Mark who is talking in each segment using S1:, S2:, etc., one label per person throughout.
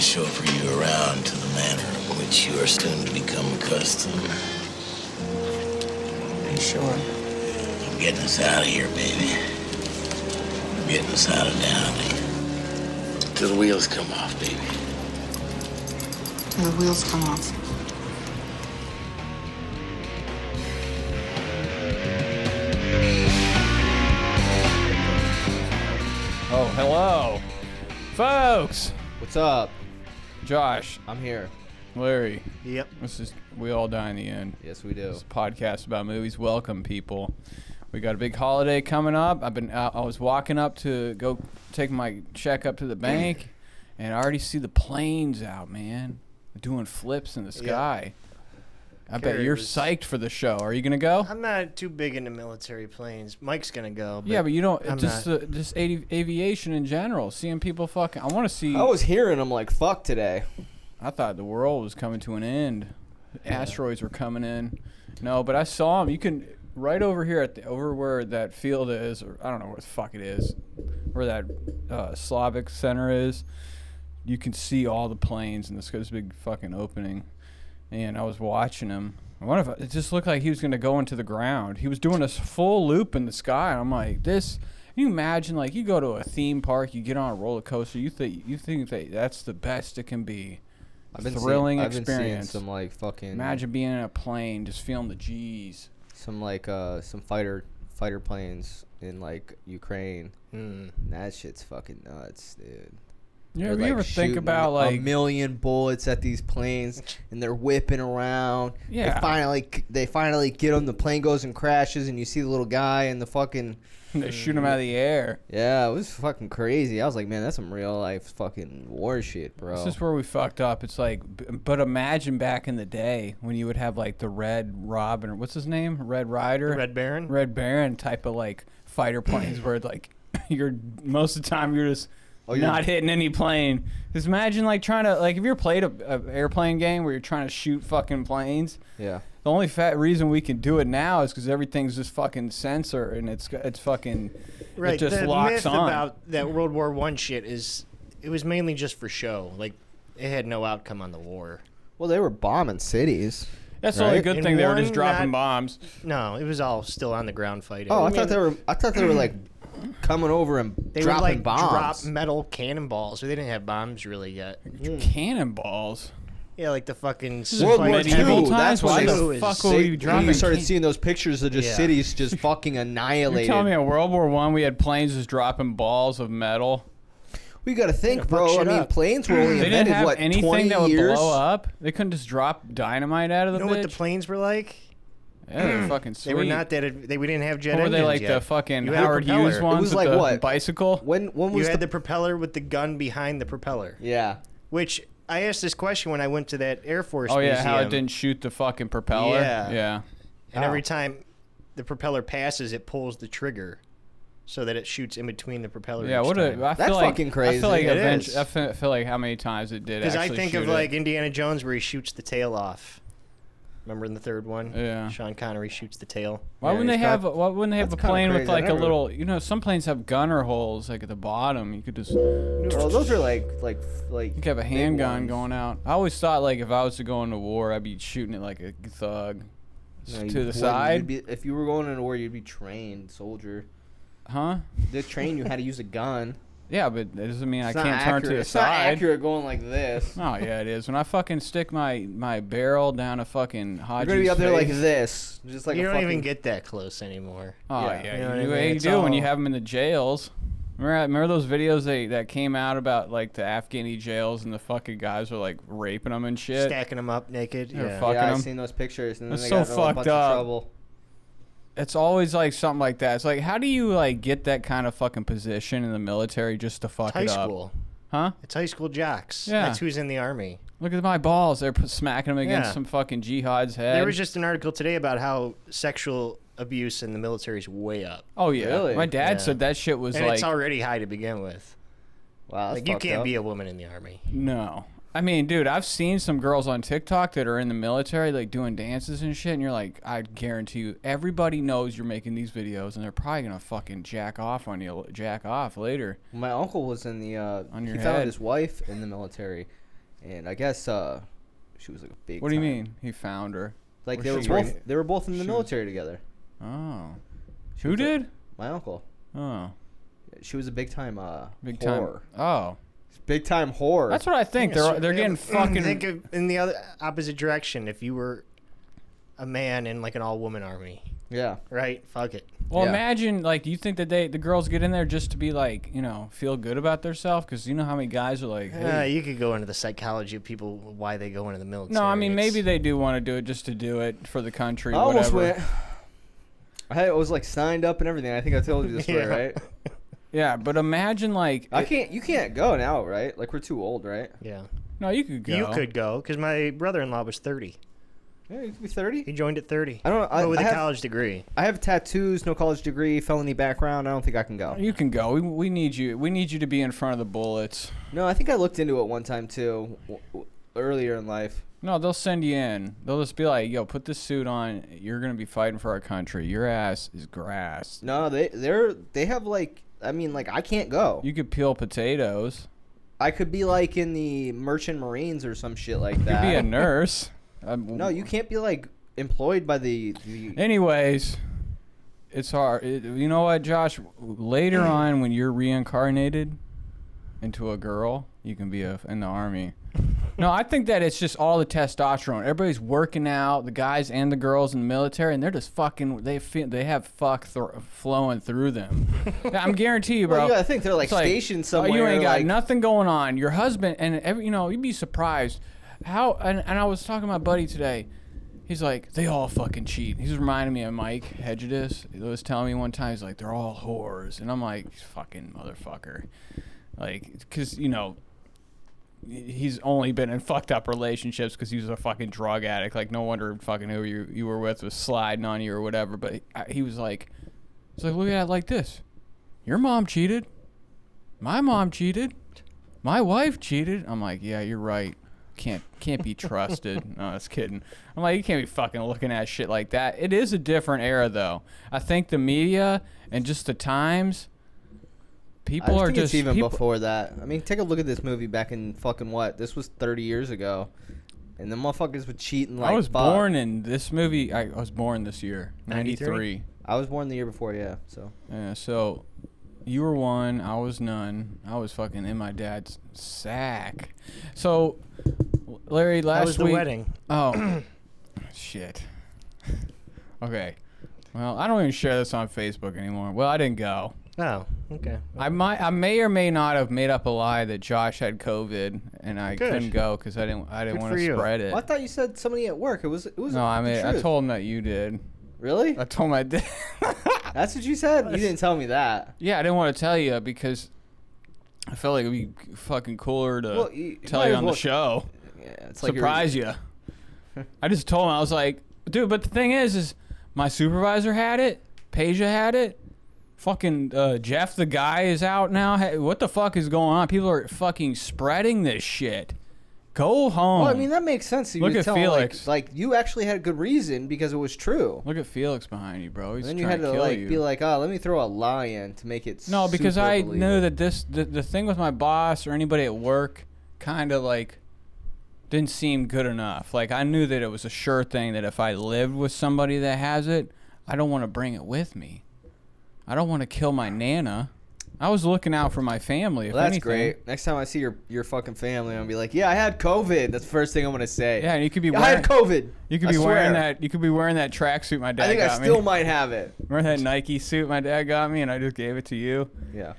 S1: you around to the manner in which you are soon to become accustomed.
S2: Are you sure?
S1: I'm getting us out of here, baby. I'm getting us out of Downey. Till the wheels come off, baby.
S2: Till the wheels come off.
S3: Oh, hello, folks.
S4: What's up?
S3: Josh,
S4: I'm here.
S3: Larry.
S5: Yep.
S3: This is we all die in the end.
S4: Yes, we do.
S3: This is a podcast about movies. Welcome, people. We got a big holiday coming up. I've been out, I was walking up to go take my check up to the bank, and I already see the planes out, man, doing flips in the sky. I bet
S5: Gary
S3: you're
S5: was-
S3: psyched for the show. Are you gonna go?
S5: I'm not too big into military planes. Mike's gonna go. But
S3: yeah, but you don't.
S5: I'm
S3: just the just avi- aviation in general. Seeing people fucking. I want to see.
S4: I
S5: Oh.
S4: was hearing I'm like fuck today.
S3: I thought the world was coming to an end. Asteroids were coming in. No, but I saw them. You can right over here at the over where that field is. Or I don't know where the fuck it is, where that uh, Slavic center is. You can see all the planes and this goes big fucking opening. And I was watching him. One of it just looked like he was gonna go into the ground. He was doing a s- full loop in the sky. And I'm like, this. Can you imagine like you go to a theme park, you get on a roller coaster, you think you think that that's the best it can be.
S4: I've been
S3: Thrilling
S4: seeing, I've Been seeing
S3: experience.
S4: some like fucking
S3: Imagine being in a plane, just feeling the G's.
S4: some like uh some fighter fighter planes in like Ukraine.
S5: Mm.
S4: And that shit's fucking nuts, dude.
S3: Yeah,
S4: They're,
S3: you
S4: like,
S3: ever think
S4: shooting
S3: about
S4: a
S3: like
S4: million bullets at these planes and they're whipping around.
S3: Yeah.
S4: They finally they finally get them. The plane goes and crashes and you see the little guy and the fucking
S3: they shoot them out of the air?
S4: yeah, it was fucking crazy. I was like, man, that's some real life fucking war shit, bro.
S3: This is where we fucked up. It's like, b- but imagine back in the day when you would have like the Red Robin or what's his name, Red Rider,
S5: Red Baron.
S3: uh, Red Baron type of like fighter planes where like you're most of the time you're just
S4: you're-
S3: not hitting any plane. Just imagine like trying to like if you ever played a, a airplane game where you're trying to shoot fucking planes.
S4: yeah.
S3: The only fat reason we can do it now is because everything's just fucking sensor and it's it's fucking
S5: Right.
S3: it just
S5: the
S3: locks
S5: myth
S3: on.
S5: about that World War One shit is it was mainly just for show. Like it had no outcome on the war.
S4: Well, they were bombing cities.
S3: That's the only
S4: Right?
S3: good
S5: And
S3: thing they were just
S5: one
S3: dropping
S5: not-
S3: bombs.
S5: No, it was all still on the ground fighting.
S4: Oh, I, thought they were. I thought they were like coming over and
S5: They
S4: dropping
S5: would like
S4: bombs.
S5: drop metal cannonballs. They didn't have bombs really yet.
S3: Cannonballs.
S5: Yeah, like the fucking
S4: World War
S5: Spike
S4: II.
S3: medieval times,
S5: Two.
S4: That's why
S3: why
S5: they-
S3: the fuck
S5: They-
S3: were
S4: They-
S3: you dropping?
S4: you started
S3: can-
S4: seeing those pictures of just
S5: Yeah.
S4: cities just fucking
S3: You're
S4: annihilated.
S3: telling me in World War One we had planes just dropping balls of metal.
S4: we got to think,
S5: fuck
S4: bro. I
S5: shit
S4: mean,
S5: up.
S4: planes were only
S3: They didn't
S4: invented
S3: have
S4: what
S3: anything
S4: twenty
S3: that would
S4: years.
S3: blow up. They couldn't just drop dynamite out of the
S5: You know what
S3: bitch.
S5: the planes were like?
S3: yeah, they're fucking sweet.
S5: They were not that. ad- They we didn't have jet
S3: Or were they
S5: engines
S3: like
S5: yet.
S3: the fucking
S5: You had a
S3: Howard
S5: propeller.
S3: Hughes ones
S4: was
S3: with
S4: like
S3: the
S4: what?
S3: bicycle?
S4: When when
S5: You
S4: was
S5: had
S4: the,
S5: the propeller with the gun behind the propeller.
S4: yeah?
S5: Which I asked this question when I went to that Air Force.
S3: Oh yeah,
S5: museum,
S3: how it didn't Oh. shoot the fucking propeller.
S5: Yeah.
S3: yeah.
S5: And
S4: Wow.
S5: every time the propeller passes, it pulls the trigger, so that it shoots in between the propeller.
S3: Yeah, what a, I
S4: That's
S3: feel like,
S4: fucking
S3: I
S4: crazy.
S3: feel like
S5: It
S3: event-
S5: is.
S3: I fe- feel like how many times it did.
S5: Because I
S3: actually
S5: think of
S3: shoot it.
S5: like Indiana Jones where he shoots the tail off. Remember in the third one?
S3: Yeah.
S5: Sean Connery shoots the tail.
S3: why
S4: yeah,
S3: wouldn't they
S4: he's
S3: have
S4: got-
S3: why wouldn't they have a
S4: That's kinda
S3: plane with
S4: crazy. I
S3: like a
S4: never-
S3: little you know some planes have gunner holes like at the bottom you could just you
S4: Well, those are like like like.
S3: could have a handgun going out. I always thought like if I was to go into war I'd be shooting it like a thug to the side,
S4: if you were going into war, you'd be trained soldier.
S3: huh?
S4: They train you how to use a gun.
S3: Yeah, but that doesn't mean
S4: It's
S3: I
S4: not
S3: can't
S4: accurate.
S3: turn to the
S4: it's not
S3: side.
S4: accurate going like this.
S3: Oh yeah, it is. When I fucking stick my my barrel down a fucking
S4: You're
S3: Hodges.
S4: gonna be up there like
S3: face-
S4: this, just like a
S5: you don't
S4: fucking
S5: even get that close anymore.
S3: Oh yeah,
S4: Yeah.
S5: You know what
S3: you,
S5: I
S3: do-
S5: mean?
S3: you
S5: It's
S3: do when you
S5: all-
S3: have them in the jails. Remember, remember those videos they, that came out about like the Afghani jails and the fucking guys were like raping them and shit.
S5: Stacking them up naked.
S3: They're
S5: Yeah.
S3: fucking
S4: yeah,
S3: them.
S4: I've seen those pictures, and then
S3: That's
S4: they
S3: so
S4: got in a whole
S3: fucked
S4: bunch
S3: up.
S4: of trouble.
S3: It's always like something like that. It's like how do you like get that kind of fucking position in the military just to fuck
S5: High
S3: it up,
S5: school.
S3: huh?
S5: It's high school jocks.
S3: Yeah.
S5: That's who's in the army.
S3: Look at my balls. They're p- smacking them against
S5: Yeah.
S3: some fucking jihad's head.
S5: There was just an article today about how sexual abuse in the military is way up.
S3: oh yeah,
S4: Really?
S3: my dad
S5: Yeah.
S3: said that shit was
S5: and
S3: like
S5: it's already high to begin with.
S4: Wow, that's
S5: Like you
S4: fucked
S5: can't
S4: up.
S5: be a woman in the army.
S3: No. I mean, dude, I've seen some girls on TikTok that are in the military, like doing dances and shit, and you're like, I guarantee you, everybody knows you're making these videos, and they're probably gonna fucking jack off on you, jack off later.
S4: My uncle was in the. Uh,
S3: On your
S4: he found
S3: head.
S4: his wife in the military, and I guess uh, she was like a big.
S3: What do you
S4: time-
S3: mean? He found her.
S4: Like
S3: Or
S4: they were
S3: she-
S4: both they were both in the
S3: she was-
S4: military together.
S3: Oh.
S4: She
S3: Who
S4: was a-
S3: did?
S4: my uncle.
S3: Oh.
S4: She was a big time uh
S3: Big
S4: whore.
S3: time. Oh.
S4: Big time whore.
S3: That's what I think.
S5: Yeah,
S3: They're
S5: so
S3: they're
S5: the
S3: getting
S5: other-
S3: fucking
S5: Think of, in the other opposite direction. If you were a man in like an all woman army,
S4: yeah.
S5: right? Fuck it.
S3: Well,
S4: Yeah.
S3: imagine like you think that they the girls get in there just to be like you know feel good about themselves because you know how many guys are like.
S5: Uh,
S3: "Hey."
S5: you could go into the psychology of people why they go into the military.
S3: no, I mean
S5: It's-
S3: maybe they do want to do it just to do it for the country.
S4: I almost
S3: whatever.
S4: went. I had- I was like signed up and everything. I think I told you this story,
S5: Yeah.
S4: right?
S3: Yeah, but imagine like
S4: I
S3: it-
S4: can't. You can't go now, right? Like we're too old, right?
S5: Yeah,
S3: no, you could go.
S5: you could go because my brother-in-law was thirty.
S4: Yeah, you could be thirty.
S5: He joined at thirty.
S4: I don't. I,
S5: but with
S4: I,
S5: a
S4: have,
S5: college degree.
S4: I have tattoos, no college degree, felony background. I don't think I can go.
S3: You can go. We, we need you. We need you to be in front of the bullets.
S4: No, I think I looked into it one time too, w- w- earlier in life.
S3: No, they'll send you in. They'll just be like, "Yo, put this suit on. You're gonna be fighting for our country. Your ass is grass.
S4: No, they they're they have like. I mean, like I can't go.
S3: You could peel potatoes.
S4: I could be like in the Merchant Marines or some shit like
S3: You could
S4: that.
S3: be a nurse. Um,
S4: No, you can't be like employed by the. the
S3: Anyways, it's hard. It- you know what, Josh? Later on, when you're reincarnated into a girl, you can be a, in the army. No, I think that it's just all the testosterone. Everybody's working out, the guys and the girls in the military, and they're just fucking. They feel, they have fuck thr flowing through them. I'm guarantee you, bro.
S4: well, you gotta think they're like
S3: It's like,
S4: stationed
S3: "Oh,
S4: somewhere.
S3: you ain't got
S4: like,
S3: nothing going on. Your husband and every, you know, you'd be surprised how. And, and I was talking to my buddy today. He's like, they all fucking cheat. He's reminding me of Mike Hedges. He was telling me one time, he's like, they're all whores, and I'm like, fucking motherfucker, like, because you know, he's only been in fucked up relationships because he was a fucking drug addict. Like, no wonder fucking who you, you were with was sliding on you or whatever. But I, he was like, he's like, look at it like this. Your mom cheated. My mom cheated. My wife cheated. I'm like, yeah, you're right. Can't can't be trusted. no, that's kidding. I'm like, you can't be fucking looking at shit like that. It is a different era though. I think the media and just the times,
S4: I
S3: people
S4: think
S3: are
S4: it's
S3: just
S4: even
S3: people,
S4: before that. I mean, take a look at this movie back in fucking what? This was 30 years ago, and the motherfuckers were cheating like.
S3: I was
S4: fuck.
S3: born in this movie. I, I was born this year,
S5: 93?
S3: '93.
S4: I was born the year before, yeah. So
S3: Yeah, so you were one, I was none. I was fucking in my dad's sack. So, Larry, last
S5: That was the
S3: week.
S5: wedding.
S3: Oh, shit. Okay. Well, I don't even share this on Facebook anymore. Well, I didn't go.
S5: Oh, okay.
S3: I might, I may or may not have made up a lie that Josh had COVID and I
S5: Good.
S3: couldn't go because I didn't, I didn't
S5: Good
S3: want
S5: for
S3: to
S5: you.
S3: spread it.
S4: well, I thought you said somebody at work. It was it was.
S3: No, I
S4: the
S3: mean, I
S4: truth.
S3: told him that you did.
S4: Really?
S3: I told him I did.
S4: That's what you
S3: uh,
S4: said. You didn't tell me that.
S3: Yeah, I didn't want to tell you because I felt like it'd be fucking cooler to
S4: Well, you-
S3: tell
S4: might
S3: you
S4: as
S3: on
S4: well
S3: the show,
S4: Yeah, it's like you're-
S3: surprise you. I just told him I was like, dude. But the thing is, is my supervisor had it, Peja had it, fucking uh, Jeff, the guy is out now. Hey, what the fuck is going on? People are fucking spreading this shit. Go home.
S4: Well, I mean that makes sense. You
S3: Look
S4: would
S3: at
S4: tell like-
S3: Felix.
S4: Like, you actually had a good reason because it was true.
S3: Look at Felix behind you, bro. He's
S4: And then
S3: trying
S4: you had to
S3: kill
S4: like
S3: you.
S4: be like, oh, let me throw a lie in to make it.
S3: No, because
S4: super
S3: I
S4: believable."
S3: knew that this the, the thing with my boss or anybody at work kind of like didn't seem good enough. Like I knew that it was a sure thing that if I lived with somebody that has it, I don't want to bring it with me. I don't want to kill my nana. I was looking out for my family. If
S4: Well, that's
S3: anything.
S4: great. Next time I see your your fucking family, I'm gonna be like, yeah, I had COVID. That's the first thing I'm gonna say.
S3: Yeah, and you could be
S4: I
S3: wearing
S4: had COVID.
S3: you could
S4: I
S3: be wearing
S4: swear.
S3: that you could be wearing that tracksuit my dad
S4: I think I
S3: got
S4: still
S3: me.
S4: might have it.
S3: Remember that Nike suit my dad got me, and I just gave it to you.
S4: Yeah.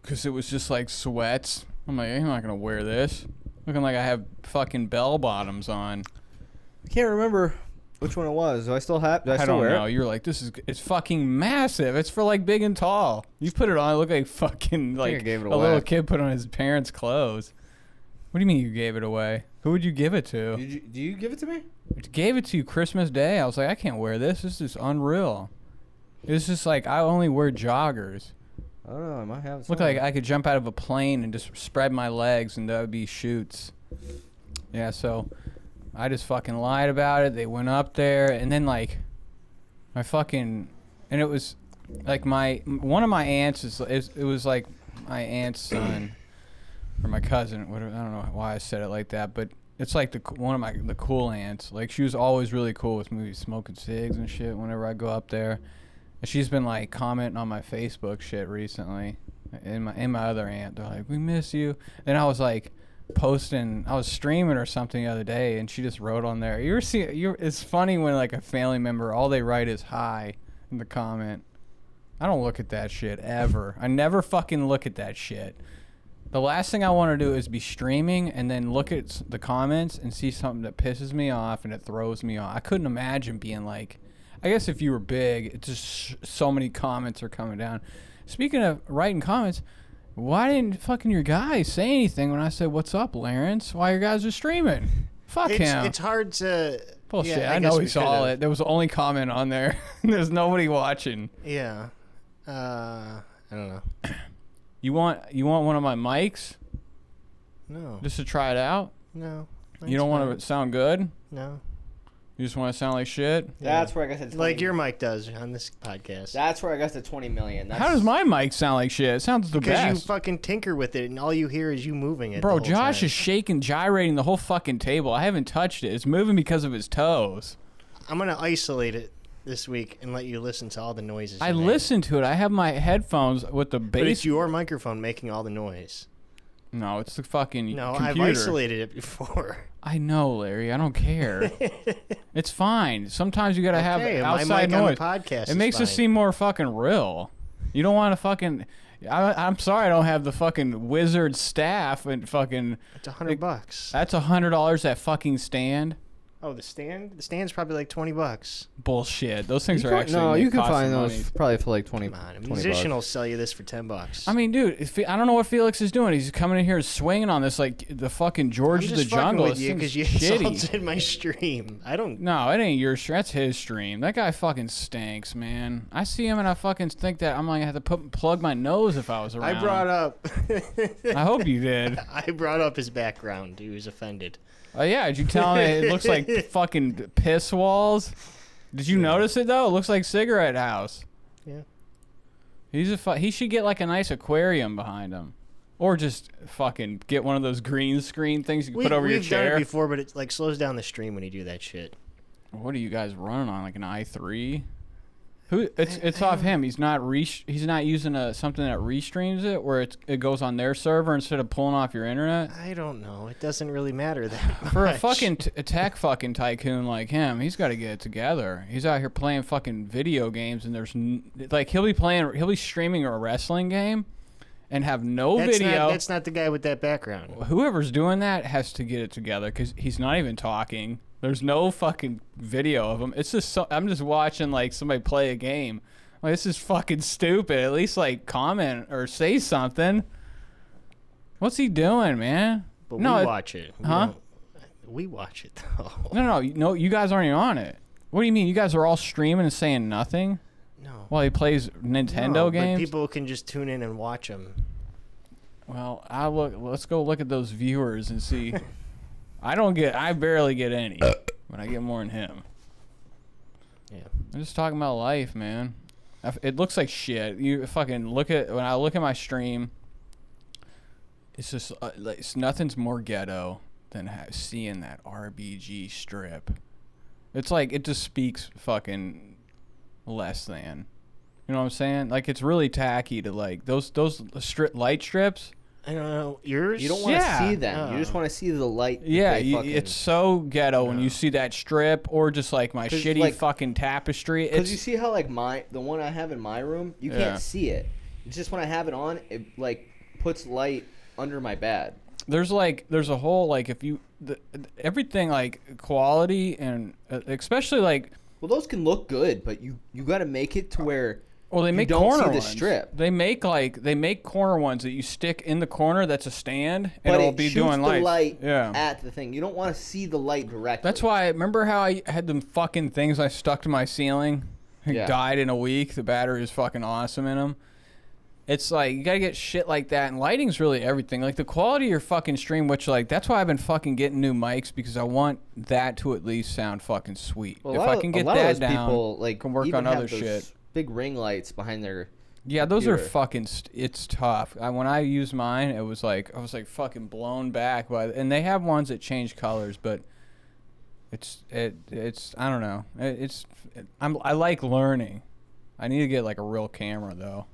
S3: because it was just like sweats. I'm like, I'm not gonna wear this. Looking like I have fucking bell bottoms on.
S4: I can't remember which one it was. Do I still have? Do I,
S3: I,
S4: still
S3: don't
S4: wear
S3: know.
S4: it?
S3: You're like, this is it's fucking massive. It's for like big and tall. You put it on, it looked like fucking
S4: I
S3: like
S4: gave it
S3: a little
S4: away.
S3: kid put on his parents' clothes. What do you mean you gave it away? Who would you give it to?
S4: Did you, do you give it to me?
S3: I gave it to you Christmas Day. I was like, I can't wear this. This is unreal. It's just like I only wear joggers.
S4: I don't know. I might have it.
S3: Look
S4: somewhere.
S3: like I could jump out of a plane and just spread my legs, and that would be shoots. Yeah, so I just fucking lied about it. They went up there, and then like my fucking, and it was like my m- one of my aunts is, is it was like my aunt's son or my cousin. Whatever, I don't know why I said it like that, but it's like the co- one of my the cool aunts. Like she was always really cool with me smoking cigs and shit. Whenever I go up there, and she's been like commenting on my Facebook shit recently. And my and my other aunt, they're like, "We miss you." Then I was like posting, I was streaming or something the other day, and she just wrote on there. You ever see? You it's funny when like a family member, all they write is "hi" in the comment. I don't look at that shit ever. I never fucking look at that shit. The last thing I want to do is be streaming and then look at s- the comments and see something that pisses me off and it throws me off. I couldn't imagine being like, I guess if you were big, it's just sh- so many comments are coming down. Speaking of writing comments, why didn't fucking your guy say anything when I said, "What's up, Lawrence? Why your guys are streaming?" Fuck him.
S5: It's, it's hard to.
S3: Bullshit.
S5: yeah,
S3: I,
S5: guess
S3: know
S5: we
S3: he saw
S5: could've.
S3: it. There was the only comment on there. There's nobody watching.
S5: Yeah. Uh, I don't know.
S3: You want you want one of my mics
S5: No.
S3: just to try it out?
S5: no.
S3: you don't want to sound good?
S5: to. No.
S3: You just want to sound like shit?
S4: That's where I got the 20,
S5: Like your mic does on this podcast.
S4: That's where I got the twenty million. That's,
S3: How does my mic sound like shit? It sounds the
S5: Because you
S3: best.
S5: fucking tinker with it, and all you hear is you moving it.
S3: Bro,
S5: the whole
S3: Josh
S5: time.
S3: is shaking, gyrating the whole fucking table. I haven't touched it. It's moving because of his toes.
S5: I'm gonna isolate it this week and let you listen to all the noises.
S3: I
S5: you make.
S3: listened to it. I have my headphones with the
S5: but it's
S3: bass.
S5: your microphone making all the noise.
S3: no, it's the fucking
S5: No,
S3: computer.
S5: I've isolated it before.
S3: I know, Larry. I don't care. it's fine. Sometimes you gotta
S5: Okay,
S3: have
S5: my
S3: outside
S5: mic on the
S3: noise.
S5: podcast
S3: it
S5: is
S3: makes us
S5: fine.
S3: seem more fucking real. You don't want to fucking. I, I'm sorry, I don't have the fucking wizard staff and fucking.
S5: It's a hundred bucks.
S3: That's a hundred dollars. That fucking stand.
S5: Oh, the stand. The stand's probably like twenty bucks.
S3: Bullshit. Those things
S4: You
S3: are
S4: can-
S3: actually.
S4: no, you
S3: they
S4: can
S3: cost
S4: find
S3: some
S4: those
S3: money.
S4: probably for like twenty.
S5: Come on, a
S4: 20 bucks.
S5: musician will sell you this for ten bucks.
S3: I mean, dude, if, I don't know what Felix is doing. He's coming in here and swinging on this like the fucking
S5: I'm
S3: George of
S5: just
S3: the
S5: fucking
S3: Jungle.
S5: with
S3: This
S5: you
S3: thing's
S5: because you
S3: shitty.
S5: insulted my stream. I don't.
S3: No, it ain't your stream. That's his stream. That guy fucking stinks, man. I see him and I fucking think that I'm gonna have to put, plug my nose if I was around.
S5: I brought up.
S3: I hope you did.
S5: I brought up his background. He was offended.
S3: Oh yeah, did you tell him it looks like fucking piss walls? Did you notice it though? It looks like cigarette house.
S5: Yeah.
S3: He's a fu- he should get like a nice aquarium behind him, or just fucking get one of those green screen things you can
S5: We,
S3: put over your
S5: we've done it
S3: chair.
S5: before, but it like slows down the stream when you do that shit.
S3: What are you guys running on? Like an i three? Who? It's it's off him. He's not re- He's not using a something that restreams it, where it's, it goes on their server instead of pulling off your internet.
S5: I don't know. It doesn't really matter that much.
S3: For a fucking t- a tech fucking tycoon like him, he's got to get it together. He's out here playing fucking video games, and there's n- like he'll be playing, he'll be streaming a wrestling game, and have no
S5: that's
S3: video.
S5: Not, that's not the guy with that background.
S3: whoever's doing that has to get it together because he's not even talking. There's no fucking video of him. It's just so, I'm just watching like somebody play a game. Like, this is fucking stupid. At least like comment or say something. What's he doing, man?
S5: But
S3: no,
S5: we
S3: it-
S5: watch it. We
S3: Huh?
S5: don't- We watch it though.
S3: no, no, you- no. You guys aren't even on it. What do you mean? You guys are all streaming and saying nothing
S5: No.
S3: while he plays Nintendo
S5: No,
S3: games.
S5: But people can just tune in and watch them.
S3: well, I look. Let's go look at those viewers and see. I don't get. I barely get any, but I get more than him.
S5: Yeah.
S3: I'm just talking about life, man. I f- It looks like shit. You fucking look at when I look at my stream. It's just uh, like, it's, nothing's more ghetto than ha- seeing that RBG strip. It's like it just speaks fucking less than. You know what I'm saying? Like it's really tacky to like those those strip light strips.
S5: I don't know. Yours?
S4: You don't want to
S3: Yeah.
S4: see them. You just
S5: Oh.
S4: want to see the light. that
S3: Uh. Yeah,
S4: they
S3: you,
S4: fucking-
S3: it's so ghetto when you see that strip or just like my
S4: 'Cause,
S3: shitty
S4: like-
S3: fucking tapestry.
S4: Because you
S3: It's
S4: see how like my the one I have in my room, you
S3: Yeah.
S4: can't see it. It's just when I have it on, it like puts light under my bed.
S3: there's like there's a whole like if you the, everything like quality and uh, especially like
S4: Well, those can look good, but you you got to make it to where
S3: well they
S4: You
S3: make
S4: don't
S3: corner
S4: see the
S3: ones.
S4: strip.
S3: They make like they make corner ones that you stick in the corner that's a stand and
S4: but
S3: it'll
S4: it
S3: be
S4: shoots
S3: doing
S4: the
S3: lights.
S4: light
S3: yeah.
S4: at the thing. You don't want to see the light directly.
S3: that's why remember how I had them fucking things I stuck to my ceiling? It
S4: Yeah.
S3: died in a week. The battery is fucking awesome in them. It's like you gotta get shit like that, and lighting's really everything. Like the quality of your fucking stream, which like that's why I've been fucking getting new mics because I want that to at least sound fucking sweet.
S4: Well, a
S3: if
S4: lot
S3: I
S4: of-
S3: can
S4: a
S3: get
S4: lot
S3: that
S4: of those
S3: down,
S4: people like
S3: can work
S4: even
S3: on
S4: have
S3: other
S4: those
S3: shit.
S4: Big ring lights behind their
S3: Yeah, those are
S4: computer.
S3: fucking. St- it's tough. I, when I used mine, it was like I was like fucking blown back by. And they have ones that change colors, but it's it it's I don't know. It, it's I'm I like learning. I need to get like a real camera though.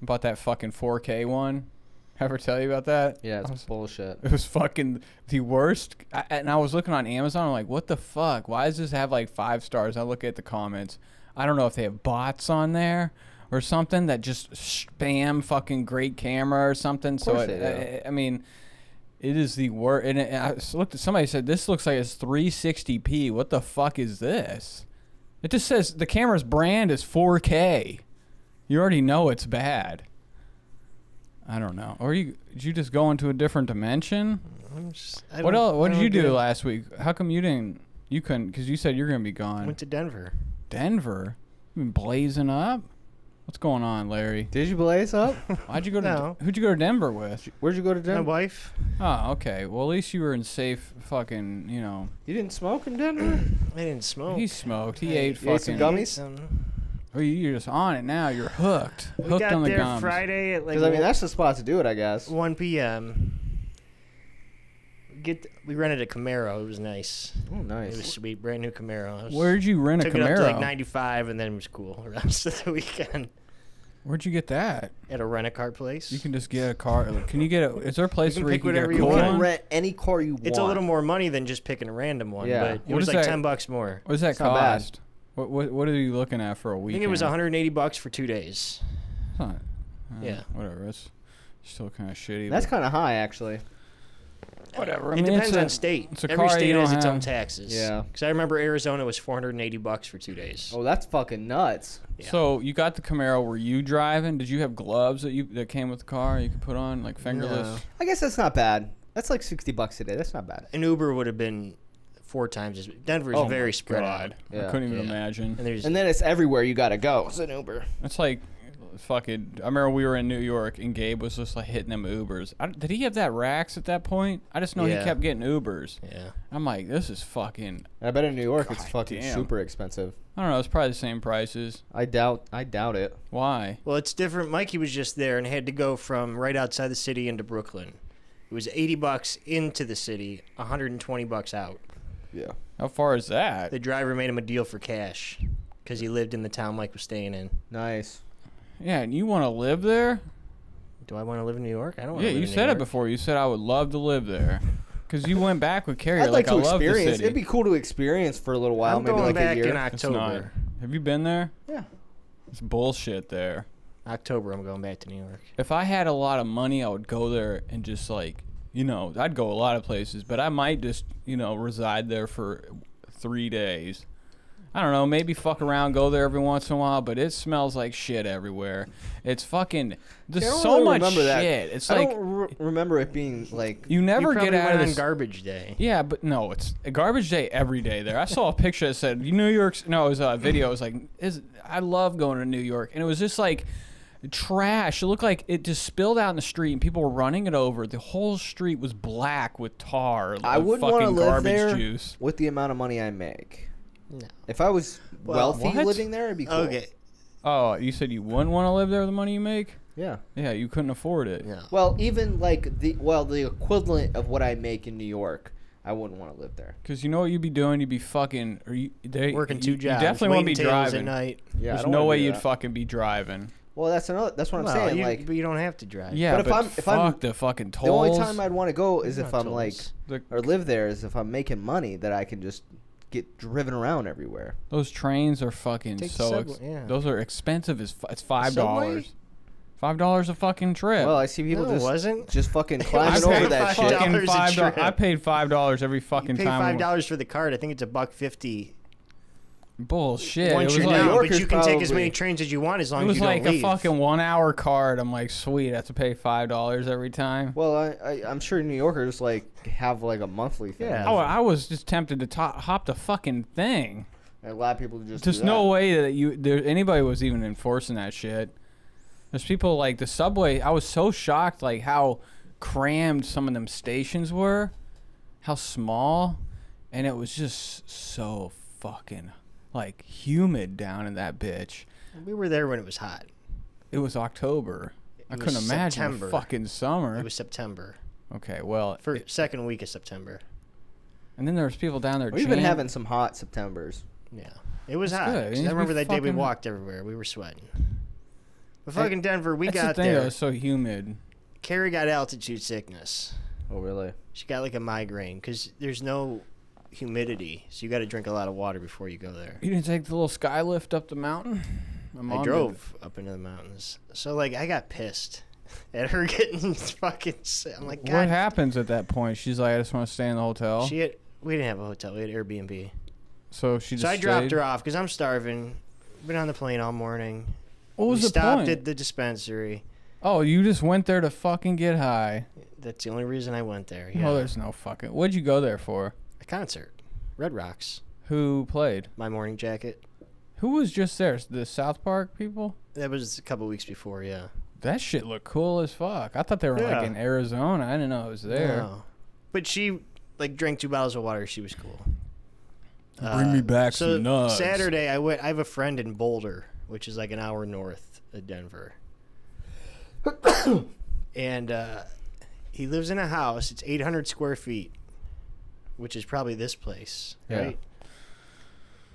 S3: About that fucking 4K one. Ever tell you about that?
S4: Yeah,
S3: I
S4: it's
S3: was-
S4: bullshit.
S3: It was fucking the worst. I, and I was looking on Amazon. I'm like, what the fuck? Why does this have like five stars? I look at the comments. I don't know if they have bots on there or something that just spam fucking great camera or something. So
S4: course
S3: it,
S4: they
S3: I, I mean, it is the worst. And it, I s- looked at somebody said this looks like it's 360p. What the fuck is this? It just says the camera's brand is 4K. You already know it's bad. I don't know. Or you did you just go into a different dimension?
S5: I'm just, I
S3: What
S5: don't-
S3: else? What
S5: I
S3: did you
S5: don't
S3: do
S5: get it.
S3: last week? How come you didn't? You couldn't because you said you're gonna be gone.
S5: I went to Denver.
S3: Denver. You been blazing up. What's going on, Larry?
S4: Did you blaze up?
S3: Why'd you go to?
S5: No.
S3: Who'd you go to Denver with?
S4: Where'd you go to
S5: My
S4: Denver?
S5: wife.
S3: Oh, okay. Well, at least you were in safe fucking. You know,
S4: You didn't smoke in Denver?
S5: I didn't smoke.
S3: he smoked. He
S5: I
S3: ate
S4: You ate
S3: fucking.
S4: some gummies?
S5: Some-
S3: Oh, you- you're just on it now. You're hooked.
S5: We
S3: hooked
S5: got
S3: on the
S5: there
S3: gums.
S5: Friday at like
S4: Because I mean, that's the spot to do it, I guess.
S5: 1 p.m. Get we rented a Camaro. It was nice.
S4: Oh, nice.
S5: It was sweet, brand new Camaro. I was-
S3: Where'd you rent a
S5: took it up to like
S3: Camaro?
S5: 95, and then it was cool. The rest of the weekend
S3: Where'd you get that?
S5: at a rent-a-car place.
S3: You can just get a car. Can you get a? Is there a place
S5: can
S3: where you
S5: pick
S3: can get a
S5: whatever you
S3: cool
S5: want.
S3: one?
S4: rent any car you want.
S5: it's a little more money than just picking a random one,
S4: Yeah.
S5: but it
S3: What
S5: was
S3: is
S5: like
S3: that?
S5: 10 bucks more.
S3: What does that
S4: It's not bad.
S3: cost? What, what what are you looking at for a
S5: I
S3: week?
S5: think it was 180 bucks for 2 days.
S3: Uh,
S5: Yeah.
S3: Whatever. It's still kind of shitty.
S4: That's
S3: but
S4: kind of high, actually.
S3: whatever. I
S5: it
S3: mean, it's
S5: depends
S3: a-
S5: on state.
S3: It's a
S5: Every
S3: car
S5: state
S3: you don't
S5: has its own
S3: have.
S5: taxes.
S4: Yeah.
S5: Because I remember Arizona was 480 bucks for 2 days.
S4: Oh, that's fucking nuts.
S5: Yeah.
S3: So you got the Camaro. Were you driving? Did you have gloves that you that came with the car you could put on like fingerless?
S4: I guess that's not bad. That's like 60 bucks a day. That's not bad.
S5: An Uber would have been four times as Denver's
S3: Oh my
S5: very spread out.
S3: I
S4: Yeah.
S3: couldn't even
S5: Yeah.
S3: imagine.
S5: And there's
S4: And then it's everywhere you gotta go. It's an Uber.
S3: It's like fucking. I remember we were in New York and Gabe was just like hitting them Ubers. I, did he have that racks at that point? I just know
S5: Yeah.
S3: he kept getting Ubers.
S5: yeah.
S3: I'm like, this is fucking.
S4: I bet in New York it's
S3: God
S4: fucking
S3: damn.
S4: super expensive.
S3: I don't know. It's probably the same prices.
S4: I doubt. I doubt it.
S3: Why?
S5: Well, it's different. Mikey was just there and had to go from right outside the city into Brooklyn. It was 80 bucks into the city, 120 bucks out.
S4: Yeah.
S3: How far is that?
S5: The driver made him a deal for cash because he lived in the town Mike was staying in.
S4: Nice.
S3: Yeah, and you want to live there?
S5: Do I want to live in New York? I don't want
S3: Yeah,
S5: to
S3: you said it before. You said I would love to live there, because you went back with Carrie.
S4: I'd like, to
S3: I love the
S4: experience.
S3: city.
S4: It'd be cool to experience for a little while,
S5: I'm
S4: maybe
S5: going
S4: like a
S5: back
S4: year.
S5: in
S3: It's not.
S5: October.
S3: Have you been there?
S4: Yeah.
S3: It's bullshit there.
S5: October, I'm going back to New York.
S3: If I had a lot of money, I would go there and just like, you know, I'd go a lot of places, but I might just, you know, reside there for three days. I don't know, maybe fuck around, go there every once in a while, but it smells like shit everywhere. It's fucking there's
S4: I don't
S3: so
S4: really
S3: much
S4: remember
S3: shit.
S4: that.
S3: It's
S4: I
S3: like
S4: don't re- remember it being like.
S3: you never
S5: you
S3: get
S5: probably
S3: out
S5: went
S3: of
S5: on
S3: this.
S5: garbage day.
S3: Yeah, but no, it's a garbage day every day there. I saw a picture that said New York's. No, it was a video. It was like, is I love going to New York, and it was just like trash. It looked like it just spilled out in the street, and people were running it over. The whole street was black with tar.
S4: I
S3: with
S4: wouldn't want to
S3: fucking
S4: live
S3: garbage
S4: there
S3: juice.
S4: with the amount of money I make.
S5: No.
S4: If I was
S5: Well,
S4: wealthy
S3: what?
S4: living there, it'd be cool.
S5: Okay.
S3: Oh, you said you wouldn't want to live there with the money you make?
S4: Yeah.
S3: Yeah, you couldn't afford it.
S5: No.
S4: Well, even like the well, the equivalent of what I make in New York, I wouldn't want to live there.
S3: Cause you know what you'd be doing? You'd be fucking. Or you, they,
S5: Working
S3: you-
S5: two jobs.
S3: You definitely won't be
S5: waiting tables
S3: driving.
S5: at night.
S4: Yeah. I
S3: There's
S4: don't
S3: no
S4: wanna
S3: way
S4: do
S3: you'd
S4: that.
S3: fucking be driving.
S4: Well, that's another. That's what I'm
S5: Well,
S4: saying.
S5: you,
S4: like
S5: but you don't have to drive.
S3: Yeah,
S4: But if
S3: but
S4: I'm- if
S3: fuck
S4: I'm-
S3: the fucking
S4: the
S3: tolls.
S4: only time I'd want to go is if
S5: not
S4: I'm like
S5: tolls.
S3: The-
S4: or live there is if I'm making money that I can just get driven around everywhere.
S3: Those trains are fucking
S5: Take the
S3: so.
S5: subway,
S3: Ex-
S5: yeah.
S3: Those are expensive as. F- it's five
S5: Subway?
S3: dollars. Five dollars a fucking trip.
S4: Well, I see people
S5: No, it
S4: just
S5: wasn't.
S4: just fucking
S3: I
S4: climbing
S5: was
S4: over
S5: like
S4: that
S5: $5.
S4: shit.
S3: fucking
S5: $5 a
S3: five dollars.
S5: trip.
S3: I paid five dollars every
S5: You
S3: fucking
S5: pay
S3: time. I
S5: five
S3: went-
S5: dollars for the card. I think it's a buck fifty
S3: Bullshit.
S5: once
S3: it
S5: you're
S3: was like,
S5: down,
S4: Yorkers
S5: but you can take as
S4: probably-
S5: many trains as you want as long
S3: it
S5: as
S3: was
S5: you
S3: like
S5: don't
S3: a
S5: leave.
S3: fucking one-hour card. I'm like, sweet. I have to pay five dollars every time.
S4: Well, I, I I'm sure New Yorkers like have like a monthly thing.
S5: Yeah.
S3: Oh, I was just tempted to to- hop the fucking thing.
S4: And a lot of people just
S3: There's
S4: do
S3: no
S4: that.
S3: way that you there anybody was even enforcing that shit. There's people like the subway. I was so shocked like how crammed some of them stations were, how small, and it was just so fucking like humid down in that bitch.
S5: We were there when it was hot.
S3: It was October. I
S5: was
S3: couldn't imagine a
S5: September.
S3: fucking summer.
S5: It was September,
S3: okay, well,
S5: for second week of September.
S3: and then there was people down there.
S4: We've been
S3: jam-
S4: having some hot Septembers.
S5: Yeah, it was
S3: That's
S5: hot.
S3: good. It
S5: 'cause
S3: needs to
S5: I
S3: be
S5: remember that day we
S3: fucking-
S5: walked everywhere. We were sweating. But fucking Denver, we
S3: That's
S5: got
S3: the thing, though,
S5: there.
S3: it's so humid.
S5: Carrie got altitude sickness.
S4: Oh, really?
S5: She got like a migraine because there's no humidity, so you got to drink a lot of water before you go there.
S3: You didn't take the little sky lift up the mountain. My mom
S5: I
S3: did.
S5: drove up into the mountains, so like I got pissed at her getting fucking. Sick. I'm like, God,
S3: What happens at that point? She's like, I just want to stay in the hotel.
S5: She had, we didn't have a hotel, we had Airbnb.
S3: so she just.
S5: So I dropped
S3: stayed?
S5: her off because I'm starving. Been on the plane all morning.
S3: What was
S5: we
S3: the
S5: stopped
S3: point?
S5: at the dispensary.
S3: oh, you just went there to fucking get high.
S5: That's the only reason I went there. Yeah,
S3: Oh, there's no fucking. What'd you go there for?
S5: a concert, Red Rocks,
S3: Who played?
S5: My Morning Jacket.
S3: Who was just there? The South Park people.
S5: That was a couple weeks before. Yeah,
S3: That shit looked cool as fuck. I thought they were
S5: Yeah.
S3: like in Arizona. I didn't know it was there.
S5: No. Oh. But she like drank two bottles of water. She was cool.
S3: Bring me back
S5: Uh, Um, so
S3: some nugs.
S5: Saturday, I went. I have a friend in Boulder, which is like an hour north of Denver, and uh, he lives in a house. It's 800 square feet, which is probably this place,
S3: Yeah.
S5: right?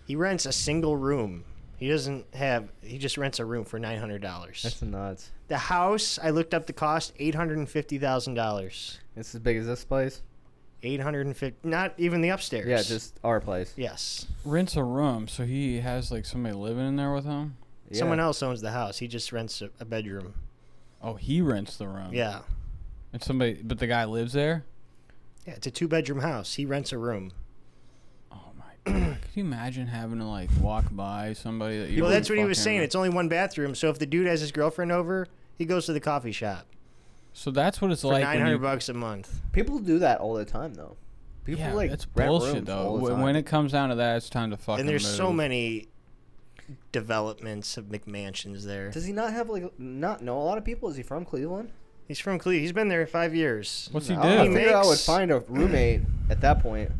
S5: He rents a single room. He doesn't have. He just rents a room for 900
S4: That's
S5: dollars.
S4: nuts.
S5: The house I looked up the cost 850 thousand dollars.
S4: It's as big as this place.
S5: 850 not even the upstairs
S4: Yeah, just our place.
S5: yes
S3: Rents a room, so he has like somebody living in there with him.
S4: Yeah.
S5: someone else owns the house he just rents a, a bedroom
S3: Oh, he rents the room.
S5: yeah
S3: And somebody, but the guy lives there.
S5: yeah it's a two bedroom house he rents a room
S3: Oh my god! Could you imagine having to like walk by somebody that you?
S5: well
S3: wouldn't
S5: that's what he was
S3: fucking-
S5: saying it's only one bathroom so if the dude has his girlfriend over he goes to the coffee shop
S3: so that's what it's
S5: for
S3: like. when
S5: 900
S3: you-
S5: bucks a month
S4: People do that all the time, though. People
S3: yeah,
S4: like
S3: that's
S4: rent
S3: bullshit
S4: rooms
S3: though.
S4: all the
S3: When,
S4: time.
S3: when it comes down to that, it's time to fucking.
S5: and there's so
S3: move.
S5: many developments of mcmansions there
S4: does he not have like not know a lot of people? Is he from Cleveland?
S5: he's from cleveland he's been there five years
S3: What's he
S4: I don't know, I
S5: He
S3: do?
S5: made-
S4: figured I would
S5: makes-
S4: find a roommate at that point.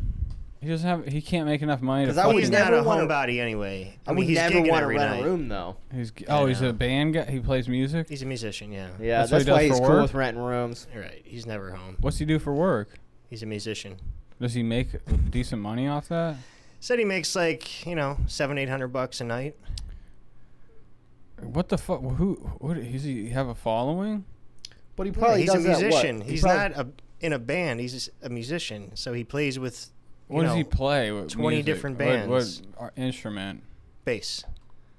S3: He doesn't have. He can't make enough money to.
S4: 'Cause I
S3: fucking-
S4: would
S5: he's
S4: never
S5: not a
S4: wanna-
S5: homebody anyway i
S4: I would
S5: mean he's
S4: never
S5: gigging
S4: want to
S5: every
S4: rent
S5: night.
S4: a room though.
S3: He's oh, he's
S5: know.
S3: a band guy. He plays music.
S5: he's a musician yeah
S4: Yeah,
S3: That's
S4: that's,
S3: what he does
S4: why
S3: for
S4: he's cool
S3: work?
S4: with renting rooms.
S5: All right he's never home
S3: What's he do for work?
S5: he's a musician
S3: Does he make decent money off that?
S5: Said he makes like you know seven eight hundred bucks a night.
S3: What the fuck? Who? What? Does he have a following?
S4: But he probably
S5: he's a
S4: does that, what?
S5: musician.
S4: He
S5: He's
S4: probably-
S5: not a, in a band. He's just a musician. So he plays with you
S3: What does
S5: know,
S3: he play? What
S5: 20
S3: music?
S5: different
S3: What-
S5: bands.
S3: What, ar- instrument?
S5: bass.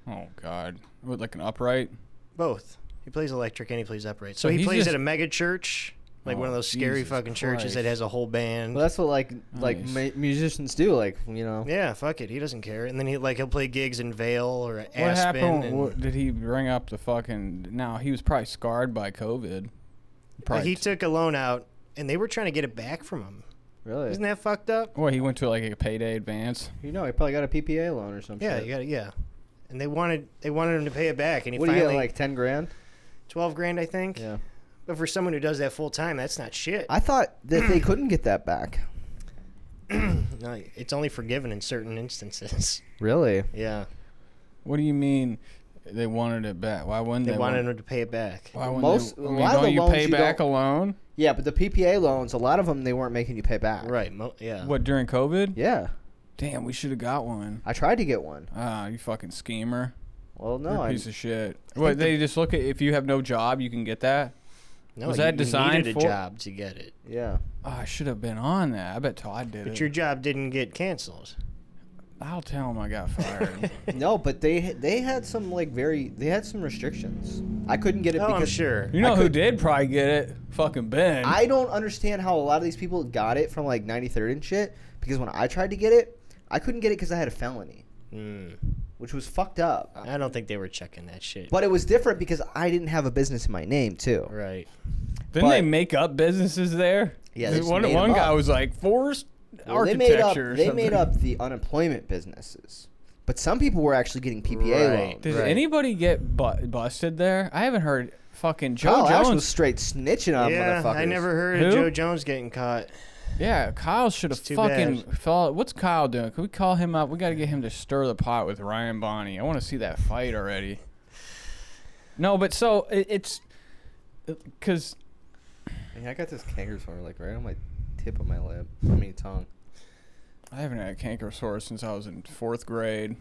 S3: Oh God! What, like an upright?
S5: Both. He plays electric and he plays upright. So,
S3: So
S5: he
S3: he's
S5: plays
S3: just-
S5: at a mega church, like
S3: Oh,
S5: one of those scary
S3: Jesus
S5: fucking churches that
S3: Christ.
S5: has a whole band.
S4: Well, that's what like like
S3: Nice.
S4: mu- musicians do. Like you know,
S5: yeah, fuck it. He doesn't care. And then he like he'll play gigs in Vale or Aspen.
S3: What happened?
S5: and-
S3: what, did he bring up the fucking? Now he was probably scarred by COVID.
S4: Uh,
S5: Like,
S3: Probably.
S5: he took a loan out, and they were trying to get it back from him.
S4: really.
S5: Isn't that fucked up?
S3: well, he went to like a payday advance.
S4: You know, he probably got a PPA loan or something.
S5: Yeah, you got it. Yeah. And they wanted they wanted him to pay it back, and he
S4: What do you
S5: finally
S4: get? Like ten grand?
S5: twelve grand, I think.
S4: Yeah.
S5: But for someone who does that full time, that's not shit.
S4: I thought that they couldn't get that back.
S5: No, it's only forgiven in certain instances.
S4: Really?
S5: Yeah,
S3: What do you mean? They wanted it back. Why wouldn't
S5: they
S3: they?
S5: wanted
S3: want-
S5: him to pay it back.
S3: Why wouldn't
S4: Most-
S3: they,
S4: a
S3: I mean,
S4: lot of
S3: don't
S4: the
S3: you
S4: loans
S3: pay
S4: you
S3: back
S4: don't-
S3: a loan?
S4: Yeah, but the PPA loans, a lot of them they weren't making you pay back.
S5: Right? Mo- yeah.
S3: What during COVID?
S4: Uh. Yeah,
S3: Damn, we should have got one.
S4: I tried to get one.
S3: Ah, you fucking schemer.
S4: Well,
S3: You're
S4: no,
S3: a
S4: I,
S3: piece of shit. What they just look at if you have no job, you can get that.
S5: No,
S3: Was
S5: you-
S3: that
S5: you
S3: designed
S5: needed a
S3: for-
S5: job to get it,
S4: yeah.
S3: Oh, I should have been on that. I bet Todd did
S5: but
S3: it.
S5: your job didn't get canceled.
S3: I'll tell him I got fired.
S4: No, but they they had some like very they had some restrictions. I couldn't get it
S5: Oh, I'm
S4: because
S5: sure.
S3: you know
S4: I
S3: who
S4: could-
S3: did probably get it? Fucking Ben.
S4: I don't understand how a lot of these people got it from like 93rd and shit. Because when I tried to get it, I couldn't get it because I had a felony,
S5: Mm,
S4: which was fucked up.
S5: I don't think they were checking that shit.
S4: But it was different because I didn't have a business in my name too.
S5: right.
S3: Didn't they
S4: but-
S3: make up businesses there?
S4: Yeah, they
S3: There's
S4: just
S3: one
S4: made 'em
S3: one guy
S4: up.
S3: was like forced
S4: Well, they made up
S3: architecture. or
S4: they made
S3: something.
S4: up the unemployment businesses, but some people were actually getting PPA
S5: Right.
S4: loans.
S3: Did
S5: Right.
S3: anybody get bu- busted there? I haven't heard. Fucking Joe
S4: Kyle Ash
S3: Jones.
S4: was straight snitching on
S5: Yeah,
S4: motherfuckers.
S5: I never heard
S3: Who?
S5: of Joe Jones getting caught.
S3: yeah, Kyle should have
S5: It's too
S3: fucking. Fall- What's Kyle doing? Can we call him up? We got to get him to stir the pot with Ryan Bonnie. I want to see that fight already. No, but so it, it's because
S4: Yeah, I got this canker sore like right on my tip of my lip. I mean tongue.
S3: I haven't had a canker sore since I was in fourth grade.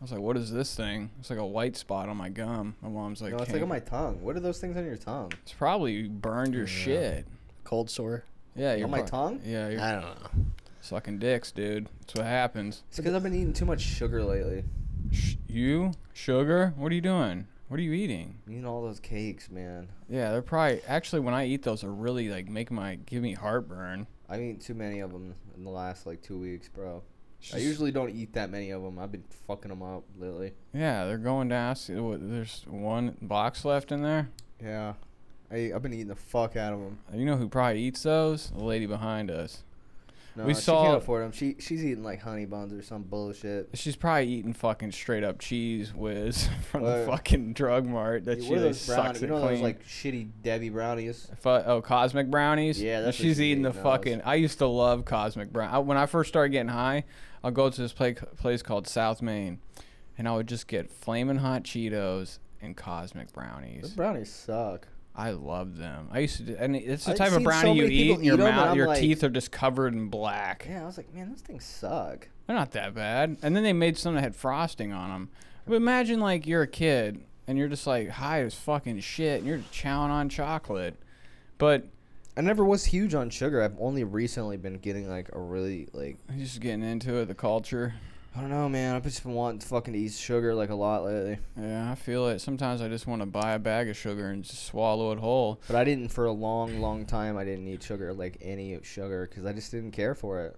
S3: I was like, what is this thing? It's like a white spot on my gum. My mom's like,
S4: no, it's like
S3: "Can't-
S4: on my tongue. What are those things on your tongue?
S3: it's probably you burned your shit.
S5: Cold sore.
S3: Yeah, you're
S4: on my
S3: pro-
S4: tongue?
S3: Yeah, you're
S5: I don't know.
S3: sucking dicks, dude. That's what happens.
S4: It's because I've been eating too much sugar lately.
S3: Sh- you sugar? What are you doing? What are you eating?
S4: I'm eating all those cakes, man.
S3: Yeah, they're probably actually when I eat those, are really like make my give me heartburn.
S4: I've eaten too many of them in the last like two weeks, bro.
S3: It's
S4: I
S3: just-
S4: usually don't eat that many of them. I've been fucking them up lately.
S3: yeah, they're going down. I see what- There's one box left in there.
S4: Yeah, I, I've been eating the fuck out of them.
S3: You know who probably eats those? The lady behind us.
S4: No,
S3: We
S4: she
S3: saw-
S4: can't afford them. She she's eating like honey buns or some bullshit.
S3: She's probably eating fucking straight up cheese whiz from the
S4: Where-
S3: fucking drug mart that
S4: Yeah,
S3: she
S4: what are
S3: like,
S4: those brownies?
S3: sucks
S4: You
S3: it
S4: know
S3: clean.
S4: those like shitty Debbie brownies?
S3: Fu- oh, cosmic brownies.
S4: Yeah, that's what
S3: she's
S4: she's
S3: eating the
S4: eating, those.
S3: fucking. I used to love cosmic brown. I, when I first started getting high, I'll go to this play, place called South Main, and I would just get flaming hot Cheetos and cosmic
S4: Those
S3: brownies.
S4: brownies suck.
S3: I loved them. I used to, do, and it's the
S4: I've
S3: type of
S4: seen so
S3: brownie you
S4: many
S3: eat,
S4: people
S3: and your
S4: eat 'em, and
S3: mouth,
S4: I'm
S3: your
S4: like-
S3: teeth are just covered in black.
S4: Yeah, I was like, man, those things suck.
S3: They're not that bad. And then they made some that had frosting on them. But imagine like you're a kid and you're just like high as fucking shit, and you're chowing on chocolate, but
S4: I never was huge on sugar. I've only recently been getting like a really like
S3: you're just getting into it, the culture.
S4: I don't know, man. I've just been wanting to fucking eat sugar like a lot lately,
S3: Yeah, I feel it. Sometimes I just want to buy a bag of sugar and just swallow it whole.
S4: but I didn't for a long, long time. I didn't eat sugar like any sugar because I just didn't care for it.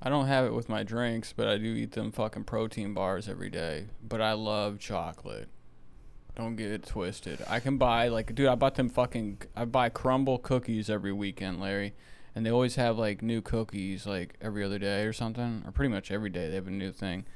S3: I don't have it with my drinks, but I do eat them fucking protein bars every day. But I love chocolate. Don't get it twisted. I can buy like, dude, I bought them fucking. I buy crumble cookies every weekend, Larry, and they always have like new cookies like every other day or something, or pretty much every day they have a new thing.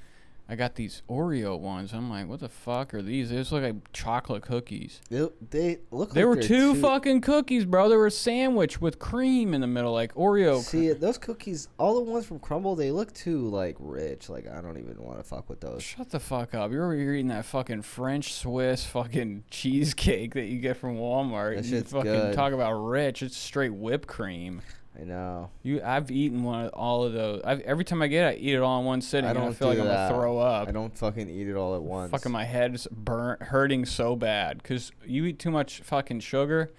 S3: I got these Oreo ones. I'm like, what the fuck are these? They just look like chocolate cookies.
S4: They, they look.
S3: There
S4: like
S3: were
S4: they're
S3: two
S4: too-
S3: fucking cookies, bro. There were a sandwich with cream in the middle, like Oreo. cr-
S4: See those cookies, all the ones from Crumble, they look too like rich. Like I don't even want to fuck with those.
S3: Shut the fuck up. You're over here eating that fucking French Swiss fucking cheesecake that you get from Walmart.
S4: That
S3: and
S4: shit's
S3: you fucking
S4: good.
S3: talk about rich. It's straight whipped cream.
S4: I know.
S3: You, I've eaten one of all of those. I've, every time I get it, I eat it all in one sitting.
S4: I
S3: and
S4: don't
S3: I feel like
S4: do
S3: I'm going
S4: that.
S3: to throw up.
S4: I don't fucking eat it all at once.
S3: Fucking my head's burnt, hurting so bad. Because you eat too much fucking sugar,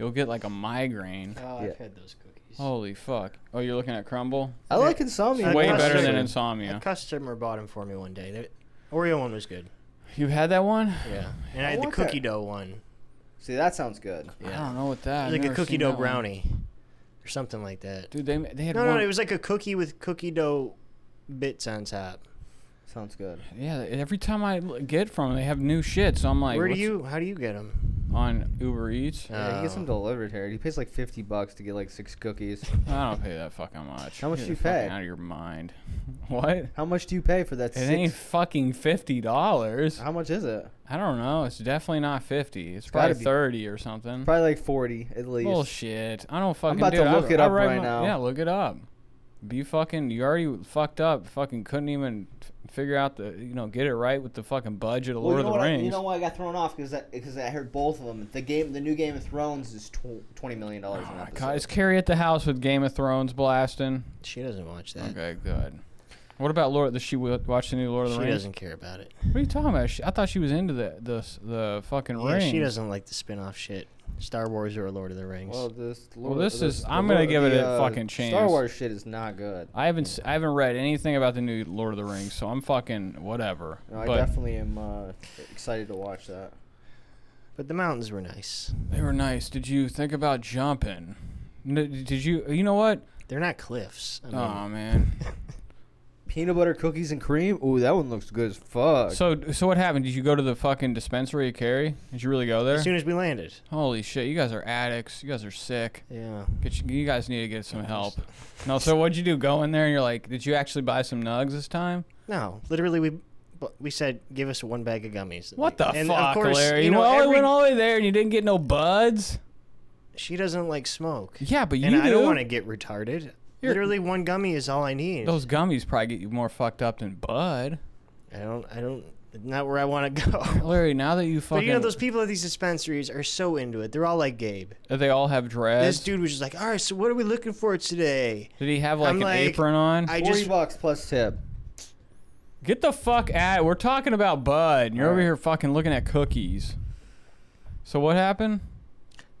S3: you'll get like a migraine.
S5: Oh,
S4: I've Yeah.
S5: had those cookies.
S3: Holy fuck. Oh, you're looking at crumble?
S4: I like insomnia.
S5: I'd
S3: Way
S5: not
S3: better
S5: say-
S3: than
S5: A
S3: insomnia.
S5: customer bought them for me one day. The Oreo one was good.
S3: You had that one?
S5: Yeah, and I, had the
S4: want
S5: cookie
S4: that.
S5: dough one.
S4: See, that sounds good.
S3: I don't know what that. Oh, I've
S5: It was like
S3: never
S5: a cookie
S3: seen
S5: dough
S3: that one.
S5: brownie or something like that.
S3: Dude, they they had
S5: No,
S3: one.
S5: no, it was like a cookie with cookie dough bits on top.
S4: Sounds good.
S3: Yeah, every time I l- get from them, they have new shit. So I'm like,
S5: Where do
S3: what's-
S5: you? How do you get them?
S3: on Uber Eats?
S4: Yeah, he gets them
S5: Oh.
S4: delivered here. He pays like fifty bucks to get like six cookies.
S3: I don't pay that fucking much.
S4: How much
S3: Get
S4: you
S3: the fucking
S4: pay?
S3: Out of your mind. what? It
S4: How much do you pay for that? six? Uh.
S3: ain't fucking fifty dollars.
S4: How much is it?
S3: I don't know. It's definitely not fifty. It's,
S4: gotta
S3: probably
S4: be-
S3: thirty or something.
S4: Probably like forty at least.
S3: Bullshit. I don't fucking.
S4: about to
S3: do I-
S4: look it
S3: I
S4: up
S3: write
S4: right
S3: my-
S4: now.
S3: Yeah, look it up. Be fucking. You already fucked up. Fucking couldn't even f- figure out the. You know, get it right with the fucking budget of
S4: Well,
S3: Lord
S4: you know
S3: of the
S4: what I-
S3: Rings.
S4: you know why I got thrown off because because I heard both of them. The game, the new Game of Thrones is tw- twenty million dollars an episode.
S3: Ah, Guys, carry at the house with Game of Thrones blasting.
S5: She doesn't watch that.
S3: Okay, good. What about Lord? Does she wa- watch the new Lord of
S5: She
S3: the Rings?
S5: doesn't care about it.
S3: What are you talking about? She, I thought she was into the the s- the fucking
S5: Yeah,
S3: ring.
S5: she doesn't like the spin-off shit. Star Wars or Lord of the Rings.
S4: Well, this.
S3: Lord- this this- is- the I'm gonna Lord- give it a the, uh, fucking
S4: Star
S3: chance.
S4: Wars shit is not good.
S3: I haven't s- I haven't read anything about the new Lord of the Rings, so I'm fucking whatever.
S4: No, I
S3: but
S4: definitely am uh, excited to watch that.
S5: but the mountains were nice.
S3: they were nice. Did you think about jumping? N- Did you? You know what?
S5: They're not cliffs. I mean,
S3: Oh man.
S4: Peanut butter cookies and cream. Ooh, that one looks good as fuck.
S3: So so what happened? Did you go to the fucking dispensary at Cary? Did you really go there?
S5: as soon as we landed.
S3: Holy shit! You guys are addicts. You guys are sick.
S5: Yeah.
S3: Get you, you guys need to get some help. No, so what'd you do? Go in there and you're like, did you actually buy some nugs this time?
S5: No, literally we bu- we said give us one bag of gummies.
S3: What the
S5: And
S3: fuck,
S5: of course,
S3: Larry?
S5: You know,
S3: well,
S5: every-
S3: went all the way there and you didn't get no buds.
S5: she doesn't like smoke.
S3: Yeah, but you
S5: and I
S3: do.
S5: don't want to get retarded.
S3: You're-
S5: Literally one gummy is all I need.
S3: Those gummies probably get you more fucked up than bud.
S5: I don't I don't not where I want to go.
S3: Larry, now that you
S5: But
S3: fucking,
S5: you know, those people at these dispensaries are so into it. They're all like Gabe.
S3: they all have dreads.
S5: This dude was just like, all right, so what are we looking for today?
S3: Did he have like
S5: I'm
S3: an
S5: like,
S3: apron on?
S5: I
S4: Forty
S5: just
S4: bucks plus tip.
S3: Get the fuck out! We're talking about Bud, and you're over
S4: Alright.
S3: here fucking looking at cookies. So what happened?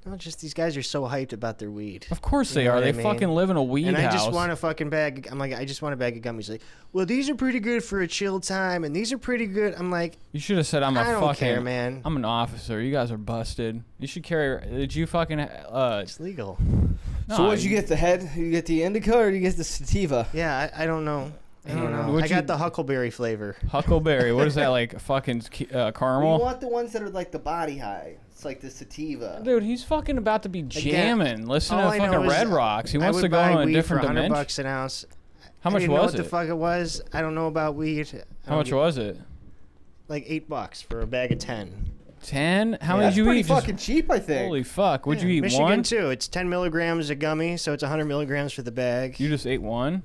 S5: no, just these guys are so hyped about their weed.
S3: Of course
S5: You
S3: they
S5: know
S3: are.
S5: what
S3: They
S5: I mean?
S3: fucking live in a weed
S5: And I
S3: house.
S5: just want a fucking bag. I'm like, I just want a bag of gummies. Like, well, these are pretty good for a chill time, and these are pretty good. I'm like,
S3: you should have said I'm a
S5: I don't
S3: fucking.
S5: care, man.
S3: I'm an officer. You guys are busted. You should carry. Did you fucking? Uh,
S5: it's legal.
S3: no,
S4: so what would you get? The head? You get the indica or you get the sativa?
S5: Yeah, I, I don't know. I don't know.
S3: Would
S5: I
S3: you-
S5: got the huckleberry flavor.
S3: Huckleberry. What is that like? Fucking ki- uh, caramel.
S4: want the ones that are like the body high. It's like the sativa.
S3: Dude, he's fucking about to be jamming. Listen to
S5: all I know
S3: fucking
S5: is
S3: Red Rocks. He
S5: I
S3: wants
S5: would
S3: to go
S5: buy
S3: on a
S5: weed
S3: different
S5: for 100
S3: dimension.
S5: bucks an ounce.
S3: How
S5: I
S3: much
S5: didn't know
S3: was
S5: what the
S3: it?
S5: fuck it was. I don't know about weed. I
S3: How
S5: don't
S3: much
S5: get-
S3: was it?
S5: Like eight bucks for a bag of ten.
S3: Ten? How
S4: That's
S3: many did you
S4: pretty
S3: eat? Just-
S4: fucking cheap, I think.
S3: holy fuck! Would
S5: Yeah,
S3: you eat
S5: Michigan
S3: one?
S5: too. It's ten milligrams a gummy, so it's hundred milligrams for the bag.
S3: You just ate one.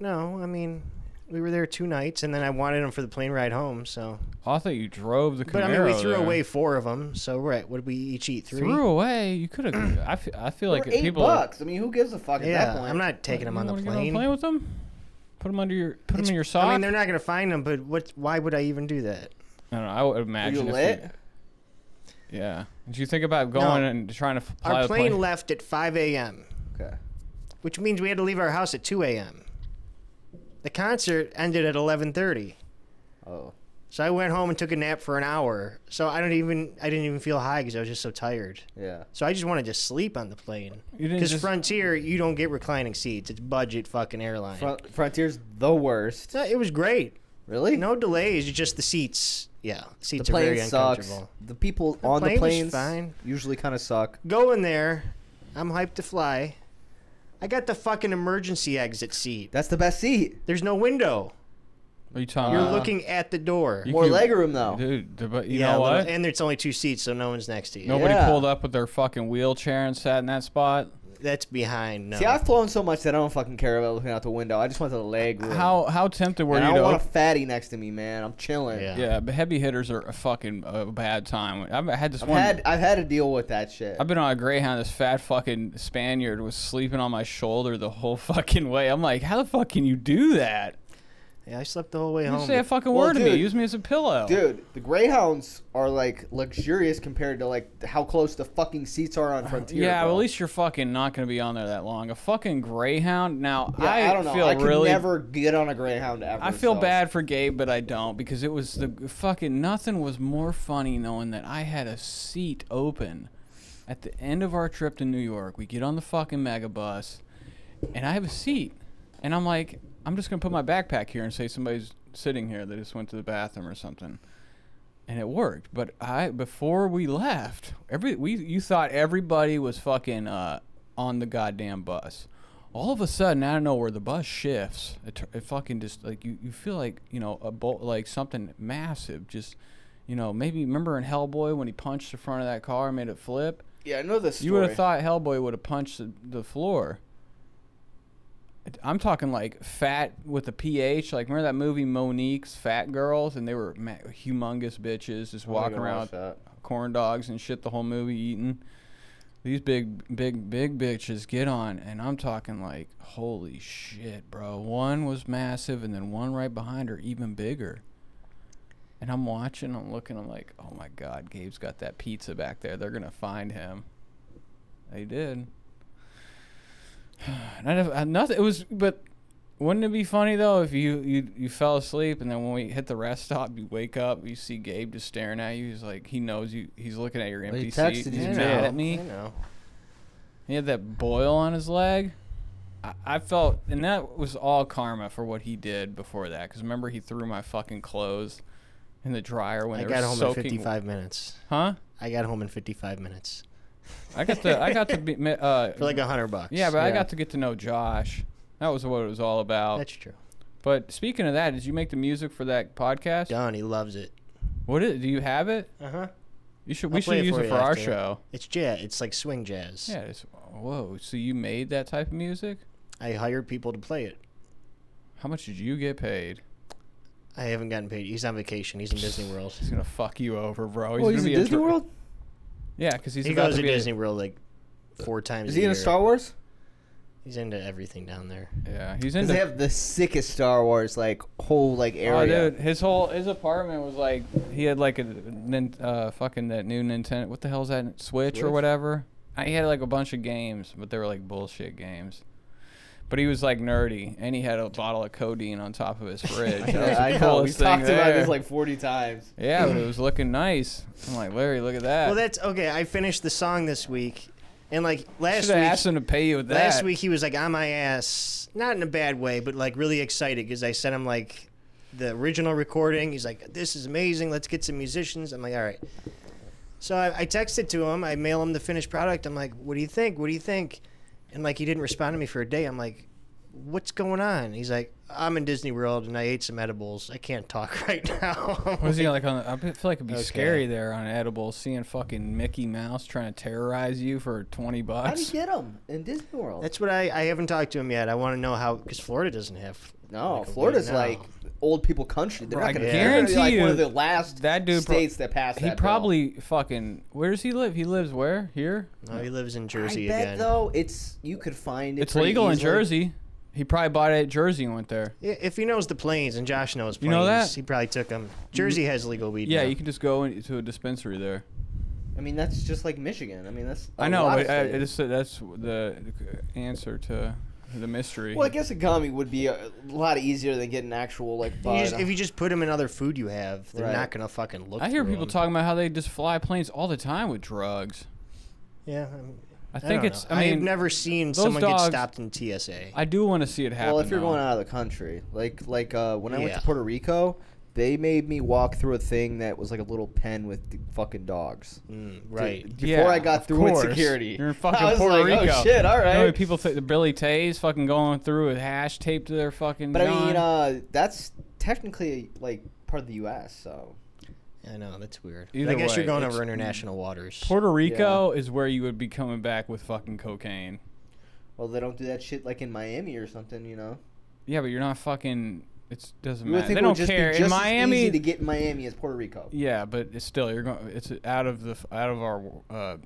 S5: no, I mean, we were there two nights, and then I wanted them for the plane ride home. So,
S3: I thought you drove the. Camaro
S5: but I mean, we threw
S3: there.
S5: away four of them. So right, would we each eat three?
S3: Threw away. You could have. I fe- I feel like
S4: For
S3: if
S4: eight
S3: people.
S4: bucks. I mean, who gives a fuck at that
S5: Yeah,
S4: point?
S5: I'm not taking them on the
S3: You wanna get
S5: plane.
S3: with them. Put them under your. Put them
S5: It's-
S3: in your sock.
S5: I mean, they're not gonna find them, but what? Why would I even do that?
S3: I don't know. I would
S4: Are you
S3: imagine. if
S4: lit?
S3: you- yeah. Did you think about going and trying to f- fly
S5: Our
S3: the
S5: plane left at 5 a.m.,
S4: Okay.
S5: which means we had to leave our house at 2 a.m. The concert ended at 11:30,
S4: Oh.
S5: so I went home and took a nap for an hour. So I don't even I didn't even feel high because I was just so tired.
S4: Yeah.
S5: So I just wanted to sleep on the plane.
S3: You didn't
S5: Because
S3: just-
S5: Frontier, you don't get reclining seats. It's budget fucking airline.
S4: Front, Frontier's the worst.
S5: No, it was great.
S4: Really?
S5: No delays. Just the seats. Yeah,
S4: The
S5: seats are very
S4: plane sucks.
S5: uncomfortable.
S4: The people on
S5: plane
S4: the
S5: was
S4: planes
S5: fine.
S4: usually kind of suck.
S5: Go in there. I'm hyped to fly. I got the fucking emergency exit seat.
S4: That's the best seat.
S5: There's no window.
S3: Are you talking?
S5: You're
S4: Uh,
S5: looking at the door.
S3: You
S4: More
S3: can-
S4: legroom though.
S3: Dude, the- but you
S5: yeah,
S3: know
S5: a little-
S3: what?
S5: and it's only two seats, so no one's next to you.
S3: Nobody
S4: Yeah.
S3: pulled up with their fucking wheelchair and sat in that spot.
S5: That's behind. No.
S4: See, I've flown so much that I don't fucking care about looking out the window. I just want the leg room.
S3: How how tempted were
S4: And I
S3: you to?
S4: don't want a
S3: op-
S4: fatty next to me, man. I'm chilling.
S5: Yeah.
S3: yeah, but heavy hitters are a fucking uh, bad time. I've had this
S4: I've
S3: one.
S4: had I've had to deal with that shit.
S3: I've been on a Greyhound. This fat fucking Spaniard was sleeping on my shoulder the whole fucking way. I'm like, how the fuck can you do that?
S5: yeah, I slept the whole way
S3: You didn't
S5: home.
S3: say a fucking
S4: Well,
S3: word to me.
S4: dude-
S3: Use me as a pillow.
S4: Dude, the Greyhounds are like luxurious compared to like how close the fucking seats are on Frontier.
S3: yeah,
S4: bro.
S3: well, at least you're fucking not gonna be on there that long. A fucking Greyhound. Now
S4: Yeah,
S3: I,
S4: I, don't know.
S3: feel
S4: I could
S3: really.
S4: never get on a Greyhound ever.
S3: I feel
S4: so.
S3: bad for Gabe, but I don't because it was the fucking nothing was more funny knowing that I had a seat open at the end of our trip to New York. We get on the fucking mega bus, and I have a seat, and I'm like, I'm just gonna put my backpack here and say somebody's sitting here that just went to the bathroom or something. And it worked, but I before we left, every we you thought everybody was fucking uh, on the goddamn bus all of a sudden, I don't know where the bus shifts. It, tur- it fucking just like you, you feel like you know a bolt like something massive. Just you know maybe remember in Hellboy when he punched the front of that car and made it flip.
S4: Yeah, I know this. Story.
S3: You would have thought Hellboy would have punched the, the floor. It- I'm talking like fat with a ph. Like remember that movie Monique's Fat Girls, and they were ma- humongous bitches just
S4: I'm not
S3: walking
S4: gonna
S3: around
S4: watch that.
S3: corn dogs and shit the whole movie eating. These big, big, big bitches get on, and I'm talking like, holy shit, bro. One was massive, and then one right behind her, even bigger. And I'm watching, I'm looking, I'm like, oh my god, Gabe's got that pizza back there. They're gonna find him. They did. And I never- I- nothing. It was, but wouldn't it be funny though if you, you you fell asleep and then when we hit the rest stop, you wake up, you see Gabe just staring at you. He's like, he knows you. He's looking at your
S4: Well, he
S3: empty
S4: texted
S3: seat.
S4: you
S3: He's
S5: I
S4: now.
S3: mad
S5: know,
S3: at me.
S5: I know.
S3: He had that boil on his leg. I, I felt, and that was all karma for what he did before that. Because remember, he threw my fucking clothes in the dryer when
S5: I
S3: they
S5: got
S3: were
S5: home in
S3: soaking.
S5: 55 minutes.
S3: Huh?
S5: I got home in 55 minutes
S3: I got the I got to be uh,
S5: for like a hundred bucks.
S3: yeah, but I
S4: yeah.
S3: got to get to know Josh. That was what it was all about.
S5: that's true.
S3: But speaking of that, did you make the music for that podcast?
S5: Don, he loves it.
S3: What is? Do you have it?
S5: Uh huh.
S3: You should.
S5: I'll
S3: we
S5: play
S3: should
S5: it
S3: use
S5: for
S3: it
S5: you
S3: for our
S5: after.
S3: show.
S5: It's jazz. It's like swing jazz.
S3: Yeah. It's, whoa. So you made that type of music?
S5: I hired people to play it.
S3: How much did you get paid?
S5: I haven't gotten paid. He's on vacation. He's in Disney World.
S3: He's gonna fuck you over, bro.
S4: oh,
S3: gonna
S4: he's in
S3: be a
S4: Disney
S3: dr-
S4: World.
S3: Yeah, because he's
S5: he
S3: about to
S5: goes to
S3: be a-
S5: Disney World like four times.
S4: Is he
S5: a
S4: in a
S5: year.
S4: Star Wars?
S5: He's into everything down there.
S3: yeah, he's
S4: Because
S3: into.
S4: they have the sickest Star Wars like whole like
S3: Oh,
S4: area.
S3: dude, his whole his apartment was like he had like a nin- uh, fucking that new Nintendo. What the hell's that Switch, or
S4: Switch?
S3: whatever? Uh, He had like a bunch of games, but they were like bullshit games. But he was like nerdy, and he had a bottle of codeine on top of his fridge. That was the
S4: I know. We
S3: coolest thing
S4: talked about
S3: there.
S4: this like 40 times.
S3: yeah, but it was looking nice. I'm like Larry, look at that.
S5: Well, that's okay. I finished the song this week, and like last
S3: Should have
S5: week,
S3: asked him to pay you with that.
S5: last week he was like on my ass, not in a bad way, but like really excited because I sent him like the original recording. He's like, "This is amazing. Let's get some musicians." I'm like, "All right." So I, I texted to him. I mail him the finished product. I'm like, "What do you think? What do you think?" And like he didn't respond to me for a day. I'm like, "What's going on?" He's like, "I'm in Disney World and I ate some edibles. I can't talk right now." I'm
S3: Was he
S5: like,
S3: like on? The, I feel like it'd be
S5: Okay.
S3: scary there on edible, seeing fucking Mickey Mouse trying to terrorize you for twenty
S4: How do you
S3: bucks.
S4: get them in Disney World?
S5: That's what I, I haven't talked to him yet. I want to know how because Florida doesn't have.
S4: no,
S5: like a
S4: Florida's
S5: weird- no.
S4: like old people country. They're
S3: Bro,
S4: not
S3: I
S4: gonna
S3: guarantee
S4: they're gonna be, like one of
S3: you
S4: the last
S3: that dude pro-
S4: states that passed
S3: He
S4: that bill.
S3: probably fucking. Where does he live? He lives where? Here?
S5: No, he lives
S4: I
S5: in
S4: bet
S5: Jersey again.
S4: though it's you could find it.
S3: It's
S4: pretty
S3: legal in
S4: easily.
S3: Jersey. He probably bought it at Jersey and went there.
S5: Yeah, if he knows the planes, and Josh knows
S3: You
S5: planes,
S3: know that?
S5: he probably took them. Jersey has legal weed.
S3: Yeah,
S5: now.
S3: you can just go into a dispensary there.
S4: I mean, that's just like Michigan. I mean, that's. I
S3: I know, but I, I just said that's the answer to the mystery.
S4: well, I guess a gummy would be a lot easier than getting actual like.
S5: You
S4: bud.
S5: just- if you just put them in other food you have, they're
S4: Right.
S5: not gonna fucking look.
S3: I hear
S5: through
S3: people
S5: 'em.
S3: talking about how they just fly planes all the time with drugs.
S5: Yeah, I'm,
S3: I
S5: I
S3: think it's. I
S5: have
S3: mean,
S5: never seen
S3: those
S5: someone
S3: dogs-
S5: get stopped in TSA.
S3: I do want to see it happen.
S4: well, if you're
S3: though.
S4: going out of the country, like like uh, when I went
S5: Yeah.
S4: to Puerto Rico, they made me walk through a thing that was like a little pen with d- fucking dogs.
S5: Mm, right.
S4: Dude, before I got
S3: of
S4: through with
S3: course.
S4: security.
S3: You're in fucking
S4: I was
S3: Puerto
S4: like, oh,
S3: Rico.
S4: shit, all
S3: You know how
S4: right.
S3: many people think the Billy Tays fucking going through with hash taped to their fucking.
S4: But I mean,
S3: john?
S4: uh, that's technically like part of the U.S. So
S5: I know that's weird. But
S3: Either
S5: I guess
S3: way,
S5: you're going
S3: it's-
S5: over international waters.
S3: Puerto Rico is where you would be coming back with fucking cocaine.
S4: well, they don't do that shit like in Miami or something, you know.
S3: Yeah, but you're not fucking. It doesn't
S4: You would
S3: matter.
S4: think
S3: They
S4: it would
S3: don't
S4: just be
S3: care
S4: just
S3: in
S4: as
S3: Miami.
S4: easy to get in Miami as Puerto Rico.
S3: yeah, but it's still you're going. It's out of the f- out of our. Uh,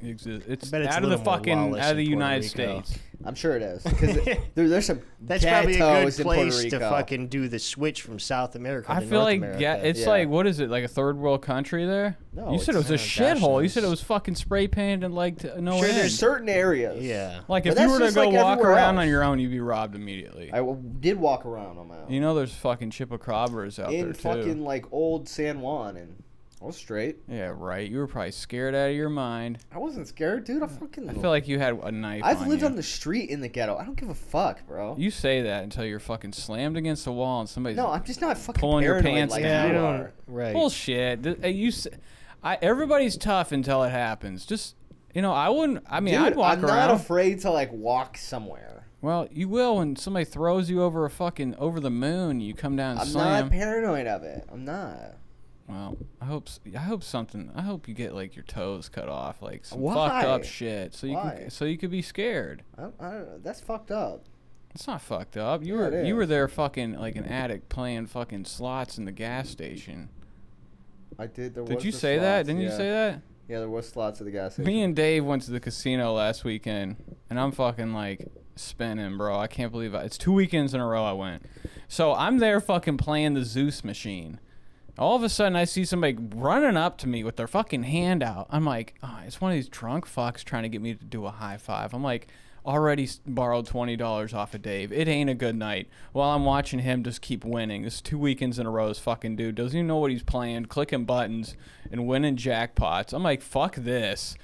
S3: exist. It's,
S5: bet it's
S3: out
S5: a
S3: of the
S5: little more
S3: fucking
S5: lawless
S3: out of the
S5: in Puerto
S3: United
S5: Rico.
S3: States.
S4: I'm sure it is because there, there's some
S5: That's probably a good
S4: ghettos in Puerto
S5: place to
S4: Rico.
S5: fucking do the switch from South America.
S3: I
S5: to
S3: feel
S5: North
S3: like
S5: America.
S3: yeah, it's
S4: Yeah.
S3: like what is it like a third world country there?
S4: No,
S3: you said it
S4: it's-
S3: was a
S5: no, gosh,
S3: shithole. You said it
S5: it's-
S3: was fucking spray painted and like to no
S4: Sure,
S3: end.
S4: there's certain areas.
S5: yeah.
S3: like
S4: but
S3: if you
S4: that's
S3: were to
S4: just
S3: go
S4: like
S3: walk
S4: everywhere
S3: around
S4: else.
S3: on your own, you'd be robbed immediately.
S4: I w- did walk around on my own
S3: you know, there's fucking chupacabras out there
S4: in
S3: too.
S4: fucking like old San Juan, and I was straight.
S3: Yeah, right. You were probably scared out of your mind.
S4: I wasn't scared, dude. I fucking.
S3: I feel like you had a knife.
S4: I've lived
S3: you.
S4: on the street in the ghetto. I don't give a fuck, bro.
S3: You say that until you're fucking slammed against the wall and somebody's
S4: No, I'm just not fucking
S3: Pulling your
S4: paranoid
S3: pants
S4: like
S3: down.
S4: you
S5: I
S3: Yeah,
S4: are.
S5: don't. Right.
S3: bullshit. Th- uh, You, s- I, everybody's tough until it happens. Just you know, I wouldn't. I mean,
S4: Dude,
S3: I'd walk
S4: I'm
S3: around.
S4: not afraid to like walk somewhere.
S3: well, you will when somebody throws you over a fucking over the moon. You come down and
S4: I'm
S3: slam.
S4: not paranoid of it. I'm not.
S3: well, I hope s- I hope something. I hope you get like your toes cut off, like some
S4: Why?
S3: fucked up shit, so you
S4: Why?
S3: can so you could be scared.
S4: I, I don't know. That's fucked up.
S3: It's not fucked up. You
S4: Yeah,
S3: were
S4: it
S3: you were
S4: is.
S3: there fucking like an addict playing fucking slots in the gas station.
S4: I did. There
S3: Did
S4: was
S3: you
S4: the
S3: say that?
S4: slots,
S3: Didn't you
S4: yeah.
S3: say that?
S4: Yeah, there was slots at the gas station.
S3: Me and Dave went to the casino last weekend, and I'm fucking like spinning, bro. I can't believe I, it's two weekends in a row I went. So I'm there fucking playing the Zeus machine. All of a sudden, I see somebody running up to me with their fucking hand out. I'm like, oh, it's one of these drunk fucks trying to get me to do a high five. I'm like, already s- borrowed twenty dollars off of Dave. It ain't a good night. While I'm watching him just keep winning. This is two weekends in a row. This fucking dude doesn't even know what he's playing, clicking buttons and winning jackpots. I'm like, fuck this.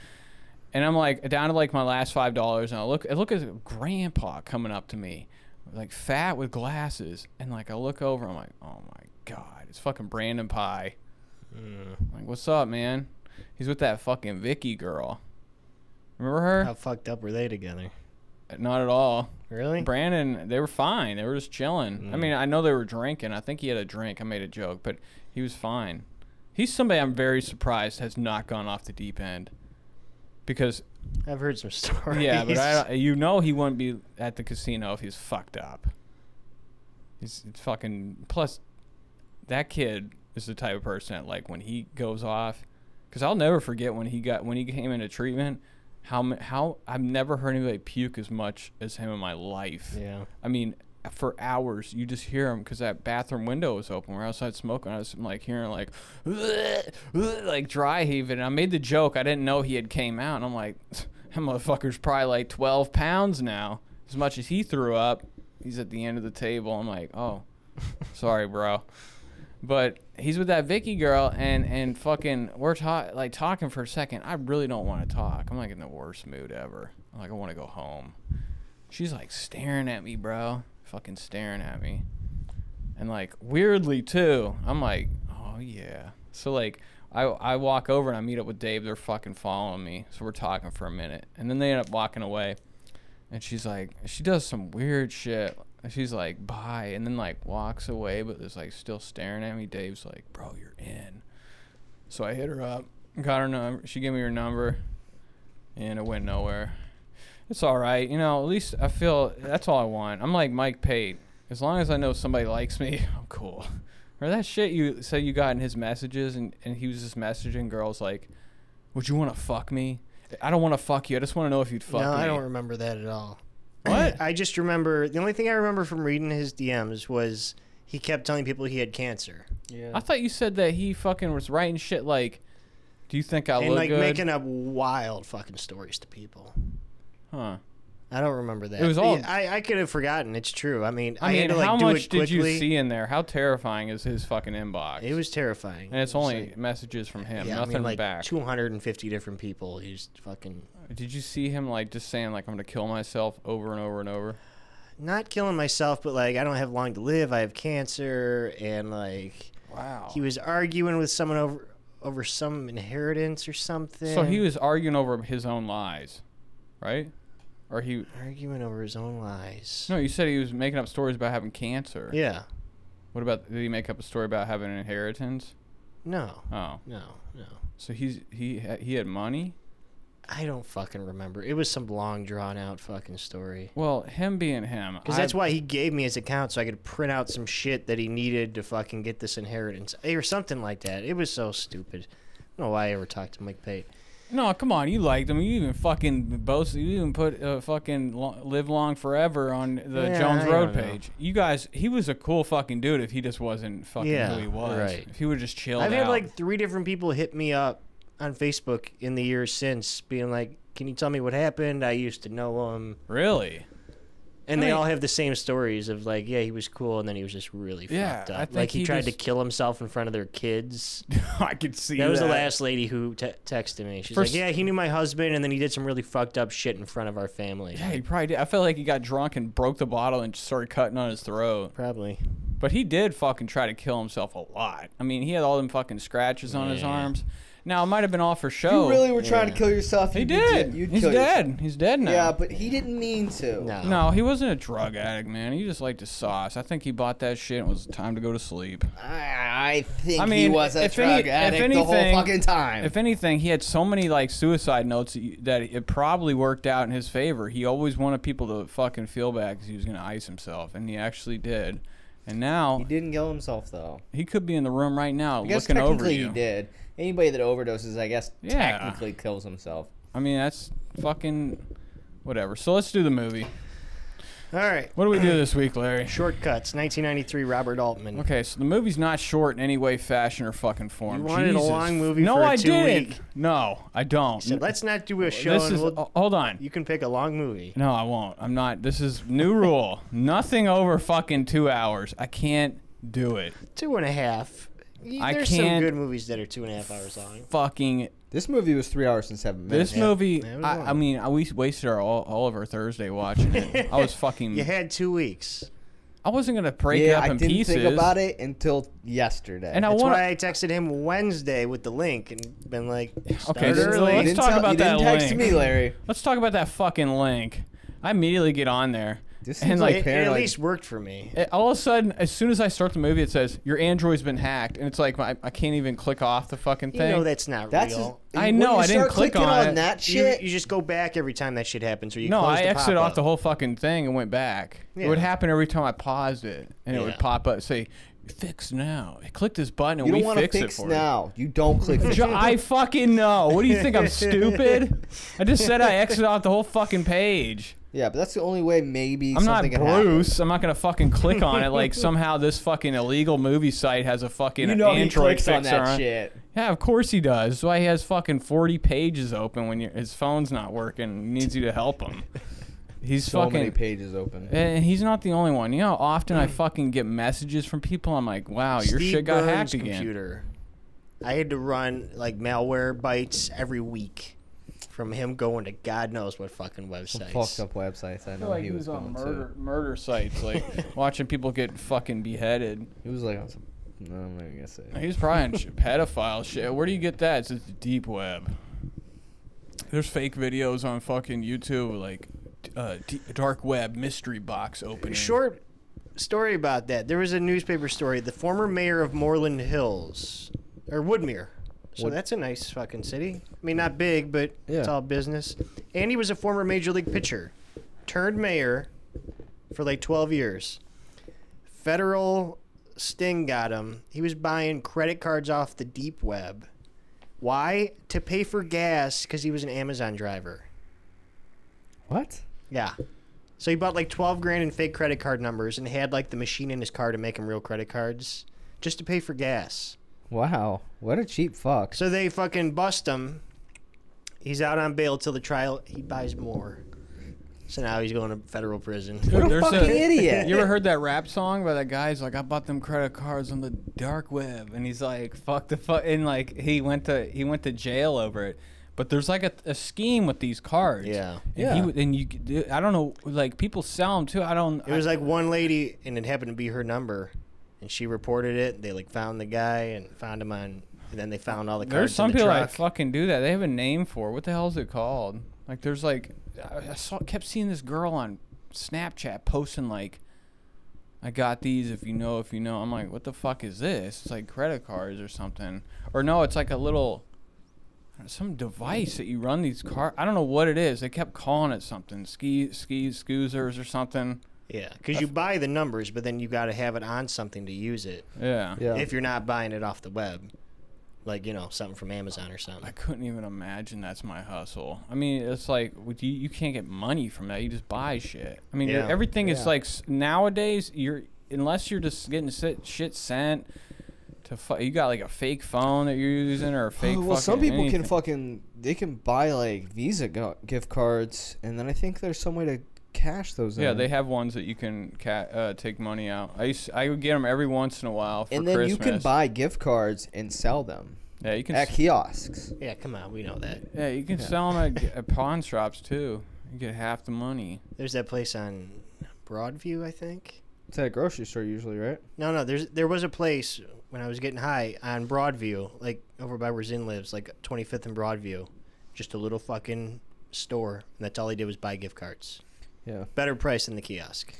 S3: And I'm like down to like my last five dollars, and I look, I look at Grandpa coming up to me, like fat with glasses, and like I look over, I'm like, oh my god, it's fucking Brandon Pie. Like, what's up, man? He's with that fucking Vicky girl. Remember her?
S5: How fucked up were they together?
S3: Not at all.
S5: Really?
S3: Brandon, they were fine. They were just chilling. I mean, I know they were drinking. I think he had a drink. I made a joke, but he was fine. He's somebody I'm very surprised has not gone off the deep end, because
S5: I've heard some stories.
S3: yeah, but I, don't- you know he wouldn't be at the casino if he's fucked up. He's it's fucking. Plus, that kid is the type of person that like when he goes off, because I'll never forget when he got when he came into treatment. How ma- how I've never heard anybody puke as much as him in my life.
S5: Yeah.
S3: I mean, for hours you just hear him because that bathroom window was open. We're outside smoking. I was like hearing like like dry heaving. And I made the joke. I didn't know he had came out. And I'm like, that motherfucker's probably like 12 pounds now. As much as he threw up, he's at the end of the table. I'm like, oh, sorry, bro. But he's with that Vicky girl, and and fucking we're ta- like talking for a second. I really don't want to talk. I'm like in the worst mood ever. I'm like I want to go home. She's like staring at me, bro. Fucking staring at me. And like weirdly too. I'm like, oh yeah. So like I I walk over and I meet up with Dave. They're fucking following me. So we're talking for a minute, and then they end up walking away. And she's like, she does some weird shit. And she's like, bye, and then like walks away, but is like still staring at me. Dave's like, bro, you're in. So I hit her up, got her number. She gave me her number, and it went nowhere. It's all right, you know. At least I feel that's all I want. I'm like Mike Pate. As long as I know somebody likes me, I'm cool. Or that shit you said you got in his messages, and, and he was just messaging girls like, "Would you want to fuck me? I don't want to fuck you. I just want to know if you'd fuck
S5: no,
S3: me."
S5: I don't remember that at all.
S3: What?
S5: I just remember the only thing I remember from reading his DMs was he kept telling people he had cancer
S4: Yeah.
S3: I thought you said that he fucking was writing shit like, "Do you think I
S5: and
S3: look
S5: like
S3: good?"
S5: making up wild fucking stories to people.
S3: huh?
S5: I don't remember that.
S3: It was all-
S5: I, I could have forgotten. It's true. I mean, I,
S3: I mean,
S5: had to like
S3: how
S5: do
S3: much
S5: it
S3: did you
S5: quickly.
S3: see in there? How terrifying is his fucking inbox?
S5: It was terrifying.
S3: and it's
S5: It was
S3: only
S5: like-
S3: messages from him,
S5: yeah,
S3: nothing
S5: I mean, like
S3: back.
S5: 250 different people. He's fucking
S3: Did you see him like just saying like, "I'm gonna kill myself" over and over and over?
S5: not killing myself, but like I don't have long to live. I have cancer, and like
S3: Wow.
S5: he was arguing with someone over over some inheritance or something.
S3: so he was arguing over his own lies, right? Or he?
S5: arguing over his own lies.
S3: No, you said he was making up stories about having cancer.
S5: Yeah.
S3: What about did he make up a story about having an inheritance?
S5: No.
S3: Oh,
S5: No. No.
S3: so he's he ha- he had money.
S5: I don't fucking remember. It was some long drawn out fucking story.
S3: Well, him being him,
S5: Because
S3: I-
S5: that's why he gave me his account so I could print out some shit that he needed to fucking get this inheritance eh, or something like that. It was so stupid. I don't know why I ever talked to Mike Pate.
S3: No, come on. You liked him. You even fucking boasted. You even put uh, fucking lo- live long forever on the
S5: Yeah,
S3: Jones
S5: I
S3: Road
S5: don't know.
S3: page. You guys, he was a cool fucking dude if he just wasn't fucking
S5: Yeah,
S3: who he was.
S5: right.
S3: If he would just chill.
S5: I've had like three different people hit me up on Facebook in the years since being like, can you tell me what happened? I used to know him.
S3: really. I
S5: And they
S3: mean-
S5: all have the same stories of like, yeah, he was cool, and then he was just really
S3: Yeah,
S5: fucked
S3: I
S5: up.
S3: think
S5: like he,
S3: he
S5: tried to
S3: just-
S5: kill himself in front of their kids.
S3: I could see
S5: That was the last lady who te- texted me. She's
S3: First-
S5: like, yeah, he knew my husband, and then he did some really fucked up shit in front of our family.
S3: Yeah, he probably did. I felt like he got drunk and broke the bottle and started cutting on his throat.
S5: Probably.
S3: But he did fucking try to kill himself a lot. I mean, he had all them fucking scratches on his
S5: Yeah.
S3: arms. Now it might have been all for show.
S4: You really were trying to kill yourself.
S3: He
S4: you'd be
S3: did.
S4: dead. You'd
S3: He's
S4: kill yourself.
S3: dead. He's dead now.
S4: Yeah, but he didn't mean to.
S5: No.
S3: No, he wasn't a drug addict, man. He just liked to sauce. I think he bought that shit and it was time to go to sleep.
S4: I I think
S3: I
S4: he
S3: mean,
S4: was a
S3: if
S4: drug
S3: any- if
S4: addict the
S3: anything-
S4: whole fucking time.
S3: If anything, he had so many like suicide notes that you- that it probably worked out in his favor. He always wanted people to fucking feel bad because he was gonna ice himself, and he actually did. And now
S4: he didn't kill himself though.
S3: he could be in the room right now
S4: I guess
S3: looking over
S4: technically
S3: you.
S4: he did. Anybody that overdoses, I guess,
S3: Yeah.
S4: technically kills himself.
S3: I mean, that's fucking whatever. So let's do the movie.
S5: All right.
S3: What do we do this week, Larry?
S5: Shortcuts. 1993. Robert Altman.
S3: Okay, so the movie's not short in any way, fashion, or fucking form.
S5: You wanted a
S3: Jesus.
S5: long movie
S3: No,
S5: for a
S3: I
S5: two
S3: didn't.
S5: week.
S3: No, I don't.
S5: So let's not do a show.
S3: this
S5: and
S3: is
S5: we'll,
S3: oh, hold on.
S5: you can pick a long movie.
S3: No, I won't. I'm not. This is new rule. Nothing over fucking two hours. I can't do it.
S5: Two and a half. Y-
S3: I
S5: There's some
S3: can't-
S5: good movies that are two and a half hours long.
S3: Fucking
S4: This movie was three hours and seven minutes.
S3: this movie.
S5: Yeah, it was long.
S3: I, I mean, I, we wasted our all, all of our Thursday watching it. I was fucking.
S5: You had two weeks.
S3: I wasn't gonna break it
S4: yeah,
S3: up
S4: I
S3: in
S4: didn't
S3: pieces.
S4: think about it until yesterday.
S3: And I
S5: That's
S3: want.
S5: why I texted him Wednesday with the link and been like, start
S3: Okay, so
S4: You
S5: early.
S3: let's
S4: didn't
S3: talk
S4: tell-
S3: about
S4: you didn't
S3: that
S4: text
S3: link.
S4: me, Larry.
S3: Let's talk about that fucking link. I immediately get on there,
S4: This
S3: and
S4: seems
S3: like
S5: it, it at
S4: paranoid.
S5: least worked for me.
S3: it- all of a sudden, as soon as I start the movie, it says your Android's been hacked, and it's like my, I can't even click off the fucking
S5: You
S3: thing.
S5: know that's not
S4: That's just,
S5: real.
S3: I
S4: when
S3: know,
S4: you
S3: I didn't
S4: start
S3: click
S4: clicking
S3: on
S4: on,
S3: it.
S4: that
S5: You,
S4: shit.
S5: you just go back every time that shit happens, or you
S3: No,
S5: close
S3: I
S5: the
S3: exited
S5: pop-up.
S3: off the whole fucking thing and went back. It would
S5: Yeah.
S3: happen every time I paused it, and it
S5: Yeah.
S3: would pop up say Fix now. Click this button and
S4: You
S3: we
S4: don't want to
S3: fix,
S4: fix
S3: it for you.
S4: now. You don't click fix.
S3: Jo- I fucking know. What do you think? I'm stupid. I just said I exited out the whole fucking page.
S4: Yeah, but that's the only way maybe
S3: I'm not
S4: something can happen.
S3: Bruce. I'm not gonna fucking click on it. Like somehow this fucking illegal movie site has a fucking
S4: You know he
S3: Android
S4: clicks
S3: fixer.
S4: on that
S3: it.
S4: shit.
S3: Yeah, of course he does. That's why he has fucking 40 pages open when your his phone's not working. He needs you to help him. He's
S4: So
S3: fucking.
S4: many pages open.
S3: and he's not the only one. You know, how often I fucking get messages from people. I'm like, wow, your
S5: Hmm. Steve
S3: shit got
S5: Burns
S3: hacked again.
S5: Computer. I had to run like malware bites every week from him going to God knows what fucking websites.
S4: Fucked up websites. I
S3: I
S4: know
S3: feel like
S4: he was,
S3: on
S4: going
S3: murder, murder sites, like watching people get fucking beheaded.
S4: to. He was like on some. No, I'm not even gonna say. it.
S3: He was probably on sh- pedophile shit. Where do you get that? It's just the deep web. There's fake videos on fucking YouTube, like uh, d- dark web mystery box opening.
S5: Short story about that. There was a newspaper story. The former mayor of Moreland Hills, or Woodmere. So
S4: Wood-
S5: that's a nice fucking city. I mean, not big, but it's
S4: Yeah.
S5: all business. And he was a former major league pitcher, turned mayor for like 12 years. Federal sting got him. He was buying credit cards off the deep web. Why? To pay for gas because he was an Amazon driver.
S4: What?
S5: Yeah. So he bought like 12 grand in fake credit card numbers and had like the machine in his car to make him real credit cards just to pay for gas.
S4: Wow. What a cheap fuck.
S5: So they fucking bust him. He's out on bail till the trial. He buys more. So now he's going to federal prison.
S4: What a
S3: There's
S4: fucking idiot.
S3: You ever heard that rap song by that guy's like, I bought them credit cards on the dark web, and he's like, fuck the fuck, and like he went to he went to jail over it. But there's like a, a scheme with these cards.
S5: Yeah.
S3: And He, would- and you, could- I don't know, like people sell them too. I don't.
S5: It was like one lady, and it happened to be her number, and she reported it. They like found the guy and found him on. And then they found all the cards.
S3: There's some
S5: in the
S3: people
S5: truck.
S3: that fucking do that. They have a name for it. What the hell is it called? Like, there's like, I I saw, kept seeing this girl on Snapchat posting like, I got these. If you know, if you know. I'm like, what the fuck is this? It's like credit cards or something. Or no, it's like a little, some device that you run these car. I don't know what it is. They kept calling it something. Ski, skis, scoozers or something.
S5: Yeah, because you buy the numbers, but then you got to have it on something to use it.
S3: Yeah.
S4: Yeah.
S5: if you're not buying it off the web, like you know something from Amazon or
S3: I
S5: something.
S3: couldn't even imagine that's my hustle. I mean, it's like with you, you can't get money from that. You just buy shit. I mean,
S5: Yeah.
S3: everything
S4: Yeah.
S3: is like s- nowadays. You're unless you're just getting sit, shit sent to fu- you got like a fake phone that you're using or a fake.
S4: Oh, well, some
S3: fucking
S4: people
S3: anything.
S4: can fucking they can buy like Visa go- gift cards, and then I think there's some way to cash those.
S3: Yeah,
S4: in.
S3: they have ones that you can ca- uh, take money out. I used I would get them every once in a while for
S4: And then
S3: Christmas.
S4: you can buy gift cards and sell them
S3: Yeah, you can.
S4: at
S3: s-
S4: kiosks.
S5: Yeah, come on, we know that.
S3: yeah, you can sell 'em sell them at, at pawn shops too. You get half the money.
S5: There's that place on Broadview, I think.
S4: It's at a grocery store usually, right?
S5: No, no, there's there was a place when I was getting high on Broadview, like over by where Zin lives, like 25th and Broadview, just a little fucking store, and that's all he did was buy gift cards.
S4: Yeah.
S5: Better price than the kiosk.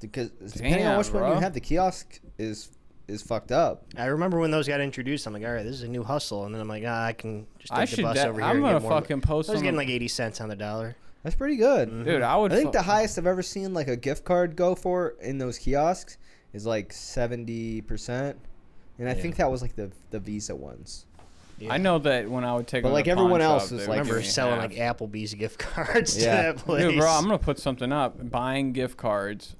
S4: Because depending on
S3: Damn,
S4: which one
S3: bro.
S4: you have, the kiosk is is fucked up.
S5: I remember when those got introduced. I'm like, all right, this is a new hustle, and then I'm like, ah, I can just take
S3: I
S5: the
S3: should.
S5: bus
S3: de-
S5: over here.
S3: I'm
S5: and
S3: gonna
S5: get more.
S3: fucking post.
S5: I was getting
S3: them-
S5: like 80 cents on the dollar.
S4: That's pretty good.
S3: dude. I would.
S4: I think
S3: fu-
S4: the highest I've ever seen like a gift card go for in those kiosks is like seventy percent, and I
S5: Yeah.
S4: think that was like the the Visa ones.
S3: I know that when I would take,
S4: But,
S3: them to
S4: like,
S3: the pawn
S4: everyone
S3: shop,
S4: else
S3: they
S4: is,
S3: would
S4: like,
S5: I
S3: give
S5: remember
S3: me
S5: selling
S3: half.
S5: like Applebee's gift cards
S4: Yeah.
S5: to that place.
S3: Dude, bro, I'm gonna put something up. Buying gift cards,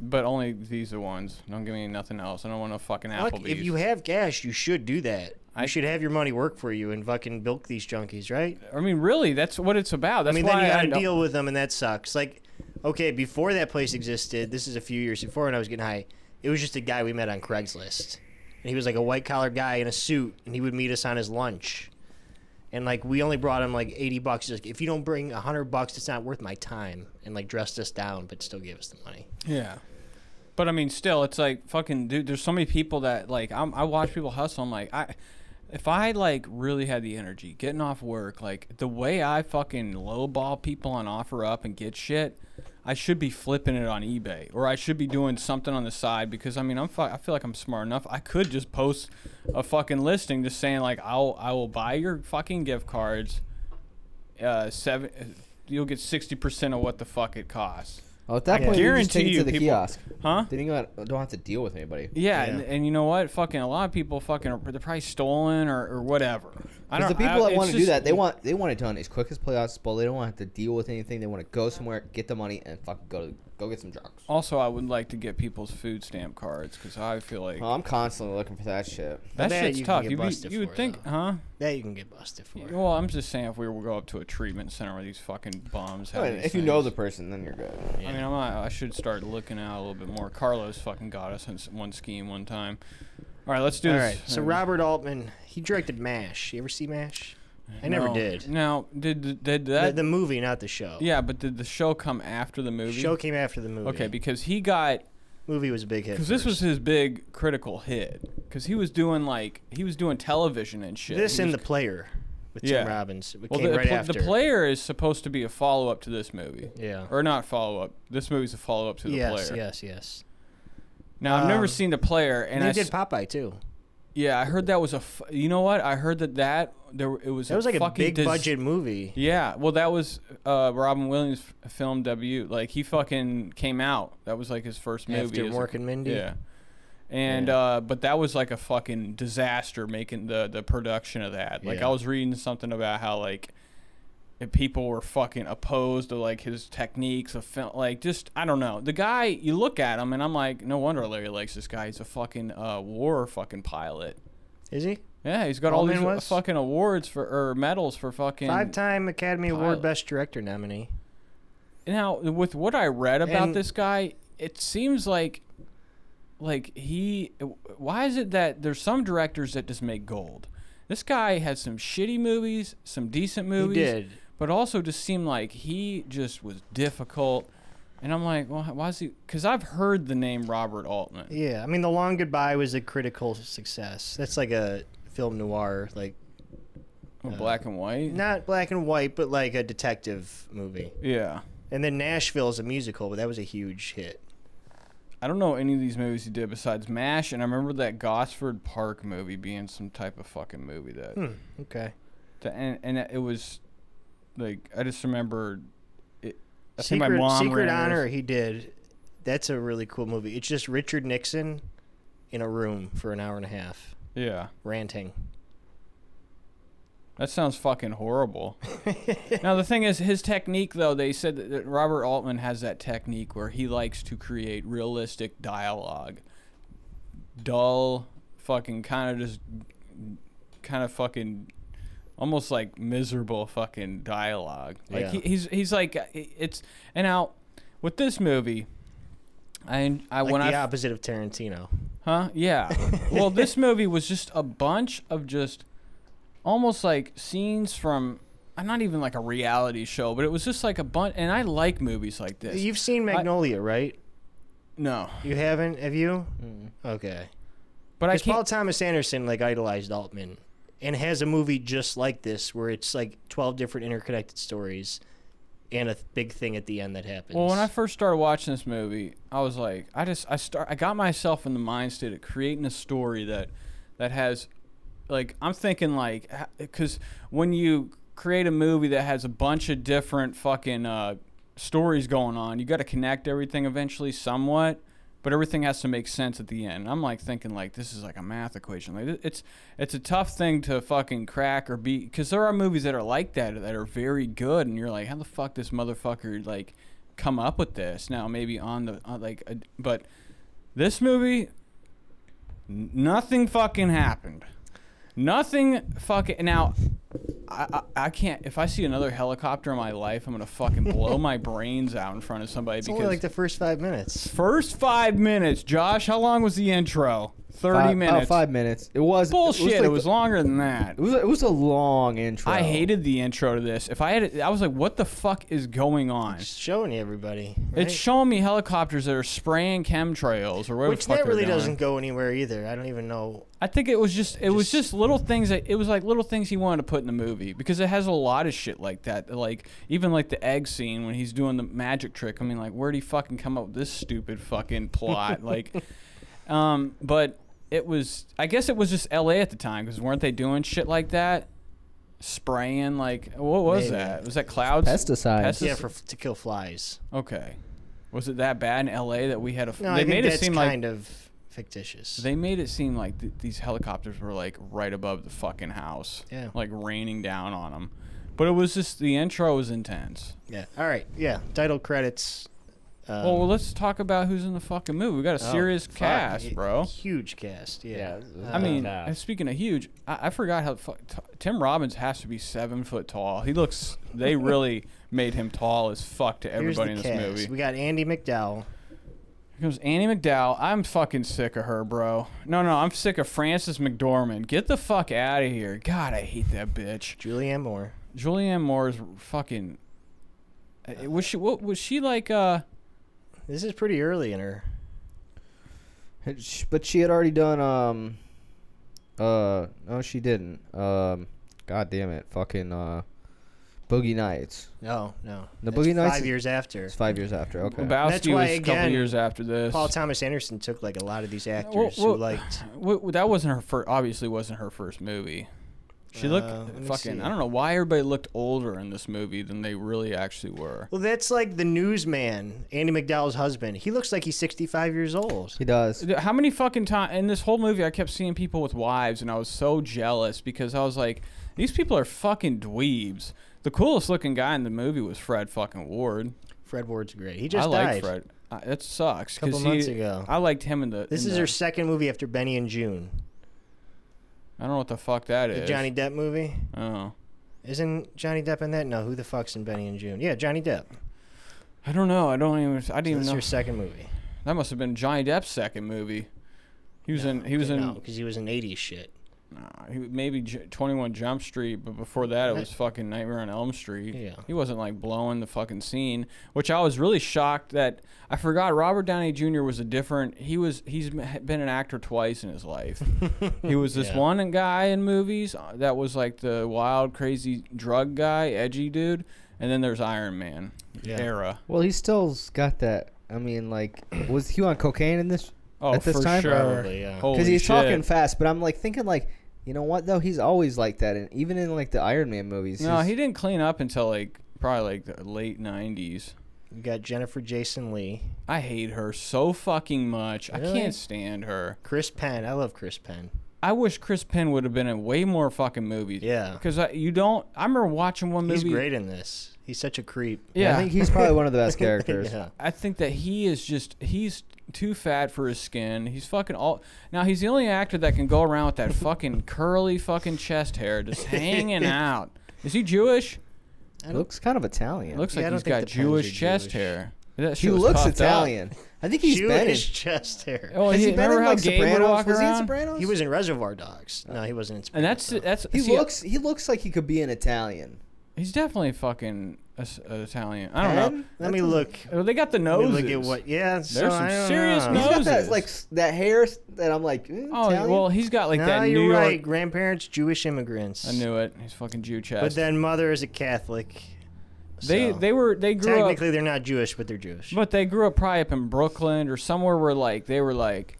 S3: but only Visa ones. Don't give me nothing else. I don't want no fucking
S5: Look,
S3: Applebee's.
S5: if you have cash, you should do that.
S3: I-
S5: I should have your money work for you and fucking bilk these junkies, right?
S3: I mean, really, that's what it's about. That's
S5: I mean,
S3: why
S5: then you
S3: I
S5: gotta
S3: don't-
S5: deal with them, and that sucks. Like, okay, before that place existed, this is a few years before when I was getting high. It was just a guy we met on Craigslist, and he was like a white collar guy in a suit, and he would meet us on his lunch. And like we only brought him like eighty bucks. He's like, if you don't bring hundred bucks, it's not worth my time. And like dressed us down, but still gave us the money.
S3: Yeah. But I mean, still, it's like fucking dude. There's so many people that like I'm, I watch people hustle. I'm like, I if I like really had the energy, getting off work, like the way I fucking lowball people on OfferUp and get shit, I should be flipping it on eBay or I should be doing something on the side because I mean, I'm fu- I feel like I'm smart enough. I could just post a fucking listing just saying like I'll I will buy your fucking gift cards. Uh, seven, you'll get sixty percent of what the fuck it costs.
S4: Oh, at that
S5: Yeah.
S4: point, you just
S3: Guarantee
S4: take it
S3: you
S4: to the
S3: people-
S4: kiosk.
S3: Huh?
S4: Then you got- don't have to deal with anybody.
S3: Yeah,
S5: Yeah.
S3: And, and you know what? Fucking a lot of people fucking are, they're probably stolen or, or whatever. I
S4: Because
S3: don't.
S4: the
S3: I-
S4: people that
S3: it's
S4: want to do
S3: just-
S4: that, they want they want it done as quick as playoffs possible. They don't want to have to deal with anything. They want to go somewhere, get the money, and fucking go to go get some drugs.
S3: Also, I would like to get people's food stamp cards because I feel like
S4: Oh, I'm constantly looking for that shit.
S3: that
S5: bet
S3: shit's
S5: you can
S3: tough.
S5: get
S3: You, be,
S5: busted
S3: you would
S5: for it,
S3: think,
S5: though.
S3: huh?
S5: That you can get busted for.
S3: Well, I'm just saying, if we were to go up to a treatment center where these fucking bums have
S4: Well,
S3: these
S4: if you know the
S3: things-
S4: person, then you're good.
S3: I mean, I'm not, I should start looking out a little bit more. Carlos fucking got us in s- one scheme one time. All right, let's do
S5: All
S3: this.
S5: right. So Robert Altman, he directed MASH. You ever see MASH? I never
S3: Uh, No.
S5: did.
S3: Now, did th- did
S5: The,
S3: that?
S5: the movie, not the show.
S3: yeah, but did the show come after the movie?
S5: Show came after the movie.
S3: okay, because he got
S5: movie was a big hit.
S3: because this was
S5: first.
S3: his big critical hit because he was doing like he was doing television and shit.
S5: this
S3: He
S5: and
S3: was
S5: the player with
S3: Yeah.
S5: Tim Robbins. It
S3: Well,
S5: came
S3: the,
S5: right
S3: pl-
S5: after.
S3: the player is supposed to be a follow up to this movie.
S5: Yeah.
S3: Or not follow up. This movie's a follow up to the
S5: yes,
S3: player.
S5: yes, yes.
S3: Now I've never
S5: Um,
S3: seen the player, and
S5: And they
S3: I
S5: did
S3: s-
S5: Popeye too.
S3: yeah, I heard that was a. F- you know what? I heard that that there it was.
S5: That was like a
S3: fucking
S5: big
S3: dis-
S5: budget movie.
S3: Yeah, well, that was uh, Robin Williams' f- film debut. Like he fucking came out. That was like his first movie.
S5: After
S3: as a-
S5: Mork and Mindy?
S3: Yeah. And uh, but that was like a fucking disaster making the the production of that. Like
S5: Yeah.
S3: I was reading something about how like if people were fucking opposed to like his techniques of film. Like just I don't know. The guy you look at him and I'm like, no wonder Larry likes this guy. He's a fucking uh, war fucking pilot.
S5: Is he?
S3: Yeah, he's got all
S5: Allman
S3: these
S5: was?
S3: fucking awards for or medals for fucking
S5: Five time Academy
S3: Pilot.
S5: Award Best Director nominee.
S3: Now, with what I read about
S5: And-
S3: this guy, it seems like like he why is it that there's some directors that just make gold? This guy had some shitty movies, some decent movies,
S5: did.
S3: but also just seemed like he just was difficult. And I'm like, well, why is he? Because I've heard the name Robert Altman.
S5: Yeah, I mean, The Long Goodbye was a critical success. That's like a film noir, like
S3: Oh, black and white.
S5: not black and white, but like a detective movie.
S3: Yeah,
S5: And then Nashville is a musical, but that was a huge hit.
S3: I don't know any of these movies he did besides Mash, and I remember that Gosford Park movie being some type of fucking movie that
S5: Okay.
S3: to, and and it was like I just remember. It, I think my
S5: Secret,
S3: mom
S5: Secret
S3: ran over-
S5: Honor, he did. That's a really cool movie. It's just Richard Nixon in a room for an hour and a half
S3: Yeah,
S5: ranting.
S3: that sounds fucking horrible. now the thing is, his technique though, they said that, that Robert Altman has that technique where he likes to create realistic dialogue, dull, fucking kind of just, kind of fucking. Almost like miserable fucking dialogue. Like
S5: Yeah.
S3: he, he's he's like it's and now with this movie, I I
S5: Like
S3: Uh, when
S5: the
S3: I
S5: opposite of Tarantino.
S3: Huh? Yeah. well, this movie was just a bunch of just almost like scenes from uh, not even like a reality show, but it was just like a bunch. And I like movies like this.
S5: You've seen Magnolia, right?
S3: no,
S5: You haven't? Have you? Okay.
S3: but I
S5: Because Paul
S3: can't.
S5: Thomas Anderson like idolized Altman, and has a movie just like this where it's like twelve different interconnected stories, and a th- big thing at the end that happens.
S3: Well, when I first started watching this movie, I was like, I just I start I got myself in the mind state of creating a story that that has like I'm thinking like because when you create a movie that has a bunch of different fucking uh, stories going on, you got to connect everything eventually somewhat, but everything has to make sense at the end. I'm like thinking like this is like a math equation. Like it- it's it's a tough thing to fucking crack or beat because there are movies that are like that that are very good, and you're like, how the fuck this motherfucker like come up with this? Now maybe on the on like, a, but this movie Nothing fucking happened. Nothing fucking. Now, I, I I can't. If I see another helicopter in my life, I'm gonna fucking blow my brains out in front of somebody
S5: it's
S3: because
S5: only like the first five minutes.
S3: first five minutes. Josh, how long was the intro? Thirty
S4: Five-
S3: minutes.
S4: About five minutes. It was
S3: Bullshit.
S4: It was, like the-
S3: longer than that.
S4: It was, it was a long intro.
S3: I hated the intro to this. If I had, I was like, what the fuck is going on?
S5: It's showing you everybody. right?
S3: It's showing me helicopters that are spraying chemtrails or whatever.
S5: which
S3: the fuck they're
S5: that really
S3: doing.
S5: doesn't go anywhere either. I don't even know.
S3: I think it was just it was
S5: Just-
S3: just little things that it was like little things he wanted to put in the movie because it has a lot of shit like that. Like even like the egg scene when he's doing the magic trick. I mean, like where would he fucking come up with this stupid fucking plot? like, um, but it was I guess it was just L.A. at the time because weren't they doing shit like that? Spraying like what was
S5: Maybe.
S3: that? Was that clouds?
S4: Pesticides.
S3: Pestic-
S5: Yeah, for to kill flies.
S3: okay. Was it that bad in L.A. that we had a? f-
S5: No,
S3: they
S5: I
S3: made
S5: think
S3: it
S5: that's
S3: seem like
S5: kind of fictitious.
S3: they made it seem like th- these helicopters were like right above the fucking house.
S5: Yeah.
S3: Like raining down on them. But it was just the intro was intense.
S5: yeah. All right. Yeah. Title credits. Um,
S3: well, well, let's talk about who's in the fucking movie. We got a
S5: oh,
S3: serious
S5: fuck,
S3: cast,
S5: hu-
S3: bro.
S5: Huge cast. Yeah.
S4: Yeah,
S3: I mean,
S4: Uh,
S3: and speaking of huge, I, I forgot how fu- t- Tim Robbins has to be seven foot tall. He looks. They really made him tall as fuck to
S5: here's
S3: everybody
S5: the
S3: in this
S5: cast.
S3: movie.
S5: We got Andy McDowell.
S3: Here comes Annie McDowell. I'm fucking sick of her, bro. No, no, I'm sick of Frances McDormand. Get the fuck out of here. God, I hate that bitch.
S5: Julianne Moore.
S3: Julianne Moore's fucking. uh, Was she? What was she like? Uh,
S5: This is pretty early in her.
S4: sh- but she had already done. Um, uh, no, she didn't. Um, God damn it, fucking uh, Boogie Nights.
S5: No, no.
S4: The
S5: That's
S4: Boogie Nights
S5: Five
S4: is-
S5: years after.
S4: It's five years after. Okay.
S3: Lebowski
S5: That's why,
S3: was a couple
S5: again,
S3: years after this.
S5: Paul Thomas Anderson took like a lot of these actors
S3: Well, well,
S5: who liked.
S3: Wh- wh- that wasn't her first. Obviously, wasn't her first movie. She looked
S5: Uh, let me
S3: fucking.
S5: see.
S3: I don't know why everybody looked older in this movie than they really actually were.
S5: Well, that's like the newsman, Andy McDowell's husband. He looks like he's 65 years old.
S4: He does.
S3: Th- How many fucking times in this whole movie I kept seeing people with wives and I was so jealous because I was like, these people are fucking dweebs. The coolest looking guy in the movie was Fred fucking Ward.
S5: Fred Ward's great. He just
S3: I
S5: died.
S3: like Fred. I, that sucks.
S5: Couple
S3: 'cause
S5: months
S3: he,
S5: ago.
S3: I liked him in the.
S5: This
S3: in
S5: is
S3: the,
S5: her second movie after Benny and June.
S3: I don't know what the fuck that is.
S5: The Johnny Depp movie.
S3: Oh,
S5: Isn't Johnny Depp in that? No, who the fuck's in Benny and June? Yeah, Johnny Depp.
S3: I don't know. I don't even. I didn't
S5: This
S3: even
S5: is
S3: know.
S5: her second movie.
S3: that must have been Johnny Depp's second movie. He was in. He was in.
S5: because he was in 80s shit.
S3: Nah, he, maybe J- 21 Jump Street, but before that it was fucking Nightmare on Elm Street.
S5: Yeah.
S3: He wasn't like blowing the fucking scene, which I was really shocked that I forgot Robert Downey Jr. was a different. He was he's m- been an actor twice in his life. he was this
S5: Yeah.
S3: one guy in movies uh, that was like the wild, crazy drug guy, edgy dude, and then there's Iron Man
S5: Yeah.
S3: era.
S4: Well, he still's got that. I mean, like, was he on cocaine in this?
S3: Oh,
S4: At this
S3: for
S4: time?
S3: sure.
S5: Probably, yeah.
S3: Holy
S4: Because he's
S3: shit.
S4: talking fast, but I'm like thinking like, you know what though? He's always like that, and even in like the Iron Man movies.
S3: No,
S4: he's-
S3: he didn't clean up until like probably like the late 90s.
S5: You got Jennifer Jason Lee,
S3: I hate her so fucking much. I
S5: Really?
S3: can't stand her.
S5: Chris Penn. I love Chris Penn.
S3: I wish Chris Penn would have been in way more fucking movies.
S5: Yeah.
S3: Because you don't. I remember watching one
S5: He's
S3: movie.
S5: great in this. He's such a creep.
S3: Yeah.
S4: I think he's probably one of the best characters.
S5: Yeah.
S3: I think that he is just he's too fat for his skin. He's fucking all now he's the only actor that can go around with that fucking curly fucking chest hair just hanging out. Is he Jewish?
S4: Looks kind of Italian.
S3: It looks
S5: Yeah, I
S3: like
S5: don't
S3: he's
S5: think
S3: got
S5: the Penns are
S3: Jewish chest
S5: Jewish.
S3: hair. That
S4: he
S3: shit was
S4: looks
S3: puffed up.
S4: Italian. I think he's been.
S5: Jewish
S4: In,
S5: chest hair.
S3: Oh,
S4: has
S3: he,
S4: he been
S3: remember
S4: in
S3: how
S4: like
S3: Gabe would
S4: Sopranos?
S3: walk
S4: Was he in
S3: around?
S4: Sopranos?
S5: He was in Reservoir Dogs. No, he wasn't in
S3: and
S5: Sopranos,
S3: that's
S5: though.
S3: that's
S4: He
S3: see,
S4: looks. He looks like he could be an Italian.
S3: He's definitely fucking a s- a Italian. I don't know.
S4: Penn?
S5: Let
S4: That
S5: me
S4: doesn't-
S5: look.
S3: Oh, They got the
S5: Let me
S3: noses.
S5: look at what. Yeah, there's
S3: some serious
S4: He's got
S3: Noses.
S4: that like s- that hair s- that I'm like. eh,
S3: Oh
S4: Italian?
S3: well, he's got like
S5: no,
S3: that
S5: you're
S3: New York.
S5: right. Grandparents, Jewish immigrants.
S3: I knew it. He's fucking Jew chest.
S5: But then mother is a Catholic.
S3: they
S5: so-
S3: they were they grew up,
S5: technically they're not Jewish, but they're Jewish.
S3: but they grew up probably up in Brooklyn or somewhere where like they were like.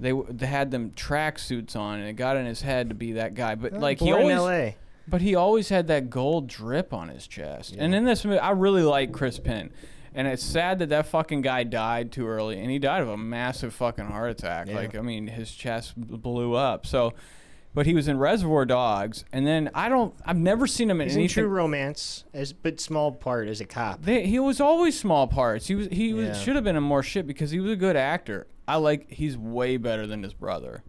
S3: They, w- they had them track suits on and it got in his head to be that guy but like he
S5: Born
S3: always
S5: in L.A.
S3: but he always had that gold drip on his chest and in this movie I really like Chris Penn and it's sad that that fucking guy died too early and he died of a massive fucking heart attack
S5: Yeah.
S3: like I mean his chest b- blew up so but he was in Reservoir Dogs and then I don't I've never seen him in
S5: He's in
S3: anything
S5: True Romance, as but small part as a cop.
S3: They, he was always small parts. He was he
S5: Yeah.
S3: was, should have been in more shit because he was a good actor. I like he's way better than his brother.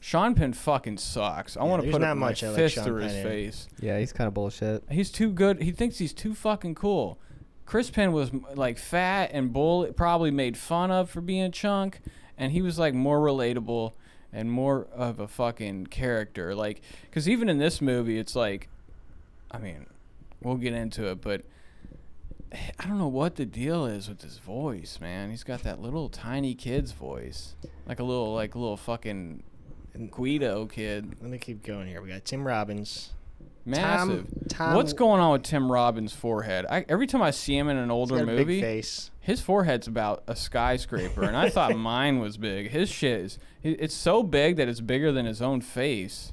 S3: Sean Penn fucking sucks. I want to
S5: there's
S3: put
S5: not
S3: a my
S5: much I like
S3: fist
S5: Sean
S3: through his
S5: Penn in.
S3: face.
S4: Yeah, he's kind of bullshit.
S3: He's too good. He thinks he's too fucking cool. Chris Penn was m- like fat and bull, probably made fun of for being chunk, and he was like more relatable and more of a fucking character. Like, because even in this movie, it's like, I mean, we'll get into it, but I don't know what the deal is with his voice, man. He's got that little tiny kid's voice, like a little, like little fucking Guido kid.
S5: Let me keep going here. We got Tim Robbins.
S3: Massive.
S5: Tom-
S3: What's going on with Tim Robbins' forehead? I, every time I see him in an
S5: He's
S3: older
S5: got a big
S3: movie,
S5: face.
S3: his forehead's about a skyscraper, and I thought mine was big. His shit is it- it's so big that it's bigger than his own face.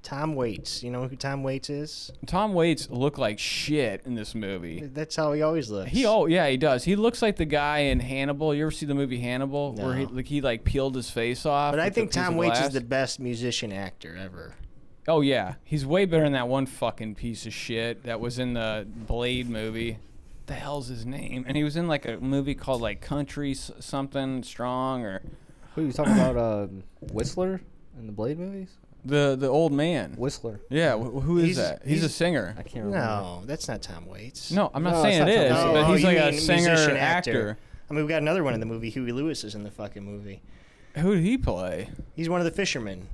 S5: Tom Waits. You know who Tom Waits is?
S3: Tom Waits looked like shit in this movie.
S5: That's how he always looks.
S3: He oh yeah he does. He looks like the guy in Hannibal. You ever see the movie Hannibal where he
S5: No.
S3: like he like peeled his face off?
S5: But I
S3: with a
S5: think
S3: piece
S5: Tom
S3: of
S5: Waits is
S3: glass?
S5: the best musician actor ever.
S3: Oh yeah, he's way better than that one fucking piece of shit that was in the Blade movie. The hell's his name? And he was in like a movie called like Country s- something strong or
S4: Who are you talking about? Um, Whistler in the Blade movies?
S3: the the old man.
S4: Whistler.
S3: Yeah, wh- who is
S5: He's-
S3: that? He's, a
S5: he's-
S3: singer.
S4: I can't remember.
S5: No, that's not Tom Waits.
S3: No, I'm not
S4: No,
S3: saying
S4: it's
S3: it
S4: not
S3: is,
S4: Tom
S5: Oh,
S3: but
S5: oh,
S3: he's
S5: you
S3: like a
S5: mean
S3: singer
S5: musician,
S3: actor.
S5: I mean, we got another one in the movie. Huey Lewis is in the fucking movie.
S3: Who did he play?
S5: He's one of the fishermen.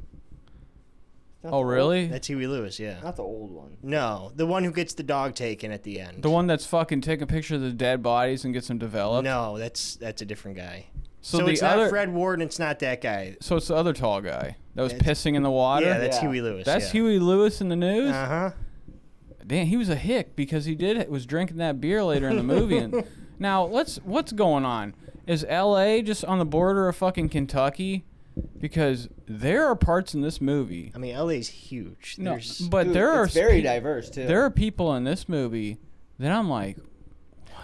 S3: Oh really?
S5: That's Huey Lewis, yeah.
S4: Not the old one.
S5: No, the one who gets the dog taken at the end.
S3: The one that's fucking taking pictures of the dead bodies and gets them developed.
S5: No, that's that's a different guy.
S3: So,
S5: So,
S3: the
S5: it's
S3: other,
S5: not Fred Ward. and It's not that guy.
S3: so it's the other tall guy that was
S5: It's-
S3: pissing in the water.
S5: Yeah, that's
S4: Yeah.
S5: Huey Lewis.
S3: That's
S5: yeah.
S3: Huey Lewis in the news.
S5: Uh huh.
S3: Damn, he was a hick because he did was drinking that beer later in the movie. And now let's what's going on? Is L.A. just on the border of fucking Kentucky? Because there are parts in this movie.
S5: I mean, LA's huge.
S3: No,
S5: There's,
S3: but there are
S4: it's very
S3: spe-
S4: diverse too.
S3: There are people in this movie that I'm like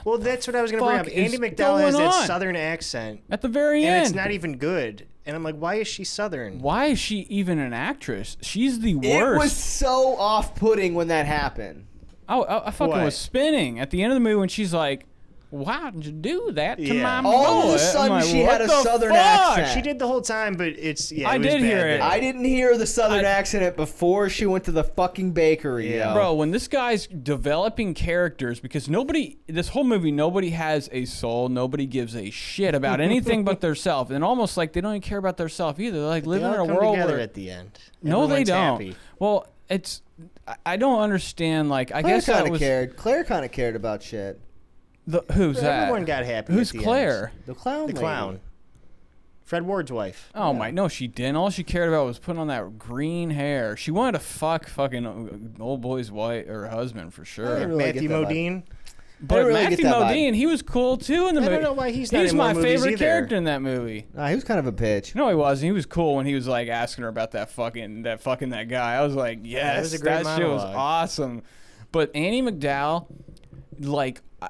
S5: well, that's what I was gonna bring
S3: fuck
S5: up.
S3: is
S5: Andy McDowell has
S3: going
S5: that
S3: on?
S5: southern accent,
S3: at the very
S5: and
S3: end.
S5: it's not e-, even good. And I'm like, why is she southern?
S3: why is she even an actress? She's the
S4: it
S3: worst.
S4: was so off-putting when that happened.
S3: I, Oh, I, I fucking
S5: What?
S3: was spinning at the end of the movie when she's like, "Why did you do that to
S5: Yeah.
S3: my
S4: All of a
S3: mullet?" I'm
S4: sudden
S3: like,
S4: she had
S3: "What
S4: a
S3: the
S4: southern
S3: fuck?"
S4: accent.
S5: She did the whole time, but it's yeah.
S3: I
S5: it was
S3: did
S5: bad
S3: hear it.
S5: then.
S4: I didn't hear the southern
S3: I-
S4: accent before she went to the fucking bakery.
S5: Yeah.
S4: yo.
S3: Bro, when this guy's developing characters, because nobody, this whole movie, nobody has a soul. Nobody gives a shit about anything but theirself, and almost like they don't even care about theirself either. They're like
S5: They
S3: living
S5: all
S3: in a
S5: come
S3: world
S5: together
S3: where
S5: at the end.
S3: no, they
S5: Everyone's
S3: don't.
S5: happy.
S3: Well, it's I- I don't understand. Like I
S4: Claire
S3: guess
S4: kind
S3: that
S4: of
S3: was
S4: cared. Claire kind of cared about shit.
S3: the who's that?
S5: Everyone got happy.
S3: who's
S5: at the
S3: Claire?
S5: End.
S4: The clown.
S5: The
S4: lady.
S5: clown. Fred Ward's wife.
S3: Oh my! No, she didn't. All she cared about was putting on that green hair. She wanted to fuck fucking old boy's wife or husband for
S4: I
S3: sure.
S4: really get
S5: Matthew
S4: that vibe.
S5: Modine.
S3: But
S4: really get
S3: Matthew
S4: that vibe.
S3: Modine, he was cool too in the
S5: I
S3: movie.
S5: don't know why he's not
S3: He's
S5: in
S3: my
S5: more movies
S3: favorite
S5: either.
S3: character in that movie.
S4: Nah, he was kind of a bitch.
S3: No, he wasn't. He was cool when he was like asking her about that fucking that fucking that guy. I was like, yes,
S5: that was a great
S3: that shit was
S5: monologue.
S3: awesome. But Annie McDowell, like, I,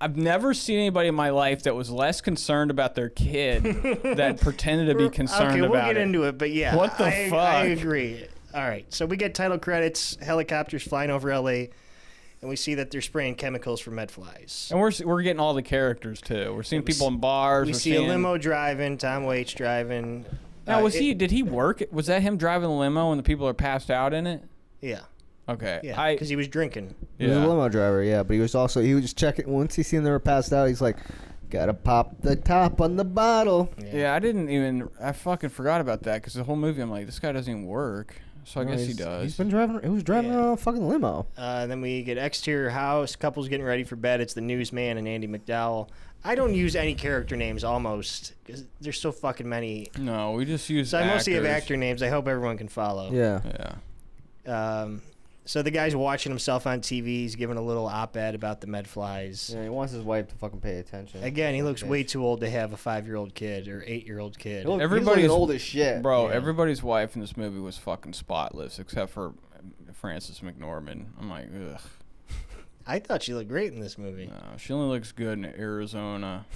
S3: I've never seen anybody in my life that was less concerned about their kid that pretended to be concerned
S5: okay, we'll
S3: about
S5: get
S3: it.
S5: into it, but yeah,
S3: What the
S5: I,
S3: fuck?
S5: I agree. All right, so we get title credits, helicopters flying over L.A., and we see that they're spraying chemicals for med flies.
S3: and we're s- we're getting all the characters too. We're seeing
S5: we
S3: people
S5: see-
S3: in bars.
S5: We
S3: are
S5: see a
S3: seeing,
S5: limo driving, Tom Waits driving.
S3: Now,
S5: Uh,
S3: was
S5: it-
S3: he? Did he work? Was that him driving the limo and the people are passed out in it?
S5: Yeah,
S3: Okay.
S5: yeah,
S3: I,
S5: because he was drinking.
S4: He was a limo driver, yeah, but he was also he was just checking. Once he seen they were passed out, he's like, "Gotta pop the top on the bottle."
S3: Yeah, I didn't even. I fucking forgot about that because the whole movie, I'm like, this guy doesn't even work. So I guess he
S4: He's- He's
S3: does.
S4: been driving. He was driving
S5: Yeah.
S4: a fucking limo.
S5: Uh, then we get exterior house, couples getting ready for bed. It's the newsman and Andy McDowell. I don't use any character names almost because there's so fucking many.
S3: No, we just use.
S5: So I mostly have
S3: actors.
S5: actor names. I hope everyone can follow.
S4: Yeah.
S3: Yeah.
S5: Um, so the guy's watching himself on TV. He's giving a little op-ed about the medflies.
S4: Yeah, he wants his wife to fucking pay attention.
S5: Again, he looks
S4: Bitch.
S5: way too old to have a five-year-old kid or eight-year-old kid.
S4: He look- he's
S3: Everybody's-
S4: looking old as shit,
S3: Bro,
S5: Yeah.
S3: everybody's wife in this movie was fucking spotless except for Frances McNorman. I'm like, ugh.
S5: I thought she looked great in this movie.
S3: No, she only looks good in Arizona.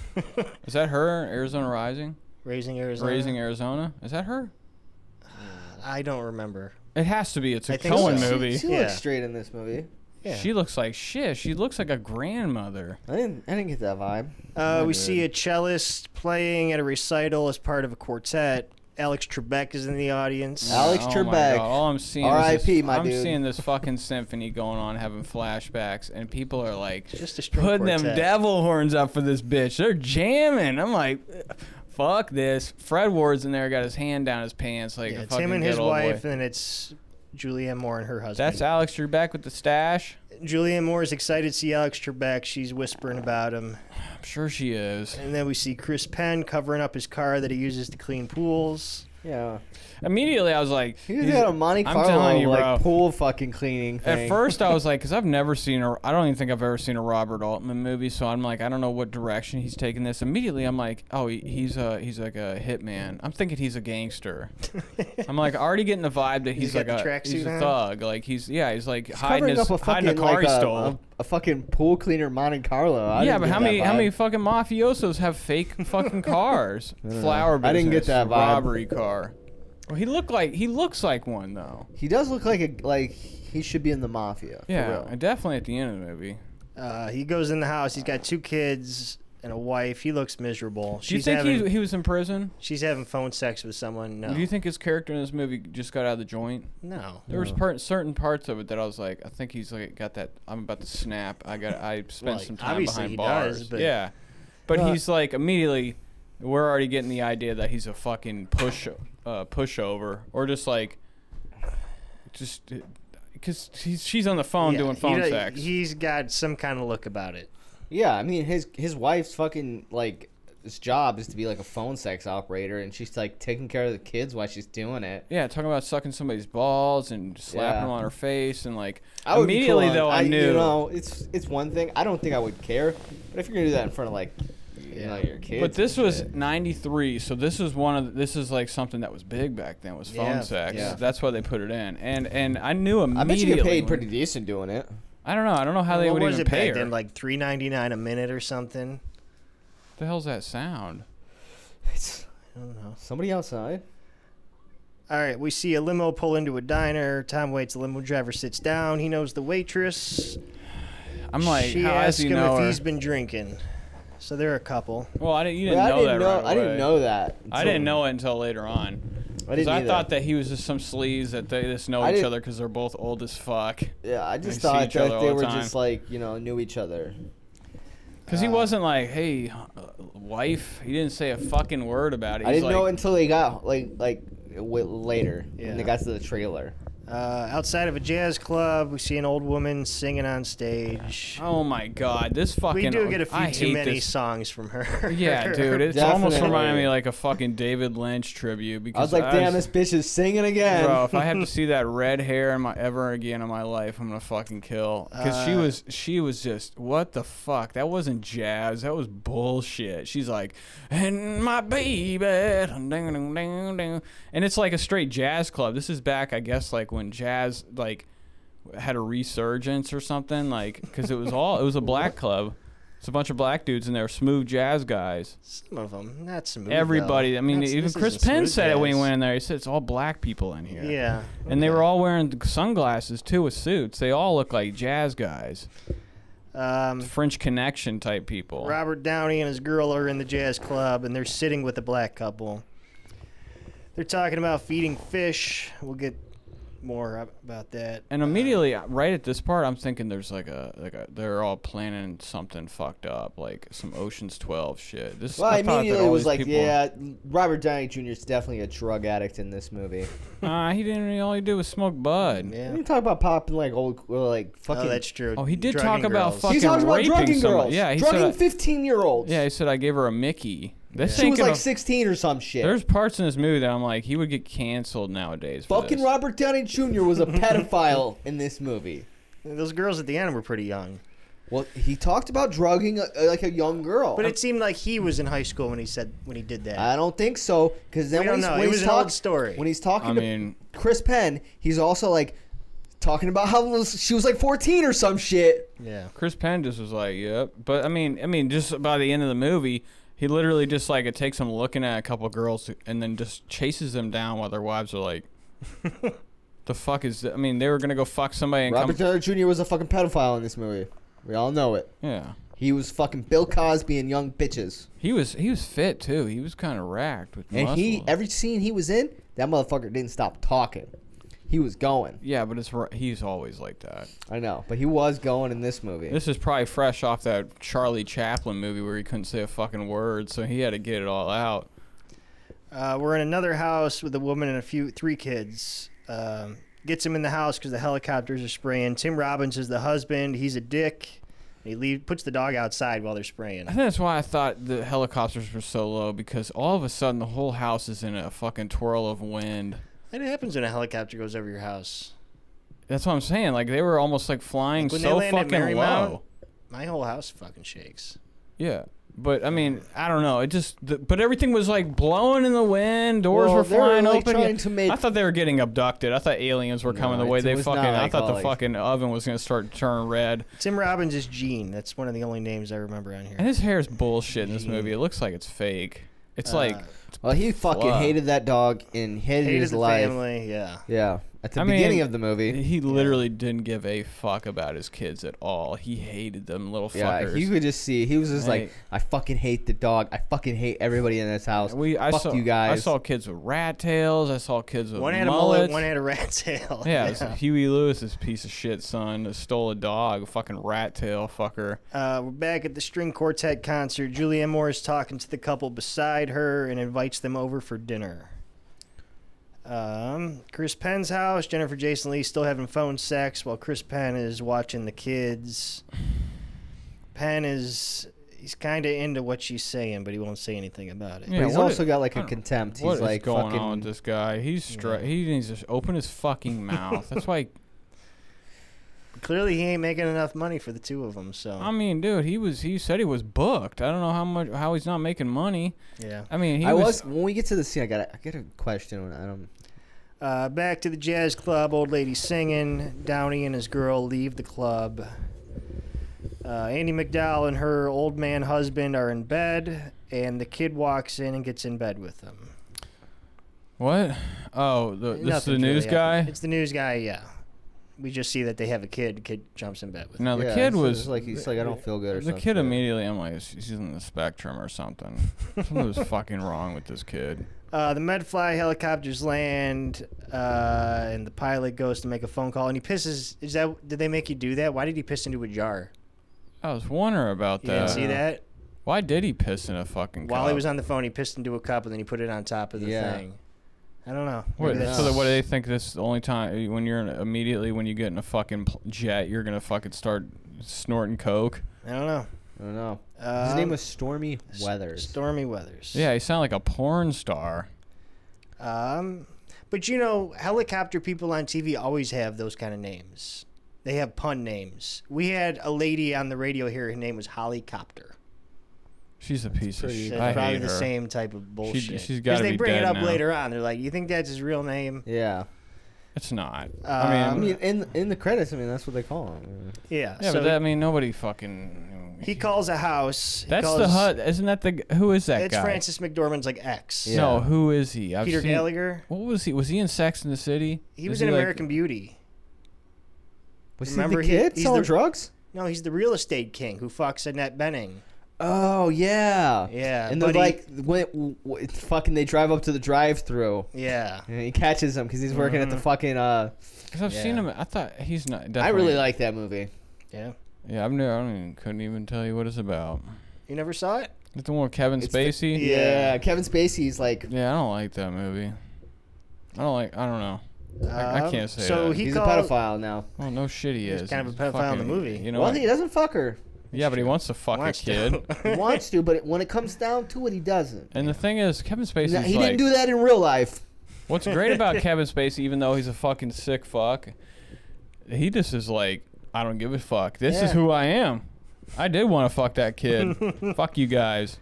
S3: Is that her? Arizona Rising?
S5: Raising Arizona.
S3: Raising Arizona? Is that her?
S5: I don't remember.
S3: It has to be. It's a
S5: I think
S3: Cohen
S5: so.
S3: movie.
S4: She, she
S5: Yeah.
S4: looks straight in this movie.
S5: Yeah.
S3: She looks like shit. She looks like a grandmother.
S4: I didn't. I didn't get that vibe.
S5: Uh,
S4: I
S5: we
S4: did.
S5: see a cellist playing at a recital as part of a quartet. Alex Trebek is in the audience.
S4: Alex
S3: oh My
S4: Trebek.
S3: God. All I'm seeing is
S4: R.I.P.,
S3: this,
S4: my
S3: I'm
S4: dude.
S3: seeing this fucking symphony going on, having flashbacks, and people are like
S5: Just a string
S3: putting them
S5: quartet.
S3: devil horns up for this bitch. They're jamming. I'm like, fuck this. Fred Ward's in there, got his hand down his pants like
S5: Yeah,
S3: a
S5: it's
S3: fucking
S5: him and
S3: good
S5: his
S3: old boy.
S5: wife, and it's Julianne Moore and her husband.
S3: That's Alex Trebek with the stash.
S5: Julianne Moore is excited to see Alex Trebek. She's whispering about him.
S3: I'm sure she is.
S5: And then we see Chris Penn covering up his car that he uses to clean pools.
S4: Yeah.
S3: Immediately, I was like,
S4: He was
S3: he's-
S4: at a Monte
S3: I'm
S4: Carlo
S3: telling you,
S4: like
S3: bro.
S4: pool fucking cleaning thing.
S3: At first, I was like, because I've never seen a, I don't even think I've ever seen a Robert Altman movie, so I'm like, I don't know what direction he's taking this. Immediately, I'm like, oh, he, he's a, he's like a hitman. I'm thinking he's a gangster. I'm like already getting the vibe that he's,
S5: got
S3: like
S5: the
S3: a,
S5: tracksuit
S3: he's a
S5: on?
S3: thug. Like he's, yeah, he's like hiding
S4: covering
S3: his,
S4: up a
S3: hiding a
S4: fucking
S3: car he
S4: like a,
S3: stole.
S4: a, a fucking pool cleaner Monte Carlo. I
S3: yeah,
S4: didn't
S3: but
S4: get
S3: how
S4: that
S3: many how
S4: vibe.
S3: many fucking mafiosos have fake fucking cars? Flower business.
S4: I didn't get that vibe.
S3: robbery car. Well, he looked like he looks like one though.
S4: He does look like a like he should be in the mafia. for
S3: Yeah,
S4: real.
S3: and definitely at the end of the movie.
S5: Uh, he goes in the house. He's got two kids and a wife. He looks miserable.
S3: Do you
S5: She's
S3: think
S5: having
S3: he he was in prison?
S5: she's having phone sex with someone. No,
S3: Do you think his character in this movie just got out of the joint?
S5: no.
S3: There was part, certain parts of it that I was like, I think he's like got that. I'm about to snap. I got. I spent
S5: Well,
S3: some time
S5: obviously
S3: behind
S5: he
S3: bars.
S5: does, but-
S3: yeah, but
S4: Uh,
S3: he's like immediately. We're already getting the idea that he's a fucking push uh, pushover, or just like, just because she's on the phone
S5: Yeah,
S3: doing
S5: he
S3: phone
S5: does-
S3: sex.
S5: He's got some kind of look about it.
S4: Yeah, I mean his his wife's fucking like his job is to be like a phone sex operator, and she's like taking care of the kids while she's doing it.
S3: yeah, talking about sucking somebody's balls and slapping
S4: Yeah.
S3: them on her face and like
S4: I would be
S3: immediately
S4: cool on-
S3: though I, knew
S4: you know it's it's one thing. I don't think I would care, but if you're gonna do that in front of like you know your kids,
S3: But this
S4: and
S3: was
S4: shit.
S3: '93, so this is one of the, this is like something that was big back then was phone
S5: Yeah,
S3: sex.
S4: yeah.
S3: That's why they put it in, and and I knew
S4: I bet you
S3: immediately.
S4: get paid
S3: when-
S4: pretty decent doing it.
S3: I don't know. I don't know how they
S5: what
S3: would
S5: was
S3: even
S5: it
S3: pay
S5: back
S3: her.
S5: then? Like three ninety nine a minute or something.
S3: the hell's that sound?
S4: It's
S5: I don't know.
S4: somebody outside.
S5: All right, we see a limo pull into a diner. Tom waits. The limo driver sits down. He knows the waitress.
S3: I'm like,
S5: she
S3: how
S5: asks
S3: has he
S5: him
S3: know
S5: if
S3: her?
S5: he's been drinking. So they're a couple.
S3: Well, I didn't. You didn't
S4: But
S3: know
S4: I didn't
S3: that.
S4: know.
S3: right
S4: I didn't
S3: away.
S4: know that.
S3: I
S4: until-
S3: didn't know it until later on.
S4: I
S3: Because
S4: didn't.
S3: I
S4: either.
S3: thought that he was just some sleaze that they just know
S4: I
S3: each
S4: didn't-
S3: other because they're both old as fuck.
S4: Yeah, I
S3: They see
S4: just thought
S3: each other
S4: that
S3: all
S4: they
S3: the
S4: were
S3: time.
S4: just like you know knew each other.
S3: Because he wasn't like, hey, uh, wife. He didn't say a fucking word about it.
S4: I
S3: He's
S4: didn't know
S3: like-
S4: until they got like like w- later
S5: Yeah.
S4: when they got to the trailer.
S5: Uh, outside of a jazz club, we see an old woman singing on stage.
S3: Oh my god, this fucking.
S5: we do get a few
S3: I
S5: too
S3: hate
S5: many
S3: this.
S5: songs from her.
S3: Yeah, dude, it's almost
S4: Definitely.
S3: reminding me like a fucking David Lynch tribute
S4: I was
S3: because
S4: like, damn,
S3: was-
S4: this bitch is singing again.
S3: Bro, if I have to see that red hair in my ever again in my life, I'm gonna fucking kill. Cause she
S5: Uh,
S3: was, she was just what the fuck? That wasn't jazz. That was bullshit. She's like, and my baby, ding, ding, ding, ding. and it's like a straight jazz club. This is back, I guess, like when jazz like had a resurgence or something. Like, cause it was all it was a black club. It's a bunch of black dudes and they're smooth jazz guys.
S5: Some of them, not smooth. though.
S3: Everybody, I mean,
S5: That's-
S3: even
S5: this
S3: Chris
S5: isn't
S3: Penn
S5: smooth
S3: said it when he
S5: jazz.
S3: went in there. He said it's all black people in here.
S5: Yeah.
S3: And they were all wearing sunglasses too with suits. They all look like jazz guys,
S5: Um,
S3: French Connection type people.
S5: Robert Downey and his girl are in the jazz club, and they're sitting with a black couple. They're talking about feeding fish. We'll get more ab- about that.
S3: And immediately, right at this part, I'm thinking there's like a like a they're all planning something fucked up, like some Ocean's Twelve shit. This
S4: well, I
S3: I thought that
S4: immediately
S3: all
S4: was
S3: these
S4: like,
S3: people-
S4: yeah, Robert Downey Jr. is definitely a drug addict in this movie.
S3: Uh, he didn't. really- All he did was smoke bud.
S4: We
S5: Yeah.
S4: didn't talk about popping like old, well, like fucking.
S5: Oh, that's true.
S3: Oh, he did
S5: Drugging
S3: talk about
S5: girls.
S3: fuck-
S4: he
S3: fucking
S4: talks about
S3: raping
S4: drugging
S3: someone.
S4: girls.
S3: Yeah, he said
S4: drugging
S3: I-
S4: fifteen year olds.
S3: Yeah, he said I gave her a Mickey. This
S4: she
S3: ain't
S4: was
S3: gonna-
S4: like sixteen or some shit.
S3: There's parts in this movie that I'm like, he would get canceled nowadays. For
S4: fucking
S3: this.
S4: Robert Downey Jr. was a pedophile in this movie.
S5: Those girls at the end were pretty young,
S4: Well, he talked about drugging a, like a young girl.
S3: Uh,
S5: but it seemed like he was in high school when he said when he did that.
S4: I don't think so. Because then
S5: We
S4: when
S5: don't
S4: he's,
S5: know.
S4: when
S5: It
S4: he's
S5: was an old
S4: talk-
S5: story.
S4: When he's
S3: I
S4: talking to
S3: mean,
S4: Chris Penn, he's also like talking about how little- she was like 14 or some shit.
S5: yeah.
S3: Chris Penn just was like, "Yep," but I mean, I mean, just by the end of the movie, he literally just like it takes him looking at a couple girls and then just chases them down while their wives are like, "The fuck is?" th-" I mean, they were gonna go fuck somebody and
S4: Robert
S3: come.
S4: Downey Jr. was a fucking pedophile in this movie. We all know it.
S3: Yeah,
S4: He was fucking Bill Cosby and young bitches.
S3: he was he was fit too. He was kind of racked with
S4: And he
S3: muscle.
S4: every scene he was in, that motherfucker didn't stop talking. He was going.
S3: yeah, but it's ra- he's always like that.
S4: I know, but he was going in this movie.
S3: This is probably fresh off that Charlie Chaplin movie where he couldn't say a fucking word, so he had to get it all out.
S5: Uh, we're in another house with a woman and a few three kids. Um, gets him in the house because the helicopters are spraying. Tim Robbins is the husband. He's a dick. He leave, puts the dog outside while they're spraying.
S3: I think that's why I thought the helicopters were so low because all of a sudden the whole house is in a fucking twirl of wind.
S5: That happens when a helicopter goes over your house.
S3: That's what I'm saying. Like they were almost like flying
S5: Like, when they
S3: so
S5: land at
S3: fucking
S5: Marymount?
S3: low.
S5: My whole house fucking shakes.
S3: Yeah. But I mean, I don't know. It just, the, but everything was like blowing in the wind. Doors
S4: Well,
S3: were
S4: they were,
S3: flying
S4: like,
S3: open.
S4: trying to make-
S3: I thought they were getting abducted. I thought aliens were coming the
S4: it
S3: way they
S4: was
S3: fucking.
S4: not
S3: I
S4: like
S3: thought the
S4: all-
S3: fucking oven was gonna start to turn red.
S5: Tim Robbins is Gene. That's one of the only names I remember on
S3: And
S5: here.
S3: his hair's bullshit in this movie. It looks like it's fake. It's
S4: Uh,
S3: like
S4: Well, he fucking
S3: Wow.
S4: hated that dog and hated,
S5: Hated
S4: his
S5: the
S4: life.
S5: family. Yeah.
S4: Yeah, at the
S3: I
S4: beginning
S3: mean,
S4: of the movie.
S3: he literally didn't give a fuck about his kids at all. He hated them little
S4: Yeah,
S3: fuckers.
S4: you could just see he was just like,
S3: Hey.
S4: "I fucking hate the dog. I fucking hate everybody in this house.
S3: we, I
S4: Fuck
S3: saw,
S4: you guys."
S3: I saw kids with rat tails. I saw kids with
S5: One had a mullet,
S3: mullets.
S5: one had a rat tail.
S3: yeah, it's Huey Lewis's piece of shit son that stole a dog, a fucking rat tail fucker.
S5: Uh, we're back at the string quartet concert. Julianne Moore is talking to the couple beside her and invites them over for dinner. Um, Chris Penn's house. Jennifer Jason Lee still having phone sex while Chris Penn is watching the kids. Penn is he's kind of into what she's saying, but he won't say anything about it.
S4: but
S3: Yeah,
S4: he's
S3: what
S4: also
S3: is-
S4: got like
S3: I
S4: a
S3: don't know.
S4: contempt.
S3: What
S4: he's
S3: is
S4: like
S3: going
S4: fucking.
S3: on with this guy? He's stra- He needs to just open his fucking mouth. That's why.
S5: Clearly, he ain't making enough money for the two of them. So
S3: I mean, dude, he was. He said he was booked. I don't know how much. How he's not making money.
S5: yeah.
S3: I mean, he
S4: I was when we get to the scene. I got I got a question. When I don't.
S5: Uh, back to the jazz club, old lady singing. Downey and his girl leave the club. Uh, Andy McDowell and her old man husband are in bed, and the kid walks in and gets in bed with them.
S3: What? Oh, the, this is the
S5: Nothing's
S3: news
S5: really
S3: guy.
S5: happening. It's the news guy, yeah. We just see that they have a kid. Kid jumps in bed with them.
S3: No, the
S4: yeah,
S3: kid
S4: it's
S3: was
S4: just like he's like I don't feel good. Or
S3: the
S4: some
S3: kid
S4: shit.
S3: immediately. I'm like, she's in the spectrum or something. Something was fucking wrong with this kid.
S5: Uh, the Medfly helicopters land, uh, and the pilot goes to make a phone call, and he pisses. Is that? Did they make you do that? Why did he piss into a jar?
S3: I was wondering about
S5: You didn't
S3: that.
S5: see that?
S3: Why did he piss in a fucking
S5: While
S3: cup?
S5: he was on the phone, he pissed into a cup and then he put it on top of the
S4: Yeah.
S5: thing. I don't know.
S3: What,
S5: Maybe
S3: so
S5: that's-
S3: that what do they think this is the only time eh, when you're in, immediately when you get in a fucking pl- jet you're gonna fucking start snorting coke?
S5: I don't know.
S4: I don't know.
S5: Um,
S4: His name was Stormy Weathers.
S5: Stormy Weathers.
S3: Yeah, you sound like a porn star.
S5: Um, but you know, helicopter people on TV always have those kind of names. They have pun names. We had a lady on the radio here. Her name was Hollycopter.
S3: She's a piece of
S5: It's
S3: shit. I
S5: probably
S3: hate
S5: the
S3: her.
S5: same type of bullshit.
S3: she's
S5: Because
S3: gotta
S5: they
S3: be
S5: bring it
S3: dead
S5: up
S3: now.
S5: later on. They're like, "You think that's his real name?"
S4: Yeah.
S3: It's not.
S5: Um,
S3: I
S4: I
S3: mean,
S4: mean, in in the credits, I mean that's what they call him.
S5: Yeah.
S3: yeah,
S5: so
S3: but that, I mean nobody fucking.
S5: he calls a house. He
S3: That's the
S5: calls-
S3: hut, isn't that the g- who is that
S5: It's
S3: guy?
S5: Francis McDormand's like ex.
S4: Yeah.
S3: No, who is he? I've
S5: Peter
S3: seen-
S5: Gallagher.
S3: What was he? Was he in Sex in the City?
S5: He
S3: Is
S5: was in
S3: like-
S5: American Beauty.
S4: Was
S5: Remember
S4: he
S5: he-
S4: the kid
S5: he's
S4: selling
S5: the-
S4: drugs?
S5: No, he's the real estate king who fucks Annette Benning.
S4: Oh yeah,
S5: Yeah,
S4: And they're
S5: but he-
S4: like, when, w- w- it's fucking, they drive up to the drive-through,
S5: Yeah.
S4: and he catches them because he's working
S3: Mm-hmm.
S4: at the fucking. Uh,
S3: 'Cause I've seen
S5: Yeah.
S3: him. I thought he's not.
S4: I really
S3: definitely-
S4: like that movie.
S5: Yeah.
S3: Yeah, I've never. I don't even, couldn't even tell you what it's about.
S5: You never saw it?
S3: Is it the one with Kevin
S4: It's the-
S3: Spacey?
S5: Yeah.
S4: Yeah. Kevin Spacey's like,
S3: Yeah, I don't like that movie. I don't like. I don't know. I
S5: Um,
S3: can't say
S5: So
S3: that.
S5: he
S4: he's
S5: called,
S4: a pedophile now.
S3: Well, no shit, he
S5: He's
S3: is.
S5: kind of a pedophile in the movie.
S3: You know
S4: well,
S3: what?
S4: he doesn't fuck her.
S3: yeah, but he wants to fuck
S5: Watch
S3: a kid.
S4: He
S5: that.
S4: wants to, but when it comes down to it, he doesn't.
S3: and the thing is, Kevin Spacey's
S4: No, he
S3: like.
S4: didn't do that in real life.
S3: What's great about Kevin Spacey, even though he's a fucking sick fuck, he just is like, I don't give a fuck. This is
S5: Yeah.
S3: who I am. I did want to fuck that kid. fuck you guys.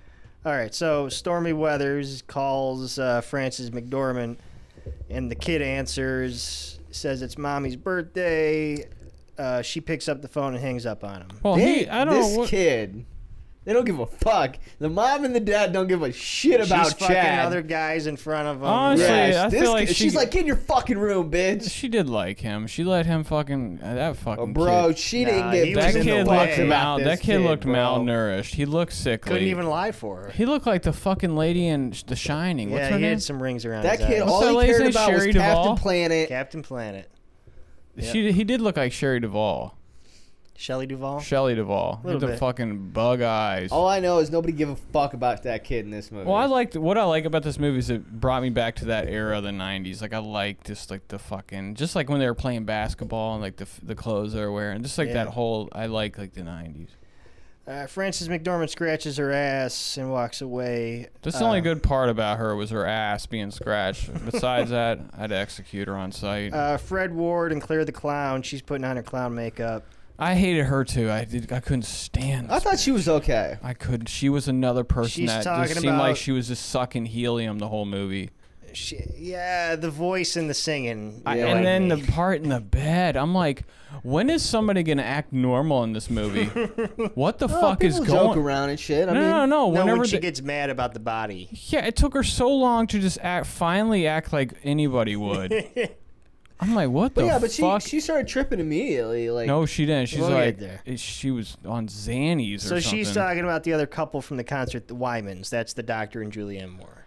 S5: All right. So Stormy Weathers calls uh, Francis McDormand, and the kid answers, says it's mommy's birthday. Uh, she picks up the phone and hangs up on him.
S3: Well,
S4: They-
S3: he. I don't.
S4: this
S3: know what,
S4: kid, they don't give a fuck. The mom and the dad don't give a shit about
S5: She's fucking
S4: Chad.
S5: other guys in front of him.
S3: Honestly,
S5: Yeah.
S3: I
S4: this
S3: feel like
S4: kid-
S3: she-
S4: she's like, get in your fucking room, bitch.
S3: She did like him. She let him fucking uh, that fucking
S4: Oh, bro,
S3: Kid.
S4: she
S5: Nah,
S4: didn't
S5: he
S4: get
S5: was
S3: That
S5: in the
S3: kid
S5: way.
S3: looked
S5: About
S3: mal. That
S4: this
S3: kid looked
S4: bro.
S3: malnourished. He looked sickly.
S5: Couldn't even lie for her.
S3: He looked like the fucking lady in Sh- The Shining. What's
S5: yeah,
S3: her
S5: he
S3: name?
S5: had some rings around
S4: That
S5: his
S4: kid,
S5: eyes.
S3: that
S4: all he
S3: lady's
S4: cared
S3: name?
S4: about was
S3: Sherry
S4: Captain
S3: Duvall?
S4: Planet.
S5: Captain Planet.
S3: She he did look like Sherry Duvall.
S5: Shelley Duvall.
S3: Shelley Duvall. Get
S5: Little
S3: the
S5: bit.
S3: fucking bug eyes.
S4: All I know is nobody give a fuck about that kid in this movie.
S3: Well, I liked what I like about this movie is it brought me back to that era of the '90s. Like I like just like the fucking just like when they were playing basketball and like the f- the clothes they were wearing, just like
S5: Yeah.
S3: that whole. I like like the '90s.
S5: Uh, Frances McDormand scratches her ass and walks away.
S3: That's the only
S5: Uh,
S3: good part about her was her ass being scratched. Besides that, I'd execute her on sight.
S5: Uh, Fred Ward and Claire the Clown. She's putting on her clown makeup.
S3: I hated her too. I did. I couldn't stand.
S4: I
S3: This.
S4: thought she was okay.
S3: I could. She was another person
S5: She's
S3: that just
S5: talking
S3: seemed
S5: about-
S3: like she was just sucking helium the whole movie.
S5: She, yeah, the voice and the singing.
S3: I-
S4: Yeah,
S5: really
S4: like
S3: and then
S5: me.
S3: the part in the bed, I'm like, when is somebody gonna act normal in this movie? what the fuck is
S4: Oh, People
S3: going?
S4: joke around and shit. I
S3: no,
S4: mean,
S3: no, no.
S5: no,
S3: Whenever
S5: when she
S3: the-
S5: gets mad about the body.
S3: yeah, it took her so long to just act, finally act like anybody would. I'm like, what
S4: But
S3: the
S4: yeah, but she,
S3: fuck?
S4: she started tripping immediately. Like,
S3: no, she didn't. She's
S5: We'll get
S3: like,
S5: there.
S3: it- she was on Xannies or
S5: So
S3: something.
S5: she's talking about the other couple from the concert, the Wymans. That's the doctor and Julianne Moore.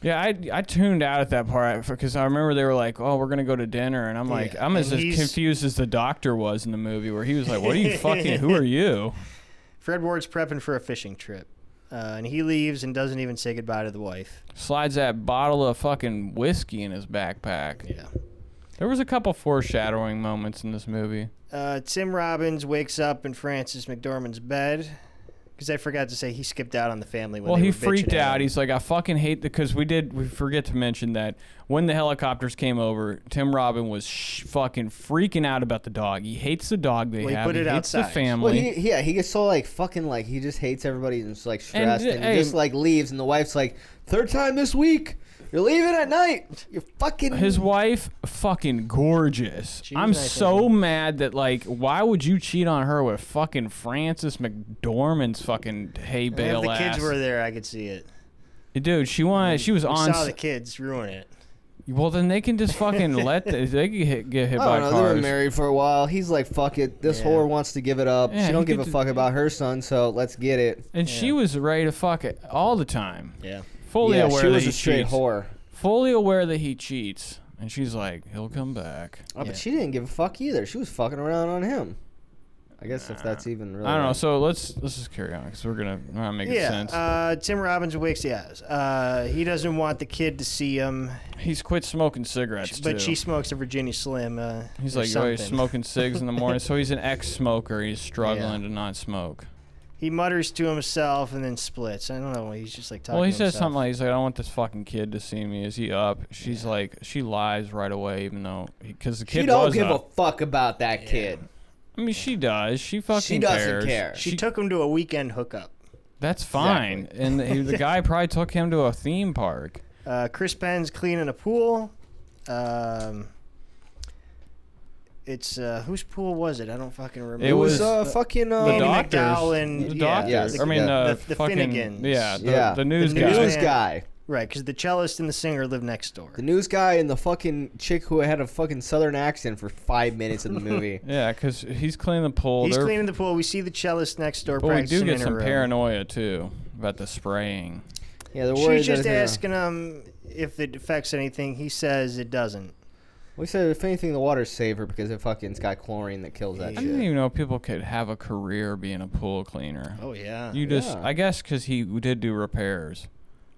S3: Yeah, I, I tuned out at that part because I remember they were like, "Oh, we're gonna go to dinner," and I'm like,
S5: Yeah,
S3: I'm as,
S5: and
S3: as
S5: he's-
S3: confused as the doctor was in the movie where he was like, "What are you fucking? Who are you?"
S5: Fred Ward's prepping for a fishing trip, uh, and he leaves and doesn't even say goodbye to the wife.
S3: Slides that bottle of fucking whiskey in his backpack.
S5: Yeah.
S3: There was a couple foreshadowing moments in this movie.
S5: Uh, Tim Robbins wakes up in Francis McDormand's bed because I forgot to say he skipped out on the family. When
S3: well,
S5: they
S3: he
S5: were bitching
S3: freaked
S5: at
S3: out.
S5: him.
S3: He's like, "I fucking hate because we did we forget to mention that when the helicopters came over, Tim Robin was sh- fucking freaking out about the dog. He hates the dog they
S5: Well, he
S3: have.
S5: put it
S3: hates the
S5: outside.
S3: family.
S4: Well, he, yeah, he gets so like fucking like he just hates everybody and is like stressed
S3: th-
S4: and,
S3: hey-
S4: he just like leaves and the wife's like third time this week you're leaving at night you're fucking
S3: His wife, fucking gorgeous.
S5: She was
S3: I'm
S5: nice,
S3: so
S5: wasn't
S3: mad that like, why would you cheat on her with fucking Francis McDormand's fucking hay
S5: And
S3: bale
S5: if the
S3: ass?
S5: kids were there, I could see it.
S3: Dude, she wanted. She was
S5: We
S3: on.
S5: saw
S3: s-
S5: the kids ruin it.
S3: well, then they can just fucking let. The, they can hit, get hit
S4: I
S3: by
S4: don't know they were
S3: cars.
S4: married for a while he's like fuck it this
S5: Yeah.
S4: whore wants to give it up
S3: Yeah,
S4: she
S3: he
S4: don't give a
S3: could ju-
S4: fuck about her son so let's get it
S3: and she was ready to fuck it all the time.
S5: Yeah.
S3: Fully
S4: yeah
S3: aware
S4: she
S3: that
S4: was
S3: he
S4: a straight
S3: cheats.
S4: whore
S3: Fully aware that he cheats, and she's like, he'll come back.
S4: Oh,
S5: Yeah.
S4: but she didn't give a fuck either she was fucking around on him I guess if that's even really
S3: I don't know. So let's let's just carry on because we're gonna not make
S5: yeah.
S3: sense.
S5: Uh, Tim Robbins wakes. Yeah. Uh, he doesn't want the kid to see him,
S3: He's quit smoking cigarettes.
S5: but
S3: too.
S5: she smokes a Virginia Slim. Uh,
S3: He's
S5: or
S3: like, oh, he's
S5: something.
S3: smoking cigs in the morning, so he's an ex-smoker. He's struggling to not smoke.
S5: He mutters to himself and then splits. I don't know. He's just like talking.
S3: well, he
S5: to
S3: says
S5: himself.
S3: something like, he's like, I don't want this fucking kid to see me. Is he up? She's like, she lies right away, even though because the kid
S4: she don't
S3: was
S4: give
S3: up.
S4: a fuck about that kid
S3: I mean, she does. She fucking
S4: she doesn't
S3: cares.
S4: care
S5: she, took him to a weekend hookup.
S3: That's fine. And the, the guy probably took him to a theme park.
S5: Uh, Chris Penn's cleaning a pool. Um, it's uh, whose pool was it? I don't fucking remember.
S3: It
S4: it was
S3: was
S4: uh fucking uh,
S5: Andy
S3: the doctors.
S5: McDowell and-
S3: the
S5: yeah,
S3: doctors.
S4: yes,
S3: I mean,
S4: yeah.
S3: uh,
S5: The- the
S3: fucking,
S5: Finnegans.
S3: Yeah, the,
S4: Yeah.
S3: the
S4: The
S3: news
S5: news
S3: guy.
S4: news
S5: Yeah.
S4: guy.
S5: right because the cellist and the singer live next door.
S4: The news guy and the fucking chick who had a fucking southern accent for five minutes in the movie.
S3: Yeah, because he's cleaning the pool.
S5: He's
S3: They're-
S5: cleaning the pool. We see the cellist next door.
S3: But we do
S5: practicing
S3: get
S5: in her
S3: some
S5: room.
S3: paranoia too about the spraying.
S4: Yeah, they're worried
S5: She's just
S4: that it's gonna-
S5: asking him if it affects anything. He says it doesn't.
S4: We said if anything, the water's safer because it fucking's got chlorine that kills that
S3: I
S4: shit.
S3: didn't even know people could have a career being a pool cleaner.
S5: Oh yeah.
S3: You just,
S4: yeah.
S3: I guess, because he did do repairs.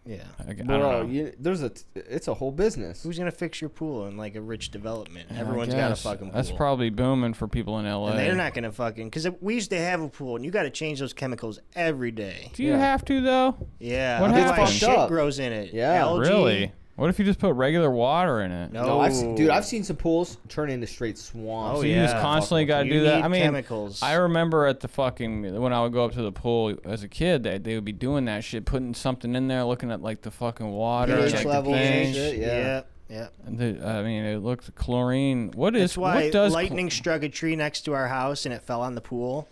S5: yeah.
S3: I, g- I
S4: Bro,
S3: don't know.
S4: you, there's a t- it's a whole business.
S5: Who's gonna fix your pool in like a rich development?
S3: Yeah, I
S5: Everyone's got a
S3: guess.
S5: fucking pool.
S3: That's probably booming for people in LA.
S5: And they're not gonna fucking because we used to have a pool, and you got to change those chemicals every day.
S3: do you
S4: Yeah.
S3: have to though?
S5: Yeah,
S3: What
S5: otherwise
S3: happened?
S5: shit
S4: Fucked up.
S5: grows in it.
S4: Yeah.
S5: algae.
S3: Really? What if you just put regular water in it?
S5: No,
S4: No, I've seen, dude, I've
S3: Oh.
S4: seen some pools turn into straight swamps.
S5: Oh,
S3: So you just
S5: yeah.
S3: constantly
S5: Fuck
S3: got to
S5: with-
S3: do
S5: you
S3: that.
S5: need
S3: I mean,
S5: chemicals.
S3: I remember at the fucking when I would go up to the pool as a kid, they, they would be doing that shit, putting something in there, looking at like the fucking water,
S4: pH
S3: like
S4: levels
S3: the
S4: and
S3: thing.
S4: shit.
S5: Yeah.
S4: yeah.
S5: yeah,
S3: And The, I mean, it looked chlorine. What is
S5: That's why
S3: what does cl-
S5: lightning struck a tree next to our house and it fell on the pool.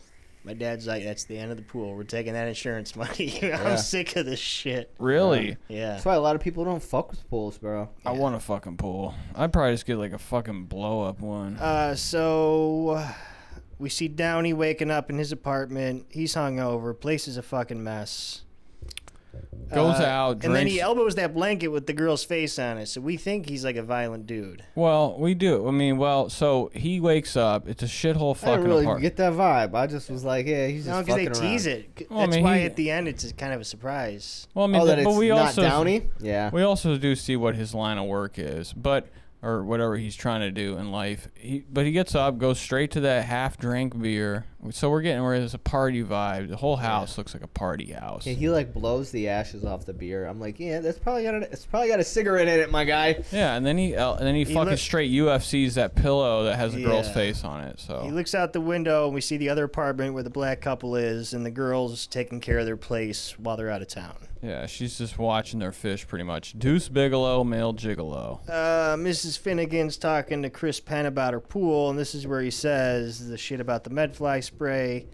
S5: My dad's like, "That's the end of the pool. We're taking that insurance money. I'm sick of this shit."
S3: really?
S5: Yeah.
S4: That's why a lot of people don't fuck with pools, bro.
S3: I want a fucking pool. I'd probably just get like a fucking blow up one.
S5: Uh, so uh, we see Downey waking up in his apartment. He's hungover. Place is a fucking mess.
S3: Goes
S5: uh,
S3: out,
S5: and then he
S3: drinks-
S5: elbows that blanket with the girl's face on it. So we think he's like a violent dude.
S3: Well, we do. I mean, well, so he wakes up. It's a shithole
S4: I
S3: fucking
S4: didn't really
S3: apartment.
S4: get that vibe. I just was like, yeah, he's
S5: No,
S4: just
S5: because they
S4: fucking
S5: tease
S4: around.
S5: it. C-
S3: Well, I
S5: That's
S3: mean,
S5: why
S3: he-
S5: at the end it's kind of a surprise.
S3: well, I mean,
S4: oh, that
S3: but
S4: it's
S3: we
S4: not
S3: also
S4: Downey. Yeah.
S3: we also do see what his line of work is, but or whatever he's trying to do in life. He but he gets up, goes straight to that half drink beer. So we're getting where it's a party vibe. The whole house looks like a party house.
S4: Yeah, he like blows the ashes off the beer. I'm like, yeah, that's probably got a, it's probably got a cigarette in it, my guy.
S3: Yeah, and then he uh, and then he, fucking
S5: look-
S3: straight UFCs that pillow that has a girl's
S5: Yeah.
S3: face on it. So
S4: Oh.
S5: He looks out the window and we see the other apartment where the black couple is, and the girls taking care of their place while they're out of town.
S3: yeah, she's just watching their fish pretty much. Deuce Bigelow, male gigolo.
S5: Uh, Mrs. Finnegan's talking to Chris Penn about her pool, and this is where he says the shit about the medfly spray.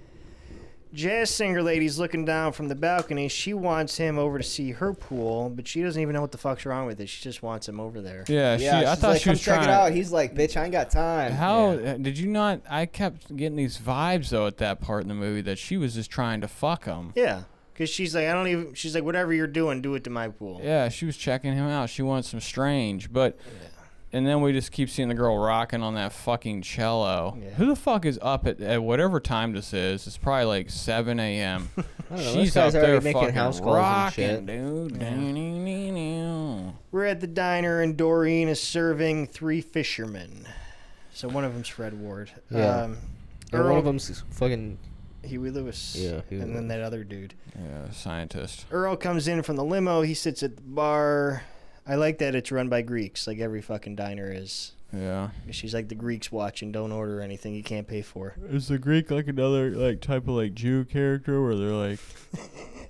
S5: Jazz singer lady's looking down from the balcony. She wants him over to see her pool, but she doesn't even know what the fuck's wrong with it. She just wants him over there.
S3: Yeah, Uh, she, I
S4: she's
S3: thought
S4: like,
S3: she
S4: come
S3: was
S4: check
S3: trying.
S4: it out. He's like, bitch, I ain't got time.
S3: How uh, did you not? I kept getting these vibes though at that part in the movie that she was just trying to fuck him.
S5: Yeah, because she's like, I don't even. She's like, whatever you're doing, do it to my pool.
S3: Yeah, she was checking him out. She wanted some strange, but and then we just keep seeing the girl rocking on that fucking cello. Who the fuck is up at, at whatever time this is? It's probably like seven a.m.
S4: don't know,
S3: She's
S4: those guys
S3: up there
S4: already making
S3: fucking
S4: house calls and
S3: rocking,
S4: shit.
S3: dude.
S5: We're at the diner, and Doreen is serving three fishermen. So one of them's Fred Ward.
S4: Yeah.
S5: Um,
S4: And
S5: Earl-
S4: one of them's fucking.
S5: Huey Lewis.
S4: Yeah, Huey
S5: and
S4: Lewis.
S5: then that other dude.
S3: Yeah, scientist.
S5: Earl comes in from the limo. He sits at the bar. I like that it's run by Greeks, like every fucking diner is.
S3: Yeah.
S5: She's like the Greeks watch and don't order anything you can't pay for.
S3: Is the Greek like another like type of like Jew character where they're like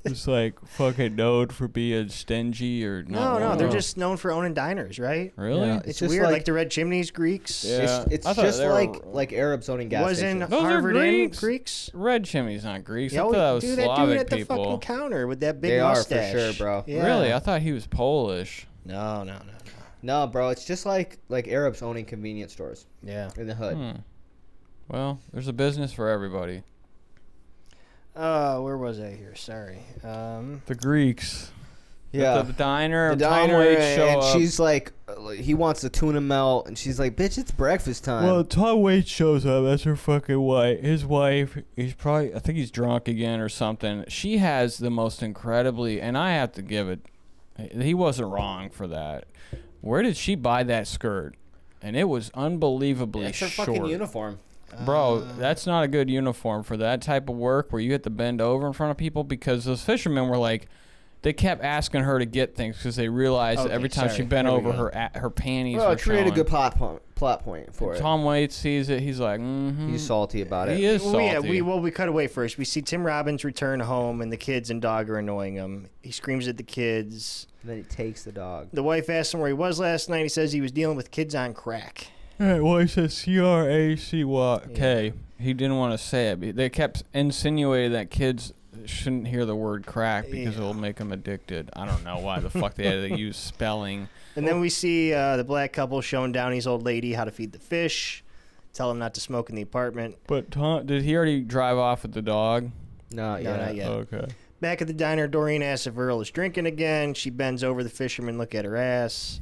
S3: just like fucking known for being stingy or
S5: No,
S3: not?
S5: no, they're
S3: wanting-
S5: just known for owning diners, right?
S3: really.
S4: Yeah.
S5: It's,
S4: It's just
S5: weird, like,
S4: like-
S5: the Red Chimneys, Greeks.
S3: Yeah.
S4: It's, it's
S3: I thought
S4: just
S3: they were-
S4: like like Arabs owning gas
S5: Wasn't
S4: stations.
S3: Those are
S5: Harvard in
S3: Greeks.
S5: Greeks?
S3: Red Chimney's not Greece. I
S5: Yeah,
S3: thought that
S5: dude,
S3: was
S5: that dude
S3: Slavic
S5: at the fucking
S3: people.
S5: counter with that big
S4: They are for
S5: mustache.
S4: sure, bro.
S5: Yeah.
S3: Really? I thought he was Polish.
S5: No, no, no.
S4: No, bro, it's just like like Arabs owning convenience stores
S5: Yeah.
S4: in the hood.
S3: Hmm. Well, there's a business for everybody.
S5: Uh, where was I here? Sorry. Um,
S3: The Greeks.
S4: Yeah.
S3: The, the diner.
S4: The
S3: and Tom
S4: diner,
S3: Waits show
S4: and
S3: up.
S4: she's like, uh, he wants a tuna melt, and she's like, bitch, it's breakfast time.
S3: Tom Waits shows up. That's her fucking wife. His wife. He's probably. I think he's drunk again or something. She has the most incredibly, and I have to give it. He wasn't wrong for that. Where did she buy that skirt? And it was unbelievably
S4: it's her
S3: short.
S4: fucking uniform.
S3: Bro, that's not a good uniform for that type of work where you have to bend over in front of people because those fishermen were like, they kept asking her to get things because they realized that
S5: Okay,
S3: every time she
S5: sorry.
S3: bent
S5: Here we
S3: over,
S5: go.
S3: her a- her panties
S4: Bro,
S3: were
S4: it created a
S3: showing.
S4: good plot point, plot point for it.
S3: Tom Waits sees it. He's like, mm-hmm.
S4: He's salty about it.
S3: he is
S5: well,
S3: salty.
S5: yeah, we well we cut away first. We see Tim Robbins return home, and the kids and dog are annoying him. He screams at the kids.
S4: And then he takes the dog.
S5: The wife asks him where he was last night. He says he was dealing with kids on crack.
S3: well, he says C R A C Y K. He didn't want to say it. but They kept insinuating that kids shouldn't hear the word crack because
S5: Yeah.
S3: it'll make them addicted. I don't know why the fuck they had to use spelling.
S5: And then we see uh, the black couple showing Downey's old lady how to feed the fish. Tell him not to smoke in the apartment.
S3: But Tom, did he already drive off with the dog?
S4: No,
S5: No,
S4: yeah.
S5: not yet.
S3: Okay.
S5: Back at the diner, Doreen asks if Earl is drinking again. She bends over the fisherman, look at her ass.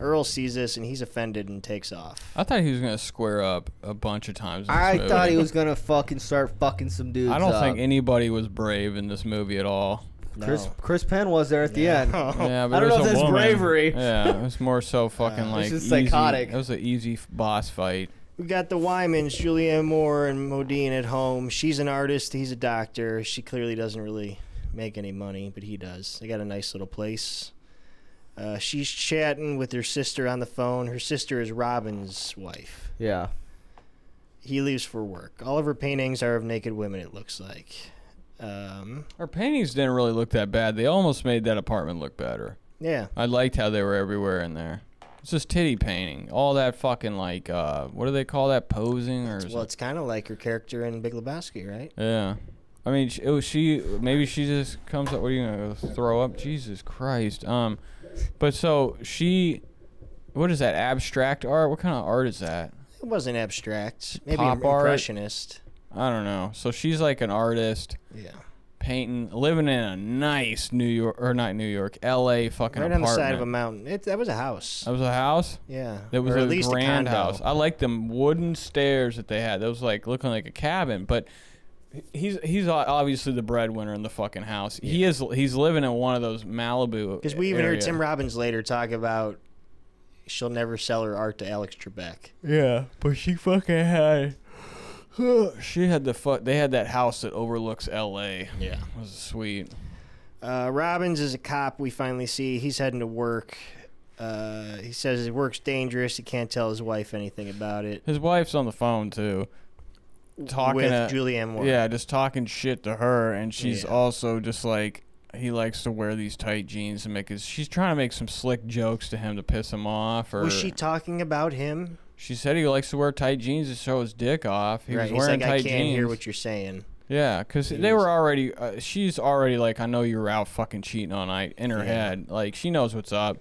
S5: Earl sees this and he's offended and takes off.
S3: I thought he was gonna square up a bunch of times. In this
S4: I
S3: movie.
S4: thought he was gonna fucking start fucking some dudes.
S3: I don't think
S4: up.
S3: anybody was brave in this movie at all.
S4: Chris
S5: No.
S4: Chris Penn was there at the end.
S5: Oh,
S3: Yeah, but
S4: I
S3: it
S4: don't
S3: was
S4: know if
S3: a
S4: that's
S3: woman.
S4: bravery.
S3: Yeah, it was more so fucking like
S4: just
S3: easy-
S4: psychotic.
S3: It was an easy f- boss fight.
S5: We got the Wymans, Julianne Moore and Modine at home. She's an artist, he's a doctor. She clearly doesn't really make any money, but he does. They got a nice little place. Uh, she's chatting with her sister on the phone. Her sister is Robin's wife.
S4: Yeah.
S5: He leaves for work. All of her paintings are of naked women, it looks like. Um,
S3: Our paintings didn't really look that bad. They almost made that apartment look better.
S5: yeah.
S3: I liked how they were everywhere in there. It's just titty painting. All that fucking like uh, what do they call that posing or?
S5: Well, it's kind of like her character in Big Lebowski, right?
S3: Yeah. I mean, sh- it was she. Maybe she just comes up. What are you gonna go throw up? Jesus Christ. Um, but so she, what is that abstract art? What kind of art is that?
S5: It wasn't abstract. Maybe
S3: Pop art.
S5: impressionist.
S3: I don't know. So she's like an artist,
S5: Yeah.
S3: painting, living in a nice New York or not New York, L.A. fucking
S5: Right
S3: apartment.
S5: on the side of a mountain. It, that was a house.
S3: that was a house.
S5: yeah.
S3: That was
S5: or
S3: a
S5: at least
S3: grand
S5: a condo.
S3: house. I like them wooden stairs that they had. That was like looking like a cabin, but he- he's he's o- obviously the breadwinner in the fucking house. He is he's living in one of those Malibu.
S5: Because we even
S3: area.
S5: heard Tim Robbins later talk about she'll never sell her art to Alex Trebek.
S3: Yeah, but she fucking had. she had the fuck. They had that house that overlooks L.A.
S5: Yeah.
S3: It was sweet.
S5: Uh, Robbins is a cop. We finally see he's heading to work. Uh, he says his work's dangerous. He can't tell his wife anything about it.
S3: His wife's on the phone too, talking
S5: with
S3: to-
S5: Julianne Moore.
S3: Yeah, just talking shit to her, and she's
S5: Yeah.
S3: also just like he likes to wear these tight jeans and make his. She's trying to make some slick jokes to him to piss him off, or
S5: Was she talking about him?
S3: She said he likes to wear tight jeans to show his dick off. He
S5: right.
S3: was
S5: he's
S3: wearing
S5: like, I
S3: tight
S5: can't
S3: jeans.
S5: hear what you're saying.
S3: yeah, because they
S5: was-
S3: were already. Uh, she's already like, I know you were out fucking cheating all night in her
S5: Yeah.
S3: head. Like she knows what's up,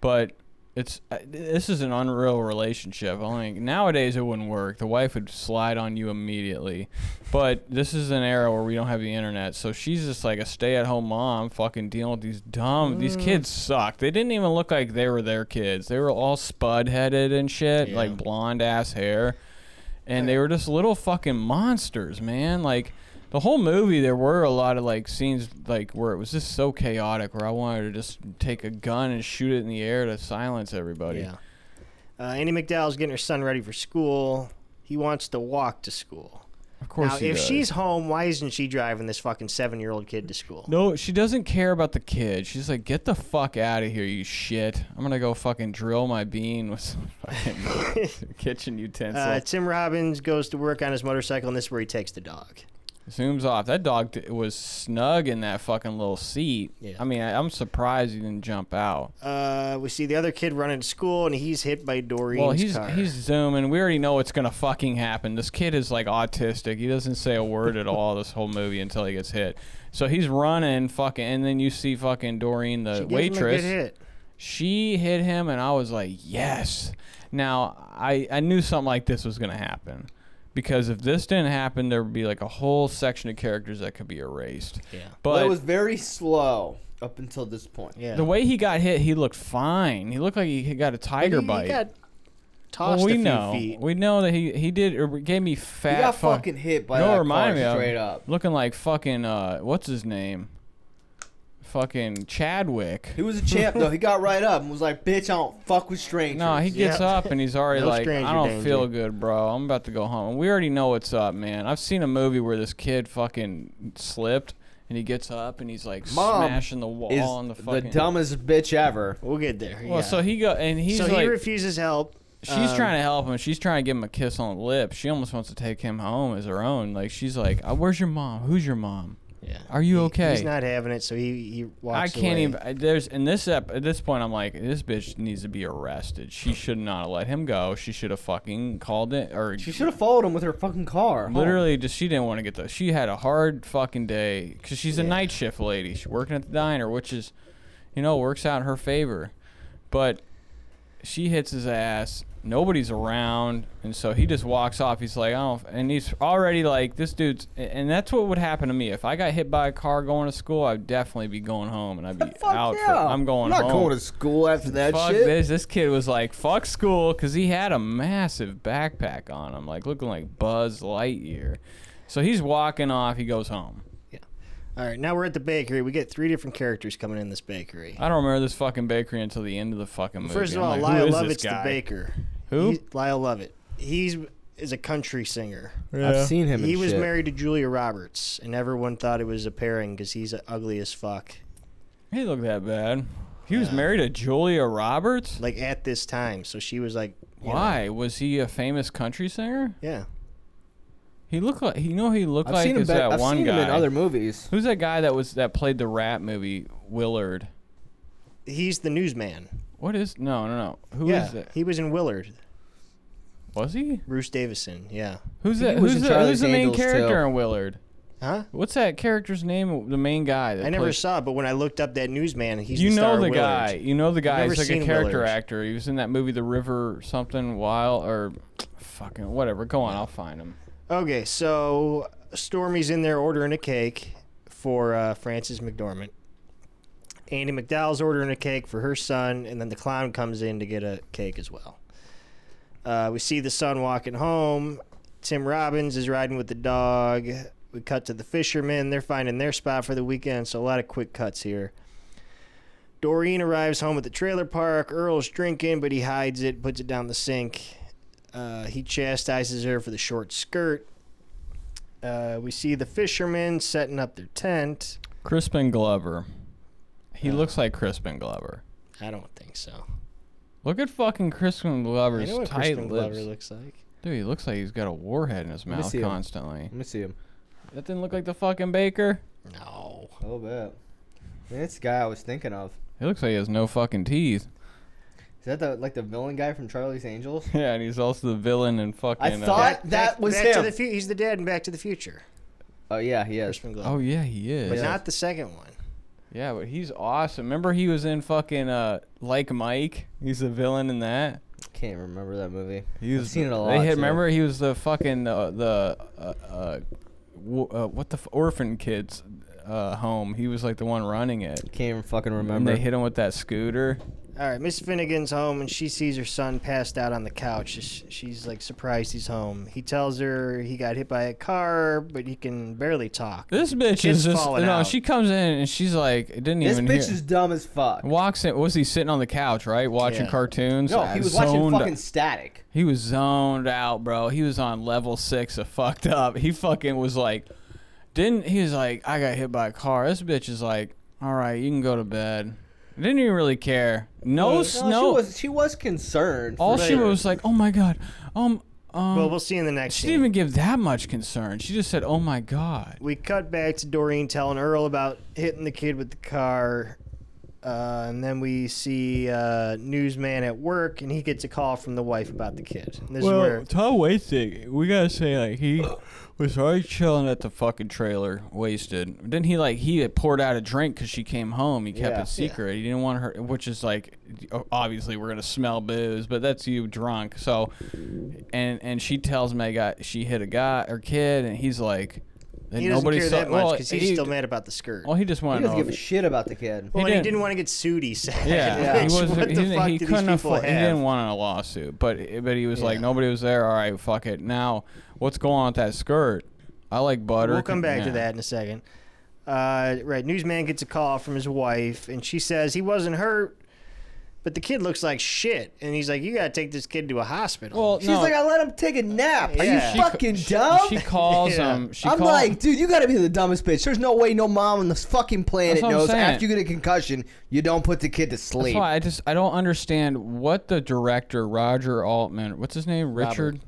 S3: but. It's uh, this is an unreal relationship. Only nowadays it wouldn't work. The wife would slide on you immediately, but this is an era where we don't have the internet, so she's just like a stay-at-home mom, fucking dealing with these dumb. These
S5: Mm.
S3: kids suck. They didn't even look like they were their kids. They were all spud-headed and shit,
S5: Yeah.
S3: like blonde ass hair and they were just little fucking monsters, man. Like the whole movie, there were a lot of like scenes like where it was just so chaotic, where I wanted to just take a gun and shoot it in the air to silence everybody.
S5: Yeah. Uh, Annie McDowell's getting her son ready for school. He wants to walk to school.
S3: Of course,
S5: Now,
S3: he
S5: if
S3: does.
S5: she's home, why isn't she driving this fucking seven-year-old kid to school?
S3: no, she doesn't care about the kid. She's like, get the fuck out of here, you shit. I'm gonna go fucking drill my bean with some fucking kitchen utensil.
S5: Uh, Tim Robbins goes to work on his motorcycle, and this is where he takes the dog.
S3: Zooms off. That dog t- was snug in that fucking little seat.
S5: Yeah.
S3: I mean, I, I'm surprised he didn't jump out.
S5: Uh, we see the other kid running to school, and he's hit by Doreen's
S3: Well, he's
S5: car.
S3: he's zooming. We already know what's gonna fucking happen. This kid is like autistic. He doesn't say a word at all this whole movie until he gets hit. So he's running fucking, and then you see fucking Doreen, the
S5: She gives him a good
S3: waitress.
S5: hit.
S3: She hit him, and I was like, yes. Now I I knew something like this was gonna happen. Because if this didn't happen, there would be like a whole section of characters that could be erased.
S5: Yeah.
S3: But
S4: Well, it was very slow up until this point.
S5: Yeah.
S3: the way he got hit, he looked fine. He looked like he got a
S5: But he-
S3: tiger
S5: he
S3: bite.
S5: got
S3: Well,
S5: tossed
S3: we
S5: a few
S3: know.
S5: feet.
S3: We know that he he did or gave me
S4: He
S3: fat.
S4: got
S3: fuck-
S4: fucking hit by
S3: no,
S4: that
S3: remind me
S4: car
S3: of-
S4: straight up.
S3: looking like fucking uh what's his name? Fucking Chadwick.
S4: He was a champ though. He got right up and was like, "Bitch, I don't fuck with strangers."
S3: No, he gets
S5: Yeah.
S3: up and he's already
S5: No
S3: like,
S5: stranger
S3: I don't
S5: danger."
S3: feel good, bro. I'm about to go home. We already know what's up, man. I've seen a movie where this kid fucking slipped and he gets up and he's like
S4: Mom
S3: smashing the wall
S4: is
S3: on the fucking.
S4: dumbest bitch ever.
S5: We'll get there.
S3: Well,
S5: yeah.
S3: so he go and he's
S5: So
S3: like,
S5: he refuses help.
S3: She's
S5: Um,
S3: trying to help him. She's trying to give him a kiss on the lips. She almost wants to take him home as her own. Like she's like, "Uh, "Where's your mom? Who's your mom?
S5: Yeah.
S3: Are you
S5: He-
S3: okay?"
S5: He's not having it, so he he
S3: I
S5: walks.
S3: can't
S5: away.
S3: even. I- There's in this ep, at this point, I'm like, this bitch needs to be arrested. She should not have let him go. She should have fucking called it or
S4: She should have followed him with her fucking car. home.
S3: literally just she didn't want to get the. She had a hard fucking day because she's a night shift lady. She's working at the diner, which is, you know, works out in her favor, but she hits his ass. Nobody's around, and so he just walks off. He's like, I don't, and he's already like, this dude's, and that's what would happen to me if I got hit by a car going to school. I'd definitely be going home, and I'd be
S4: Fuck
S3: out.
S4: yeah.
S3: For, I'm going.
S4: I'm not
S3: home.
S4: going to school after that
S3: Fuck
S4: shit.
S3: this! This kid was like, "Fuck school," because he had a massive backpack on him, like looking like Buzz Lightyear. So he's walking off. He goes home.
S5: All right, now we're at the bakery. We get three different characters coming in this bakery.
S3: I don't remember this fucking bakery until the end of the fucking movie.
S5: First of
S3: Oh, I'm
S5: all,
S3: like, who
S5: Lyle
S3: is this
S5: Lovett's the
S3: guy?
S5: baker.
S3: Who?
S5: He- Lyle Lovett. He's is a country singer.
S4: I've seen him.
S5: He
S4: and
S5: was
S4: shit.
S5: married to Julia Roberts, and everyone thought it was a pairing because he's ugly as fuck.
S3: He looked that bad. He was
S5: Yeah.
S3: married to Julia Roberts.
S5: Like at this time, so she was like, you know,
S3: Why was he a famous country singer?
S5: yeah,
S3: He looked like you know who he looked
S4: I've
S3: like
S4: seen him.
S3: is
S4: be-
S3: that
S4: I've
S3: one
S4: seen
S3: guy.
S4: him in other movies.
S3: Who's that guy that was that played the rap movie Willard?
S5: he's the newsman.
S3: What is no no no? Who is
S5: yeah,
S3: that?
S5: he was in Willard.
S3: Was he?
S5: Bruce Davison. Yeah,
S3: Who's that?
S4: he was
S3: Who's
S4: in
S3: the, who's
S4: Charlie's
S3: the main
S4: Angels,
S3: character
S4: too.
S3: in Willard?
S5: huh?
S3: What's that character's name? The main guy. That
S5: I never
S3: plays-
S5: saw, it, but when I looked up that newsman, he's
S3: You
S5: the star
S3: know
S5: of
S3: the
S5: Willard.
S3: guy. You know the guy.
S5: never
S3: He's like a
S5: seen
S3: character
S5: Willard.
S3: actor. He was in that movie, The River something wild or fucking whatever. Go on, I'll find him.
S5: Okay, so Stormy's in there ordering a cake. for uh, Frances McDormand. Andy McDowell's ordering a cake for her son, and then the clown comes in to get a cake as well. Uh, we see the son walking home. Tim Robbins is riding with the dog. We cut to the fishermen. They're finding their spot for the weekend, so a lot of quick cuts here. Doreen arrives home at the trailer park. Earl's drinking, but he hides it, puts it down the sink. Uh, he chastises her for the short skirt. Uh, we see the fishermen setting up their tent.
S3: Crispin Glover. He looks like Crispin Glover.
S5: I don't think so.
S3: Look at fucking Crispin
S5: I
S3: Glover's
S5: know what
S3: tight
S5: Crispin
S3: lips.
S5: Glover looks like.
S3: Dude, he looks like he's got a warhead in his
S4: me
S3: mouth
S4: see him.
S3: constantly.
S4: Let me see him.
S3: That didn't look like the fucking baker.
S5: No.
S4: A little bit. Oh, Man, that's the guy I was thinking of.
S3: He looks like he has no fucking teeth.
S4: Is that the like the villain guy from Charlie's Angels?
S3: Yeah, and he's also the villain in fucking. uh,
S4: I thought- That was
S5: back To
S4: him.
S5: the fu- he's the dad in Back to the Future.
S4: Oh yeah, he is.
S5: Crispin Glover.
S3: oh yeah, he is.
S5: but
S3: Yeah.
S5: not the second one.
S3: but he's awesome. Remember he was in fucking uh like Mike. He's the villain in that.
S4: Can't remember that movie.
S3: He
S4: I've
S3: was-
S4: seen it a lot.
S3: They had
S4: too.
S3: remember he was the fucking uh, the uh, uh, w- uh what the f- orphan kids uh home. He was like the one running it.
S4: Can't even fucking
S3: And
S4: remember.
S3: they hit him with that scooter.
S5: All right, Miss Finnegan's home and she sees her son passed out on the couch. Sh- She's like surprised he's home. He tells her he got hit by a car, but he can barely talk.
S3: This bitch
S5: Kid's
S3: is just
S5: falling
S3: no.
S5: out.
S3: She comes in and she's like, it didn't
S4: this
S3: even.
S4: bitch
S3: hear.
S4: is dumb as fuck.
S3: Walks in. Was he sitting on the couch, right, watching
S5: Yeah.
S3: cartoons?
S4: No, he was watching
S3: Zoned-
S4: fucking Static.
S3: He was zoned out, bro. He was on level six of fucked up. He fucking was like, didn't he was like, I got hit by a car. This bitch is like, all right, you can go to bed. Didn't even really care. No, s- no.
S4: she was she was concerned. for
S3: Oh, all she
S4: sure.
S3: was like, oh my god, um, um.
S5: Well, we'll see in the next
S3: she
S5: scene.
S3: didn't even give that much concern. She just said, oh my god.
S5: we cut back to Doreen telling Earl about hitting the kid with the car. Uh, and then we see uh, newsman at work, and he gets a call from the wife about the kid. And this is where
S3: Tom Waitsig, we gotta say, like, he was already chilling at the fucking trailer, wasted. Then he, like, he had poured out a drink because she came home. He kept
S4: Yeah.
S3: it secret. He didn't want her, which is like, o- obviously, we're gonna smell booze, but that's you drunk. So, and and she tells me I got she hit a guy or kid, and he's like, and
S5: he doesn't
S3: nobody
S5: care
S3: saw,
S5: that much
S3: well,
S5: because he's
S3: he-
S5: still mad about the skirt.
S3: Well, he just
S4: He
S3: wanted to
S4: doesn't
S3: know.
S4: give a shit about the kid.
S5: Well, and he
S3: didn't.
S5: didn't want to get sued. He said,
S3: Yeah,
S4: Yeah.
S5: Which,
S3: he wasn't.
S5: What
S3: he,
S5: the
S3: didn't-
S5: fuck
S3: he
S5: do these
S3: couldn't
S5: people
S3: afford. He
S5: have?
S3: didn't want a lawsuit, but but he was like
S5: Yeah.
S3: nobody was there. All right, fuck it. Now what's going on with that skirt? I like butter.
S5: We'll come back to
S3: Yeah.
S5: that in a second. Uh, right, newsman gets a call from his wife, and she says he wasn't hurt, but the kid looks like shit, and he's like, "You gotta take this kid to a hospital."
S3: Well,
S4: She's
S3: no,
S4: like, I let him take a nap. Are
S5: Yeah.
S4: you
S5: She-
S4: fucking dumb?
S3: she calls
S5: Yeah.
S3: him. She
S4: I'm
S3: call-
S4: like, dude, you gotta be the dumbest bitch. There's no way no mom on this fucking planet
S3: That's what I'm
S4: knows
S3: saying.
S4: after you get a concussion, you don't put the kid to
S3: That's
S4: sleep.
S3: why I just I don't understand what the director Roger Altman. What's his name? Richard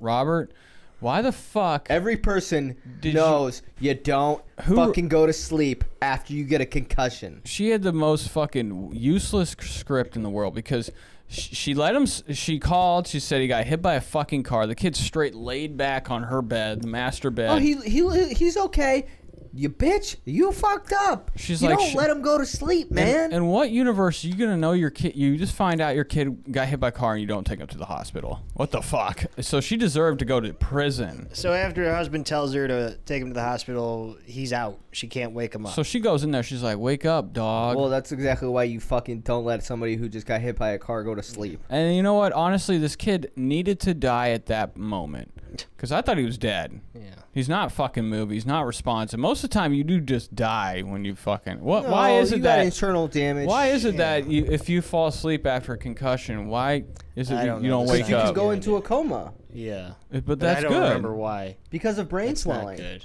S3: Robert. Why the fuck?
S4: Every person
S3: Did you-
S4: knows you, don't
S3: Who-
S4: fucking go to sleep after you get a concussion.
S3: she had the most fucking useless script in the world because she, she let him. s- She called. She said he got hit by a fucking car. The kid's straight laid back on her bed, the master bed.
S4: Oh, he, he he's okay. You bitch, you fucked up.
S3: She's
S4: you
S3: like,
S4: don't
S3: "Sh-
S4: let him go to sleep,
S3: And-
S4: man.
S3: In, what universe are you gonna know your kid? You just find out your kid got hit by a car and you don't take him to the hospital. What the fuck? So she deserved to go to prison.
S5: so after her husband tells her to take him to the hospital, he's out. She can't wake him up.
S3: So she goes in there. She's like, "Wake up, dog."
S4: well, that's exactly why you fucking don't let somebody who just got hit by a car go to sleep.
S3: and you know what? Honestly, this kid needed to die at that moment because I thought he was dead.
S5: yeah.
S3: He's not fucking moving. He's not responsive. Most of the time, you do just die when you fucking. What? why
S4: No,
S3: is
S4: you
S3: it
S4: got
S3: that?
S4: internal damage?
S3: Why is it that you, if you fall asleep after a concussion, why is it
S5: I
S3: you-
S5: don't
S3: you
S5: know.
S3: don't
S5: Because
S3: wake
S4: you
S3: up?
S4: can go into a coma
S5: Yeah.
S3: but
S5: But
S3: that's
S5: I don't
S3: good.
S5: remember why.
S4: because of brain
S5: It's not
S4: swelling.
S5: good.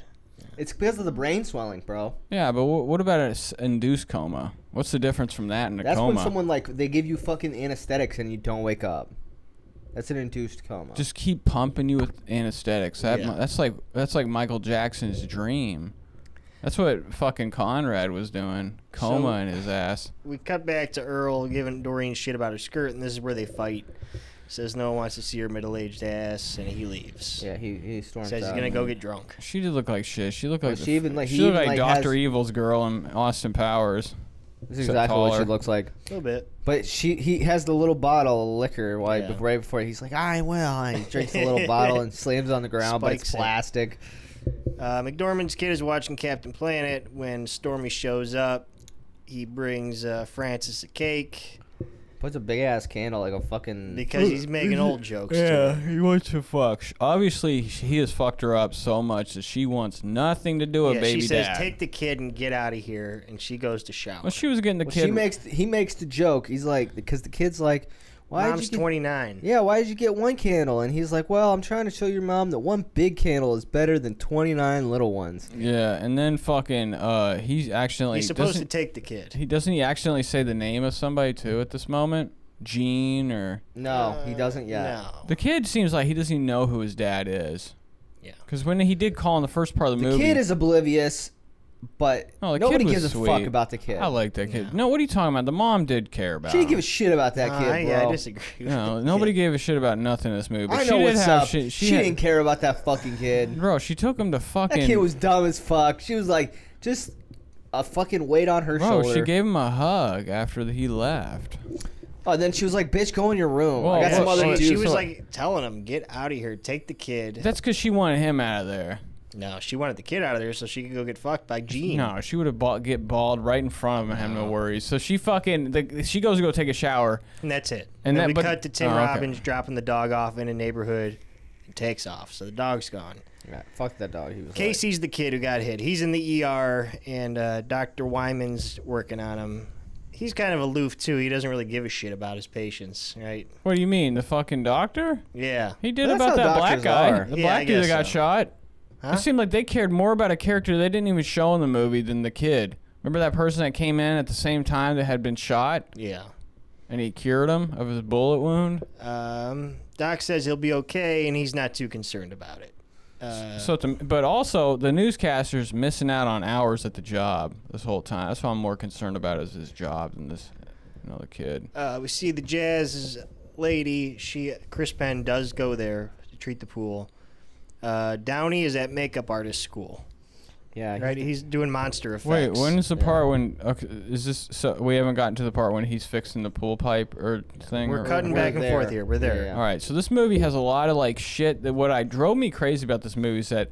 S4: It's because of the brain swelling, bro.
S3: Yeah, but wh- what about an s- induced coma? What's the difference from that and a
S4: That's
S3: coma?
S4: when someone like they give you fucking anesthetics and you don't wake up. That's an induced coma.
S3: Just keep pumping you with anesthetics. That
S5: Yeah.
S3: mu- that's like that's like Michael Jackson's dream. That's what fucking Conrad was doing. Coma
S5: So-
S3: in his ass.
S5: We cut back to Earl giving Doreen shit about her skirt, and this is where they fight. Says no one wants to see her middle-aged ass, and he leaves.
S4: yeah, he he storms
S5: Says he's
S4: out.
S5: gonna go get drunk.
S3: She did look like shit. She looked like the
S4: she
S3: f-
S4: even, like,
S3: she
S4: he
S3: looked
S4: even,
S3: like
S4: like,
S3: Doctor
S4: has-
S3: Evil's girl in Austin Powers.
S4: This is exactly what she
S3: taller.
S4: looks like.
S5: A little bit.
S4: But she he has the little bottle of liquor why,
S5: Yeah.
S4: right before he's like, I will. And he drinks the little bottle and slams it on the ground, but it's
S5: Spikes it.
S4: plastic.
S5: Uh, McDormand's kid is watching Captain Planet when Stormy shows up. He brings uh, Francis a cake
S4: Puts a big ass candle like a fucking.
S5: because he's making old jokes. to
S3: Yeah,
S5: her.
S3: he wants to fuck. Sh- Obviously, sh- he has fucked her up so much that she wants nothing to do with
S5: Yeah,
S3: baby
S5: she says,
S3: dad.
S5: "Take the kid and get out of here," and she goes to shower.
S3: well, she was getting the
S4: Well,
S3: kid.
S4: she makes he makes the joke. He's like because the kid's like, why
S5: Mom's
S4: did you get,
S5: 29.
S4: yeah why did you get one candle? And he's like, well I'm trying to show your mom that one big candle is better than 29 little ones.
S3: yeah, and then fucking, uh, he's accidentally.
S5: He's supposed to
S3: doesn't-
S5: take the kid.
S3: He doesn't he accidentally say the name of somebody too at this moment? Gene or
S4: No, he doesn't yet.
S5: No.
S3: the kid seems like he doesn't even know who his dad is.
S5: Yeah.
S3: Because when he did call in the first part of the,
S4: The
S3: movie,
S4: kid is oblivious, but
S3: Oh, the
S4: nobody
S3: kid was
S4: gives a
S3: sweet.
S4: fuck about the kid.
S3: I like that kid. No, what are you talking about? The mom did care about.
S4: she didn't
S3: him.
S4: give a shit about that kid,
S5: Uh, I,
S4: bro.
S5: I disagree. with
S3: No,
S5: the
S3: nobody
S5: kid.
S3: gave a shit about nothing in this movie. But
S4: I
S3: she
S4: know
S3: did
S4: what's
S3: have
S4: up.
S3: shit.
S4: she
S3: She, had-
S4: didn't care about that fucking kid.
S3: Bro, she took him to
S4: That
S3: fucking.
S4: kid was dumb as fuck. She was like, just a fucking weight on her
S3: bro,
S4: shoulder.
S3: she gave him a hug after he left.
S4: oh, and then she was like, "Bitch, go in your room.
S3: Whoa,
S4: I got
S3: whoa,
S4: some other
S3: whoa,
S4: dudes."
S5: she, she was
S3: So-
S5: like telling him, "Get out of here. Take the kid."
S3: That's because she wanted him out of there.
S5: no, she wanted the kid out of there so she could go get fucked by Gene.
S3: No, she would have bought, get bald right in front of him and have no worries. So she fucking the, she goes to go take a shower.
S5: And that's it.
S3: And
S5: And then
S3: that-
S5: we
S3: but-
S5: cut to Tim
S3: oh, okay.
S5: Robbins dropping the dog off in a neighborhood and takes off. So the dog's gone.
S4: Yeah, fuck that dog. He was
S5: Casey's the kid who got hit. He's in the ER, and uh, Dr. Wyman's working on him. He's kind of aloof, too. He doesn't really give a shit about his patients, right?
S3: What do you mean, the fucking doctor?
S5: Yeah.
S3: He did
S4: That's
S3: about
S4: how
S3: that black
S4: doctors
S3: guy.
S4: are.
S3: The
S5: Yeah, I
S3: black dude that
S5: guess
S3: got
S5: so.
S3: shot.
S5: Huh?
S3: It seemed like they cared more about a character they didn't even show in the movie than the kid. Remember that person that came in at the same time that had been shot
S5: Yeah.
S3: and he cured him of his bullet wound?
S5: Um, Doc says he'll be okay, and he's not too concerned about it. Uh,
S3: So, to, but also the newscaster's missing out on hours at the job this whole time. That's what I'm more concerned about is his job than this another kid.
S5: uh, we see the jazz lady. She Chris Penn does go there to treat the pool. Uh, Downey is at makeup artist school.
S4: Yeah,
S5: Right, he's doing monster effects.
S3: Wait, when is the part when? Okay, is this? So we haven't gotten to the part when he's fixing the pool pipe or thing.
S5: We're
S3: or-
S5: cutting
S4: We're
S5: back and
S4: there.
S5: forth here. We're there.
S4: Yeah.
S3: All right, so this movie has a lot of like shit. That what I drove me crazy about this movie is that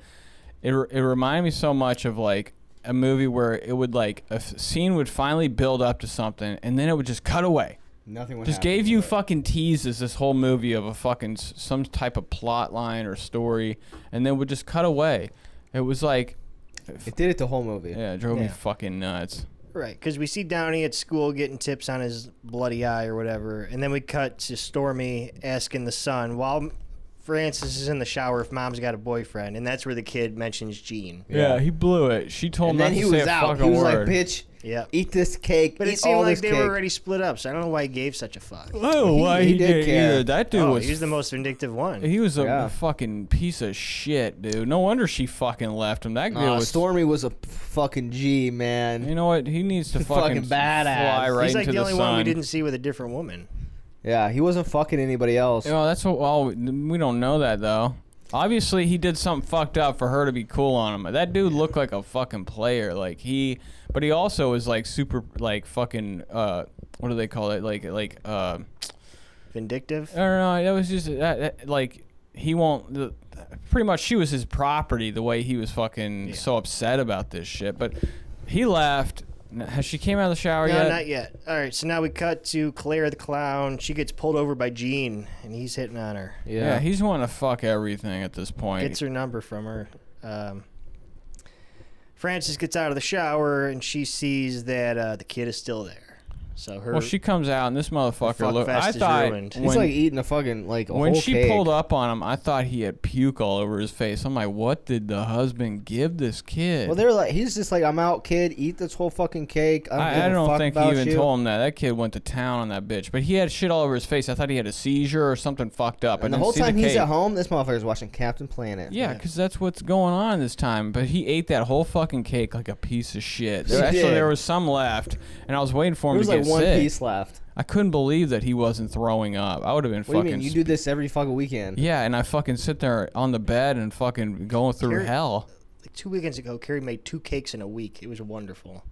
S3: it re- it reminded me so much of like a movie where it would like a f- scene would finally build up to something and then it would just cut away.
S4: nothing. would
S3: Just
S4: happen.
S3: gave you fucking teases this whole movie of a fucking s- some type of plot line or story, and then would just cut away. It was like,
S4: It did it the whole movie.
S3: yeah, it drove me
S5: Yeah.
S3: fucking nuts.
S5: Right, because we see Downey at school getting tips on his bloody eye or whatever, and then we cut to Stormy asking the son while Francis is in the shower if mom's got a boyfriend, and that's where the kid mentions Gene.
S3: Yeah, he blew it. She told
S4: And
S3: him
S4: then
S3: not
S4: he
S3: to say
S4: was
S3: a
S4: out. He
S3: fucking
S4: was
S3: word.
S4: like, "Bitch,
S5: Yep.
S4: eat this cake.
S5: But
S4: eat
S5: it seemed
S4: all
S5: like
S4: this
S5: they
S4: cake."
S5: were already split up, so I don't know why he gave such a fuck.
S3: oh, why
S4: he
S3: he,
S4: did
S3: did
S4: care.
S3: either. That dude
S5: oh,
S3: was
S5: he was the most vindictive one.
S3: He was a
S4: Yeah.
S3: fucking piece of shit, dude. No wonder she fucking left him. That dude
S4: Nah,
S3: was.
S4: Stormy was a p- fucking G man.
S3: you know what? He needs to fucking,
S4: Fucking
S3: fly
S4: badass.
S3: right
S5: He's like
S3: into
S5: the
S3: the,
S5: only
S3: sun.
S5: one we didn't see with a different woman.
S4: Yeah, he wasn't fucking anybody else.
S3: You know, that's what. Well, we don't know that though. Obviously, he did something fucked up for her to be cool on him. That dude looked like a fucking player. Like he, but he also was like super, like fucking. Uh, what do they call it? Like, like. Uh,
S5: Vindictive.
S3: I don't know. That was just that, that- like he won't. The, pretty much, she was his property. The way he was fucking so upset about this shit, but he left. N- Has she came out of the shower
S5: No,
S3: yet?
S5: not yet. All right, so now we cut to Claire the clown. She gets pulled over by Gene, and he's hitting on her.
S3: yeah. he's wanting to fuck everything at this point.
S5: gets her number from her. Um, Frances gets out of the shower and she sees that uh, the kid is still there. So her,
S3: well, she comes out and this motherfucker.
S5: fuck
S3: Look,
S5: fest
S3: I
S5: is
S3: thought
S5: ruined.
S3: when,
S4: He's like eating a fucking like a
S3: when
S4: whole
S3: she
S4: cake.
S3: pulled up on him, I thought he had puke all over his face. I'm like, what did the husband give this kid?
S4: Well, they're like, he's just like, I'm out, kid. Eat this whole fucking cake. I don't, give
S3: I,
S4: a
S3: I don't
S4: fuck
S3: think he
S4: about
S3: even
S4: you.
S3: told him that. That kid went to town on that bitch. But he had shit all over his face. I thought he had a seizure or something fucked up. I
S4: And the
S3: didn't
S4: whole
S3: see
S4: time he's
S3: cake.
S4: at home, this motherfucker's watching Captain Planet.
S3: Yeah, because that's what's going on this time. But he ate that whole fucking cake like a piece of shit.
S4: He
S3: There- actually,
S4: did.
S3: there was some left, and I was waiting for him
S4: There was
S3: to
S4: like
S3: get
S4: one
S3: sick.
S4: piece left.
S3: I couldn't believe that he wasn't throwing up. I would have been
S4: What do
S3: fucking.
S4: you mean? You
S3: sp-
S4: do this every fucking weekend.
S3: yeah, and I fucking sit there on the bed and fucking going through
S5: Here-
S3: hell.
S5: like two weekends ago, Carrie made two cakes in a week. It was wonderful.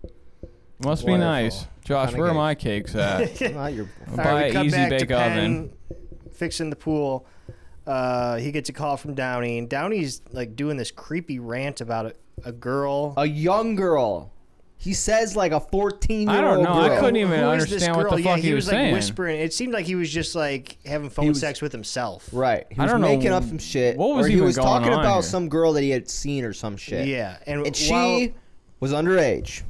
S3: Must be
S4: Wonderful.
S3: nice, Josh.
S4: Kinda
S3: Where are
S4: cake.
S3: my cakes at?
S4: I'm not your.
S5: All right,
S3: Buy
S5: we cut
S3: Easy
S5: back
S3: Bake
S5: to Penn
S3: Oven.
S5: fixing the pool. Uh, he gets a call from Downey, and Downey's like doing this creepy rant about a, a girl.
S4: A young girl. He says like a 14 year
S3: I don't
S4: old
S3: know. I
S4: girl.
S3: couldn't even
S5: Who is this
S3: understand what
S5: girl?
S3: the
S5: yeah,
S3: fuck he was
S5: like
S3: saying.
S5: whispering. It seemed like he was just like having phone
S4: was-
S5: sex with himself.
S4: Right. He
S3: I
S4: was
S3: don't know
S4: making up some shit.
S3: what was
S4: or he
S3: even
S4: was
S3: going
S4: talking
S3: on
S4: about
S3: here.
S4: some girl that he had seen or some shit.
S5: Yeah, and,
S4: And she
S5: while-
S4: was underage.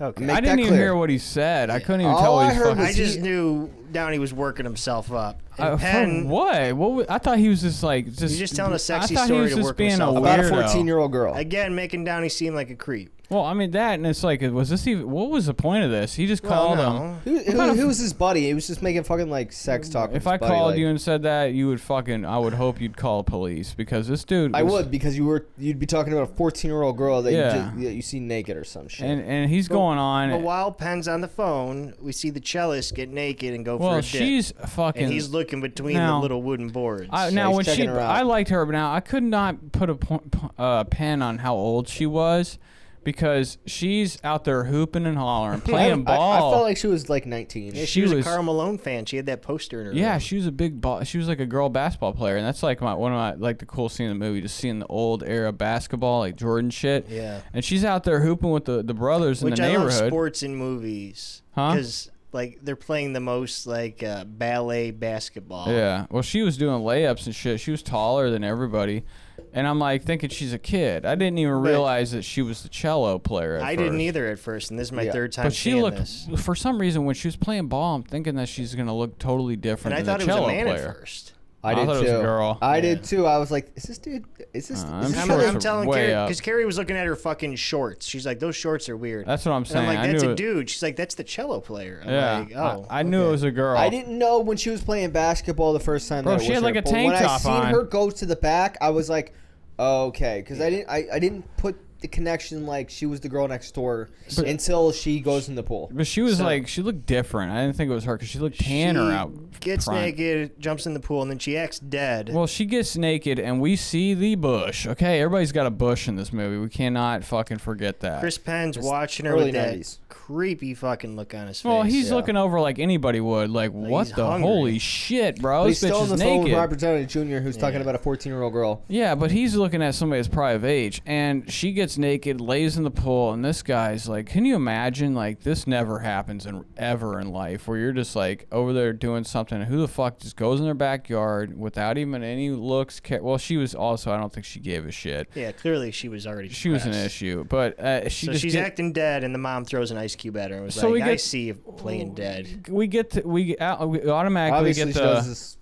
S5: okay.
S4: Make
S3: I didn't
S4: that
S3: even
S4: clear.
S3: hear what he said. I couldn't even
S4: All
S3: tell.
S4: I
S3: what he's
S4: heard
S3: fucking
S4: was
S5: I just
S4: he-
S5: knew Downey was working himself up. And
S3: Uh, for
S5: Penn,
S3: what? What? Was, I thought he was just like just.
S5: He's just telling a sexy
S3: I thought
S5: story
S3: he was
S5: to
S3: just
S5: work
S3: being a
S5: himself
S3: weirdo.
S5: up.
S4: About a 14 year old girl.
S5: again, making Downey seem like a creep.
S3: Well, I mean that, and it's like, was this even? What was the point of this? He just
S5: Well,
S3: called him.
S5: no.
S4: Who, who, who was his buddy? He was just making fucking like sex talk. with
S3: Mm, If
S4: his
S3: I
S4: buddy,
S3: called
S4: like-
S3: you and said that, you would fucking. I would hope you'd call police because this dude.
S4: I
S3: was-
S4: would because you were you'd be talking about a 14 year old girl that
S3: Yeah.
S4: you just, that you see naked or some shit.
S3: And and he's going on.
S5: But while Penn's on the phone, we see the cellist get naked and go for
S3: well,
S5: a dip.
S3: she's fucking.
S5: And he's looking between
S3: Now-
S5: the little wooden boards.
S3: I, now
S4: he's
S3: when she,
S4: checking her out.
S3: I liked her, but now I could not put a po- po- uh, pen on how old she was, because she's out there hooping and hollering, playing
S4: I,
S3: ball.
S4: I felt like she was like 19.
S5: Yeah, she,
S3: she
S5: was,
S3: was-
S5: a Carl Malone fan. She had that poster in her
S3: Yeah,
S5: room.
S3: she was a big ball. She was like a girl basketball player, and that's like my one of my like the cool scene in the movie, just seeing the old era basketball, like Jordan shit.
S5: Yeah.
S3: And she's out there hooping with the, the brothers in
S5: Which
S3: the
S5: I love
S3: neighborhood.
S5: sports and movies.
S3: Huh?
S5: Because like they're playing the most like uh, ballet basketball.
S3: Yeah. Well, she was doing layups and shit. She was taller than everybody, and I'm like thinking she's a kid. I didn't even realize that she was the cello player. At
S5: I did didn't
S3: first.
S5: either at first, and this is my
S4: Yeah.
S5: third time
S3: But she
S5: seeing
S3: looked
S5: this.
S3: for some reason when she was playing ball. I'm thinking that she's gonna look totally different
S5: And I
S3: than the
S5: thought it was a
S3: cello
S5: man
S3: player.
S5: at first.
S3: I
S4: I did
S3: thought it
S4: too.
S3: was a girl.
S4: I did too. I was like, is this dude? Is
S3: Uh,
S4: this? is
S3: I'm
S4: this
S5: I'm,
S3: sure-
S4: another-
S5: I'm
S3: are
S5: telling
S3: way
S5: Carrie
S3: up.
S5: because Carrie was looking at her fucking shorts. She's like, "Those shorts are weird."
S3: That's what I'm
S5: And
S3: saying.
S5: I'm like,
S3: I
S5: "That's
S3: knew
S5: a
S3: it-
S5: dude." She's like, "That's the cello player." I'm
S3: Yeah.
S5: like, "Oh,
S3: I, I knew it
S5: okay."
S3: was a girl.
S4: I didn't know when she was playing basketball the first time.
S3: Bro,
S4: that it
S3: she
S4: was
S3: had,
S4: her,
S3: like, a
S4: but
S3: tank
S4: when
S3: top
S4: I seen
S3: on.
S4: her go to the back, I was like, okay, because I didn't, I, I didn't put the connection like she was the girl next door until she goes in the pool.
S3: But she was
S5: So-
S3: like, she looked different. I didn't think it was her because she looked tanner
S5: She
S3: out.
S5: Gets
S3: front.
S5: naked, jumps in the pool, and then she acts dead.
S3: Well, she gets naked, and we see the bush. Okay, everybody's got a bush in this movie. We cannot fucking forget that.
S5: Chris Penn's watching her
S4: early
S5: with that
S4: 90s.
S5: creepy fucking look on his face.
S3: well, he's
S4: yeah.
S3: looking over like anybody would. Like, what
S5: he's
S3: the
S5: hungry.
S3: holy shit, bro?
S4: But he's
S3: This
S4: still
S3: bitch
S4: on
S3: is
S4: the phone with
S3: naked.
S4: Robert Downey Jr., who's talking about a 14 year old girl.
S3: Yeah, but he's looking at somebody that's probably of age, and she gets naked, lays in the pool, and this guy's like, "Can you imagine? Like, this never happens in ever in life, where you're just like over there doing something. and Who the fuck just goes in their backyard without even any looks? Care- well, she was also, I don't think she gave a shit.
S5: yeah, clearly she was already.
S3: She was an
S5: depressed.
S3: issue, but uh, she
S5: So
S3: just
S5: she's
S3: get-
S5: acting dead, and the mom throws an ice cube at her and was
S3: So we
S5: like, "I
S3: get- Oh,
S5: see you playing dead."
S3: we get to, we, get out- we automatically
S4: Obviously,
S3: get
S4: she does
S3: the.
S4: this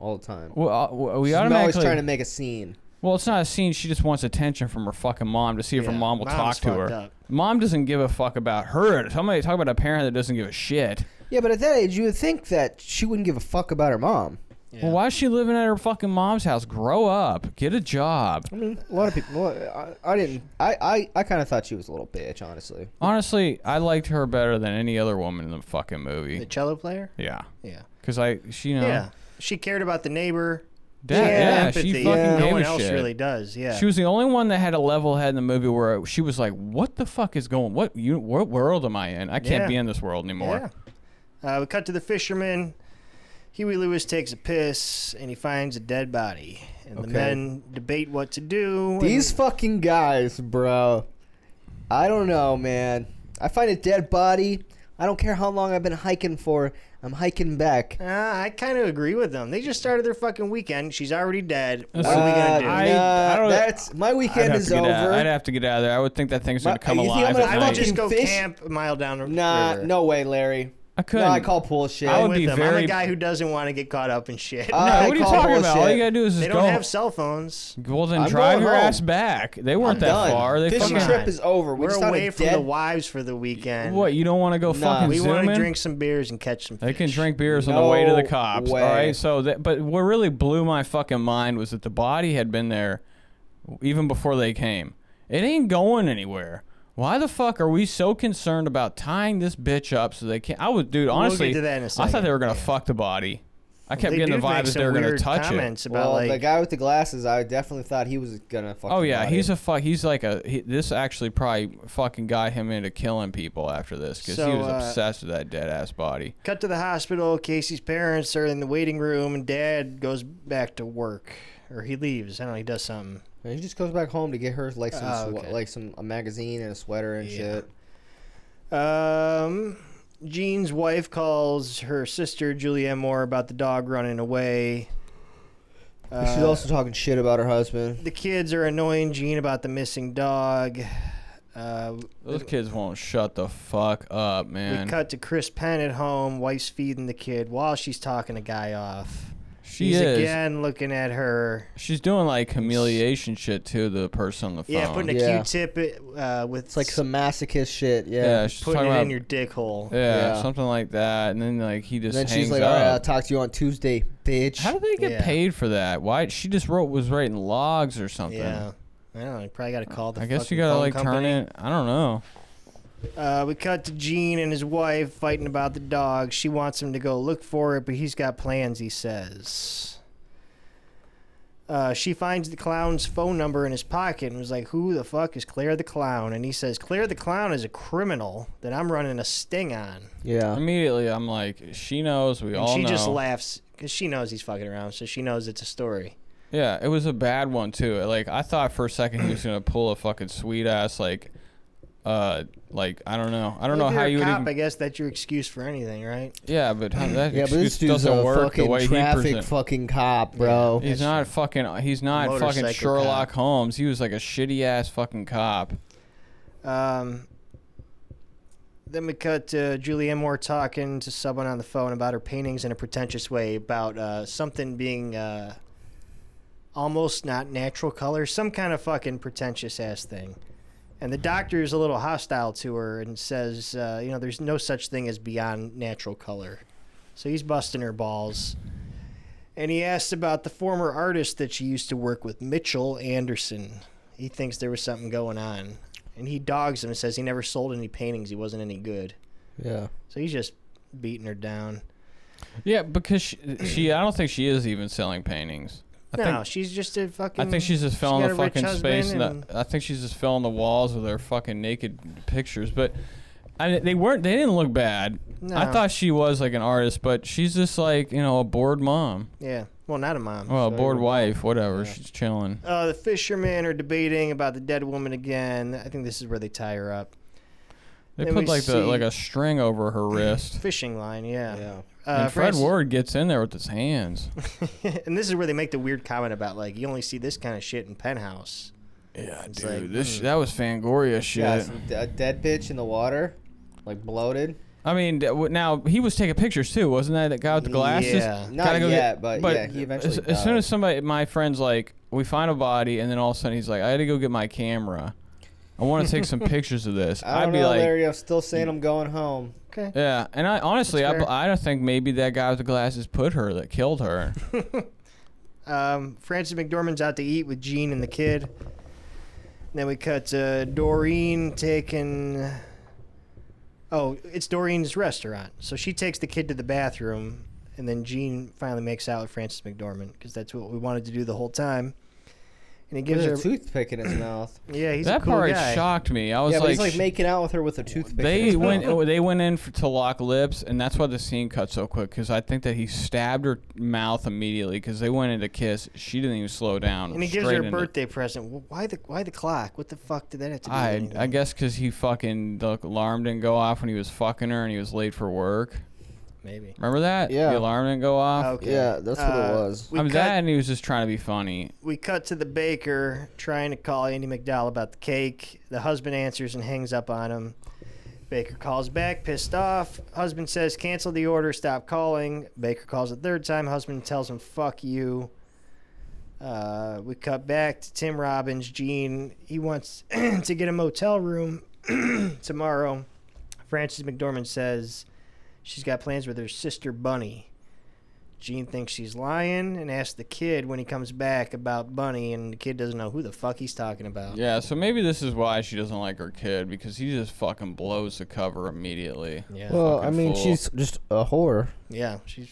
S4: all the time.
S3: We, uh, we
S4: She's always
S3: automatically
S4: trying to make a scene.
S3: Well, it's not a scene. She just wants attention from her fucking mom to see if her
S5: Yeah,
S3: mom will
S5: mom's
S3: talk to
S5: fucked
S3: her.
S5: up.
S3: Mom doesn't give a fuck about her. Somebody talk about a parent that doesn't give a shit.
S4: Yeah, but at that age, you would think that she wouldn't give a fuck about her mom.
S5: Yeah.
S3: Well, why is she living at her fucking mom's house? Grow up. Get a job.
S4: I mean, a lot of people. I, I didn't. I, I, I kind of thought she was a little bitch, honestly.
S3: Honestly, I liked her better than any other woman in the fucking
S5: The
S3: movie.
S5: cello player.
S3: Yeah.
S5: Yeah.
S3: Cause I, she, you know,
S5: Yeah. She cared about the neighbor.
S3: Dad- yeah, she
S5: empathy.
S3: fucking
S4: Yeah.
S5: no
S3: gave
S5: one
S3: a
S5: else
S3: shit.
S5: really does. Yeah.
S3: She was the only one that had a level head in the movie where she was like, "What the fuck is going? What you? What world am I in? I can't
S5: Yeah.
S3: be in this world anymore."
S5: Yeah. Uh, we cut to the fisherman. Huey Lewis takes a piss and he finds a dead body. And the
S4: Okay.
S5: men debate what to do.
S4: These
S5: and-
S4: fucking guys, bro. I don't know, man. I find a dead body. I don't care how long I've been hiking for. I'm hiking back.
S5: Uh, I kind of agree with them. They just started their fucking weekend. She's already dead. What
S3: Listen,
S5: are we
S4: Uh,
S5: gonna do?
S3: I- I
S4: nah,
S3: don't-
S4: that's my
S3: I'd
S4: weekend
S3: have,
S4: is
S3: to get out, I'd
S4: over.
S3: have to get out of there. I would think that thing's gonna
S5: uh,
S4: My-
S3: come
S4: you think I'm
S3: alive.
S4: gonna
S3: at
S5: I would
S3: night.
S5: just go
S4: fucking fish-
S5: camp a mile down the
S4: Nah,
S5: river.
S4: no way, Larry.
S3: I couldn't.
S4: No, I call bullshit.
S3: I
S5: I'm
S3: would
S5: with
S3: be
S5: them. I'm
S3: very-
S5: a guy who doesn't want to get caught up in shit.
S3: No,
S4: Uh, I
S3: what are you
S4: call
S3: talking about?
S4: bullshit.
S3: All you gotta do is
S5: they
S3: just
S5: don't
S3: go.
S5: have cell phones.
S3: well, then
S4: I'm
S3: drive
S4: going
S3: your
S4: home.
S3: ass back. They weren't
S4: I'm
S3: that
S4: done.
S3: far. They
S4: Fishing
S3: fucking.
S5: Come
S4: trip
S5: on.
S4: is over. We
S5: We're
S4: just found a
S5: away from
S4: dead-
S5: the wives for the weekend.
S3: What you don't want to go fucking
S5: We
S3: zoom
S5: want to
S3: in?
S5: drink some beers and catch some.
S3: They can
S5: fish.
S3: drink beers on the way to the
S4: No
S3: cops.
S4: way.
S3: All right. So, that, but what really blew my fucking mind was that the body had been there even before they came. It ain't going anywhere. Why the fuck are we so concerned about tying this bitch up so they can't? I was, dude,
S5: get
S3: honestly,
S5: to that in a
S3: I thought
S5: second.
S3: they were gonna fuck the body. I kept
S5: They
S3: getting
S5: do
S3: the
S5: make
S3: vibe that
S5: some
S3: they were gonna
S5: weird
S3: touch it.
S5: comments about
S4: well,
S5: like
S4: the guy with the glasses, I definitely thought he was gonna fucking.
S3: Oh yeah,
S4: buy
S3: he's
S4: it.
S3: a fuck. He's like a. He, this actually probably fucking got him into killing people after this because
S5: So,
S3: he was
S5: uh,
S3: obsessed with that dead ass body.
S5: cut to the hospital. Casey's parents are in the waiting room, and Dad goes back to work, or he leaves. I don't know. He does something.
S4: He just goes back home to get her like some
S5: Oh,
S4: swe-
S5: okay.
S4: like some a magazine and a sweater and
S5: Yeah.
S4: shit.
S5: Um, Jean's wife calls her sister Julianne Moore about the dog running away.
S4: And she's
S5: Uh,
S4: also talking shit about her husband.
S5: the kids are annoying Jean about the missing dog. Uh,
S3: Those kids won't shut the fuck up,
S5: we
S3: man.
S5: cut to Chris Penn at home. Wife's feeding the kid while she's talking a guy off.
S3: she
S5: He's
S3: is.
S5: again looking at her.
S3: She's doing like humiliation shit to the person on the phone.
S5: Yeah, putting a
S4: Yeah.
S5: Q-tip it, uh, with
S4: It's like some masochist shit. Yeah.
S3: yeah, she's
S5: putting
S3: talking
S5: it
S3: about
S5: in your dick hole.
S3: yeah,
S4: Yeah.
S3: something like that, and then like he just
S4: then
S3: hangs
S4: she's like,
S5: "Oh,
S3: up.
S4: "All right, I'll talk to you on Tuesday, bitch."
S3: How did they get
S5: Yeah.
S3: paid for that? Why she just wrote was writing logs or something?
S5: Yeah. I don't know. You probably got to call the.
S3: I guess you
S5: fucking
S3: gotta
S5: phone
S3: like turn
S5: company.
S3: it. I don't know.
S5: Uh, we cut to Gene and his wife fighting about the dog. She wants him to go look for it, but he's got plans, he says. Uh, she finds the clown's phone number in his pocket and was like, Who the fuck is Claire the Clown? And he says, Claire the Clown is a criminal that I'm running a sting on.
S4: yeah.
S3: Immediately, I'm like, she knows. We
S5: And
S3: all
S5: she
S3: know.
S5: just laughs because she knows he's fucking around, so she knows it's a story.
S3: Yeah, it was a bad one too. Like I thought for a second he was gonna pull a fucking sweet ass like, uh, like I don't know. I don't know
S5: If you're
S3: how
S5: a
S3: you would
S5: cop,
S3: even.
S5: I guess that's your excuse for anything, right?
S3: Yeah, but how, that
S4: Yeah, but
S3: excuse
S4: this dude's
S3: doesn't
S4: a
S3: work the way
S4: fucking
S3: he
S4: traffic
S3: present-
S4: fucking cop, bro.
S3: He's not fucking. He's not fucking
S5: Motorcycle
S3: Sherlock
S5: cop.
S3: Holmes. He was like a shitty ass fucking cop.
S5: Um, then we cut to Julianne Moore talking to someone on the phone about her paintings in a pretentious way about uh, something being uh, almost not natural color, some kind of fucking pretentious ass thing. And the doctor is a little hostile to her and says, uh, you know, there's no such thing as beyond natural color. So he's busting her balls. And he asks about the former artist that she used to work with, Mitchell Anderson. He thinks there was something going on. And he dogs him and says he never sold any paintings. He wasn't any good.
S4: Yeah.
S5: So he's just beating her down.
S3: Yeah, because she, she I don't think she is even selling paintings. I
S5: no,
S3: think,
S5: she's just a fucking.
S3: I think she's just filling
S5: got
S3: the
S5: a rich
S3: fucking space.
S5: husband
S3: And
S5: And,
S3: the, I think she's just filling the walls with her fucking naked pictures. But I mean, they weren't. They didn't look bad. I
S5: No.
S3: thought she was like an artist, but she's just like you know a bored mom.
S5: yeah. Well, not a mom.
S3: Well, a
S4: So-
S3: bored wife, whatever. She's chilling.
S5: Uh, the fishermen are debating about the dead woman again. I think this is where they tie her up.
S3: They
S5: Then
S3: put
S5: we
S3: like the
S5: see-
S3: like a string over her wrist.
S5: Fishing line, yeah.
S4: Yeah.
S5: Uh,
S3: and Fred
S5: Francis-
S3: Ward gets in there with his hands.
S5: and this is where they make the weird comment about like you only see this kind of shit in Penthouse.
S3: Yeah, dude,
S5: like, mm.
S3: this that was Fangoria shit.
S4: Yeah. it's a- a dead bitch in the water, like bloated.
S3: I mean, d- w- now he was taking pictures too, wasn't that the guy with the glasses?
S5: Yeah.
S4: Not
S3: Gotta go
S4: yet,
S3: get-
S4: but, yeah, he eventually.
S3: As, as soon
S4: died.
S3: as somebody, my friend's like, we find a body, and then all of a sudden he's like, I had to go get my camera. I want to take some pictures of this.
S4: I
S3: I'd
S4: don't
S3: be
S4: know,
S3: like,
S4: Larry. I'm still saying I'm going home.
S5: Okay.
S3: yeah. And I honestly, I,
S5: That's
S3: b- I don't think maybe that guy with the glasses put her that killed her.
S5: Um, Francis McDormand's out to eat with Gene and the kid. Then we cut to Doreen taking. Oh, it's Doreen's restaurant. So she takes the kid to the bathroom, and then Gene finally makes out with Francis McDormand because that's what we wanted to do the whole time. And he gives
S4: There's
S5: her.
S4: a toothpick in his mouth.
S5: yeah, he's
S3: that
S5: a cool
S3: part
S5: guy.
S3: shocked me. I was
S4: yeah, but
S3: like,
S4: he's like
S3: sh-
S4: making out with her with a toothpick. in
S3: they
S4: his
S3: went oh,
S4: mouth.
S3: they went in for, to lock lips, and that's why the scene cut so quick because I think that he stabbed her mouth immediately because they went in to kiss. She didn't even slow down.
S5: And he gives
S3: straight
S5: her a
S3: into-
S5: birthday present. Wh- Why the why the clock? What the fuck did that have to do? with
S3: I
S5: anything?
S3: I guess because he fucking the alarm didn't go off when he was fucking her and he was late for work.
S5: maybe.
S3: Remember that?
S4: Yeah.
S3: The alarm didn't go off.
S5: Okay. Uh,
S4: Yeah, that's what it was.
S5: We
S3: I mean,
S5: cut-
S3: that and he was just trying to be funny.
S5: we cut to the baker trying to call Andy McDowell about the cake. The husband answers and hangs up on him. Baker calls back, pissed off. Husband says, cancel the order, stop calling. Baker calls a third time. Husband tells him, fuck you. Uh, we cut back to Tim Robbins. Gene, he wants to get a motel room tomorrow. Frances McDormand says she's got plans with her sister Bunny. Gene thinks she's lying and asks the kid when he comes back about Bunny, and the kid doesn't know who the fuck he's talking about.
S3: Yeah, so maybe this is why she doesn't like her kid because he just fucking blows the cover immediately.
S5: Yeah.
S4: Well, I
S3: Fucking
S4: mean,
S3: fool.
S4: she's just a whore.
S5: Yeah, she's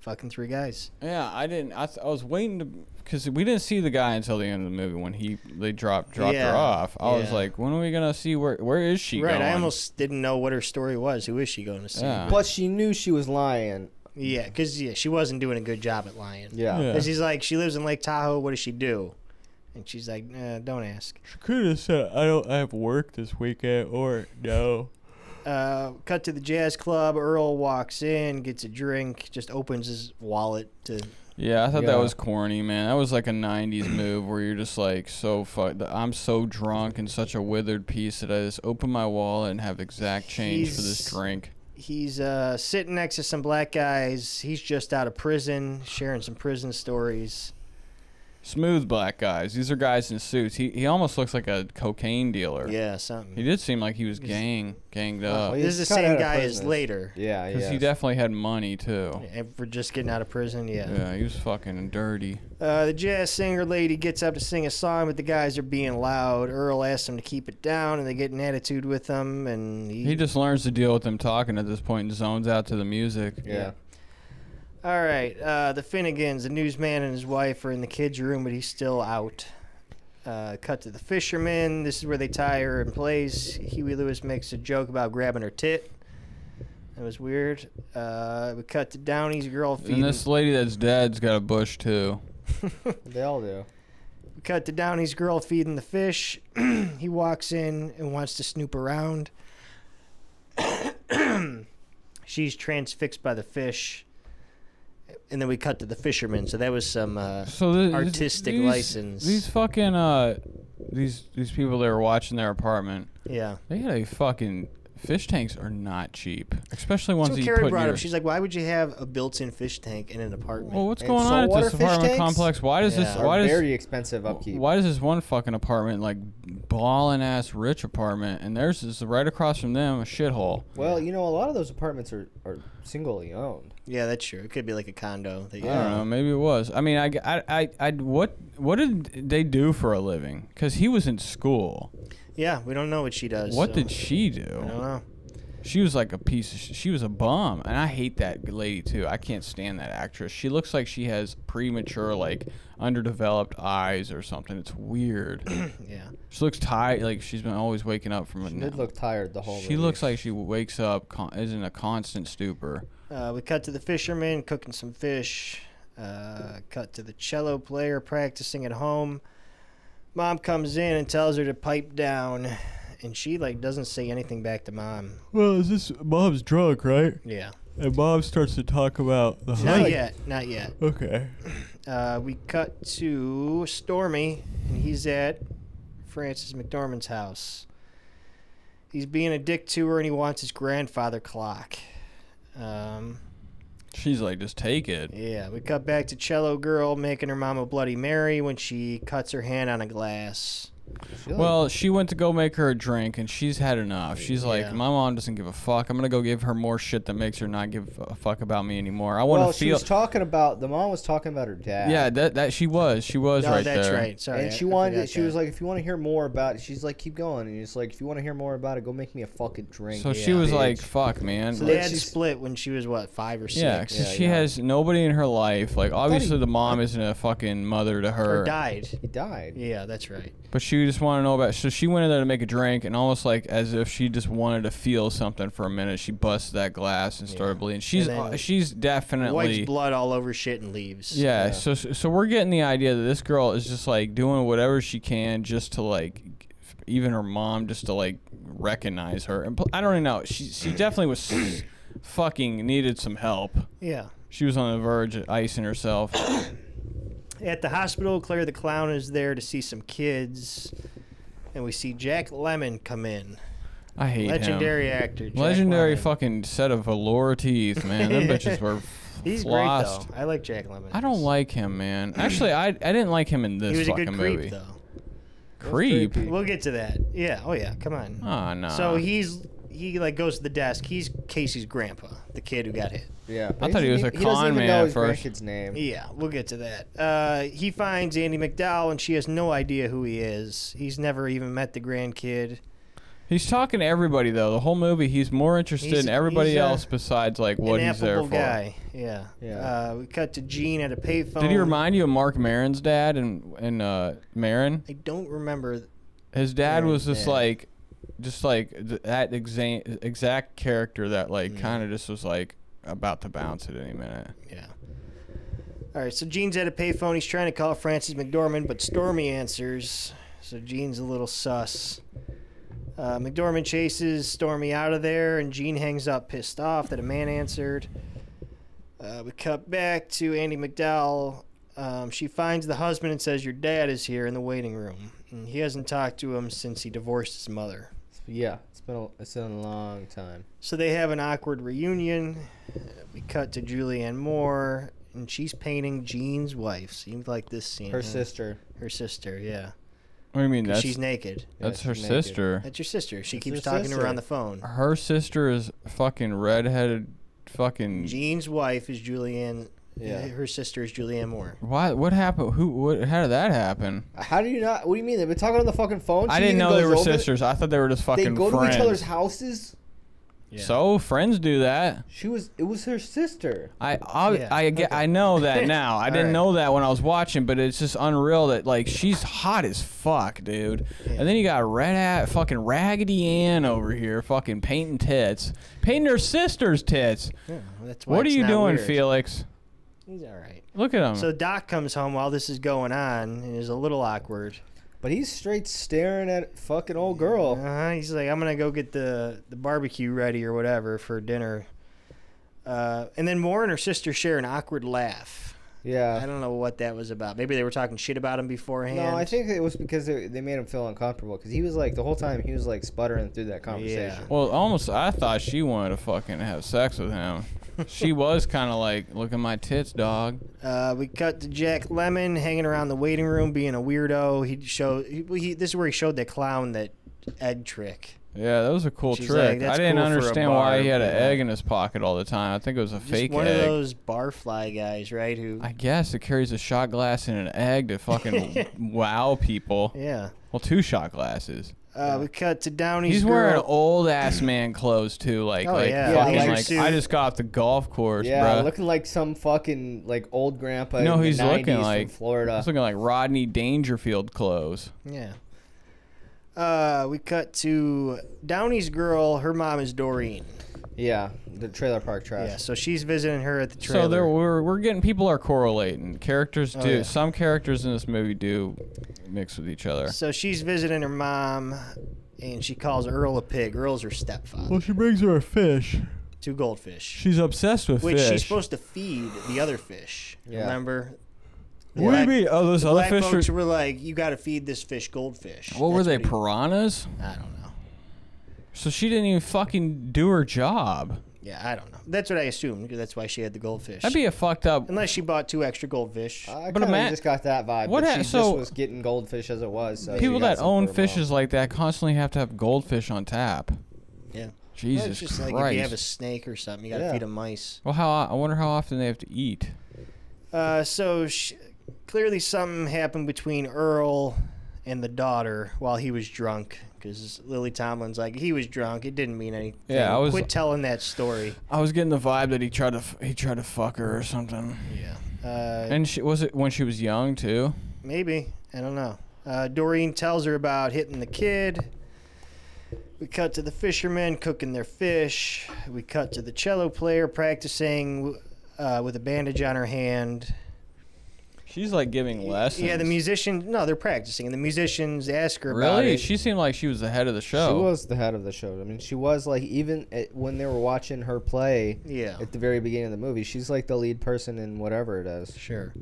S5: Fucking three guys.
S3: Yeah, I didn't. I, th- I was waiting to because we didn't see the guy until the end of the movie when he they dropped dropped
S5: Yeah,
S3: her off. I was
S5: yeah.
S3: like, when are we gonna see where where is she
S5: right.
S3: going?
S5: I almost didn't know what her story was. Who is she going to see?
S3: Yeah.
S4: But she knew she was lying.
S5: Yeah, because yeah, she wasn't doing a good job at lying.
S4: Yeah.
S3: Yeah.
S5: Because he's like, she lives in Lake Tahoe. What does she do? And she's like, nah, don't ask.
S3: could have said I don't. I have work this weekend or no.
S5: Uh, cut to the jazz club. Earl walks in, gets a drink, just opens his wallet to.
S3: Yeah, I thought
S4: Yeah.
S3: that was corny, man. That was like a '90s move where you're just like so fucked. I'm so drunk and such a withered piece that I just open my wallet and have exact change for this
S5: He's-
S3: drink.
S5: He's uh, sitting next to some black guys. He's just out of prison, sharing some prison stories.
S3: Smooth black guys. These are guys in suits. He he almost looks like a cocaine dealer.
S5: Yeah,
S3: He
S5: something.
S3: did seem like he was gang ganged up.
S4: Well,
S5: This is
S4: he's
S5: the
S4: cut out
S5: same
S4: of
S5: guy as
S4: prison.
S5: later.
S4: Yeah,
S3: Because
S4: yeah.
S3: he definitely had money too.
S5: And We're just getting out of prison.
S3: Yeah.
S5: yeah.
S3: he was fucking dirty.
S5: Uh, the jazz singer lady gets up to sing a song, but the guys are being loud. Earl asks them to keep it down, and they get an attitude with them. And he,
S3: He just learns to deal with them talking at this point and zones out to the music.
S4: yeah.
S5: all right. Uh, the Finnegans, the newsman and his wife, are in the kids' room, but he's still out. Uh, cut to the fisherman. This is where they tie her in place. Huey Lewis makes a joke about grabbing her tit. That was weird. Uh, we cut to Downey's girl feeding.
S3: And this lady that's dead's got a bush too.
S4: They all do.
S5: We cut to Downey's girl feeding the fish. he walks in and wants to snoop around. She's transfixed by the fish. And then we cut to the fisherman. So that was some. Uh,
S3: So th- these-
S5: Artistic
S3: these-
S5: license.
S3: These fucking uh, these these people that were watching their apartment,
S5: yeah.
S3: they had a fucking fish tanks are not cheap, especially ones
S5: So
S3: that you
S5: Carrie
S3: put
S5: brought
S3: in your.
S5: up. She's like, "Why would you have a built-in fish tank in an apartment?"
S3: well, what's
S4: And
S3: going on at
S4: saltwater
S3: this
S4: fish
S3: apartment
S4: tanks
S3: complex? Why does this?
S5: Yeah.
S4: Are
S3: Why does
S4: very expensive upkeep.
S3: Why does this one fucking apartment like ballin' ass rich apartment, and theirs is right across from them a shithole?
S4: Well, you know, a lot of those apartments are, are singly owned.
S5: yeah, that's true. It could be like a condo. That you
S3: I don't know. Maybe it was. I mean, I, I, I, I what, what did they do for a living? Because he was in school.
S5: Yeah, we don't know what she does.
S3: What
S5: so
S3: did she
S5: I don't
S3: do?
S5: know.
S3: She was like a piece. Of sh- she was a bum, and I hate that lady too. I can't stand that actress. She looks like she has premature, like underdeveloped eyes or something. It's weird.
S5: Yeah.
S3: she looks tired. Like she's been always waking up from a
S4: She did
S3: nap.
S4: look tired the whole.
S3: She
S4: movie.
S3: looks like she wakes up, con- is in a constant stupor.
S5: Uh, we cut to the fisherman cooking some fish. Uh, cut to the cello player practicing at home. Mom comes in and tells her to pipe down, and she like doesn't say anything back to mom.
S3: Well, Oh, is this mom's drunk, right?
S5: Yeah.
S3: And mom starts to talk about the
S5: Not yet. Not yet.
S3: Okay.
S5: Uh, we cut to Stormy, and he's at Francis McDormand's house. He's being a dick to her, and he wants his grandfather clock. Um,
S3: She's like, just take it.
S5: Yeah, we cut back to Cello Girl making her mom a Bloody Mary when she cuts her hand on a glass.
S4: She looked-
S3: Well, she went to go make her a drink, and she's had enough. She's like,
S5: Yeah.
S3: my mom doesn't give a fuck. I'm gonna go give her more shit that makes her not give a fuck about me anymore. I want to
S4: well, she
S3: feel.
S4: was talking about the mom was talking about her dad.
S3: yeah, that that she was. She was
S5: No,
S3: right
S5: that's
S3: there.
S5: right. Sorry.
S4: And she
S5: I- I
S4: wanted.
S5: forgot
S4: She
S5: that.
S4: was like, if you want to hear more about it, she's like, keep going. And he's like, if you want to hear more about it, go make me a fucking drink.
S3: So she
S5: Yeah,
S3: was
S4: bitch.
S3: like, fuck, man.
S5: So
S3: Like,
S5: they had
S4: she's-
S5: split when she was what five or six.
S3: yeah, 'cause
S4: Yeah,
S3: she
S4: yeah.
S3: has nobody in her life. Like, obviously, the mom isn't a fucking mother to
S5: or
S3: her.
S5: died.
S4: he died.
S5: Yeah, that's right.
S3: But she just wanted to know about. So she went in there to make a drink, and almost like as if she just wanted to feel something for a minute, she busted that glass and started bleeding. She's
S5: then
S3: uh, she's
S5: Wipes
S3: definitely
S5: blood all over shit and leaves.
S3: yeah, So so we're getting the idea that this girl is just like doing whatever she can just to like even her mom just to like recognize her. And pl- I don't even know. She she definitely was s- fucking needed some help.
S5: Yeah.
S3: She was on the verge of icing herself.
S5: At the hospital, Claire the clown is there to see some kids, and we see Jack Lemon come in.
S3: I hate him.
S5: Legendary actor. Jack
S3: Legendary
S5: Lemmon.
S3: fucking set of velour teeth, man. Them bitches were
S5: He's
S3: flossed.
S5: great though. I like Jack Lemon.
S3: I don't like him, man. Actually, I I didn't like him in this
S5: He was a
S3: fucking
S5: good creep
S3: movie.
S5: though.
S3: Creep.
S4: creepy.
S5: We'll get to that. Yeah. Oh yeah. Come on.
S3: Ah, no.
S5: So he's he like goes to the desk. He's Casey's grandpa, the kid who got hit.
S4: Yeah.
S3: I thought he was a
S4: doesn't
S3: con
S4: even
S3: man
S4: know
S3: at
S4: his
S3: first.
S4: grandkid's name.
S5: Yeah, we'll get to that. Uh, he finds Andy McDowell, and she has no idea who he is. He's never even met the grandkid.
S3: He's talking to everybody though. The whole movie, he's more interested
S5: He's-
S3: in everybody
S5: he's, uh,
S3: else besides like what he's there
S5: Ineffable
S3: for.
S5: guy. Oh. Yeah.
S4: Yeah.
S5: Uh, we cut to Gene at a payphone.
S3: Did he remind you of Mark Maron's dad and and uh, Maron?
S5: I don't remember. th-
S3: His dad
S5: Maron's
S3: was just
S5: dad.
S3: like, just like th- that exact exact character that like
S5: Mm.
S3: kind of just was like about to bounce at any minute.
S5: Yeah. All right. So Gene's at a payphone. He's trying to call Francis McDormand, but Stormy answers. So Gene's a little sus. Uh, McDormand chases Stormy out of there, and Gene hangs up, pissed off that a man answered. Uh, we cut back to Andy McDowell. Um, she finds the husband and says, "Your dad is here in the waiting room, and he hasn't talked to him since he divorced his mother."
S4: Yeah, it's been a, it's been a long time.
S5: So they have an awkward reunion. Uh, We cut to Julianne Moore, and she's painting Jean's wife. Seems like this scene.
S3: Mm-hmm.
S4: Her sister.
S5: Her sister, yeah.
S3: What do you mean?
S5: 'Cause
S3: That's
S5: she's naked.
S3: that's
S4: Yeah,
S3: her
S4: she's naked.
S3: sister.
S5: That's your sister. She
S4: That's
S5: keeps
S4: her
S5: talking to her
S4: sister.
S5: on the phone.
S3: Her sister is fucking redheaded. Fucking
S5: Jean's wife is Julianne. uh,
S4: Yeah.
S5: Her sister is Julianne Moore.
S3: why? What happened? Who? What? How did that happen?
S4: How do you not? What do you mean? They've been talking on the fucking phone.
S3: I
S4: She
S3: didn't
S4: even
S3: know they
S4: goes
S3: were
S4: over-
S3: sisters. I thought they were just fucking
S4: They go
S3: friends.
S4: to each other's houses.
S3: So friends do that.
S4: She was. It was her sister.
S3: I I,
S5: Yeah,
S3: I, get- I know that now. I didn't
S5: Alright.
S3: know that when I was watching, but it's just unreal that like she's hot as fuck, dude. And then you got red hat fucking Raggedy Ann over here, fucking painting tits, painting her sister's tits.
S5: Yeah, that's why
S3: What are
S5: it's
S3: you
S5: not
S3: doing,
S5: weird.
S3: Felix?
S5: He's all right.
S3: Look at him.
S5: So Doc comes home while this is going on and is a little awkward.
S4: But he's straight staring at fucking old girl.
S5: Uh-huh. He's like, I'm gonna go get the the barbecue ready or whatever for dinner. Uh, and then Moore and her sister share an awkward laugh. I
S4: Yeah.
S5: don't know what that was about. Maybe they were talking shit about him beforehand.
S4: No, I think it was because they, they made him feel uncomfortable. Because he was like the whole time he was like sputtering through that conversation.
S3: well, almost I thought she wanted to fucking have sex with him. she was kind of like, look at my tits, dog.
S5: Uh, we cut to Jack Lemon hanging around the waiting room, being a weirdo. He showed. He, he, this is where he showed the clown that egg trick.
S3: Yeah, that was a cool
S5: She's like,
S3: trick. I
S5: "That's
S3: didn't
S5: cool for a
S3: understand why
S5: bar,
S3: he had an
S5: but, uh,
S3: egg in his pocket all the time. I think it was a
S5: Just
S3: fake
S5: one
S3: egg.
S5: of those barfly guys, right? Who?
S3: I guess it carries a shot glass and an egg to fucking wow people.
S5: yeah.
S3: Well, two shot glasses.
S5: Uh, we cut to Downey's.
S3: He's wearing
S5: girl.
S3: old ass man clothes too, like
S5: Oh,
S3: like
S5: yeah.
S4: Yeah,
S3: fucking
S4: leisure
S3: like
S5: suit.
S3: I just got off the golf course,
S4: Yeah,
S3: bro.
S4: looking like some fucking like old grandpa.
S3: No,
S4: in
S3: he's
S4: the 90s
S3: looking
S4: from
S3: like-
S4: Florida.
S3: It's looking like Rodney Dangerfield clothes.
S5: Yeah. Uh, we cut to Downey's girl. Her mom is Doreen.
S4: Yeah, the trailer park trash.
S5: Yeah, so she's visiting her at the trailer. Oh,
S3: So there we're we're getting people are correlating. Characters do
S5: yeah.
S3: some characters in this movie do mix with each other.
S5: So she's visiting her mom, and she calls Earl a pig. Earl's her stepfather.
S3: she brings her a fish.
S5: Two goldfish,
S3: She's obsessed with
S5: which she's supposed to feed the other fish.
S4: Yeah.
S5: Remember?
S3: what do you
S5: Black-
S3: mean? Oh, those other
S5: Black
S3: fish.
S5: folks
S3: Were,
S5: were like, "You got to feed this fish goldfish."
S3: what were
S5: That's
S3: they?
S5: he-
S3: Piranhas.
S5: I don't know.
S3: So she didn't even fucking do her job.
S5: Yeah, I don't know. That's what I assumed. 'cause that's why she had the goldfish.
S3: That'd be a fucked up.
S5: Unless she bought two extra goldfish.
S4: I
S3: But
S4: kind
S3: ima-
S4: of just got that vibe.
S3: what
S4: What? But
S3: ha-
S4: she
S3: so-
S4: just was getting goldfish as it was. So she
S3: People
S4: got
S3: that
S4: some
S3: own
S4: for her mom.
S3: fishes like that constantly have to have goldfish on tap.
S5: yeah. Well,
S3: Jesus
S5: it's just like if you have
S3: Christ.
S5: a snake or something, you got to
S4: Yeah.
S5: feed them mice.
S3: well, how I wonder how often they have to eat.
S5: Uh, so sh clearly something happened between Earl and the daughter while he was drunk. Because Lily Tomlin's like, he was drunk. It didn't mean anything.
S3: Yeah, I was-
S5: Quit telling that story.
S3: I was getting the vibe that he tried to f- he tried to fuck her or something.
S5: Yeah. Uh,
S3: And she was it when she was young too.
S5: maybe. I don't know. Uh, Doreen tells her about hitting the kid. We cut to the fishermen cooking their fish. We cut to the cello player practicing uh, with a bandage on her hand.
S3: She's like giving lessons.
S5: Yeah, the musician. No, they're practicing, and the musicians ask her about
S3: Really?
S5: it.
S3: She seemed like she was the head of the
S4: She
S3: show.
S4: was the head of the show. I mean, she was like even at, when they were watching her play
S5: yeah,
S4: at the very beginning of the movie, she's like the lead person in whatever it is.
S5: sure.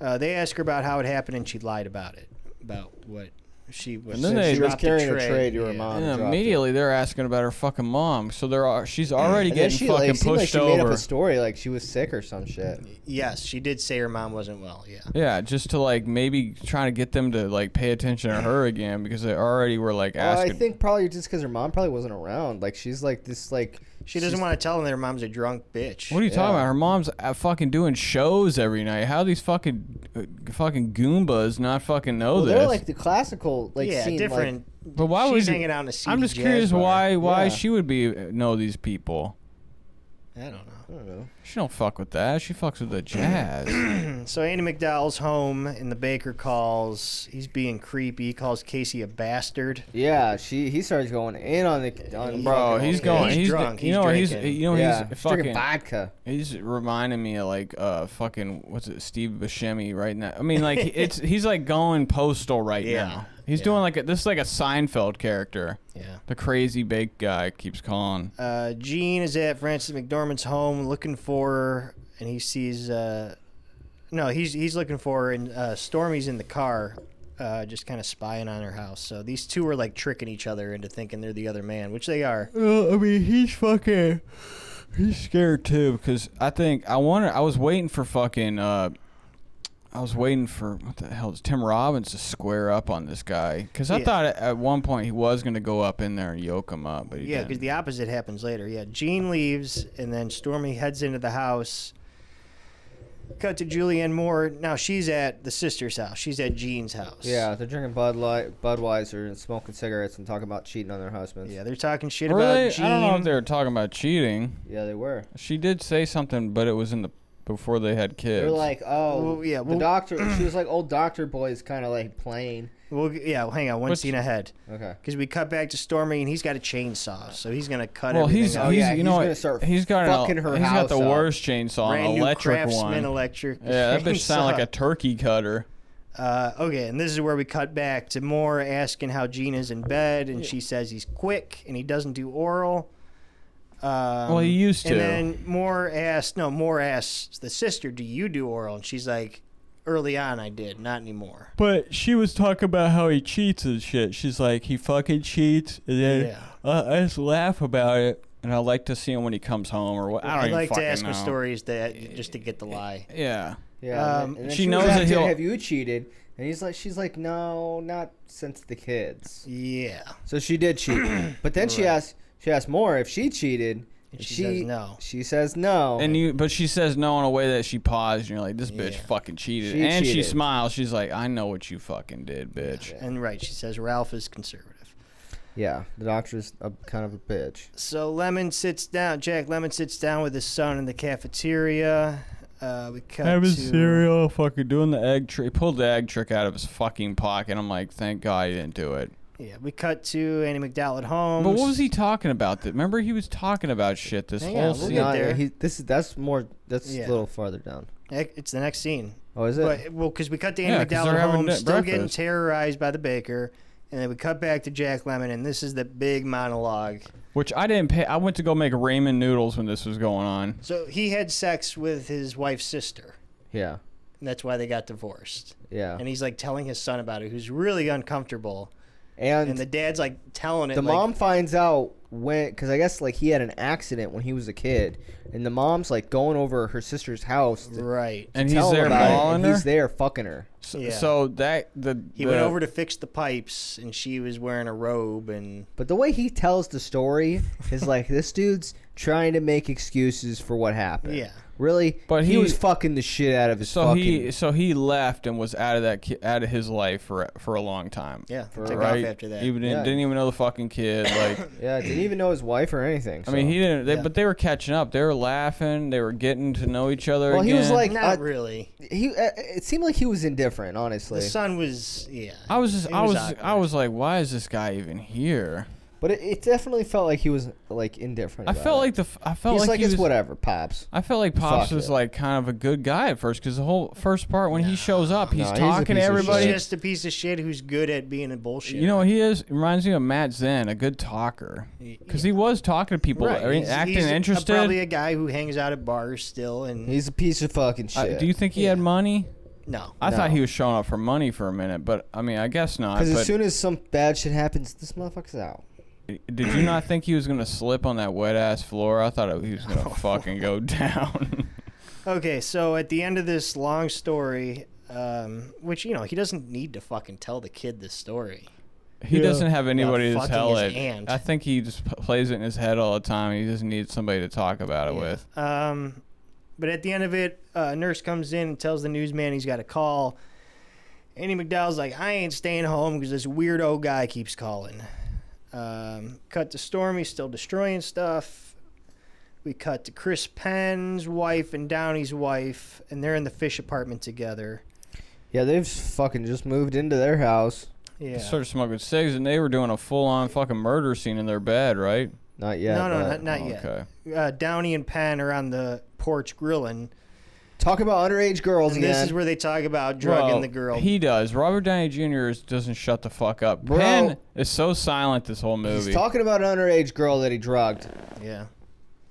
S5: Uh, they ask her about how it happened, and she lied about it, about what she was.
S3: And then
S5: since
S3: they-
S5: she
S3: She was
S5: dropped
S4: carrying
S5: the
S4: a
S5: tray.
S4: tray to her
S5: yeah.
S4: mom.
S3: And
S4: dropped it.
S3: immediately they're asking about her fucking mom. So there are she's already
S4: And then
S3: getting
S4: she, like,
S3: fucking
S4: seemed like
S3: pushed
S4: she made
S3: over.
S4: up a story like she was sick or some shit.
S5: Yes, she did say her mom wasn't well. Yeah,
S3: Yeah, just to like maybe trying to get them to like pay attention to her again because they already were like
S4: Well,
S3: asking.
S4: I think probably just because her mom probably wasn't around. Like she's like this like
S5: she doesn't
S4: she's-
S5: want to tell them that her mom's a drunk bitch.
S3: what are you talking
S4: yeah.
S3: about? Her mom's uh, fucking doing shows every night. How are these fucking uh, fucking Goombas not fucking know
S4: Well,
S3: this.
S4: they're like the classical, like
S5: yeah,
S4: scene, like-
S5: different.
S3: but why
S5: She's
S3: would you-
S5: hanging out in a seedy
S3: I'm just
S5: jazz
S3: curious
S5: bar.
S3: why why
S4: Yeah.
S3: she would be uh, know these people.
S5: I don't know.
S4: I don't know.
S3: She don't fuck with that. She fucks with the jazz.
S5: So Andy McDowell's home, and the baker calls. He's being creepy. He calls Casey a bastard.
S4: Yeah, she he starts going in on the on
S3: Bro,
S4: fucking-
S3: he's going.
S5: he's
S3: he's
S5: drunk,
S3: You
S5: he's
S3: know what he's.
S5: drinking.
S3: You know what
S4: yeah,
S3: he's
S4: he's
S3: fucking.
S4: drinking vodka.
S3: He's reminding me of like uh fucking what's it Steve Buscemi right now. I mean like it's he's like going postal right
S5: Yeah.
S3: now. He's
S5: Yeah.
S3: doing like a, this is like a Seinfeld character.
S5: Yeah.
S3: The crazy big guy keeps calling.
S5: Uh, Gene is at Francis McDormand's home looking for her, and he sees. Uh, no, he's he's looking for her, and uh, Stormy's in the car, uh, just kind of spying on her house. So these two are like tricking each other into thinking they're the other man, which they are.
S3: Well, I mean, he's fucking. He's scared too because I think I wanted. I was waiting for fucking. uh I was waiting for what the hell is Tim Robbins to square up on this guy because I
S5: Yeah.
S3: thought at- at one point he was gonna go up in there and yoke him up, but he
S5: Yeah, because
S3: didn't.
S5: the opposite happens later. Yeah, Gene leaves, and then Stormy heads into the house. Cut to Julianne Moore. Now she's at the sister's house. She's at Gene's house.
S4: Yeah, they're drinking Bud Light, Budweiser, and smoking cigarettes and talking about cheating on their husbands.
S5: Yeah, they're talking shit
S3: Were they-
S5: about Gene.
S3: I don't know if they were talking about cheating.
S4: yeah, they were.
S3: She did say something, but it was in the before they had kids.
S4: They were like, oh,
S5: Well, yeah,
S4: yeah,
S5: well-
S4: the doctor. she was like, old doctor boy is kind of like playing.
S5: Well, yeah, well, hang on. One
S3: What's-
S5: scene ahead.
S4: Okay.
S5: Because we cut back to Stormy, and he's got a chainsaw, so he's going to cut
S3: well,
S5: everything
S3: he's,
S5: up.
S4: Oh,
S3: he's
S4: yeah,
S3: you
S4: he's
S3: know
S4: gonna
S3: what?
S4: start
S3: he's got an el-
S4: fucking her
S3: he's got
S4: house
S3: the
S4: up.
S3: worst chainsaw,
S5: Brand
S3: an
S5: new
S3: electric
S5: Craftsman
S3: one.
S5: electric.
S3: yeah, that bitch sounded like a
S5: chainsaw.
S3: turkey cutter.
S5: Uh, okay, and this is where we cut back to Moore asking how Gene is in bed, and she says he's quick and he doesn't do oral. Um,
S3: Well, he used to.
S5: And then Moore asks, no, Moore asks the sister, "Do you do oral?" And she's like, "Early on, I did, not anymore."
S3: But she was talking about how he cheats and shit. She's like, he fucking cheats, and then
S5: Yeah.
S3: uh, I just laugh about it. And I like to see him when he comes home or what. I don't
S5: I'd
S3: even
S5: like to
S3: fucking
S5: ask
S3: know.
S5: him stories that just to get the lie.
S3: Yeah,
S4: Yeah.
S5: Um,
S4: and then, and then
S3: she
S4: she,
S3: knows
S4: knows
S3: that
S4: that
S3: he'll-
S4: Have you cheated? And he's like, she's like, no, not since the kids.
S5: Yeah.
S4: So she did cheat, but then she asked she asked more if she cheated. And
S5: she says no.
S4: She says no.
S3: and you, but she says no in a way that she paused, and you're like, "This bitch
S5: Yeah.
S3: fucking cheated."
S4: She
S3: and she
S4: cheated.
S3: smiles. She's like, "I know what you fucking did, bitch."
S5: And right, she says Ralph is conservative.
S4: yeah, the doctor's a, kind of a bitch.
S5: So Lemon sits down. Jack Lemon sits down with his son in the cafeteria. Uh, we cut
S3: having
S5: to-
S3: cereal, fucking doing the egg trick. He pulled the egg trick out of his fucking pocket. I'm like, thank God he didn't do it.
S5: Yeah, we cut to Andy McDowell at home.
S3: But what was he talking about? That remember he was talking about shit this
S5: Hang
S3: whole
S5: on, we'll
S3: scene.
S5: get
S4: No,
S5: there.
S4: he, this is that's more that's
S5: Yeah.
S4: a little farther down.
S5: It's the next scene.
S4: Oh, is it?
S5: But well, because we cut to
S3: Yeah,
S5: Andy
S3: 'cause
S5: McDowell
S3: they're
S5: at
S3: having
S5: home,
S3: di-
S5: still getting
S3: breakfast.
S5: terrorized by the baker, and then we cut back to Jack Lemon, and this is the big monologue.
S3: Which I didn't pay. I went to go make ramen noodles when this was going on.
S5: So he had sex with his wife's sister,
S4: yeah,
S5: and that's why they got divorced.
S4: yeah.
S5: And he's like telling his son about it, who's really uncomfortable.
S4: And,
S5: And the dad's like telling it.
S4: the
S5: like,
S4: mom finds out when because I guess like he had an accident when he was a kid, and the mom's like going over her sister's house. To
S5: Right.
S3: And
S4: tell
S3: he's
S4: him
S3: there
S4: about it, and
S3: balling her.
S4: He's there fucking her.
S3: So,
S5: Yeah.
S3: so that the
S5: He went over to fix the pipes, and she was wearing a robe, and
S4: But the way he tells the story is like this dude's trying to make excuses for what happened.
S5: Yeah.
S4: Really?
S3: But
S4: he,
S3: he-
S4: was fucking the shit out of his
S3: So
S4: fucking
S3: he so he left and was out of that ki- out of his life for for a long time.
S5: yeah, took
S3: Right.
S5: off after that.
S3: Even didn't,
S4: Yeah.
S3: didn't even know the fucking kid. Like
S4: Yeah, didn't even know his wife or anything.
S3: I mean,
S4: so-
S3: he didn't. They,
S5: Yeah.
S3: But they were catching up. They were laughing. They were getting to know each other.
S4: Well, he was
S3: again.
S4: like-
S5: Not
S4: I-
S5: really.
S4: he uh, it seemed like he was indifferent, honestly.
S5: The son was yeah.
S3: I was just,
S5: It
S3: I was,
S5: awkward.
S3: I was like, why is this guy even here?
S4: But it, it definitely felt like he was like indifferent.
S3: I
S4: about
S3: felt
S4: it.
S3: like the, f- I felt
S4: he's
S3: like,
S4: like,
S3: he
S4: it's
S3: was,
S4: whatever, pops.
S3: I felt like Pops
S4: Fuck
S3: was
S4: it.
S3: like kind of a good guy at first because the whole first part when he shows up, he's
S4: Nah, he's a
S3: talking to
S4: piece of
S5: He's
S3: everybody.
S4: shit.
S5: just a piece of shit who's good at being a bullshit.
S3: You know what he is? Reminds me of Matt Zen, a good talker, because he was talking to people,
S5: Right.
S3: I mean,
S5: He's-
S3: acting
S5: he's a-
S3: interested.
S5: probably a guy who hangs out at bars still, and
S4: He's a piece of fucking
S3: Uh,
S4: shit.
S3: do you think he had money?
S5: no,
S3: I thought
S4: No.
S3: he was showing up for money for a minute, but I mean, I guess not.
S4: Because as
S3: But
S4: soon as some bad shit happens, this motherfucker's out.
S3: did you not think he was gonna slip on that wet ass floor? I thought he was gonna fucking go down.
S5: Okay, so at the end of this long story, um, which you know he doesn't need to fucking tell the kid this story.
S3: He doesn't have anybody to
S5: fucking
S3: tell
S5: his
S3: it.
S5: aunt.
S3: I think he just p- plays it in his head all the time. He just needs somebody to talk about it with.
S5: Um, But at the end of it, uh, a nurse comes in and tells the newsman he's got a call. Andy McDowell's like, I ain't staying home because this weirdo guy keeps calling. Um, cut to Stormy still destroying stuff. We cut to Chris Penn's wife and Downey's wife, and they're in the fish apartment together.
S4: Yeah, they've fucking just moved into their house.
S5: Yeah.
S3: Started smoking cigs, and they were doing a full-on fucking murder scene in their bed, right? Oh,
S4: Not yet.
S5: no, no,
S4: but-
S5: not, not yet.
S3: Okay.
S5: Uh, Downey and Penn are on the porch grilling.
S4: Talk about underage girls
S5: And
S4: again.
S5: this is where they talk about drugging
S3: Well,
S5: the girl.
S3: He does. Robert Downey Jr. Is, doesn't shut the fuck up.
S4: Bro.
S3: Penn is so silent this whole movie.
S4: He's talking about an underage girl that he drugged.
S5: yeah.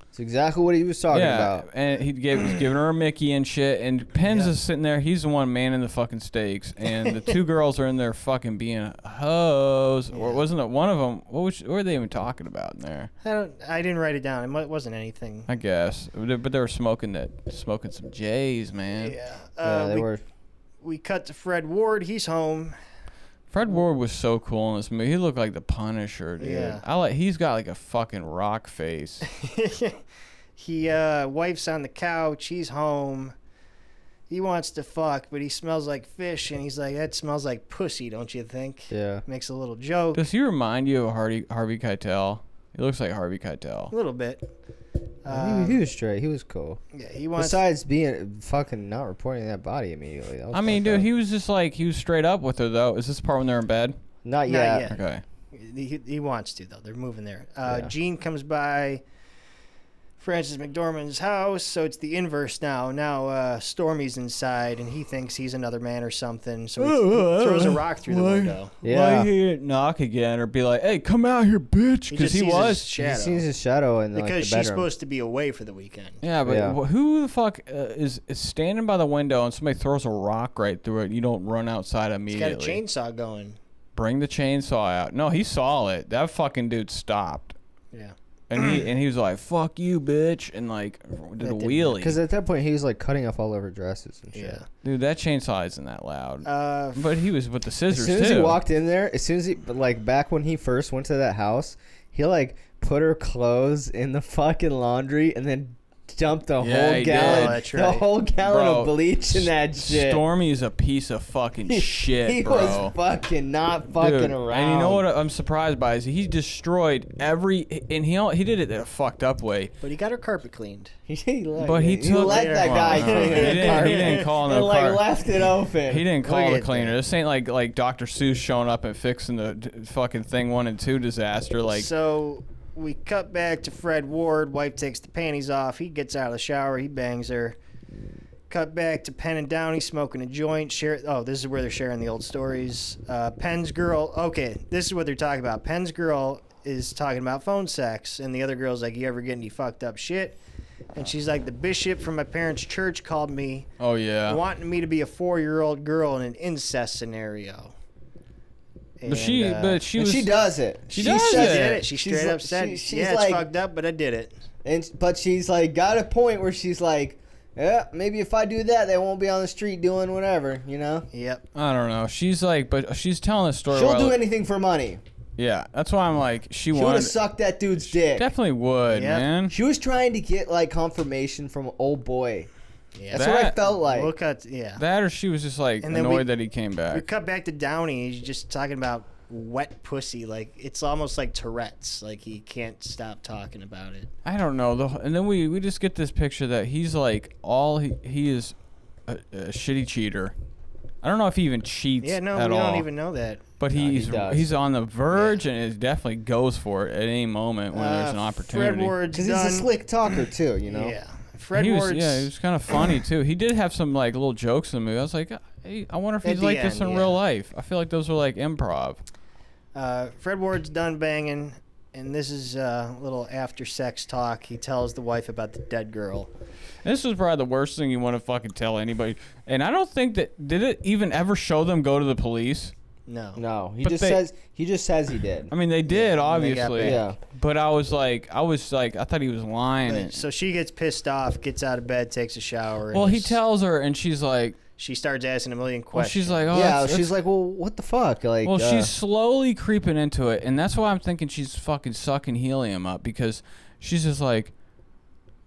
S4: It's exactly what he was talking
S3: yeah,
S4: about.
S3: and he gave was giving her a Mickey and shit, and Penn's
S5: Yeah.
S3: is sitting there. He's the one man in the fucking stakes, and the two girls are in there fucking being hoes. Or wasn't it one of them? What, was, what were they even talking about in there?
S5: I don't. I didn't write it down. It mu- wasn't anything.
S3: I guess, but they were smoking that, smoking some J's, man.
S5: Yeah.
S4: Yeah,
S5: Uh,
S4: they
S5: we,
S4: were.
S5: we cut to Fred Ward. He's home.
S3: Fred Ward was so cool in this movie. He looked like the Punisher, dude.
S5: Yeah.
S3: I like. He's got like a fucking rock face.
S5: he uh, wife's on the couch. He's home. He wants to fuck, but he smells like fish, and he's like, "That smells like pussy, don't you think?"
S4: Yeah.
S5: Makes a little joke,
S3: Does he remind you of Hardy Harvey Keitel? He looks like Harvey Keitel.
S5: a little bit.
S4: He-
S5: Um,
S4: he, was straight. He was cool.
S5: yeah, he wants.
S4: Besides being fucking not reporting that body immediately. That was
S3: I mean,
S4: fucked
S3: dude,
S4: up.
S3: he was just like he was straight up with her though. Is this the part when they're in bed?
S4: Not
S5: Not
S4: yet.
S5: yet.
S3: Okay.
S5: He, he wants to though. They're moving there. Uh,
S4: Yeah.
S5: Gene comes by Francis McDormand's house, so it's the inverse now. Now uh, Stormy's inside, and he thinks he's another man or something. So he
S3: Oh, oh,
S5: throws a
S3: oh.
S5: rock through the
S3: Why?
S5: window.
S4: Yeah.
S3: Why he didn't knock again or be like, "Hey, come out here, bitch,"
S5: He
S3: because
S5: just
S3: he,
S5: sees
S3: was.
S5: his
S4: He
S5: shadow
S4: sees his shadow in like,
S5: because
S4: the bedroom.
S5: she's supposed to be away for the weekend.
S3: yeah, but
S4: Yeah.
S3: wh- who the fuck uh, is, is standing by the window and somebody throws a rock right through it? You don't run outside
S5: He's got
S3: immediately.
S5: a chainsaw going.
S3: Bring the chainsaw out. No, he saw it. That fucking dude stopped,
S5: Yeah,
S3: and he and he was like, "Fuck you, bitch," and like did a
S5: didn't-
S3: wheelie.
S4: Because at that point, he was like cutting off all of her dresses and shit.
S5: yeah.
S3: Dude, that chainsaw isn't that loud.
S5: Uh,
S3: but he was with the
S4: As
S3: scissors
S4: soon as
S3: too.
S4: he walked in there, as soon as he but, like back when he first went to that house, he like put her clothes in the fucking laundry and then dumped a
S3: Yeah,
S4: whole
S3: he
S4: gallon,
S3: did. Oh,
S5: that's
S4: the
S5: right.
S4: whole gallon
S3: Bro,
S4: of bleach in that
S3: S-
S4: shit.
S3: Stormy is a piece of fucking shit,
S4: he
S3: bro.
S4: was fucking not fucking
S3: Dude,
S4: around.
S3: And you know what I'm surprised by is he destroyed every and he al- he did it in a fucked up way.
S5: but he got her carpet cleaned.
S4: he let,
S3: But he
S4: it.
S3: took-
S4: let that
S3: Well,
S4: guy
S3: no,
S4: clean
S3: he
S4: it
S3: didn't- he
S4: apart
S3: didn't call no
S4: and like
S3: part.
S4: left it open.
S3: He didn't call
S5: Look
S3: the
S5: at
S3: cleaner.
S5: that.
S3: This ain't like like Dr. Seuss showing up and fixing the d- fucking thing one and two disaster. Like
S5: so we cut back to Fred Ward. Wife takes the panties off. He gets out of the shower. He bangs her. Cut back to Penn and Downey smoking a joint. Share. Oh, this is where they're sharing the old stories. Uh, Penn's girl. Okay, this is what they're talking about. Penn's girl is talking about phone sex, and the other girl's like, "You ever get any fucked up shit?" And she's like, "The bishop from my parents' church called me,
S3: oh yeah.
S5: wanting me to be a four-year-old girl in an incest scenario."
S3: But she
S5: And, uh,
S3: but she
S4: And
S3: was
S4: she does it.
S3: She does
S5: she
S4: says
S3: it.
S5: did it. She
S4: She's
S5: straight
S4: like-
S5: up said,
S4: she- she's
S5: "Yeah, it's
S4: like-
S5: fucked up, but I did it."
S4: And but she's like got a point where she's like, yeah, maybe if I do that, they won't be on the street doing whatever, you know.
S5: Yep.
S3: I don't know. She's like but she's telling a story
S4: She'll
S3: where-
S4: do anything for money.
S3: Yeah, that's why I'm like she,
S4: She would
S3: wanted
S4: have sucked that dude's dick.
S3: definitely would,
S5: Yeah.
S3: man.
S4: She was trying to get like confirmation from old boy.
S5: Yeah.
S4: That's what I
S3: That-
S4: felt like.
S5: we'll cut. Yeah.
S3: That or she was just like
S5: And then
S3: annoyed
S5: we-
S3: that he came
S5: we
S3: back.
S5: cut back to Downey. He's just talking about wet pussy. Like it's almost like Tourette's. Like he can't stop talking about it.
S3: I don't know. The, wh- and then we, we just get this picture that he's like all he, he is a, a shitty cheater. I don't know if he even cheats
S5: Yeah. No,
S3: at
S5: we
S3: all.
S5: don't even know that.
S3: but
S4: he
S3: he's
S4: does.
S3: he's on the verge and it definitely goes for it at any moment when there's
S5: Uh,
S3: an
S5: Fred
S3: opportunity.
S5: Ward's
S4: Cause he's
S5: done.
S4: a slick talker too, you know.
S5: Yeah. Fred
S3: he was
S5: Ward's.
S3: yeah, he was kind of funny too. He did have some like little jokes in the movie. I was like, hey, I wonder if
S5: At
S3: he's
S5: the
S3: like this in
S5: end,
S3: real
S5: yeah.
S3: life. I feel like those are like improv.
S5: Uh, Fred Ward's done banging, and this is uh, a little after sex talk. He tells the wife about the dead girl.
S3: This was probably the worst thing you want to fucking tell anybody. And I don't think that did it even ever show them go to the police.
S5: No.
S4: No, he
S3: But
S4: just
S3: they-
S4: says he just says he did.
S3: I mean, they did
S5: and they got
S3: obviously.
S5: back.
S4: Yeah.
S3: But I was like, I was like, I thought he was lying.
S5: But-
S3: and-
S5: So she gets pissed off, gets out of bed, takes a shower. and
S3: well, he
S5: is-
S3: tells her, and she's like,
S5: She starts asking a million
S3: well,
S5: questions.
S3: she's like, oh,
S4: yeah,
S3: that's-
S4: she's like, well, what the fuck? Like,
S3: well,
S4: uh,
S3: she's slowly creeping into it, and that's why I'm thinking she's fucking sucking helium up because she's just like,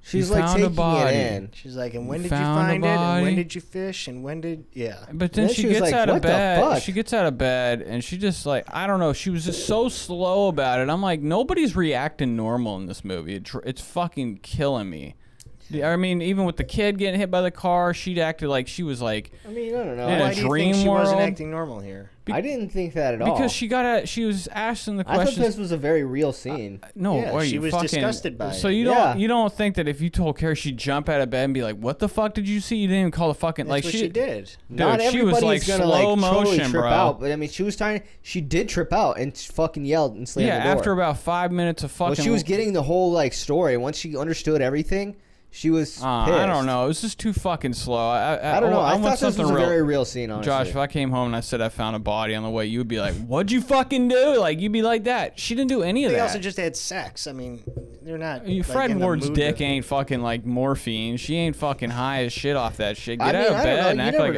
S4: She's
S3: You
S4: like
S3: found a
S4: taking
S3: body.
S4: it in.
S5: She's like, and when
S3: You
S5: did you
S3: found a
S5: find it? And
S3: body?
S5: when did you fish? And when did yeah?
S3: But then
S4: Then
S3: she
S4: she was
S3: gets
S4: like,
S3: out of
S4: "What the
S3: bed.
S4: fuck?"
S3: She gets out of bed and she just like I don't know. She was just so slow about it. I'm like nobody's reacting normal in this movie. It, dr- it's fucking killing me. Yeah, I mean, even with the kid getting hit by the car, she acted like she was like
S4: I mean, I don't know.
S3: Yeah,
S5: Why
S3: a
S5: do you
S3: dream
S5: think she wasn't
S3: world?
S5: acting normal here?
S4: I didn't think that at all.
S3: because she got at she was asking the
S4: Oh. I thought
S3: questions.
S4: this was a very real scene.
S3: no,
S5: Yeah,
S3: are
S5: she
S3: you
S5: was
S3: fucking,
S5: disgusted by
S3: So
S5: it.
S3: you
S4: Yeah.
S3: don't you don't think that if you told Carrie she'd jump out of bed and be like, "What the fuck did you see? You didn't even call the fucking
S5: That's
S3: like
S5: what she, did.
S3: Dude,
S4: Not
S3: she was
S4: everybody's
S3: like
S4: gonna
S3: slow
S4: like totally
S3: motion,
S4: trip
S3: bro.
S4: out, but I mean, she was trying. She did trip out and s- fucking yelled and slammed
S3: yeah,
S4: the door.
S3: after about five minutes of fucking,
S4: well, she was getting the whole like story. Once she understood everything, she was.
S3: Uh, I don't know. It was just too fucking slow. I, I,
S4: I don't know. I,
S3: want
S4: thought this
S3: something
S4: was a
S3: real.
S4: very real scene. Honestly,
S3: Josh, if I came home and I said I found a body on the way, you'd be like, "What'd you fucking do?" Like you'd be like that. She didn't do any of
S5: They
S3: that.
S5: also just had sex. I mean, they're not.
S3: You-
S5: like,
S3: Fred
S5: in the
S3: Ward's
S5: mood
S3: dick
S5: to-
S3: ain't fucking like morphine. She ain't fucking high as shit off that shit. Get
S4: I
S3: out
S4: mean,
S3: of
S4: I
S3: bed
S4: don't
S3: and
S4: know. You
S3: act
S4: never
S3: like.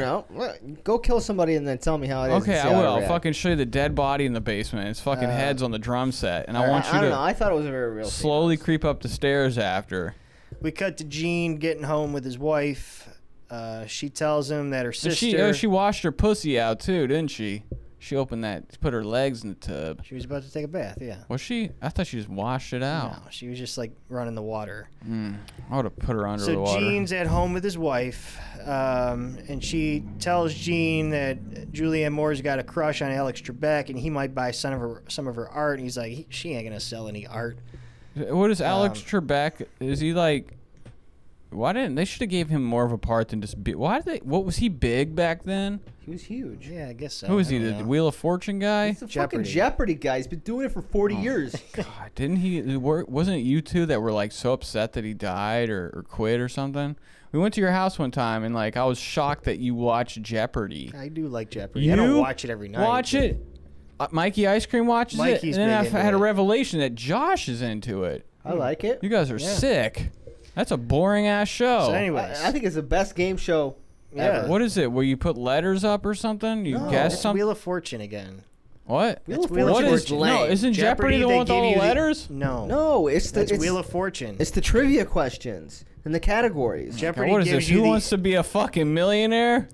S3: a-
S4: know. What? Go kill somebody and then tell me how it is. and
S3: Okay,
S4: see
S3: I
S4: how
S3: will. I'll
S4: react. Uh,
S3: fucking show you the dead body in the basement. It's fucking heads on the drum set, and I
S4: I,
S3: want you
S4: I don't know.
S3: to
S4: I thought it was a very real. scene.
S3: slowly creep up the stairs after.
S5: We cut to Gene getting home with his wife. Uh, she tells him that her
S3: But
S5: sister.
S3: she, oh, she washed her pussy out too, didn't she? She opened that, put her legs in the tub.
S5: she was about to take a bath. Yeah.
S3: Was she? I thought she just washed it out.
S5: No, she was just like running the water.
S3: I would have put her under the
S5: So
S3: water.
S5: Gene's at home with his wife, um, and she tells Gene that Julianne Moore's got a crush on Alex Trebek, and he might buy some of her some of her art. And he's like, "He- she ain't gonna sell any art.
S3: What is Alex
S5: um,
S3: Trebek? Is he like? Why didn't they should have gave him more of a part than just? Be, why did they? What was he big back then?
S4: He was huge.
S5: Yeah, I guess so.
S3: Who is
S5: I
S3: he?
S5: don't
S3: The
S5: know.
S3: Wheel of Fortune guy?
S4: He's the
S5: Jeopardy.
S4: fucking Jeopardy guy. He's been doing it for 40 years.
S3: Oh, God, didn't he? were- Wasn't it you two that were like so upset that he died or, or quit or something? We went to your house one time and like I was shocked that you watched Jeopardy.
S5: I do like Jeopardy.
S3: You
S5: I don't watch it every night.
S3: Watch
S5: but
S3: it. Uh, Mikey Ice Cream watches
S5: Mikey's
S3: it, and
S5: big
S3: then I
S5: into
S3: had a
S5: it.
S3: revelation that Josh is into it.
S4: I like it.
S3: You guys are sick. That's a boring ass show.
S5: So
S4: I,
S5: anyways,
S4: I think it's the best game show
S5: Yeah.
S4: ever.
S3: What is it? Where you put letters up or something? You
S4: No,
S3: guess
S5: it's
S3: something?
S5: Wheel of Fortune again.
S3: What?
S4: Wheel of
S5: Wheel of
S3: What is?
S4: Fortune's
S3: No,
S4: lame.
S3: isn't Jeopardy, the
S5: they
S3: one with
S5: give
S3: all
S5: you
S3: the letters?
S5: No,
S4: No, it's the
S5: That's
S4: it's,
S5: Wheel of Fortune.
S4: it's the trivia questions and the categories.
S5: Jeopardy
S3: God, what is
S5: gives
S3: this?
S5: you
S3: Who
S5: the-
S3: wants to be a fucking millionaire?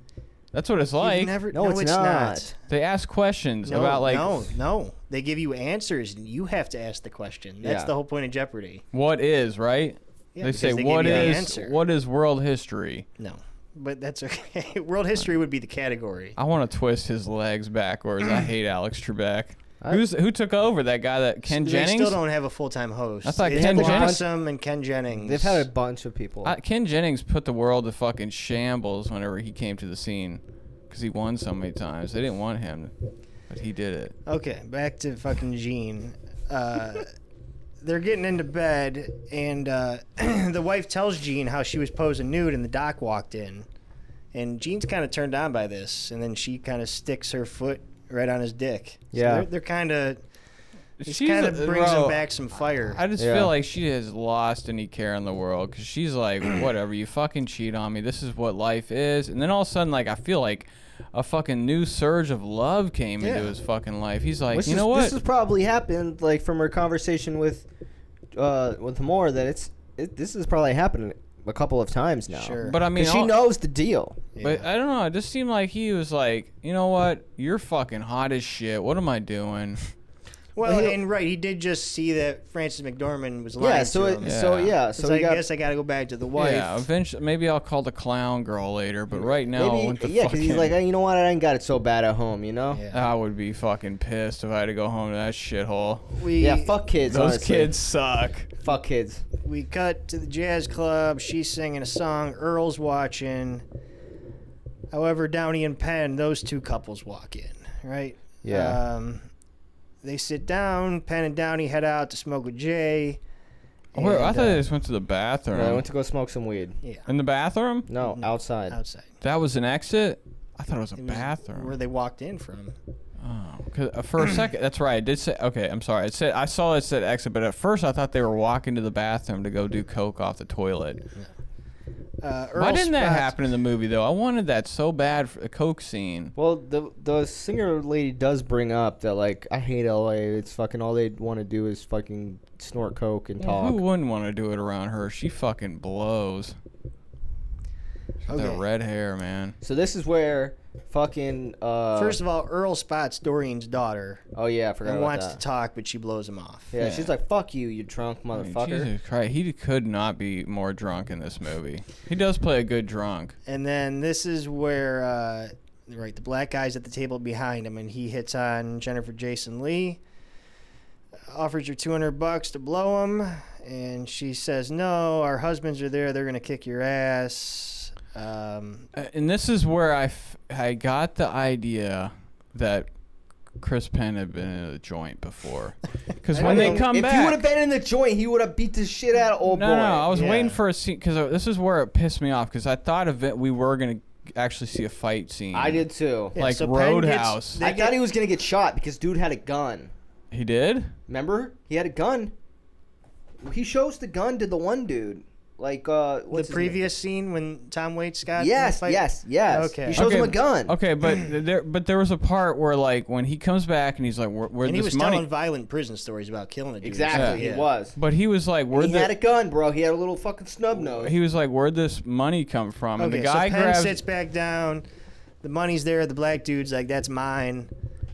S3: That's what it's
S5: You've
S3: like.
S5: never-
S4: No,
S5: no,
S4: it's
S5: it's, not.
S4: not.
S3: They ask questions
S5: No,
S3: about like
S5: no, no. They give you answers, and you have to ask the question. That's
S4: Yeah.
S5: the whole point of Jeopardy.
S3: what is right.
S5: Yeah,
S3: they
S5: because
S3: say
S5: they give
S3: what
S5: you the
S3: is
S5: answer."
S3: what is world history.
S5: No, but that's okay. World history would be the category.
S3: I want to twist his legs backwards. I hate Alex Trebek.
S4: I-
S3: Who's who took over that guy that Ken
S5: they
S3: Jennings?
S5: still don't have a full time host.
S3: I thought
S5: They
S3: Ken
S5: had
S3: Jennings-
S5: Blossom and Ken Jennings.
S4: They've had a bunch of people.
S3: I, Ken Jennings put the world to fucking shambles whenever he came to the scene because he won so many times. They didn't want him, but he did it.
S5: Okay, back to fucking Gene. Uh, they're getting into bed, and uh, the wife tells Gene how she was posing nude, and the doc walked in. And Gene's kind of turned on by this, and then she kind of sticks her foot right on his dick. So
S4: Yeah.
S5: they're, they're kind of. It
S3: She's
S5: kind of
S3: a-
S5: brings
S3: bro,
S5: him back some fire.
S3: I just
S4: Yeah.
S3: feel like she has lost any care in the world because she's like, whatever, you fucking cheat on me. This is what life is. And then all of a sudden, like, I feel like a fucking new surge of love came
S5: Yeah.
S3: into his fucking life. He's like,
S4: Which
S3: you
S4: is-
S3: know what?
S4: This has probably happened like from her conversation with uh with Moore that it's it, this has probably happened a couple of times now.
S5: Sure.
S3: but I
S4: 'Cause
S3: mean,
S4: she
S3: all-
S4: knows the deal.
S3: But I don't know. It just seemed like he was like, you know what? You're fucking hot as shit. What am I doing?
S5: well,
S4: Well, he'll-
S5: and right, he did just see that Francis McDormand was lying
S4: Yeah. So
S5: to
S4: it,
S5: him.
S4: so
S3: Yeah.
S4: yeah.
S5: So
S4: So we
S5: I
S4: got
S5: guess I got to go back to the wife.
S3: Yeah, eventually, maybe I'll call the clown girl later. But right now,
S4: maybe
S3: with the
S4: yeah because he's like
S3: fucking-
S4: "Hey, you know what I ain't got it so bad at home you know.
S5: Yeah.
S3: I would be fucking pissed if I had to go home to that shithole.
S5: We,
S4: Yeah, fuck kids.
S3: Those
S4: honestly.
S3: kids suck.
S4: Fuck kids.
S5: We cut to the jazz club. She's singing a song. Earl's watching. However, Downey and Penn, those two couples walk in, right?
S4: Yeah.
S5: Um, they sit down. Penn and Downey head out to smoke with Jay.
S3: Wait, I
S5: and,
S3: thought
S5: uh,
S3: they just went to the bathroom.
S4: No, I went to go smoke some weed.
S5: yeah,
S3: In the bathroom?
S4: No, outside.
S5: outside.
S3: That was an exit. I thought it was a
S5: It was
S3: bathroom.
S5: Where they walked in from.
S3: Oh, 'cause, uh, for a second, that's right. It did say okay. I'm sorry. It said I saw it said exit, but at first I thought they were walking to the bathroom to go do coke off the toilet.
S5: Uh, Earl
S3: Why didn't that
S5: Spratz-
S3: happen in the movie though? I wanted that so bad for the coke scene.
S4: Well, the the singer lady does bring up that like I hate LA. It's fucking all they want to do is fucking snort coke and
S3: Well,
S4: talk.
S3: who wouldn't want to do it around her? She fucking blows. She's got That
S5: Okay.
S3: red hair, man.
S4: so this is where fucking uh
S5: First of all, Earl spots Dorian's daughter
S4: oh yeah, I forgot
S5: and
S4: about
S5: wants
S4: that.
S5: to talk, but she blows him off.
S4: yeah,
S3: Yeah.
S4: she's like fuck you, you drunk
S3: I mean,
S4: motherfucker.
S3: Jesus Christ, he could not be more drunk in this movie. He does play a good drunk.
S5: And then this is where, uh, right, the black guy's at the table behind him, and he hits on Jennifer Jason Lee, offers her 200 bucks to blow him, and she says, No, our husbands are there. They're going to kick your ass. Um,
S3: Uh, And this is where I, f- I got the idea that Chris Penn had been in a joint before. Because
S5: I
S3: when they
S5: mean,
S3: come
S4: if
S3: back.
S4: he would have been in the joint, he would have beat the shit out of old
S3: no,
S4: boy.
S3: no, I was
S5: Yeah.
S3: waiting for a scene. Because this is where it pissed me off. Because I thought event we were going to actually see a fight scene.
S4: I did too.
S5: yeah,
S3: Like
S5: Penn gets-
S3: Roadhouse.
S5: they
S4: I
S5: get-
S4: thought he was gonna get shot because dude had a gun.
S3: He did?
S4: Remember, he had a gun. He shows the gun to the one dude. Like uh, what's
S5: the
S4: his name?
S5: previous scene when Tom Waits got in the
S4: Yes,
S5: fight?
S4: yes, yes.
S5: Okay.
S4: He shows him a
S3: Okay,
S4: gun.
S3: Okay, but th- there, but there was a part where like when he comes back and he's like, "Where, where'd
S5: And he
S3: this
S5: was
S3: money?"
S5: telling violent prison stories about killing a dude.
S4: Exactly,
S5: Yeah.
S4: he was.
S3: but he was like, "Where'd
S4: He had a gun, bro. He had a little fucking snub nose.
S3: the?" He was like, "Where'd this money come from?" And
S5: Okay,
S3: the guy
S5: so Penn
S3: grabs.
S5: sits back down. The money's there. The black dude's like, "That's mine,"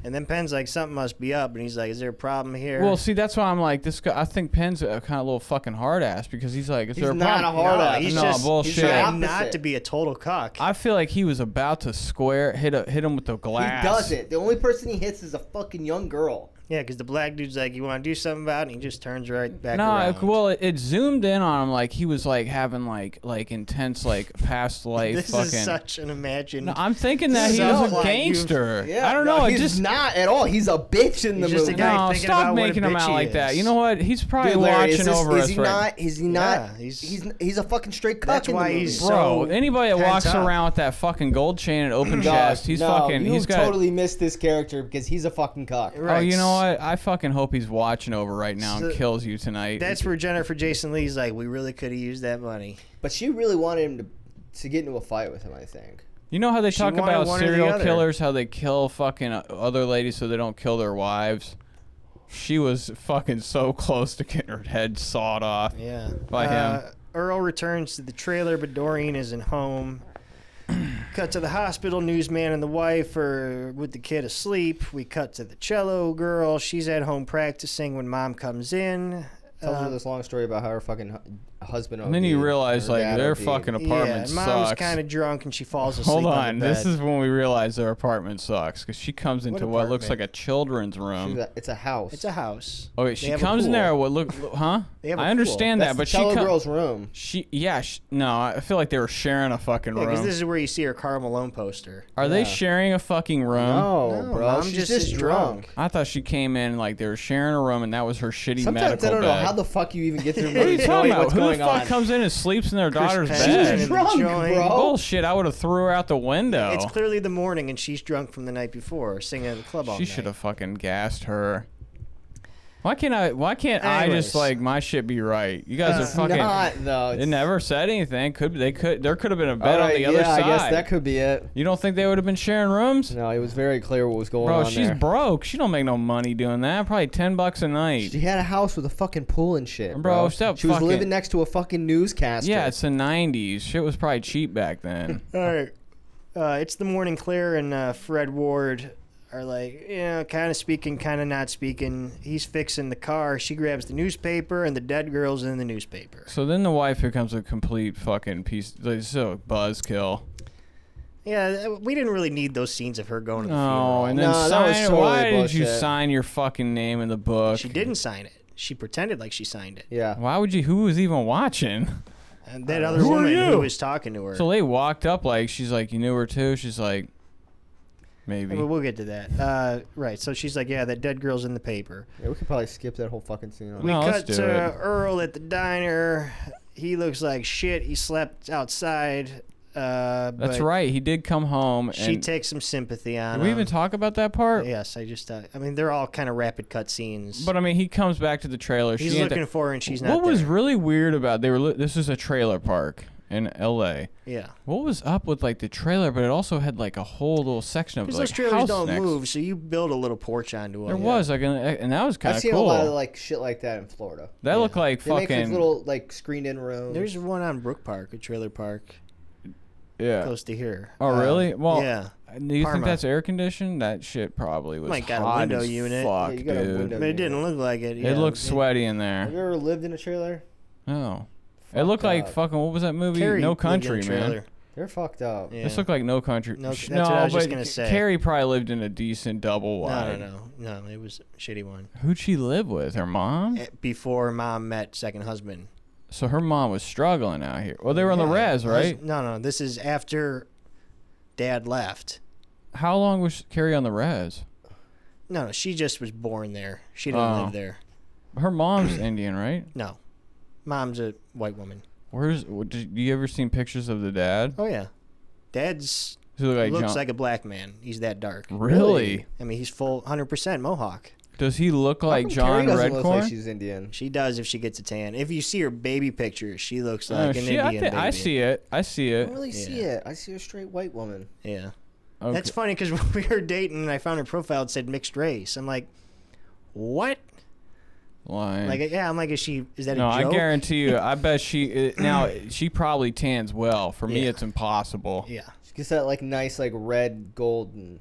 S5: and then Penn's like, "Something must be up," and he's like, "Is there a problem here?"
S3: well, see, that's why I'm like this guy. I think Penn's a kind of little fucking hard ass because he's like, "Is
S4: He's
S3: there a
S4: not a
S3: problem?"
S4: hard
S5: no,
S4: ass.
S5: he's
S3: No,
S5: just
S3: bullshit.
S5: he's trying
S4: Opposite.
S5: not to be a total cock.
S3: I feel like he was about to square hit a, hit him with the
S4: He
S3: glass.
S4: doesn't. The only person he hits is a fucking young girl.
S5: yeah, because the black dude's like, "You want to do something about?" it? And he just turns right back.
S3: No,
S5: around.
S3: it- well, it, it zoomed in on him like he was like having like like intense like past life
S5: This
S3: fucking.
S5: is such an imagined.
S3: no, I'm thinking
S5: This
S3: that
S5: is
S3: he
S5: how
S3: was a
S5: like you-
S3: gangster.
S4: Yeah,
S3: I don't
S4: no,
S3: know. it
S4: he's
S3: just
S4: not at all. He's a bitch in the
S5: He's just a
S4: movie.
S5: guy
S3: No,
S5: thinking
S3: stop
S5: about what a
S3: making him
S5: bitch
S3: out
S5: he
S3: like that.
S5: is.
S3: You know what? He's probably
S4: Dude, Larry,
S3: watching
S4: is, this-
S3: over
S4: is
S3: us
S4: he
S3: right
S4: not? Is he not?
S5: Yeah, he's-
S4: he's, he's a fucking straight cuck
S5: That's
S4: in the
S5: why
S4: movie.
S5: he's so
S3: Bro, anybody that
S5: pent
S3: walks
S5: up.
S3: around with that fucking gold chain and open chest, he's
S4: no,
S3: fucking.
S4: You
S3: He's got.
S4: totally missed this character because he's a fucking cuck.
S3: oh, you know what? I fucking hope he's watching over right now and
S5: So-
S3: kills you tonight.
S5: That's where Jennifer Jason Lee's like, "We really could have used that money."
S4: But she really wanted him to to get into a fight with him. I think.
S3: you know how they
S5: She
S3: talk
S5: wanted
S3: about
S5: one or the
S3: serial
S5: other.
S3: killers, how they kill fucking uh, other ladies so they don't kill their wives. She was fucking so close to getting her head sawed off.
S5: Yeah.
S3: By
S5: Uh,
S3: him.
S5: Earl returns to the trailer, but Doreen isn't home. cut to the hospital. Newsman and the wife are with the kid asleep. We cut to the cello girl. She's at home practicing when mom comes in.
S4: Tells
S5: Uh,
S4: her this long story about how her fucking hu- husband.
S3: And then you
S4: OD'd,
S3: realize
S4: her
S3: like
S4: dad
S3: their
S4: OD'd.
S3: fucking
S5: yeah,
S3: apartment
S5: mom's
S3: sucks.
S5: kind of drunk and she falls asleep.
S3: Hold
S5: on
S3: on,
S5: the
S3: this
S5: bed.
S3: is when we realize their apartment sucks because she comes into what, looks like
S5: apartment?
S3: a children's room.
S4: She's a- It's a house.
S5: It's a house.
S3: Oh, wait,
S5: They
S3: she
S5: have a
S3: comes in
S5: pool.
S3: there. What look? look- Huh?
S5: They have a
S3: I
S5: pool.
S3: understand
S4: That's
S3: that,
S4: the
S3: but she
S4: cello
S3: com-
S4: girl's room.
S3: She yeah. She, no, I feel like they were sharing a fucking
S5: Yeah,
S3: room.
S5: because this is where you see her Carl Malone poster.
S3: Are they
S4: yeah.
S3: sharing a fucking room?
S4: No,
S5: No,
S4: bro.
S5: mom
S4: She's
S5: just
S4: just,
S5: is
S4: drunk.
S3: I thought she came in like they were sharing a room, and that was her shitty
S4: Sometimes
S3: medical
S4: I don't know
S3: bed.
S4: how the fuck you even get through.
S3: what are you
S4: knowing
S3: talking about?
S4: what's
S3: Who the
S4: going
S3: fuck
S4: on.
S3: comes in and sleeps in their daughter's
S5: Penn
S4: She was
S5: in
S3: bed?
S5: the
S4: drunk,
S5: joint.
S4: bro.
S3: Bullshit! I would have threw her out the window.
S5: It's clearly the morning, and she's drunk from the night before, singing at the club all
S3: she
S5: night.
S3: should have fucking gassed her. Why can't I? Why can't I
S5: Anyways.
S3: just like my shit be right? You guys are
S4: It's
S3: fucking.
S4: Uh, not though.
S3: They
S4: It's-
S3: never said anything. Could they could there could have been a
S4: All
S3: bet on
S4: right,
S3: the other
S4: yeah,
S3: side.
S4: I guess that could be it.
S3: You don't think they would have been sharing rooms?
S4: No, it was very clear what was going
S3: Bro,
S4: on
S3: she's
S4: there.
S3: broke. She don't make no money doing that. Probably ten bucks a night.
S4: She had a house with a fucking pool and shit,
S3: Bro,
S4: bro.
S3: stop
S4: she was
S3: fucking-
S4: living next to a fucking newscaster.
S3: yeah, it's the '90s. Shit was probably cheap back then.
S5: All right. Uh, it's the morning. Claire and uh, Fred Ward are like, you know, kind of speaking, kind of not speaking. He's fixing the car. She grabs the newspaper, and the dead girl's in the newspaper.
S3: so then the wife becomes a complete fucking piece. Like, so buzzkill.
S5: Yeah, uh, we didn't really need those scenes of her going to the
S3: No,
S5: funeral.
S3: Oh, and then
S4: No, that
S3: sign.
S4: was totally
S3: why did you
S4: bullshit.
S3: sign your fucking name in the book?
S5: She didn't sign it. She pretended like she signed it.
S4: yeah.
S3: Why would you? Who was even watching?
S5: And that other
S3: Uh, Who are
S5: woman who
S3: you?
S5: was talking to her.
S3: So they walked up like she's like you knew her too. She's like maybe.
S5: But we'll get to that. Uh, right. So she's like, yeah, that dead girl's in the paper.
S4: Yeah, we could probably skip that whole fucking scene. On.
S5: We
S3: No, Oh, let's
S5: cut
S3: do
S5: to
S3: it.
S5: Earl at the diner. He looks like shit. He slept outside. Uh,
S3: That's
S5: but
S3: right. He did come home. And
S5: She takes some sympathy on
S3: Did we
S5: him.
S3: even talk about that part?
S5: Yes, I just. Uh, I mean, they're all kind of rapid cut scenes.
S3: But I mean, he comes back to the trailer.
S5: he's
S3: she ain't
S5: looking
S3: th-
S5: for her, and she's not.
S3: What was
S5: there.
S3: really weird about they were? Li- this is a trailer park, in L.A.
S5: Yeah.
S3: What was up with like the trailer? But it also had like a whole little section of
S5: Because
S3: like
S5: those trailers
S3: house
S5: don't
S3: next.
S5: move, so you build a little porch onto them.
S3: There was like, an, and that was kind
S4: I've
S3: of
S4: seen
S3: cool.
S4: a lot of like shit like that in Florida.
S3: that looked like
S4: They make these
S3: fucking
S4: little like screened-in rooms.
S5: There's one on Brook Park, a trailer park
S3: yeah.
S5: close to here.
S3: Oh
S5: Uh,
S3: really? Well,
S5: yeah.
S3: Do you think
S5: Parma.
S3: that's air conditioned? That shit probably was
S5: Might
S3: hot
S5: got a window
S3: as
S5: unit.
S3: fuck,
S4: Yeah, you got a
S3: dude.
S4: window.
S5: But it didn't look like it.
S3: It
S5: yeah.
S3: looked sweaty in
S4: Have you
S3: there.
S4: ever lived in a trailer?
S3: No, it looked like
S4: up.
S3: fucking. What was that movie?
S5: Carrie
S3: no
S5: lived in a
S3: country, man.
S5: trailer.
S4: They're fucked up.
S5: Yeah.
S3: This looked like no country.
S5: No,
S3: Sh-
S5: that's what I was
S3: but
S5: just gonna say.
S3: Carrie probably lived in a decent double
S5: no,
S3: wide.
S5: no, no, no. It was a shitty one.
S3: Who'd she live with? Her mom.
S5: Eh, Before mom met second husband.
S3: So her mom was struggling out here. Well, they were on the
S5: Yeah.
S3: res, right?
S5: No, no. This is after dad left.
S3: How long was Carrie on the res?
S5: No, no. She just was born there. She didn't
S3: Oh.
S5: live there.
S3: Her mom's Indian, right?
S5: No, mom's a white woman.
S3: Where's? what- Did you ever seen pictures of the dad?
S5: Oh yeah, dad's
S3: Who look like
S5: looks
S3: John-
S5: like a black man. He's that dark.
S3: Really?
S5: I mean, he's full 100% Mohawk.
S3: Does he look
S4: How
S3: like
S4: come
S3: John
S4: Carrie doesn't
S3: Redcorn?
S4: look like she's Indian.
S5: She does if she gets a tan. If you see her baby picture, she looks
S3: Oh,
S5: like
S3: shit,
S5: an Indian
S3: I, thi-
S5: baby.
S3: I see it. I see
S4: I
S3: it.
S4: don't really see it. I see a straight white woman.
S5: Yeah.
S3: Okay.
S5: That's funny because when we were dating and I found her profile, it said mixed race. I'm like, what?
S3: lying.
S5: Like, yeah, I'm like, is she, is that
S3: no,
S5: a
S3: I
S5: joke?
S3: guarantee you. I bet she it, now she probably tans well. For me,
S5: Yeah.
S3: it's impossible.
S5: Yeah.
S4: She gets that like nice like red golden.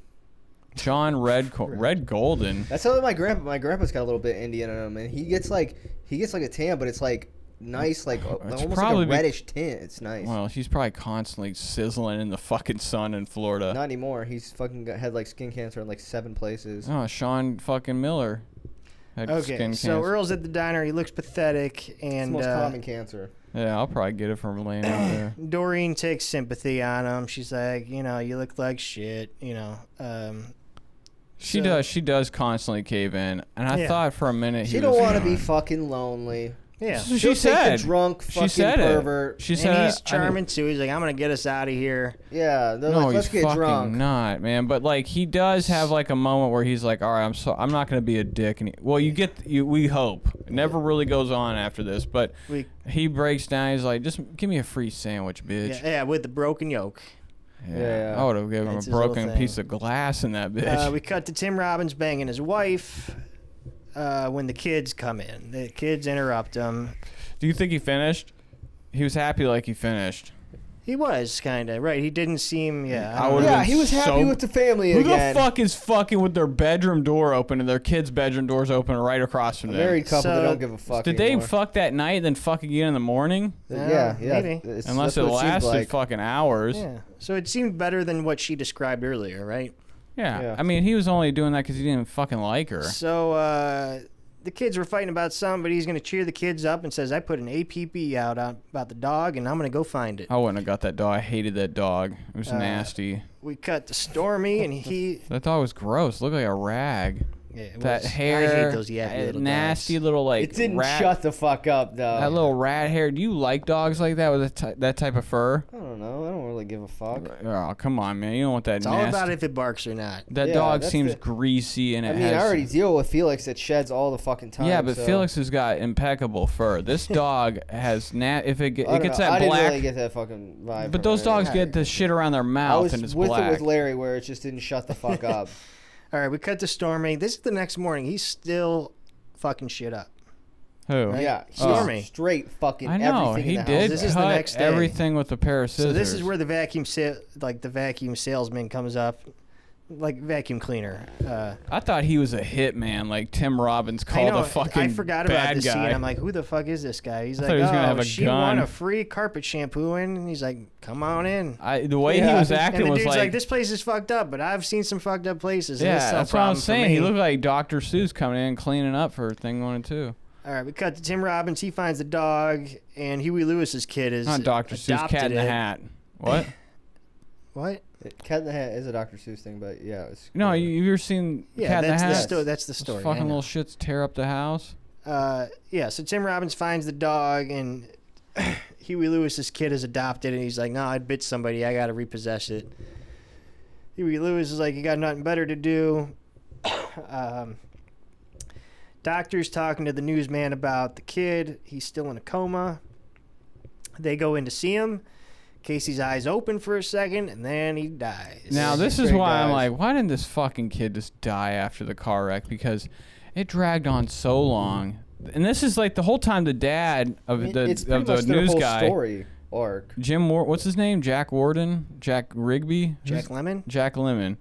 S3: John Red Red Golden.
S4: That's how my grandpa. My grandpa's got a little bit Indian in him, and he gets like he gets like a tan, but it's like nice, like uh,
S3: It's
S4: almost
S3: probably
S4: like a
S3: be-
S4: reddish tint. It's nice.
S3: Well, he's probably constantly sizzling in the fucking sun in Florida.
S4: Not anymore. He's fucking got, had like skin cancer in like seven places.
S3: Oh, Sean fucking Miller. Had
S5: Okay.
S3: skin
S5: so
S3: cancer.
S5: Earl's at the diner. He looks pathetic.
S4: It's the
S5: And
S4: most
S5: uh,
S4: common cancer.
S3: yeah, I'll probably get it from laying out there.
S5: Doreen takes sympathy on him. She's like, you know, you look like shit. You know, um,
S3: She
S5: So-
S3: does. She does constantly cave in, and I
S5: Yeah.
S3: thought for a minute he
S4: She don't want
S3: want
S4: to be fucking lonely.
S5: yeah.
S3: So she
S4: She'll take the
S3: said.
S4: drunk
S3: she
S4: fucking
S3: said
S4: pervert.
S3: It. She said
S5: And he's
S3: I didn't-
S5: charming too. He's like, I'm gonna get us out of here.
S4: Yeah, they're
S3: No,
S4: like, let's
S3: he's
S4: get
S3: fucking
S4: drunk.
S3: not, man. But like, he does have like a moment where he's like, "All right, I'm so I'm not gonna be a dick." And he, well, you get you, we hope it never really goes on after this, but
S5: We,
S3: he breaks down. He's like, "Just give me a free sandwich, bitch."
S5: yeah, yeah, with the broken yoke.
S4: Yeah.
S3: I would have given him
S5: That's
S3: a
S5: his little
S3: broken
S5: thing.
S3: piece of glass in that bitch.
S5: Uh, we cut to Tim Robbins banging his wife. Uh, when the kids come in, the kids interrupt him.
S3: Do you think he finished? He was happy like he finished.
S5: He was kind of right. He didn't seem yeah.
S3: I
S5: don't
S3: would've
S5: know.
S4: Yeah,
S3: been
S4: he was happy
S3: so-
S4: with the family
S3: Who
S4: again.
S3: the fuck is fucking with their bedroom door open and their kids' bedroom doors open right across from
S4: A
S3: them?
S4: married couple that
S5: So,
S4: don't give a fuck.
S3: Did they
S4: anymore.
S3: fuck that night and then fuck again in the morning?
S4: Yeah, yeah.
S5: Maybe.
S4: it's-
S3: Unless
S4: that's
S3: it
S4: what seems
S3: lasted
S4: like.
S3: fucking hours.
S5: Yeah. So it seemed better than what she described earlier, right?
S3: Yeah.
S4: Yeah.
S3: I mean, he was only doing that because he didn't fucking like her.
S5: So uh, the kids were fighting about something, but he's gonna cheer the kids up and says, "I put an APB out on, about the dog, and I'm gonna go find it."
S3: I wouldn't have got that dog. I hated that dog. It
S4: Uh.
S3: was nasty.
S5: We cut to Stormy, and he
S3: That dog was gross. Looked like a rag.
S5: yeah, it
S3: That
S5: was-
S3: hair.
S5: I hate those
S3: that
S5: yappy little
S3: nasty
S5: dogs.
S3: little like.
S4: It didn't
S3: rat,
S4: shut the fuck up though.
S3: That little rat hair. Do you like dogs like that with that, ty- that type of fur?
S4: I don't know. I don't really give a fuck.
S3: Oh come on, man! You don't want that
S5: It's all
S3: nasty.
S5: about if it barks or not.
S3: That
S4: Yeah,
S3: dog
S4: that's
S3: seems
S4: the-
S3: greasy and it
S4: I mean,
S3: has.
S4: I already deal with Felix that sheds all the fucking time.
S3: yeah, but
S4: so-
S3: Felix has got impeccable fur. This dog has nat. If it, ge-
S4: I don't
S3: it gets
S4: know.
S3: that
S4: I
S3: black,
S4: didn't really get that fucking vibe. from
S3: but those
S4: it.
S3: dogs get the shit around their
S4: I
S3: mouth
S4: was
S3: and it's
S4: with it
S3: black.
S4: with Larry where it just didn't shut the fuck up.
S5: All right, we cut to Stormy. This is the next morning. He's still fucking shit up.
S3: Who?
S4: yeah, he's
S5: Stormy.
S4: straight fucking
S3: I know
S4: everything.
S3: he
S4: in the
S3: did
S4: House.
S5: This is the
S3: cut
S5: next day.
S3: everything with a pair of scissors.
S5: So this is where the vacuum sa- like the vacuum salesman comes up, like vacuum cleaner. Uh,
S3: I thought he was a hitman, like Tim Robbins
S5: I
S3: called
S5: know.
S3: a fucking
S5: I forgot
S3: bad
S5: about this
S3: guy.
S5: scene. I'm like, who the fuck is this guy? He's
S3: I
S5: like,
S3: thought he was gonna
S5: oh,
S3: have a
S5: she won
S3: gun."
S5: a free carpet shampoo in. And he's like, come on in.
S3: I- the way he
S4: Yeah.
S3: was
S4: And
S3: acting
S5: and the
S3: was
S5: dude's like,
S3: like,
S5: this place is fucked up, but I've seen some fucked up places. and
S3: yeah,
S5: it's not a
S3: that's what I'm
S5: problem for
S3: saying. He
S5: me."
S3: looked like Dr. Seuss coming in, cleaning up for thing one and two.
S5: All right, we cut to Tim Robbins. He finds the dog, and Huey Lewis's kid is
S3: Not Dr. Seuss,
S5: adopted
S3: Cat in the
S5: it.
S3: Hat. What?
S5: What?
S4: Cat in the Hat is a Dr. Seuss thing, but yeah, it's
S3: No, you, you've ever seen
S5: Yeah,
S3: Cat in the
S5: that's the,
S3: Hat?
S5: sto- that's the
S3: Those
S5: story. I
S3: fucking
S5: know.
S3: little shits tear up the house.
S5: uh, yeah, so Tim Robbins finds the dog, and Huey Lewis's kid is adopted, and he's like, "No, I bit somebody. I gotta repossess it." Huey Lewis is like, "You got nothing better to do." um, doctor's talking to the newsman about the kid. He's still in a coma. They go in to see him. Casey's eyes open for a second, and then he dies.
S3: Now this
S4: Straight
S3: is why I'm
S4: guys.
S3: like, why didn't this fucking kid just die after the car wreck? Because it dragged on so long. And this is like the whole time the dad of
S4: I mean,
S3: the
S4: it's pretty
S3: of the
S4: much their
S3: news
S4: whole
S3: guy,
S4: story arc.
S3: Jim War, what's his name? Jack Warden, Jack Rigby,
S5: Jack
S3: Who's-
S5: Lemon.
S3: Jack Lemon.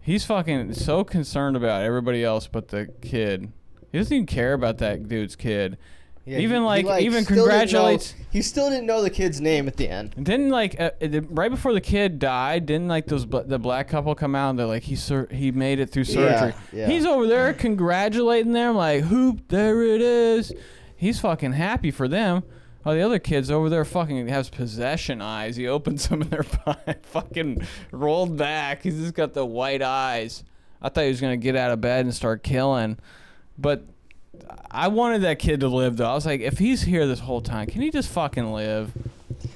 S3: He's fucking so concerned about everybody else but the kid. He doesn't even care about that dude's kid.
S4: Yeah,
S3: even
S4: he- he,
S3: like, even
S4: still didn't know-
S3: congratulates.
S4: he still didn't know the kid's name at the end.
S3: Didn't like uh, uh, the- right before the kid died, didn't like those bl- the black couple come out and they're like he sur- he made it through surgery.
S4: yeah.
S3: He's over there congratulating them like hoop there it is. He's fucking happy for them. While the other kids over there fucking has possession eyes. He opens them and they're fine- fucking rolled back. He's just got the white eyes. I thought he was gonna get out of bed and start killing, but I wanted that kid to live though. I was like, if he's here this whole time, can he just fucking live?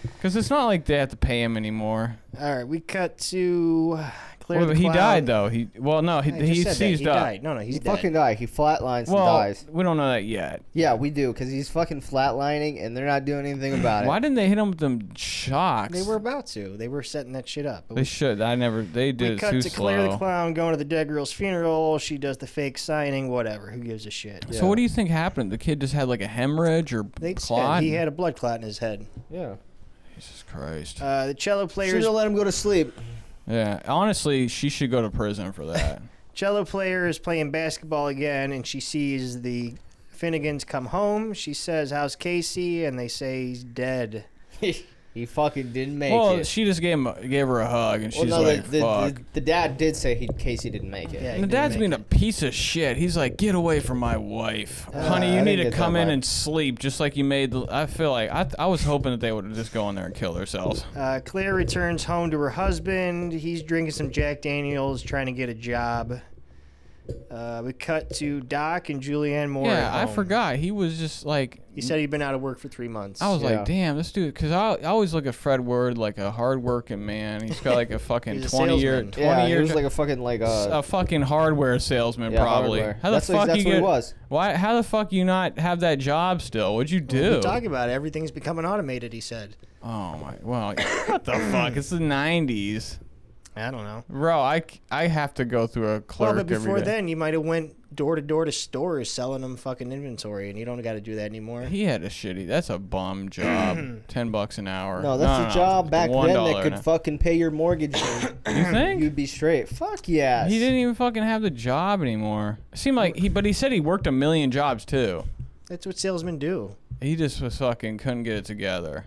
S3: Because it's not like they have to pay him anymore.
S5: All right, we cut to Claire.
S3: Well,
S5: the
S3: he
S5: Clown.
S3: died though. He well, no, he
S5: I just
S3: he
S5: said that.
S3: seized
S5: He
S3: up.
S5: died. No, no, he's
S4: He
S5: dead.
S4: fucking died. He flatlines
S3: Well,
S4: and dies.
S3: we don't know that yet.
S4: Yeah, we do, because he's fucking flatlining and they're not doing anything about it.
S3: Why didn't they hit him with them shocks?
S5: They were about to. They were setting that shit up. But
S3: They should. I never. They did
S5: we
S3: it
S5: cut
S3: too
S5: to Claire
S3: slow.
S5: the clown going to the dead girl's funeral. She does the fake signing. Whatever. Who gives a shit?
S4: Yeah.
S3: So what do you think happened? The kid just had like a hemorrhage or
S5: They
S3: clot.
S5: said he had a blood clot in his head.
S4: Yeah.
S3: Jesus Christ.
S5: Uh, the cello
S4: Should
S5: player's
S4: have let him go to sleep.
S3: yeah. Honestly, she should go to prison for that.
S5: cello player is playing basketball again, and she sees the Finnegans come home. She says, "How's Casey?" And they say he's dead.
S4: he fucking didn't make
S3: well,
S4: it.
S3: she just gave him a- gave her a hug and she's
S4: well, no,
S3: like,
S4: the,
S3: "Fuck."
S4: the, the, the dad did say he Casey didn't make it.
S5: Yeah, he
S3: And the
S5: didn't
S3: dad's
S5: make
S3: being
S5: it.
S3: a piece of shit. He's like, get away from my wife, honey.
S4: Uh, I
S3: You
S4: didn't
S3: need to
S4: get that
S3: come in
S4: vibe.
S3: and sleep, just like you made. The, I feel like I, I was hoping that they would just go in there and kill themselves.
S5: Uh, Claire returns home to her husband. He's drinking some Jack Daniels, trying to get a job. Uh, we cut to Doc and Julianne Moore.
S3: yeah, I
S5: at home.
S3: forgot. He was just like,
S5: He said he'd been out of work for three months.
S3: I was
S4: Yeah.
S3: like, damn, this dude. Because I, I always look at Fred Word like a hardworking man. He's got like a fucking
S5: He's a
S3: twenty year,
S5: salesman.
S3: twenty
S4: Yeah, he
S3: year,
S4: was like a fucking like uh,
S3: a fucking hardware salesman
S4: yeah,
S3: probably.
S4: hardware.
S3: How the
S4: that's
S3: fuck
S4: what, that's
S3: you
S4: what
S3: get?
S4: it was.
S3: Why? How the fuck you not have that job still? What'd you do?
S5: We talk about it. everything's becoming automated. He said.
S3: oh my. Well, what the fuck? It's the nineties.
S5: I don't know.
S3: Bro, I, c- I have to go through a clerk
S5: Well, but before
S3: every day.
S5: then, you might have went door to door to stores selling them fucking inventory, and you don't got to do that anymore.
S3: He had a shitty. That's a bum job. Ten bucks an hour.
S4: No, that's a job back
S3: One
S4: then
S3: dollar
S4: that could
S3: an
S4: fucking pay your mortgage. and
S3: hour. You think?
S4: You'd be straight. Fuck yes.
S3: he didn't even fucking have the job anymore. It seemed like he, but he said he worked a million jobs too.
S5: That's what salesmen do.
S3: He just was fucking couldn't get it together.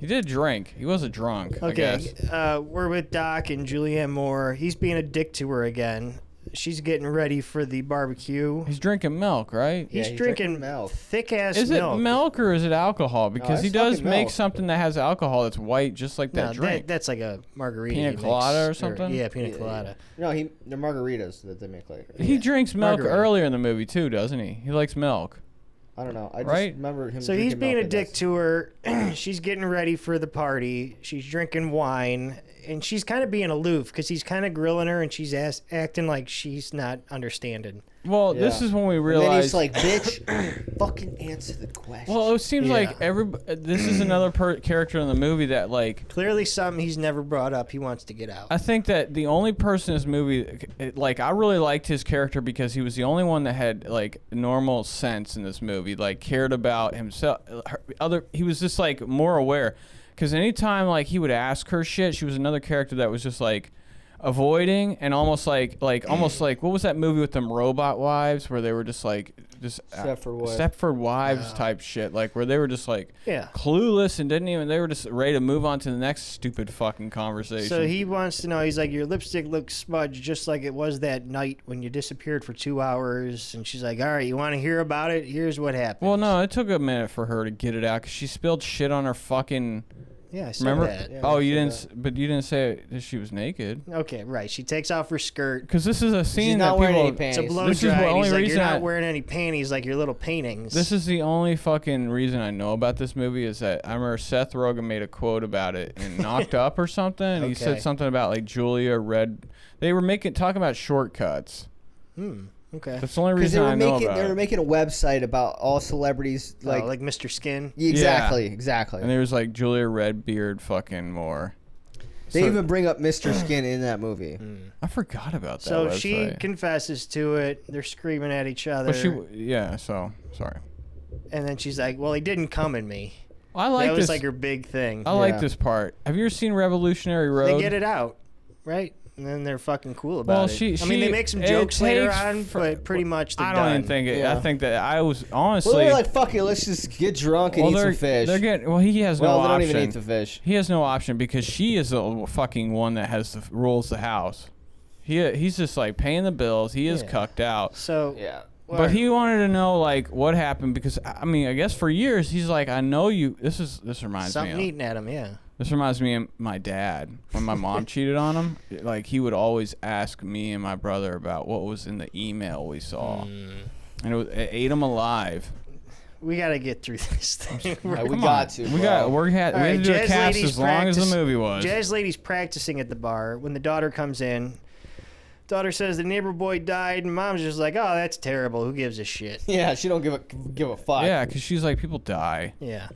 S3: He did drink. He was a drunk. I guess.
S5: Okay, uh, we're with Doc and Julianne Moore. He's being a dick to her again. She's getting ready for the barbecue.
S3: He's drinking milk, right?
S4: Yeah,
S5: He's
S4: he's drinking
S5: drinking
S4: milk.
S5: thick ass
S3: Is it
S5: milk.
S3: milk. or is it alcohol? Because he
S4: it's
S3: does
S4: fucking
S3: make
S4: milk.
S3: something that has alcohol that's white, just like
S5: No,
S3: that drink.
S5: That, that's like a margarita.
S3: Pina
S5: he makes,
S3: colada or something?
S5: yeah, pina colada.
S4: No, he they're margaritas that they make later.
S3: he drinks milk
S5: Margarita.
S3: earlier in the movie too, doesn't he? He likes milk.
S4: I don't know. I just
S3: Right?
S4: remember him.
S5: So he's
S4: drinking
S5: being
S4: milk,
S5: a
S4: I
S5: dick
S4: guess.
S5: to her. she's getting ready for the party. She's drinking wine, and she's kind of being aloof because he's kind of grilling her, and she's ass- acting like she's not understanding.
S3: Well, this
S4: Yeah.
S3: is when we
S4: And then
S3: realized.
S4: he's like, "Bitch, fucking answer the question."
S3: well, it seems
S5: Yeah.
S3: like every. This is another per- character in the movie that like.
S5: Clearly, something he's never brought up. He wants to get out.
S3: I think that the only person in this movie, it- like, I really liked his character because he was the only one that had like normal sense in this movie, like cared about himself. her- Other, he was just like more aware, because anytime like he would ask her shit, she was another character that was just like avoiding and almost like like almost like what was that movie with them robot wives where they were just like just
S4: Stepford Wives.
S3: Stepford wives type shit like where they were just like
S5: Yeah.
S3: clueless and didn't even they were just ready to move on to the next stupid fucking conversation.
S5: So he wants to know. He's like, "Your lipstick looks smudged, just like it was that night when you disappeared for two hours." And she's like, "All right, you want to hear about it? Here's what happened."
S3: Well, no, it took a minute for her to get it out because she spilled shit on her fucking.
S5: yeah, I said
S3: Remember?
S5: that.
S3: oh, you
S4: said
S3: didn't,
S4: that.
S3: s but you didn't say that she was naked.
S5: Okay, right. She takes off her skirt.
S3: Because this is a
S4: She's
S3: scene that
S4: not wearing
S3: people.
S4: any
S5: It's
S4: pants.
S5: a blow
S3: This is
S5: dry.
S3: the
S5: and
S3: only
S5: he's like,
S3: reason
S5: you're not
S3: I-
S5: wearing any panties, like your little paintings.
S3: This is the only fucking reason I know about this movie is that I remember Seth Rogen made a quote about it and knocked up or something. and He
S5: Okay.
S3: said something about like Julia Red. They were making talking about shortcuts.
S5: Okay.
S3: That's the only
S4: Because they
S3: reason
S4: were
S3: I know
S4: making
S3: about
S4: they were
S3: it. Oh,
S4: making a website about all celebrities
S5: Like,
S4: like,
S5: uh, like Mr. Skin.
S4: Yeah, exactly exactly.
S3: And
S4: they
S3: there was like Julia Redbeard, fucking more. so-
S4: even bring up Mr. Skin in that movie.
S3: I forgot about that.
S5: So
S3: website.
S5: she confesses to it. They're screaming at each other.
S3: But she, w- yeah. So sorry.
S5: and then she's like, "Well, he didn't come in me."
S3: I like
S5: that was
S3: this.
S5: like her big thing.
S3: I like
S4: Yeah.
S3: this part. Have you ever seen Revolutionary Road?
S5: They get it out, right? And then they're fucking cool about
S3: Well,
S5: it.
S3: she-
S5: I mean, they
S3: she-
S5: make some
S3: it
S5: jokes later
S3: takes
S5: on,
S3: fr-
S5: but pretty much they're
S3: I don't even
S5: done.
S3: think it. I
S4: Yeah.
S3: think that I was
S4: Well,
S3: honestly.
S4: they're like, fuck it, let's just get drunk and
S3: well,
S4: eat
S3: they're,
S4: some fish.
S3: they're getting. Well, he has
S4: well,
S3: no
S4: they don't
S3: option.
S4: even eat the fish.
S3: He has no option because she is the fucking one that has the rules the house. He he's just like paying the bills. He is
S5: Yeah.
S3: cucked out.
S5: So
S4: Yeah.
S3: But he wanted to know like what happened because I I mean I guess for years he's like I know you. This is this reminds
S5: something
S3: me. Of,
S5: eating at him, yeah.
S3: this reminds me of my dad when my mom cheated on him. Like he would always ask me and my brother about what was in the email we saw,
S5: Mm.
S3: and it, was, it ate him alive.
S5: We gotta get through this thing.
S4: Uh,
S5: We're-
S4: we
S3: Come
S4: got
S3: on.
S4: to.
S3: We
S4: bro.
S3: got. We're had, we
S5: All
S3: had to
S5: right,
S3: do a
S5: jazz
S3: cast
S5: ladies
S3: as long as
S5: practice-
S3: the movie was.
S5: Jazz lady's practicing at the bar when the daughter comes in. Daughter says the neighbor boy died, and mom's just like, "Oh, that's terrible. Who gives a shit?"
S4: Yeah, she don't give a give a fuck.
S3: yeah, because she's like people die.
S5: Yeah.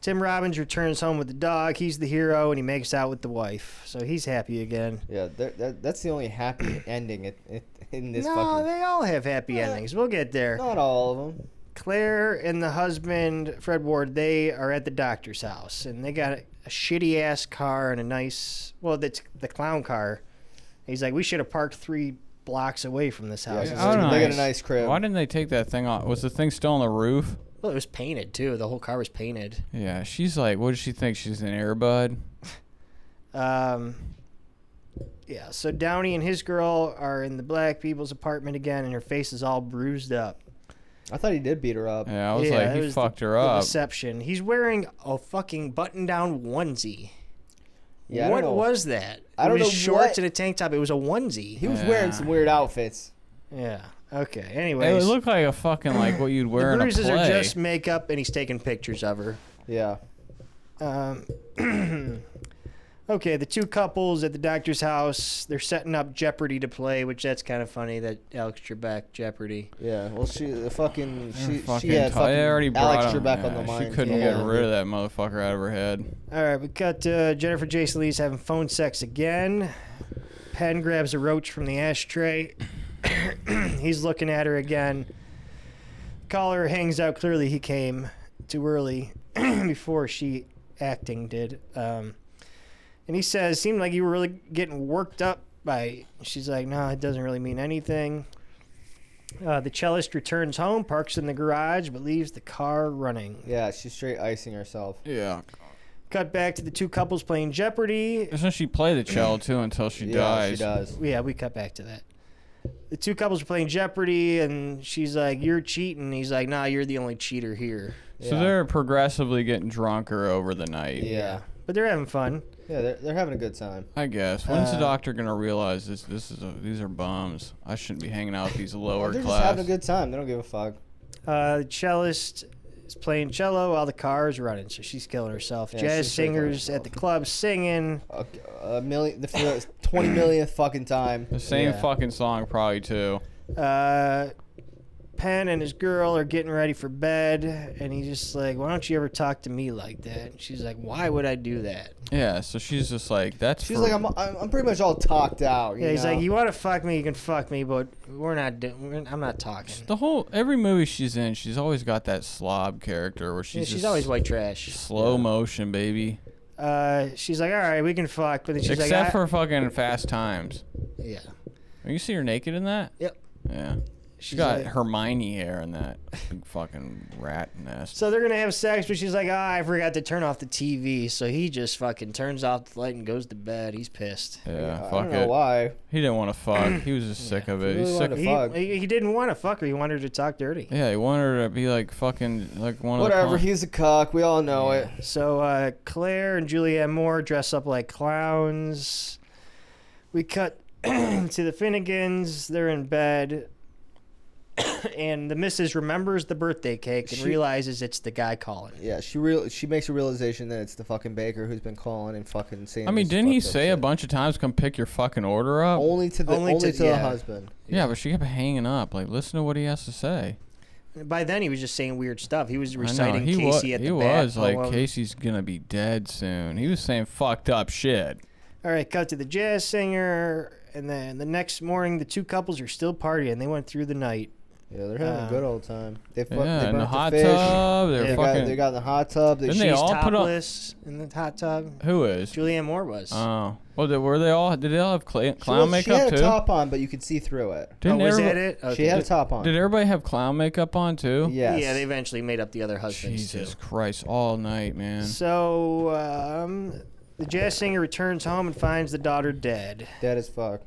S5: Tim Robbins returns home with the dog. He's the hero, and he makes out with the wife, so he's happy again.
S4: Yeah, that, that, that's the only happy ending it, it, in this
S5: no,
S4: fucking. Uh,
S5: they all have happy endings. We'll get there.
S4: Not all of them.
S5: Claire and the husband, Fred Ward, they are at the doctor's house, and they got a, a shitty ass car and a nice, well, that's the clown car. He's like, we should have parked three blocks away from this house.
S4: Yeah,
S5: It's
S4: I
S5: like,
S4: don't know. They got a
S3: nice.
S4: nice crib.
S3: Why didn't they take that thing off? Was the thing still on the roof?
S5: well, it was painted too. The whole car was painted.
S3: Yeah, she's like, what does she think? She's an airbud?
S5: Um, yeah, so Downey and his girl are in the black people's apartment again, and her face is all bruised up.
S4: I thought he did beat her up.
S3: Yeah, I was
S5: Yeah,
S3: like,
S5: that
S3: he
S5: was the-
S3: fucked her
S5: the
S3: up.
S5: Deception. He's wearing a fucking button-down onesie.
S4: Yeah, I
S5: what
S4: don't know.
S5: was that?
S4: I don't
S5: it was
S4: know
S5: shorts
S4: what-
S5: and a tank top. It was a onesie.
S4: He was wearing some weird outfits.
S5: Yeah. Okay. Anyways,
S3: it looked like a fucking like what you'd wear
S5: the
S3: in a
S5: bruises
S3: play.
S5: are just makeup, and he's taking pictures of her.
S4: Yeah.
S5: Um, okay, the two couples at the doctor's house, they're setting up Jeopardy to play, which that's kind of funny that Alex Trebek Jeopardy.
S4: Yeah. Well, she the fucking
S3: They're
S4: she
S3: fucking
S4: she had
S3: tight.
S4: fucking
S3: They already brought
S4: Alex
S3: him-
S4: Trebek on
S3: yeah,
S4: the mind.
S3: She couldn't
S4: for a
S3: get
S4: while.
S3: rid of that motherfucker out of her head.
S5: All right, we got uh, Jennifer Jason Lee's having phone sex again. Penn grabs a roach from the ashtray. He's looking at her again. Caller hangs out. Clearly, he came too early before she acting did. Um, and he says, "Seemed like you were really getting worked up by." it." She's like, "No, it doesn't really mean anything." Uh, the cellist returns home, parks in the garage, but leaves the car running.
S4: Yeah, she's straight icing herself.
S3: Yeah.
S5: Cut back to the two couples playing Jeopardy.
S3: Doesn't she play the cello too until she
S4: yeah,
S3: dies?
S4: she does.
S5: Yeah, we cut back to that. The two couples are playing Jeopardy, and she's like, "You're cheating." He's like, "Nah, you're the only cheater here."
S3: So
S4: Yeah.
S3: they're progressively getting drunker over the night.
S4: Yeah.
S5: But they're having fun.
S4: Yeah, they're, they're having a good time.
S3: I guess. When's
S5: Uh,
S3: the doctor gonna realize this? This is a, these are bums. I shouldn't be hanging out with these lower
S4: they're just
S3: class.
S4: having a good time. They don't give a fuck.
S5: Uh, the cellist is playing cello while the car's running, so she's killing herself.
S4: Yeah,
S5: Jazz
S4: she's really killing
S5: singers at the club singing.
S4: A, a million, the, for the twenty millionth fucking time.
S3: the same
S5: Yeah.
S3: fucking song probably too.
S5: Uh, Penn and his girl are getting ready for bed, and he's just like, "Why don't you ever talk to me like that?" And she's like, "Why would I do that?"
S3: Yeah. So she's just like that's.
S4: She's
S3: for-
S4: like, I'm, I'm, I'm pretty much all talked out. You
S5: Yeah, he's
S4: know?
S5: like, "You want to fuck me? You can fuck me, but we're not. Do- we're, I'm not talking."
S3: The whole every movie she's in, she's always got that slob character where she's
S5: Yeah,
S3: just
S5: she's always white trash.
S3: slow motion, baby.
S5: Uh, she's like, all right, we can fuck, but then she's
S3: Except
S5: like, I-
S3: for fucking Fast Times.
S5: yeah,
S3: You see her naked in that?
S5: Yep.
S3: Yeah.
S5: she's
S3: She got
S5: like-
S3: Hermione hair in that big fucking rat nest.
S5: So they're gonna have sex, but she's like, ah, I forgot to turn off the TV, so he just fucking turns off the light and goes to bed. He's pissed.
S3: Yeah,
S4: I
S3: fuck
S4: don't know
S3: it.
S4: why.
S3: He didn't want to fuck. He was just sick of it.
S4: really
S3: He's sick
S4: wanted
S3: of
S4: to
S5: He,
S4: Fuck.
S5: he he didn't want to fuck her. He wanted her to talk dirty.
S3: Yeah, he wanted her to be like fucking like one of
S4: Whatever.
S3: the. con-
S4: He's a cuck. We all know it.
S5: So uh, Claire and Julianne Moore dress up like clowns. We cut to the Finnegans. They're in bed. and the missus remembers the birthday cake and
S4: She-
S5: realizes it's the guy calling.
S4: Yeah, she real she makes a realization that it's the fucking baker who's been calling and fucking saying.
S3: I mean,
S4: this
S3: didn't he
S4: fucked up
S3: say a
S4: shit.
S3: bunch of times, "Come pick your fucking order up"?
S4: only to the
S5: Only
S4: only,
S5: to-
S4: to, the
S5: yeah.
S4: husband?
S3: yeah, but she kept hanging up. Like, listen to what he has to say.
S5: By then, he was just saying weird stuff. He
S3: I
S5: was
S3: know,
S5: reciting
S3: he
S5: Casey
S3: wa-
S5: at the
S3: He
S5: bat
S3: was like,
S5: poem.
S3: Casey's gonna be dead soon. He was saying fucked up shit.
S5: All right, cut to the jazz singer, and then the next morning, the two couples are still partying. They went through the night.
S4: Yeah, they're having
S5: Uh,
S4: a good old time. They fuck,
S3: yeah,
S4: they
S3: in the
S4: burnt
S3: hot
S4: fish.
S3: tub. They're
S4: They
S5: Yeah.
S4: got,
S3: fucking.
S4: they got in the hot tub. They
S3: Didn't
S4: she,
S3: they
S5: She's
S3: all put on-
S5: topless in the hot tub.
S3: who is?
S5: Julianne Moore was.
S3: Oh, well, they, were they all? Did they all have cla-
S4: she
S3: clown
S4: was- she
S3: makeup
S4: had
S3: too?
S4: a top on, but you could see through it.
S5: oh,
S3: Didn't
S5: was
S3: everybo-
S5: that it?
S4: She
S5: Okay.
S4: had a top on.
S3: Did everybody have clown makeup on too?
S4: yes.
S5: Yeah, they eventually made up the other husbands
S3: Jesus
S5: too.
S3: Christ, all night, man.
S5: So um, the jazz singer returns home and finds the daughter dead.
S4: Dead as fuck.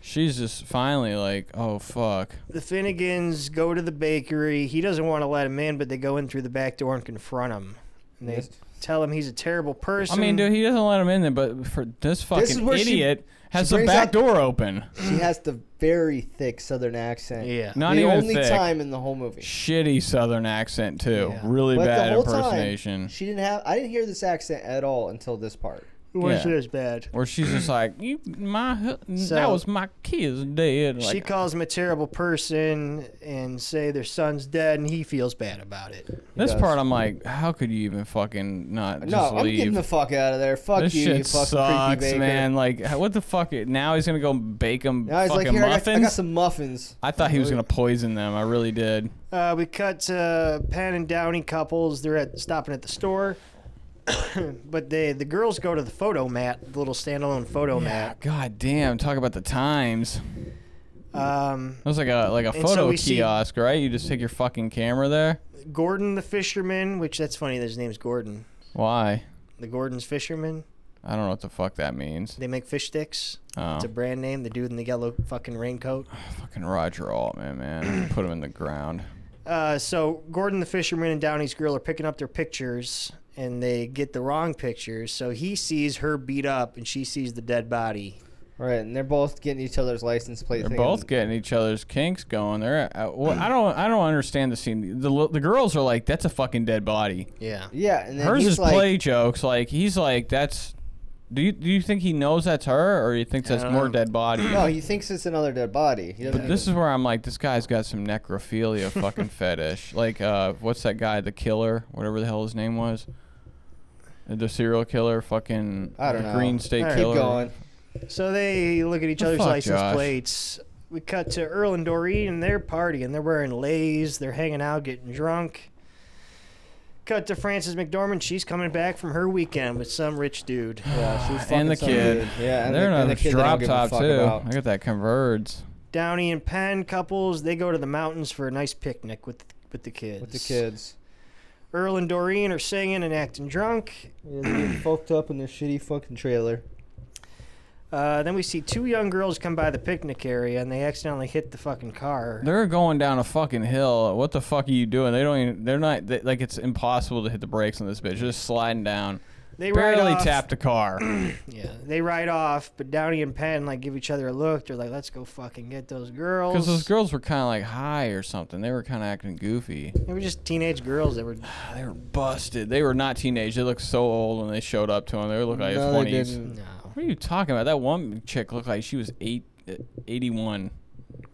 S3: She's just finally like, oh fuck.
S5: The Finnegans go to the bakery. He doesn't want to let him in, but they go in through the back door and confront him. And they
S4: Yes.
S5: tell him he's a terrible
S3: I
S5: person.
S3: mean, dude, he doesn't let him in there, but for this fucking
S4: is where she-
S3: idiot has the
S4: brings
S3: back
S4: out-
S3: door open.
S4: She has the very thick Southern accent.
S5: Yeah.
S3: Not
S4: the
S3: even
S4: only
S3: thick.
S4: time in the whole movie.
S3: Shitty Southern accent too.
S5: Yeah.
S3: Really
S4: But
S3: bad
S4: the whole
S3: impersonation.
S4: time, she didn't have. I didn't hear this accent at all until this part.
S5: It wasn't
S3: yeah.
S5: as bad.
S3: Where she's just like, you, my, hu- that
S5: So-
S3: was my kid's dead. Like, uh,
S5: she calls him a terrible person and say their son's dead, and he feels bad about it.
S3: this
S4: does.
S3: part, I'm like, how could you even fucking not
S4: No,
S3: just
S4: I'm
S3: leave?
S4: getting the fuck out of there. Fuck
S3: this
S4: you,
S3: shit
S4: you fucking creepy
S3: sucks,
S4: baker.
S3: man. Like, h- what the fuck? i- Now he's gonna go bake him
S4: Now he's
S3: fucking
S4: like, here, I got,
S3: muffins.
S4: I got some muffins.
S3: I thought he was gonna poison them. I really did.
S5: Uh, we cut to Penn and Downey couples. They're at stopping at the store, but they the girls go to the photo mat, the little standalone photo
S3: Yeah, God damn! Talk about the times.
S5: mat. Um,
S3: That was like a like a
S5: And so
S3: photo
S5: we see-
S3: kiosk, right? You just take your fucking camera there.
S5: Gordon the fisherman, which that's funny. that His name's Gordon.
S3: Why?
S5: The Gordon's fisherman.
S3: I don't know what the fuck that means.
S5: They make fish sticks.
S3: Oh,
S5: It's a brand name. The dude in the yellow fucking raincoat.
S3: fucking Roger Altman, man. Put him in the ground.
S5: Uh, so Gordon the fisherman and Downey's girl are picking up their pictures, and they get the wrong pictures. So he sees her beat up, and she sees the dead body.
S4: Right, and they're both getting each other's license plate.
S3: They're
S4: thing.
S3: both getting each other's kinks going. They're uh, well, I don't I don't understand the scene. The li- the girls are like, that's a fucking dead body.
S5: Yeah.
S4: Yeah, and then
S3: Hers
S4: he's
S3: is
S4: like,
S3: play jokes. Like he's like, that's. Do you do you think he knows that's her, or you think that's
S5: don't
S3: more
S5: know.
S3: dead body?
S4: no, "Oh, he thinks it's another dead body. He
S3: But this is where I'm like, this guy's got some necrophilia fucking fetish. Like, uh, what's that guy, the killer, whatever the hell his name was, Uh, the serial killer, fucking
S4: I don't
S3: the
S4: know.
S3: Green State
S5: All right.
S4: keep
S3: Killer.
S4: going.
S5: So they look at each other's
S3: fuck,
S5: license
S3: Josh?
S5: plates. We cut to Earl and Doreen, and they're partying. They're wearing lays. They're hanging out, getting drunk. Cut to Frances McDormand. She's coming back from her weekend with some rich dude.
S4: Yeah, she's fucking
S3: And the
S4: some
S3: kid.
S4: dude. Yeah, and
S3: They're
S4: the, and
S3: another
S4: the kid they don't
S3: drop
S4: give a
S3: top
S4: fuck
S3: too.
S4: about.
S3: I got that Converge.
S5: Downey and Penn couples. They go to the mountains for a nice picnic with with the kids.
S4: with the kids.
S5: Earl and Doreen are singing and acting drunk.
S4: Yeah, they're getting fucked up in their shitty fucking trailer.
S5: Uh, then we see two young girls come by the picnic area, and they accidentally hit the fucking car.
S3: They're going down a fucking hill. What the fuck are you doing? They don't. Even, they're not. They, like it's impossible to hit the brakes on this bitch. They're just sliding down.
S5: They ride
S3: Barely
S5: off-
S3: tapped a car.
S5: Yeah, they ride off, but Downey and Penn like give each other a look. They're like, "Let's go fucking get those girls."
S3: Because those girls were kind of like high or something. They were kind of acting goofy.
S5: they were just teenage girls. They were.
S3: Ah, They were busted. They were not teenage. They looked so old when they showed up to them. They looked like
S4: no, they
S3: 20s.
S4: didn't.
S5: No,
S3: What are you talking about? That one chick looked like she was eight, uh, 81.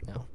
S5: no.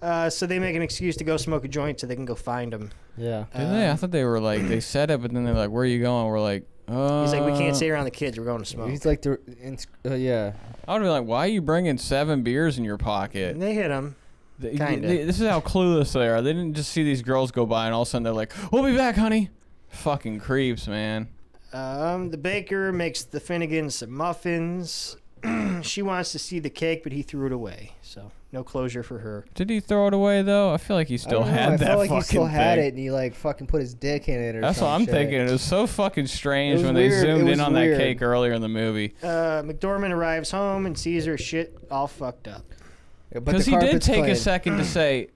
S5: Uh, so they make an excuse to go smoke a joint so they can go find him.
S4: Yeah.
S3: Didn't they? I thought they were like, they said it, but then they're like, where are you going? We're like, uh.
S5: He's like, "We can't stay around the kids. We're going to smoke."
S4: He's like the, in, uh, yeah.
S3: I would be like, why are you bringing seven beers in your pocket?
S5: And they hit him.
S3: They-
S5: Kinda.
S3: they- this is how clueless they are. They didn't just see these girls go by and all of a sudden they're like, we'll be back, honey. Fucking creeps, man.
S5: Um, the baker makes the Finnegan some muffins. she wants to see the cake, but he threw it away. So no closure for her.
S3: Did he throw it away though? I feel like he still
S4: I don't know,
S3: had
S4: I
S3: that
S4: felt like
S3: fucking
S4: he still had
S3: thing.
S4: it, and he like fucking put his dick in it or
S3: That's
S4: some
S3: what I'm
S4: shit.
S3: thinking. It was so fucking
S4: It
S3: strange
S4: was
S3: when
S4: weird.
S3: they
S4: It
S3: zoomed
S4: was
S3: in on
S4: weird.
S3: that cake earlier in the movie.
S5: Uh, McDormand arrives home and sees her shit all fucked up.
S4: Yeah, but the
S3: Because he did
S4: carpet's
S3: take
S4: clean.
S3: a second to say,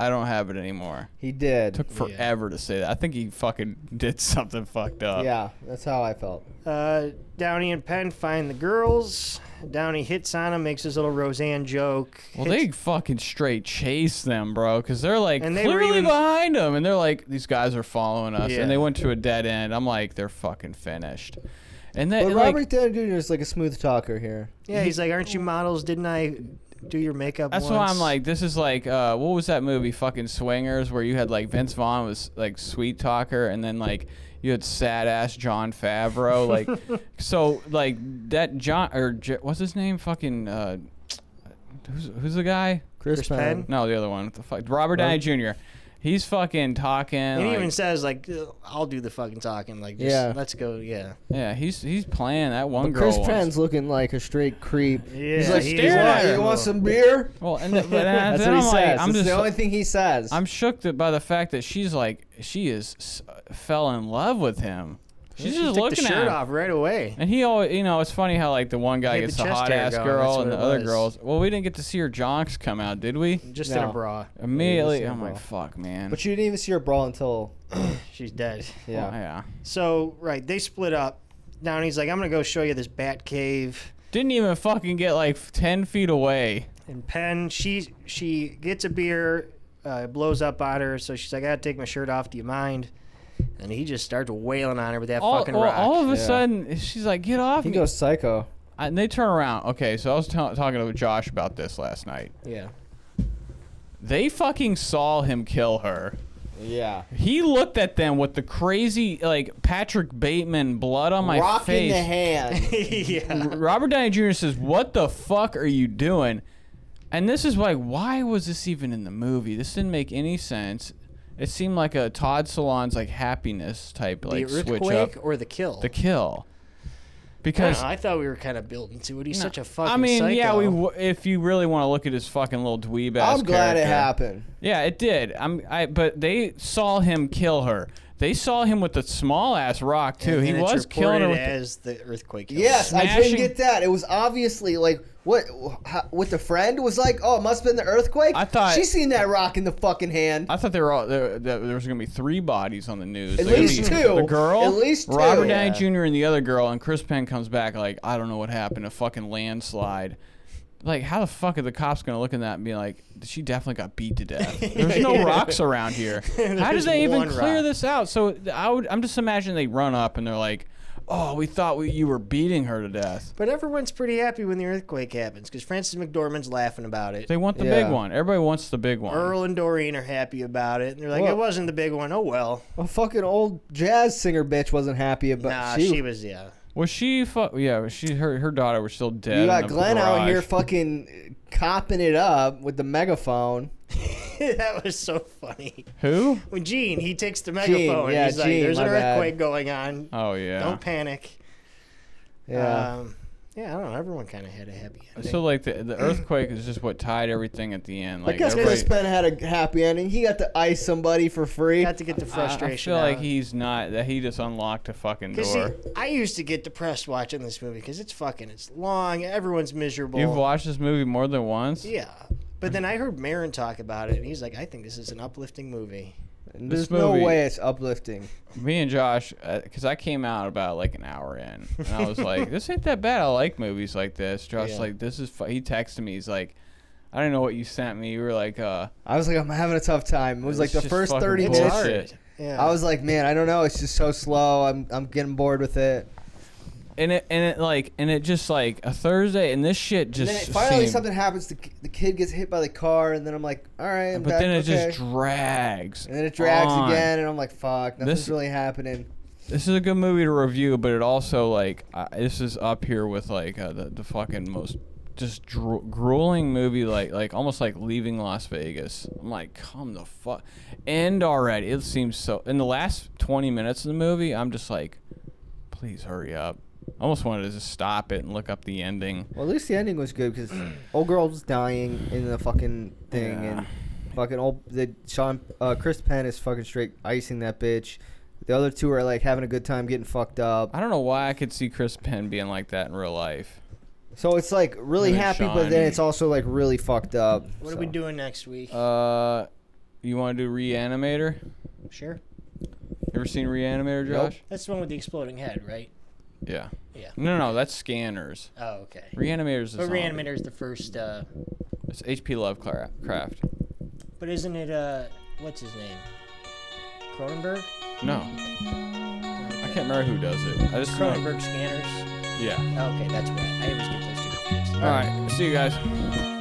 S3: I don't have it anymore.
S4: He did.
S3: Took forever to say that. I think he fucking did something fucked up.
S4: yeah, that's how I felt.
S5: Uh, Downey and Penn find the girls. Downey hits on him, makes his little Roseanne joke.
S3: Well,
S5: Hits-
S3: they fucking straight chase them, bro, because they're like
S5: And they were
S3: clearly
S5: even-
S3: behind them, and they're like, these guys are following us,
S5: Yeah.
S3: and they went to a dead end. I'm like, they're fucking finished. And then
S4: But
S3: like,
S4: Robert Downey Jr. is like a smooth talker here.
S5: Yeah, he's like, "Aren't you models? Didn't I do your makeup?"
S3: that's why
S5: once?
S3: I'm like, this is like, uh, what was that movie, fucking Swingers, where you had like Vince Vaughn was like sweet talker, and then like you had sad ass John Favreau, like, so like that John or J- what's his name, fucking, uh, who's who's the guy?
S4: Chris,
S5: Chris
S4: Penn.
S5: Penn?
S3: No, the other one. What the fuck? Robert Downey Jr. He's fucking talking.
S5: And he
S3: like-
S5: even says like, "I'll do the fucking talking." Like, just,
S4: Yeah.
S5: let's go. Yeah,
S3: yeah, he's he's playing that one
S4: But
S3: girl.
S4: Chris
S3: wants-
S4: Penn's looking like a straight creep.
S5: yeah.
S4: He's like,
S5: he
S4: you,
S5: is
S4: want,
S5: a-
S4: you want some beer?
S3: Well, and th- but uh, then,
S4: That's
S3: then
S4: what he
S3: I'm like,
S4: says.
S3: I'm
S4: That's
S3: just
S4: the only thing he says.
S3: I'm shook that by the fact that she's like she is s- fell in love with him. She's
S5: She
S3: just
S5: took the
S3: looking
S5: shirt
S3: at him.
S5: off right away.
S3: And he always, you know, it's funny how like the one guy
S5: He had
S3: gets
S5: the
S3: the,
S5: chest
S3: hot
S5: hair
S3: ass
S5: going, that's
S3: girl
S5: what
S3: and the
S5: it
S3: other
S5: was.
S3: girls. Well, we didn't get to see her jonks come out, did we?
S5: Just in
S4: No.
S5: a bra.
S3: Immediately,
S4: see her
S3: I'm like,
S4: bra.
S3: fuck, man.
S4: but you didn't even see her brawl until
S5: She's dead.
S4: yeah.
S3: Well, yeah.
S5: So right, they split up. Downey's like, "I'm gonna go show you this bat cave."
S3: Didn't even fucking get like ten feet away.
S5: And Penn, she she gets a beer, uh, it blows up on her, so she's like, "I gotta take my shirt off. Do you mind?" And he just starts wailing on her with that
S3: All,
S5: fucking
S3: well,
S5: rock.
S3: all of a
S4: Yeah.
S3: sudden, she's like, "Get off
S4: He
S3: me!"
S4: goes psycho.
S3: and they turn around. Okay, so I was ta- talking to Josh about this last night.
S5: yeah.
S3: They fucking saw him kill her.
S4: Yeah.
S3: He looked at them with the crazy, like Patrick Bateman blood on my
S4: Rock in
S3: face.
S4: the hand.
S5: yeah.
S3: Robert Downey Jr. says, "What the fuck are you doing?" And this is like, why was this even in the movie? This didn't make any sense. It seemed like a Todd Salon's like happiness type like
S5: the
S3: switch up
S5: earthquake or the kill?
S3: the kill.
S5: I,
S3: Because
S5: don't know, I thought we were kind of building to it. He's such a fucking.
S3: I mean, yeah,
S5: psycho.
S3: we. W- if you really want to look at his fucking little dweeb ass,
S4: I'm glad it
S3: character-
S4: happened.
S3: Yeah, it did. I'm. I. But they saw him kill her. They saw him with the small ass rock too.
S5: And
S3: he
S5: it's
S3: was killing her. With
S5: reported
S3: the-
S5: as the earthquake. killer.
S4: Yes, I
S3: Smashing-
S4: didn't get that. It was obviously like what how, with the friend was like, oh, it must have been the earthquake.
S3: I thought-
S4: she seen that rock in the fucking hand.
S3: I thought they were all there. There there was gonna be three bodies on the news.
S4: At
S3: There was
S4: least
S3: gonna be
S4: two.
S3: The girl,
S4: At least two.
S3: Robert Downey
S5: Yeah.
S3: Jr. and the other girl, and Chris Penn comes back like, I don't know what happened. A fucking landslide. Like, how the fuck are the cops gonna look at that and be like, she definitely got beat to death? There's no rocks around here. How did
S5: There's
S3: they even
S5: one
S3: clear
S5: rock.
S3: this out? So th- I would, I'm just imagining they run up and they're like, Oh, we thought we, you were beating her to death.
S5: But everyone's pretty happy when the earthquake happens because Francis McDormand's laughing about it.
S3: They want the
S4: Yeah.
S3: big one. Everybody wants the big one.
S5: Earl and Doreen are happy about it, and they're like,
S4: Well-
S5: "It wasn't the big one. Oh well."
S4: A fucking old jazz singer bitch wasn't happy about.
S5: nah,
S4: she,
S5: she, was yeah.
S3: Was she? Fu- yeah, was she her her daughter was still dead.
S4: you
S3: in
S4: got
S3: the
S4: Glenn out
S3: garage.
S4: here fucking copping it up with the megaphone.
S5: that was so funny.
S3: Who?
S5: When Gene he takes the megaphone,
S4: yeah,
S5: he's like,
S4: Gene,
S5: "There's an
S4: my bad.
S5: earthquake going on.
S3: Oh yeah.
S5: Don't panic."
S4: Yeah,
S5: Um, yeah, I don't know. Everyone kind of had a happy ending.
S3: So like the the earthquake is just what tied everything at the end. Like
S4: I guess
S3: everybody-
S4: Chris Penn had a happy ending. He got to ice somebody for free.
S5: Got to get the
S3: I-
S5: frustration.
S3: I feel like
S5: out.
S3: he's not that he just unlocked a fucking
S5: 'Cause
S3: door.
S5: See, I used to get depressed watching this movie because it's fucking, it's long, everyone's miserable.
S3: You've watched this movie more than once.
S5: Yeah. But then I heard Marin talk about it, and he's like, I think this is an uplifting movie.
S4: And
S3: this
S4: There's no
S3: movie-
S4: way it's uplifting.
S3: Me and Josh, because I came out about like an hour in, and I was like, "This ain't that bad. I like movies like this." Josh's
S5: Yeah.
S3: like, "This is." Fu-. He texted me. He's like, "I don't know what you sent me." You were like, "Uh,
S4: I was like, I'm having a tough time. It was like
S3: it's
S4: the
S3: just
S4: first
S3: fucking
S4: 30
S5: bullshit.
S4: minutes.
S3: bullshit.
S5: Yeah.
S4: I was like, man, I don't know. It's just so slow. I'm I'm getting bored with it.
S3: and it and it like and it just like a Thursday, and this shit
S4: And
S3: just
S4: then it, finally
S3: seemed-
S4: something happens. The, ki- the kid gets hit by the car, and then I'm like, all right, I'm
S3: But
S4: back.
S3: then it
S4: okay.
S3: just drags.
S4: and then it drags
S3: on.
S4: again, and I'm like, fuck, nothing's
S3: This-
S4: really happening.
S3: This is a good movie to review, but it also like uh, this is up here with like uh, the the fucking most just dru- grueling movie like like almost like leaving Las Vegas. I'm like, come the fuck, end already. It seems so. In the last 20 minutes of the movie, I'm just like, please hurry up. I almost wanted to just stop it and look up the ending.
S4: Well, at least the ending was good because old girl was dying in the fucking thing,
S3: Yeah.
S4: and fucking old the Sean uh, Chris Penn is fucking straight icing that bitch. The other two are like having a good time getting fucked up.
S3: I don't know why I could see Chris Penn being like that in real life.
S4: So it's like really
S3: Really
S4: happy,
S3: Sean.
S4: but then it's also like really fucked up.
S5: what
S4: so.
S5: are we doing next week?
S3: Uh, You want to do Reanimator? You
S5: Sure.
S3: ever seen Reanimator,
S4: Nope.
S3: Josh?
S5: That's the one with the exploding head, right?
S3: Yeah.
S5: Yeah.
S3: No, no, no, that's Scanners.
S5: Oh, okay.
S3: Reanimator's the
S5: But
S3: zombie.
S5: Reanimator is the first. Uh,
S3: It's H.P. Lovecraft.
S5: but isn't it? Uh, what's his name? Cronenberg.
S3: No. I can't remember who does it. I just know.
S5: Cronenberg scanners. Oh,
S3: Yeah.
S5: Okay, that's right. I always get those two confused.
S3: All right. See you guys.